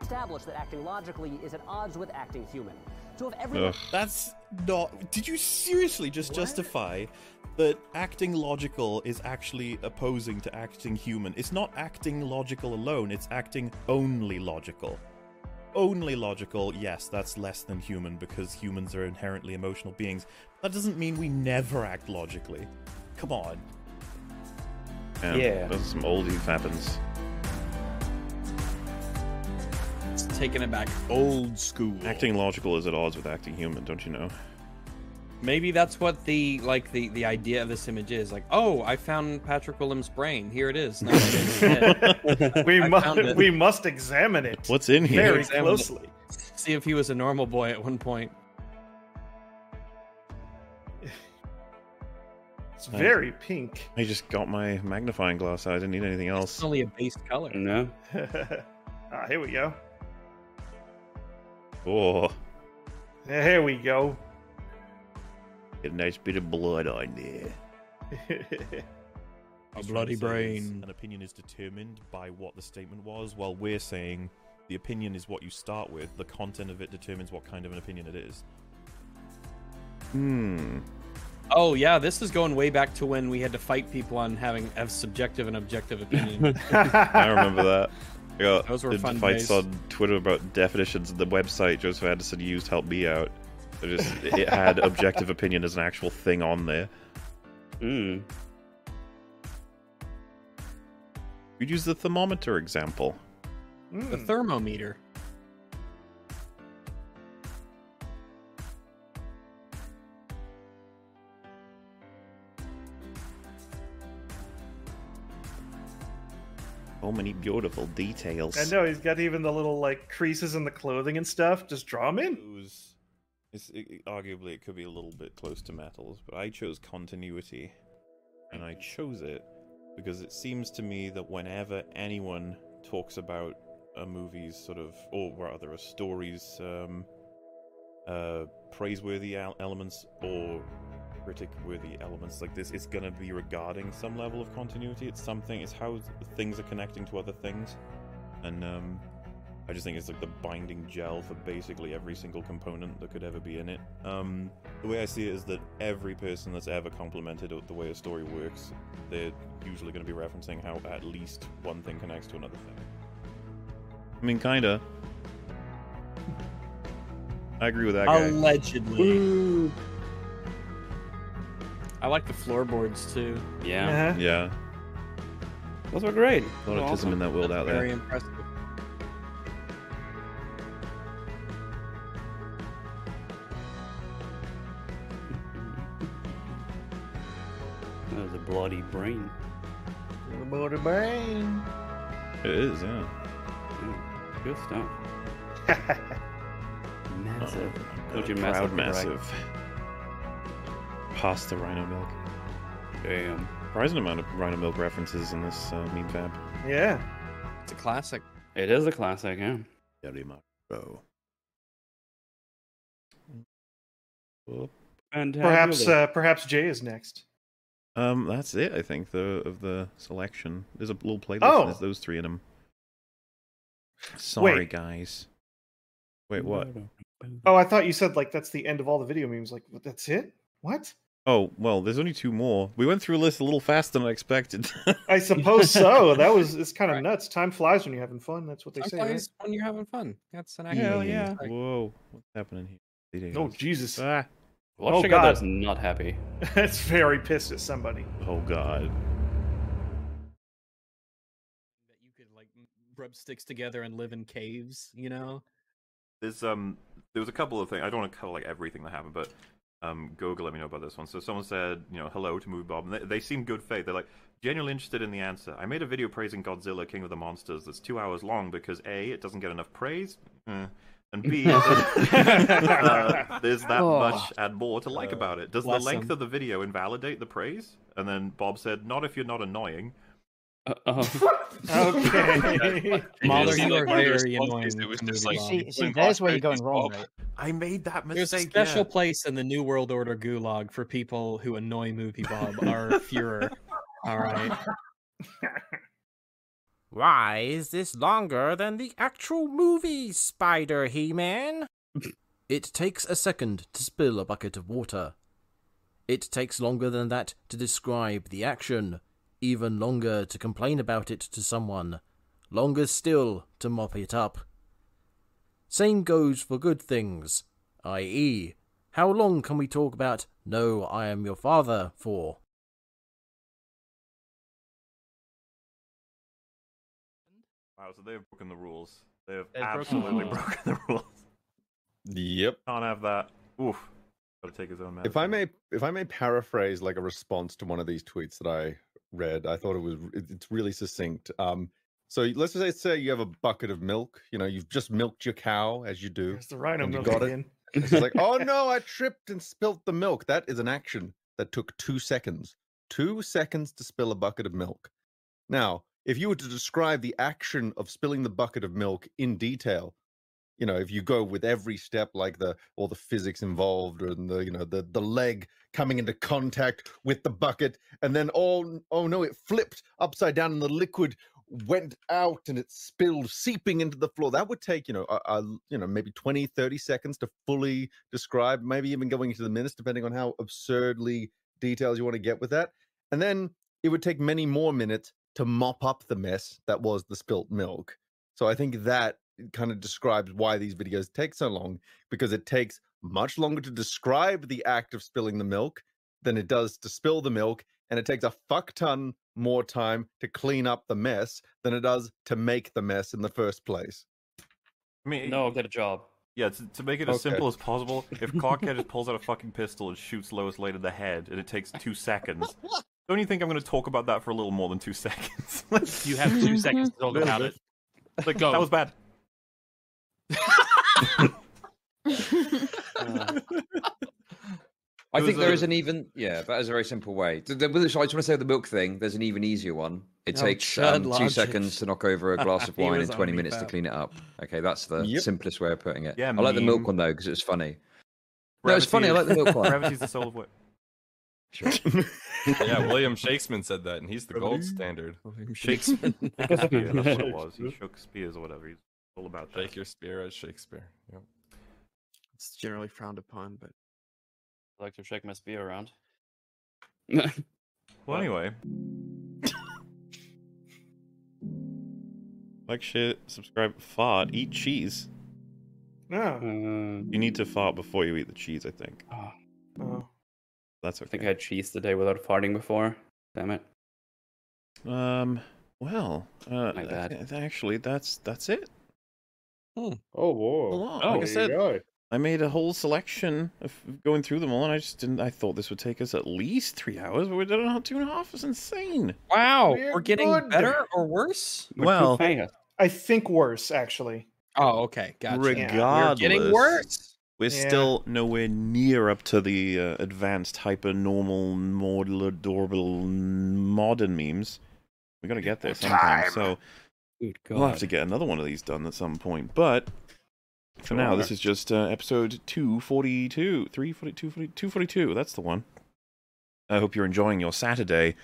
[SPEAKER 17] established that acting logically is at odds with acting human. So if everyone
[SPEAKER 1] Ugh.
[SPEAKER 8] That's not. Did you seriously just justify that acting logical is actually opposing to acting human? It's not acting logical alone, it's acting only logical. Only logical, yes, that's less than human because humans are inherently emotional beings. That doesn't mean we never act logically. Come on.
[SPEAKER 1] And
[SPEAKER 8] Yeah.
[SPEAKER 1] Those are some oldie fappins.
[SPEAKER 2] It's taking it back old school.
[SPEAKER 1] Acting logical is at odds with acting human, don't you know?
[SPEAKER 2] Maybe that's what the like the the idea of this image is. Like, oh, I found Patrick Williams' brain. Here it is. No, it's dead.
[SPEAKER 3] we
[SPEAKER 2] I
[SPEAKER 3] must
[SPEAKER 2] found it.
[SPEAKER 3] we must examine it.
[SPEAKER 1] What's in here?
[SPEAKER 3] Very
[SPEAKER 2] Examine it.
[SPEAKER 3] closely.
[SPEAKER 2] See if he was a normal boy at one point.
[SPEAKER 3] It's very pink.
[SPEAKER 1] I just got my magnifying glass. out. I didn't need anything else.
[SPEAKER 2] It's only a base color.
[SPEAKER 4] No.
[SPEAKER 3] ah, here we go.
[SPEAKER 1] Oh,
[SPEAKER 3] Yeah, Here we go.
[SPEAKER 1] get a nice bit of blood on there.
[SPEAKER 2] A
[SPEAKER 28] He's
[SPEAKER 2] bloody
[SPEAKER 28] trying to say is
[SPEAKER 2] brain.
[SPEAKER 28] An opinion is determined by what the statement was, while we're saying the opinion is what you start with. The content of it determines what kind of an opinion it is.
[SPEAKER 1] Hmm.
[SPEAKER 2] Oh yeah, this is going way back to when we had to fight people on having a subjective and objective opinion.
[SPEAKER 1] I remember that. I got
[SPEAKER 2] Those were
[SPEAKER 1] into
[SPEAKER 2] fun
[SPEAKER 1] fights
[SPEAKER 2] days.
[SPEAKER 1] on Twitter about definitions. The website Joseph Anderson used helped me out. I just it had objective opinion as an actual thing on there.
[SPEAKER 2] Hmm.
[SPEAKER 4] Mm.
[SPEAKER 1] We'd use the thermometer example.
[SPEAKER 2] The thermometer.
[SPEAKER 1] So many beautiful details.
[SPEAKER 3] I know he's got even the little like creases in the clothing and stuff. Just draw them in.
[SPEAKER 1] It was, it's, it, it- arguably, it could be a little bit close to metals, but I chose continuity, and I chose it because it seems to me that whenever anyone talks about a movie's sort of, or rather, a story's um, uh, praiseworthy el- elements or critic-worthy elements like this, it's gonna be regarding some level of continuity. It's something. It's how things are connecting to other things, and um, I just think it's like the binding gel for basically every single component that could ever be in it. Um, the way I see it is that every person that's ever complimented the way a story works, they're usually going to be referencing how at least one thing connects to another thing. I mean, kinda. I agree with that guy.
[SPEAKER 2] Allegedly. I like the floorboards too.
[SPEAKER 4] Yeah.
[SPEAKER 3] Uh-huh.
[SPEAKER 1] Yeah.
[SPEAKER 4] Those were great.
[SPEAKER 1] A lot of tism in that world out
[SPEAKER 2] Very
[SPEAKER 1] there.
[SPEAKER 2] impressive.
[SPEAKER 4] That was a bloody brain.
[SPEAKER 3] Motor brain.
[SPEAKER 1] It is, yeah.
[SPEAKER 4] Yeah, Good stuff. massive.
[SPEAKER 1] Uh,
[SPEAKER 4] Don't you mess
[SPEAKER 1] proud
[SPEAKER 4] up the brain.
[SPEAKER 1] massive. Past the rhino milk.
[SPEAKER 4] Damn.
[SPEAKER 1] Surprising amount of rhino milk references in this uh, meme fab.
[SPEAKER 3] Yeah.
[SPEAKER 2] It's a classic.
[SPEAKER 4] It is a classic, yeah.
[SPEAKER 1] Very much so.
[SPEAKER 3] Perhaps uh, perhaps Jay is next.
[SPEAKER 1] Um, that's it. I think the of the selection. There's a little playlist.
[SPEAKER 3] Oh.
[SPEAKER 1] and There's those three in them. Sorry,
[SPEAKER 3] Wait.
[SPEAKER 1] guys. Wait, what?
[SPEAKER 3] Oh, I thought you said like that's the end of all the video memes. Like that's it. What?
[SPEAKER 1] Oh well, there's only two more. We went through a list a little faster than I expected.
[SPEAKER 3] I suppose so. That was it's kind of nuts. Time flies when you're having fun. That's what they
[SPEAKER 2] Time
[SPEAKER 3] say.
[SPEAKER 2] flies when you're having fun. That's an
[SPEAKER 1] Hell
[SPEAKER 2] accurate.
[SPEAKER 1] yeah.
[SPEAKER 2] Like,
[SPEAKER 1] Whoa, what's happening here?
[SPEAKER 3] Oh Jesus!
[SPEAKER 1] Ah.
[SPEAKER 4] Well,
[SPEAKER 3] Oh,
[SPEAKER 4] check
[SPEAKER 3] God.
[SPEAKER 4] out that's not happy.
[SPEAKER 3] That's very pissed at somebody.
[SPEAKER 1] Oh god.
[SPEAKER 2] You could like rub sticks together and live in caves. You know.
[SPEAKER 27] There's um there was a couple of things I don't want to cover like everything that happened, but um Goga let me know about this one. So someone said, you know, hello to Movie Bob and they, they seem good faith. They're like genuinely interested in the answer. I made a video praising Godzilla King of the Monsters that's two hours long because A, it doesn't get enough praise. eh, And B, uh, there's that
[SPEAKER 1] Oh.
[SPEAKER 27] much and more to like
[SPEAKER 1] Uh,
[SPEAKER 27] about it. Does the
[SPEAKER 1] bless
[SPEAKER 27] length
[SPEAKER 1] him.
[SPEAKER 27] of the video invalidate the praise? And then Bob said, "Not if you're not annoying."
[SPEAKER 3] Okay.
[SPEAKER 2] Mahler, you are very
[SPEAKER 20] response
[SPEAKER 2] annoying.
[SPEAKER 20] is it was
[SPEAKER 2] to
[SPEAKER 20] just like,
[SPEAKER 2] Movie Bob.
[SPEAKER 20] See- keep see, doing there's where you're going wrong, mate.
[SPEAKER 27] I made that
[SPEAKER 2] There's a
[SPEAKER 27] mistake.
[SPEAKER 2] special
[SPEAKER 27] yeah.
[SPEAKER 2] place in the New World Order gulag for people who annoy Movie Bob or Fuhrer. All right.
[SPEAKER 29] Why is this longer than the actual movie, Spider He Man?
[SPEAKER 30] It takes a second to spill a bucket of water. It takes longer than that to describe the action, even longer to complain about it to someone, longer still to mop it up. Same goes for good things, i.e., how long can we talk about No, I Am Your Father for?
[SPEAKER 27] Wow, so they have broken the rules. They have
[SPEAKER 20] They've broken the
[SPEAKER 27] absolutely
[SPEAKER 20] rules.
[SPEAKER 27] broken the rules.
[SPEAKER 1] Yep.
[SPEAKER 27] Can't have that. Oof.
[SPEAKER 1] Got to take his own medicine.
[SPEAKER 6] If I may, if I may paraphrase like a response to one of these tweets that I read, I thought it was it- it's really succinct. Um, so let's say say you have a bucket of milk. You know, you've just milked your cow as you do.
[SPEAKER 3] It's the rhino
[SPEAKER 6] and you
[SPEAKER 3] milk
[SPEAKER 6] got it.
[SPEAKER 3] again.
[SPEAKER 6] It's like, oh no, I tripped and spilt the milk. That is an action that took two seconds. Two seconds to spill a bucket of milk. Now, if you were to describe the action of spilling the bucket of milk in detail, you know, if you go with every step, like the all the physics involved, and the you know the the leg coming into contact with the bucket, and then oh oh no, it flipped upside down, and the liquid went out and it spilled seeping into the floor that would take you know uh, uh, you know maybe 20 30 seconds to fully describe maybe even going into the minutes depending on how absurdly details you want to get with that and then it would take many more minutes to mop up the mess that was the spilt milk so i think that kind of describes why these videos take so long because it takes much longer to describe the act of spilling the milk than it does to spill the milk and it takes a fuck ton more time to clean up the mess than it does to make the mess in the first place.
[SPEAKER 1] I mean,
[SPEAKER 4] no, get a job.
[SPEAKER 1] Yeah, to, to make it as
[SPEAKER 6] Okay.
[SPEAKER 1] simple as possible, if Clarkhead just pulls out a fucking pistol and shoots Lois Lane in the head, and it takes two seconds, don't you think I'm going to talk about that for a little more than two seconds?
[SPEAKER 15] You have two seconds to talk about it.
[SPEAKER 1] Like,
[SPEAKER 15] Go.
[SPEAKER 1] That was bad.
[SPEAKER 26] I
[SPEAKER 1] It
[SPEAKER 15] was
[SPEAKER 26] think there
[SPEAKER 15] a-
[SPEAKER 26] is an even yeah, that is a very simple way. Th- th- With the, I just want to say with the milk thing, there's an even easier one. It
[SPEAKER 2] Oh,
[SPEAKER 26] takes
[SPEAKER 2] Chud
[SPEAKER 26] um, two
[SPEAKER 2] logic.
[SPEAKER 26] seconds to knock over a glass of
[SPEAKER 2] He
[SPEAKER 26] wine
[SPEAKER 2] was
[SPEAKER 26] and 20
[SPEAKER 2] on me,
[SPEAKER 26] minutes to
[SPEAKER 2] pal.
[SPEAKER 26] clean it up. Okay, that's the
[SPEAKER 1] Yep.
[SPEAKER 26] simplest way of putting it.
[SPEAKER 1] Yeah,
[SPEAKER 26] I like the
[SPEAKER 1] meme.
[SPEAKER 26] milk one though because it's funny. no, it's funny. I like the milk one.
[SPEAKER 1] Gravity's the soul of wit.
[SPEAKER 31] yeah, William Shakespeare said that, and he's the gold standard.
[SPEAKER 1] Shakespeare. Shakespeare, that's what it was. He shook spears or whatever. He's all about that.
[SPEAKER 31] Shake your spear at Shakespeare. Yep.
[SPEAKER 32] It's generally frowned upon, but
[SPEAKER 4] I like to shake my spear around.
[SPEAKER 1] Well, anyway. like, share, subscribe, fart, eat cheese.
[SPEAKER 3] No.
[SPEAKER 1] You need to fart before you eat the cheese, I think.
[SPEAKER 4] Oh.
[SPEAKER 2] Oh.
[SPEAKER 1] That's okay.
[SPEAKER 4] I think I had cheese today without farting before. Damn it.
[SPEAKER 1] Um. Well, uh, th- actually, that's that's it.
[SPEAKER 5] Oh, whoa.
[SPEAKER 1] Like I said, I made a whole selection of going through them all, and I just didn't. I thought this would take us at least three hours, but we did it on two and a half. It's insane.
[SPEAKER 2] Wow,
[SPEAKER 1] We're
[SPEAKER 2] we're, getting
[SPEAKER 1] good.
[SPEAKER 2] better or worse?
[SPEAKER 1] Well-
[SPEAKER 3] I think worse actually.
[SPEAKER 2] Oh, okay, gotcha.
[SPEAKER 1] Regardless,
[SPEAKER 2] we're getting worse.
[SPEAKER 1] We're
[SPEAKER 3] Yeah.
[SPEAKER 1] still nowhere near up to the uh, advanced, hyper normal, model, adorable, modern memes. We gotta get there sometime.
[SPEAKER 27] Time.
[SPEAKER 1] So
[SPEAKER 4] Good
[SPEAKER 1] we'll have
[SPEAKER 27] God.
[SPEAKER 1] to get another one of these done at some point. But for now, this
[SPEAKER 27] Sure.
[SPEAKER 1] is just uh, episode 242, 342, 40 242. That's the one. I hope you're enjoying your Saturday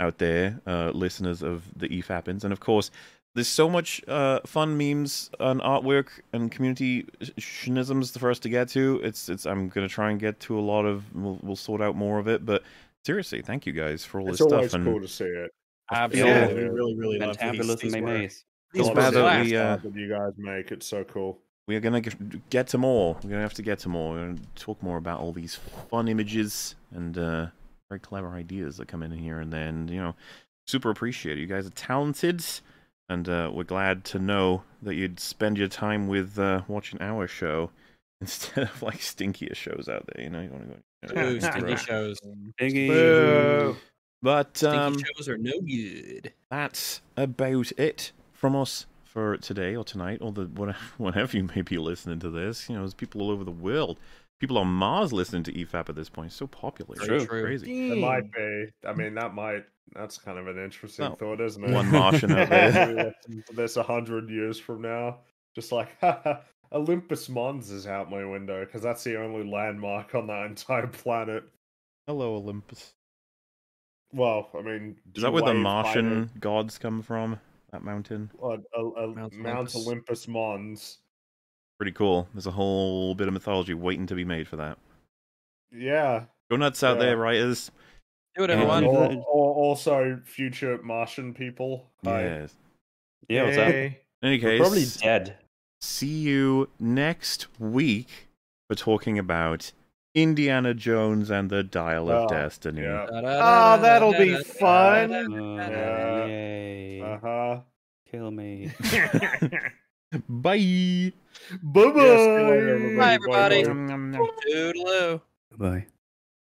[SPEAKER 1] out there, uh, listeners of the E EFAPins. And of course, there's so much uh, fun memes and artwork and community sh- schnisms for us to get to. It's it's. I'm gonna try and get to a lot of. We'll, we'll sort out more of it. But seriously, thank you guys for all
[SPEAKER 5] It's
[SPEAKER 1] this stuff.
[SPEAKER 5] always
[SPEAKER 1] and
[SPEAKER 5] cool to see it.
[SPEAKER 1] I feel-
[SPEAKER 5] we really, really love
[SPEAKER 4] Fantabulous these- these mayonnaise.
[SPEAKER 1] were- These were
[SPEAKER 5] that
[SPEAKER 1] the last.
[SPEAKER 5] you guys make. It's so cool.
[SPEAKER 1] We're gonna g- get to more. We're gonna have to get to more. We're gonna talk more about all these fun images and uh, very clever ideas that come in here and then. You know, super appreciate it. You guys are talented, and uh, we're glad to know that you'd spend your time with uh, watching our show instead of like stinkier shows out there. You know, you want to go.
[SPEAKER 2] Boo, stinky shows.
[SPEAKER 1] Stinky.
[SPEAKER 2] Boo.
[SPEAKER 1] But
[SPEAKER 2] Stinky
[SPEAKER 1] um,
[SPEAKER 2] shows are no good.
[SPEAKER 1] that's about it from us for today or tonight or the whatever, whenever you may be listening to this. You know, there's people all over the world. People on Mars listening to E EFAP at this point. It's so popular. It's crazy.
[SPEAKER 5] It might be. I mean, that might. That's kind of an interesting
[SPEAKER 1] Oh,
[SPEAKER 5] thought, isn't it?
[SPEAKER 1] one Martian out there.
[SPEAKER 5] Maybe that's- That's a hundred years from now. Just like Olympus Mons is out my window because that's the only landmark on that entire planet.
[SPEAKER 1] Hello, Olympus.
[SPEAKER 5] Well, I mean,
[SPEAKER 1] Is that where the
[SPEAKER 5] wave
[SPEAKER 1] Martian gods come from? That mountain?
[SPEAKER 5] hiding on a, a Mount,
[SPEAKER 1] Olympus.
[SPEAKER 5] Olympus Mons.
[SPEAKER 1] Pretty cool. There's a whole bit of mythology waiting to be made for that.
[SPEAKER 5] Yeah.
[SPEAKER 1] Go nuts out
[SPEAKER 5] Yeah.
[SPEAKER 1] there, writers.
[SPEAKER 2] Do
[SPEAKER 1] it, everyone.
[SPEAKER 5] Or, or also future Martian people. Hi.
[SPEAKER 1] Yes.
[SPEAKER 5] Yeah, what's up? Yay.
[SPEAKER 1] In any
[SPEAKER 5] We're
[SPEAKER 1] case,
[SPEAKER 5] probably
[SPEAKER 4] dead.
[SPEAKER 1] See you next week for talking about Indiana Jones and the Dial of
[SPEAKER 5] Oh,
[SPEAKER 1] Destiny.
[SPEAKER 3] Oh, that'll be fun.
[SPEAKER 4] Yay. Uh
[SPEAKER 1] Uh-huh.
[SPEAKER 5] huh.
[SPEAKER 4] Kill me.
[SPEAKER 1] Bye.
[SPEAKER 3] Bye bye.
[SPEAKER 4] Bye, everybody.
[SPEAKER 2] Toodaloo.
[SPEAKER 20] Bye.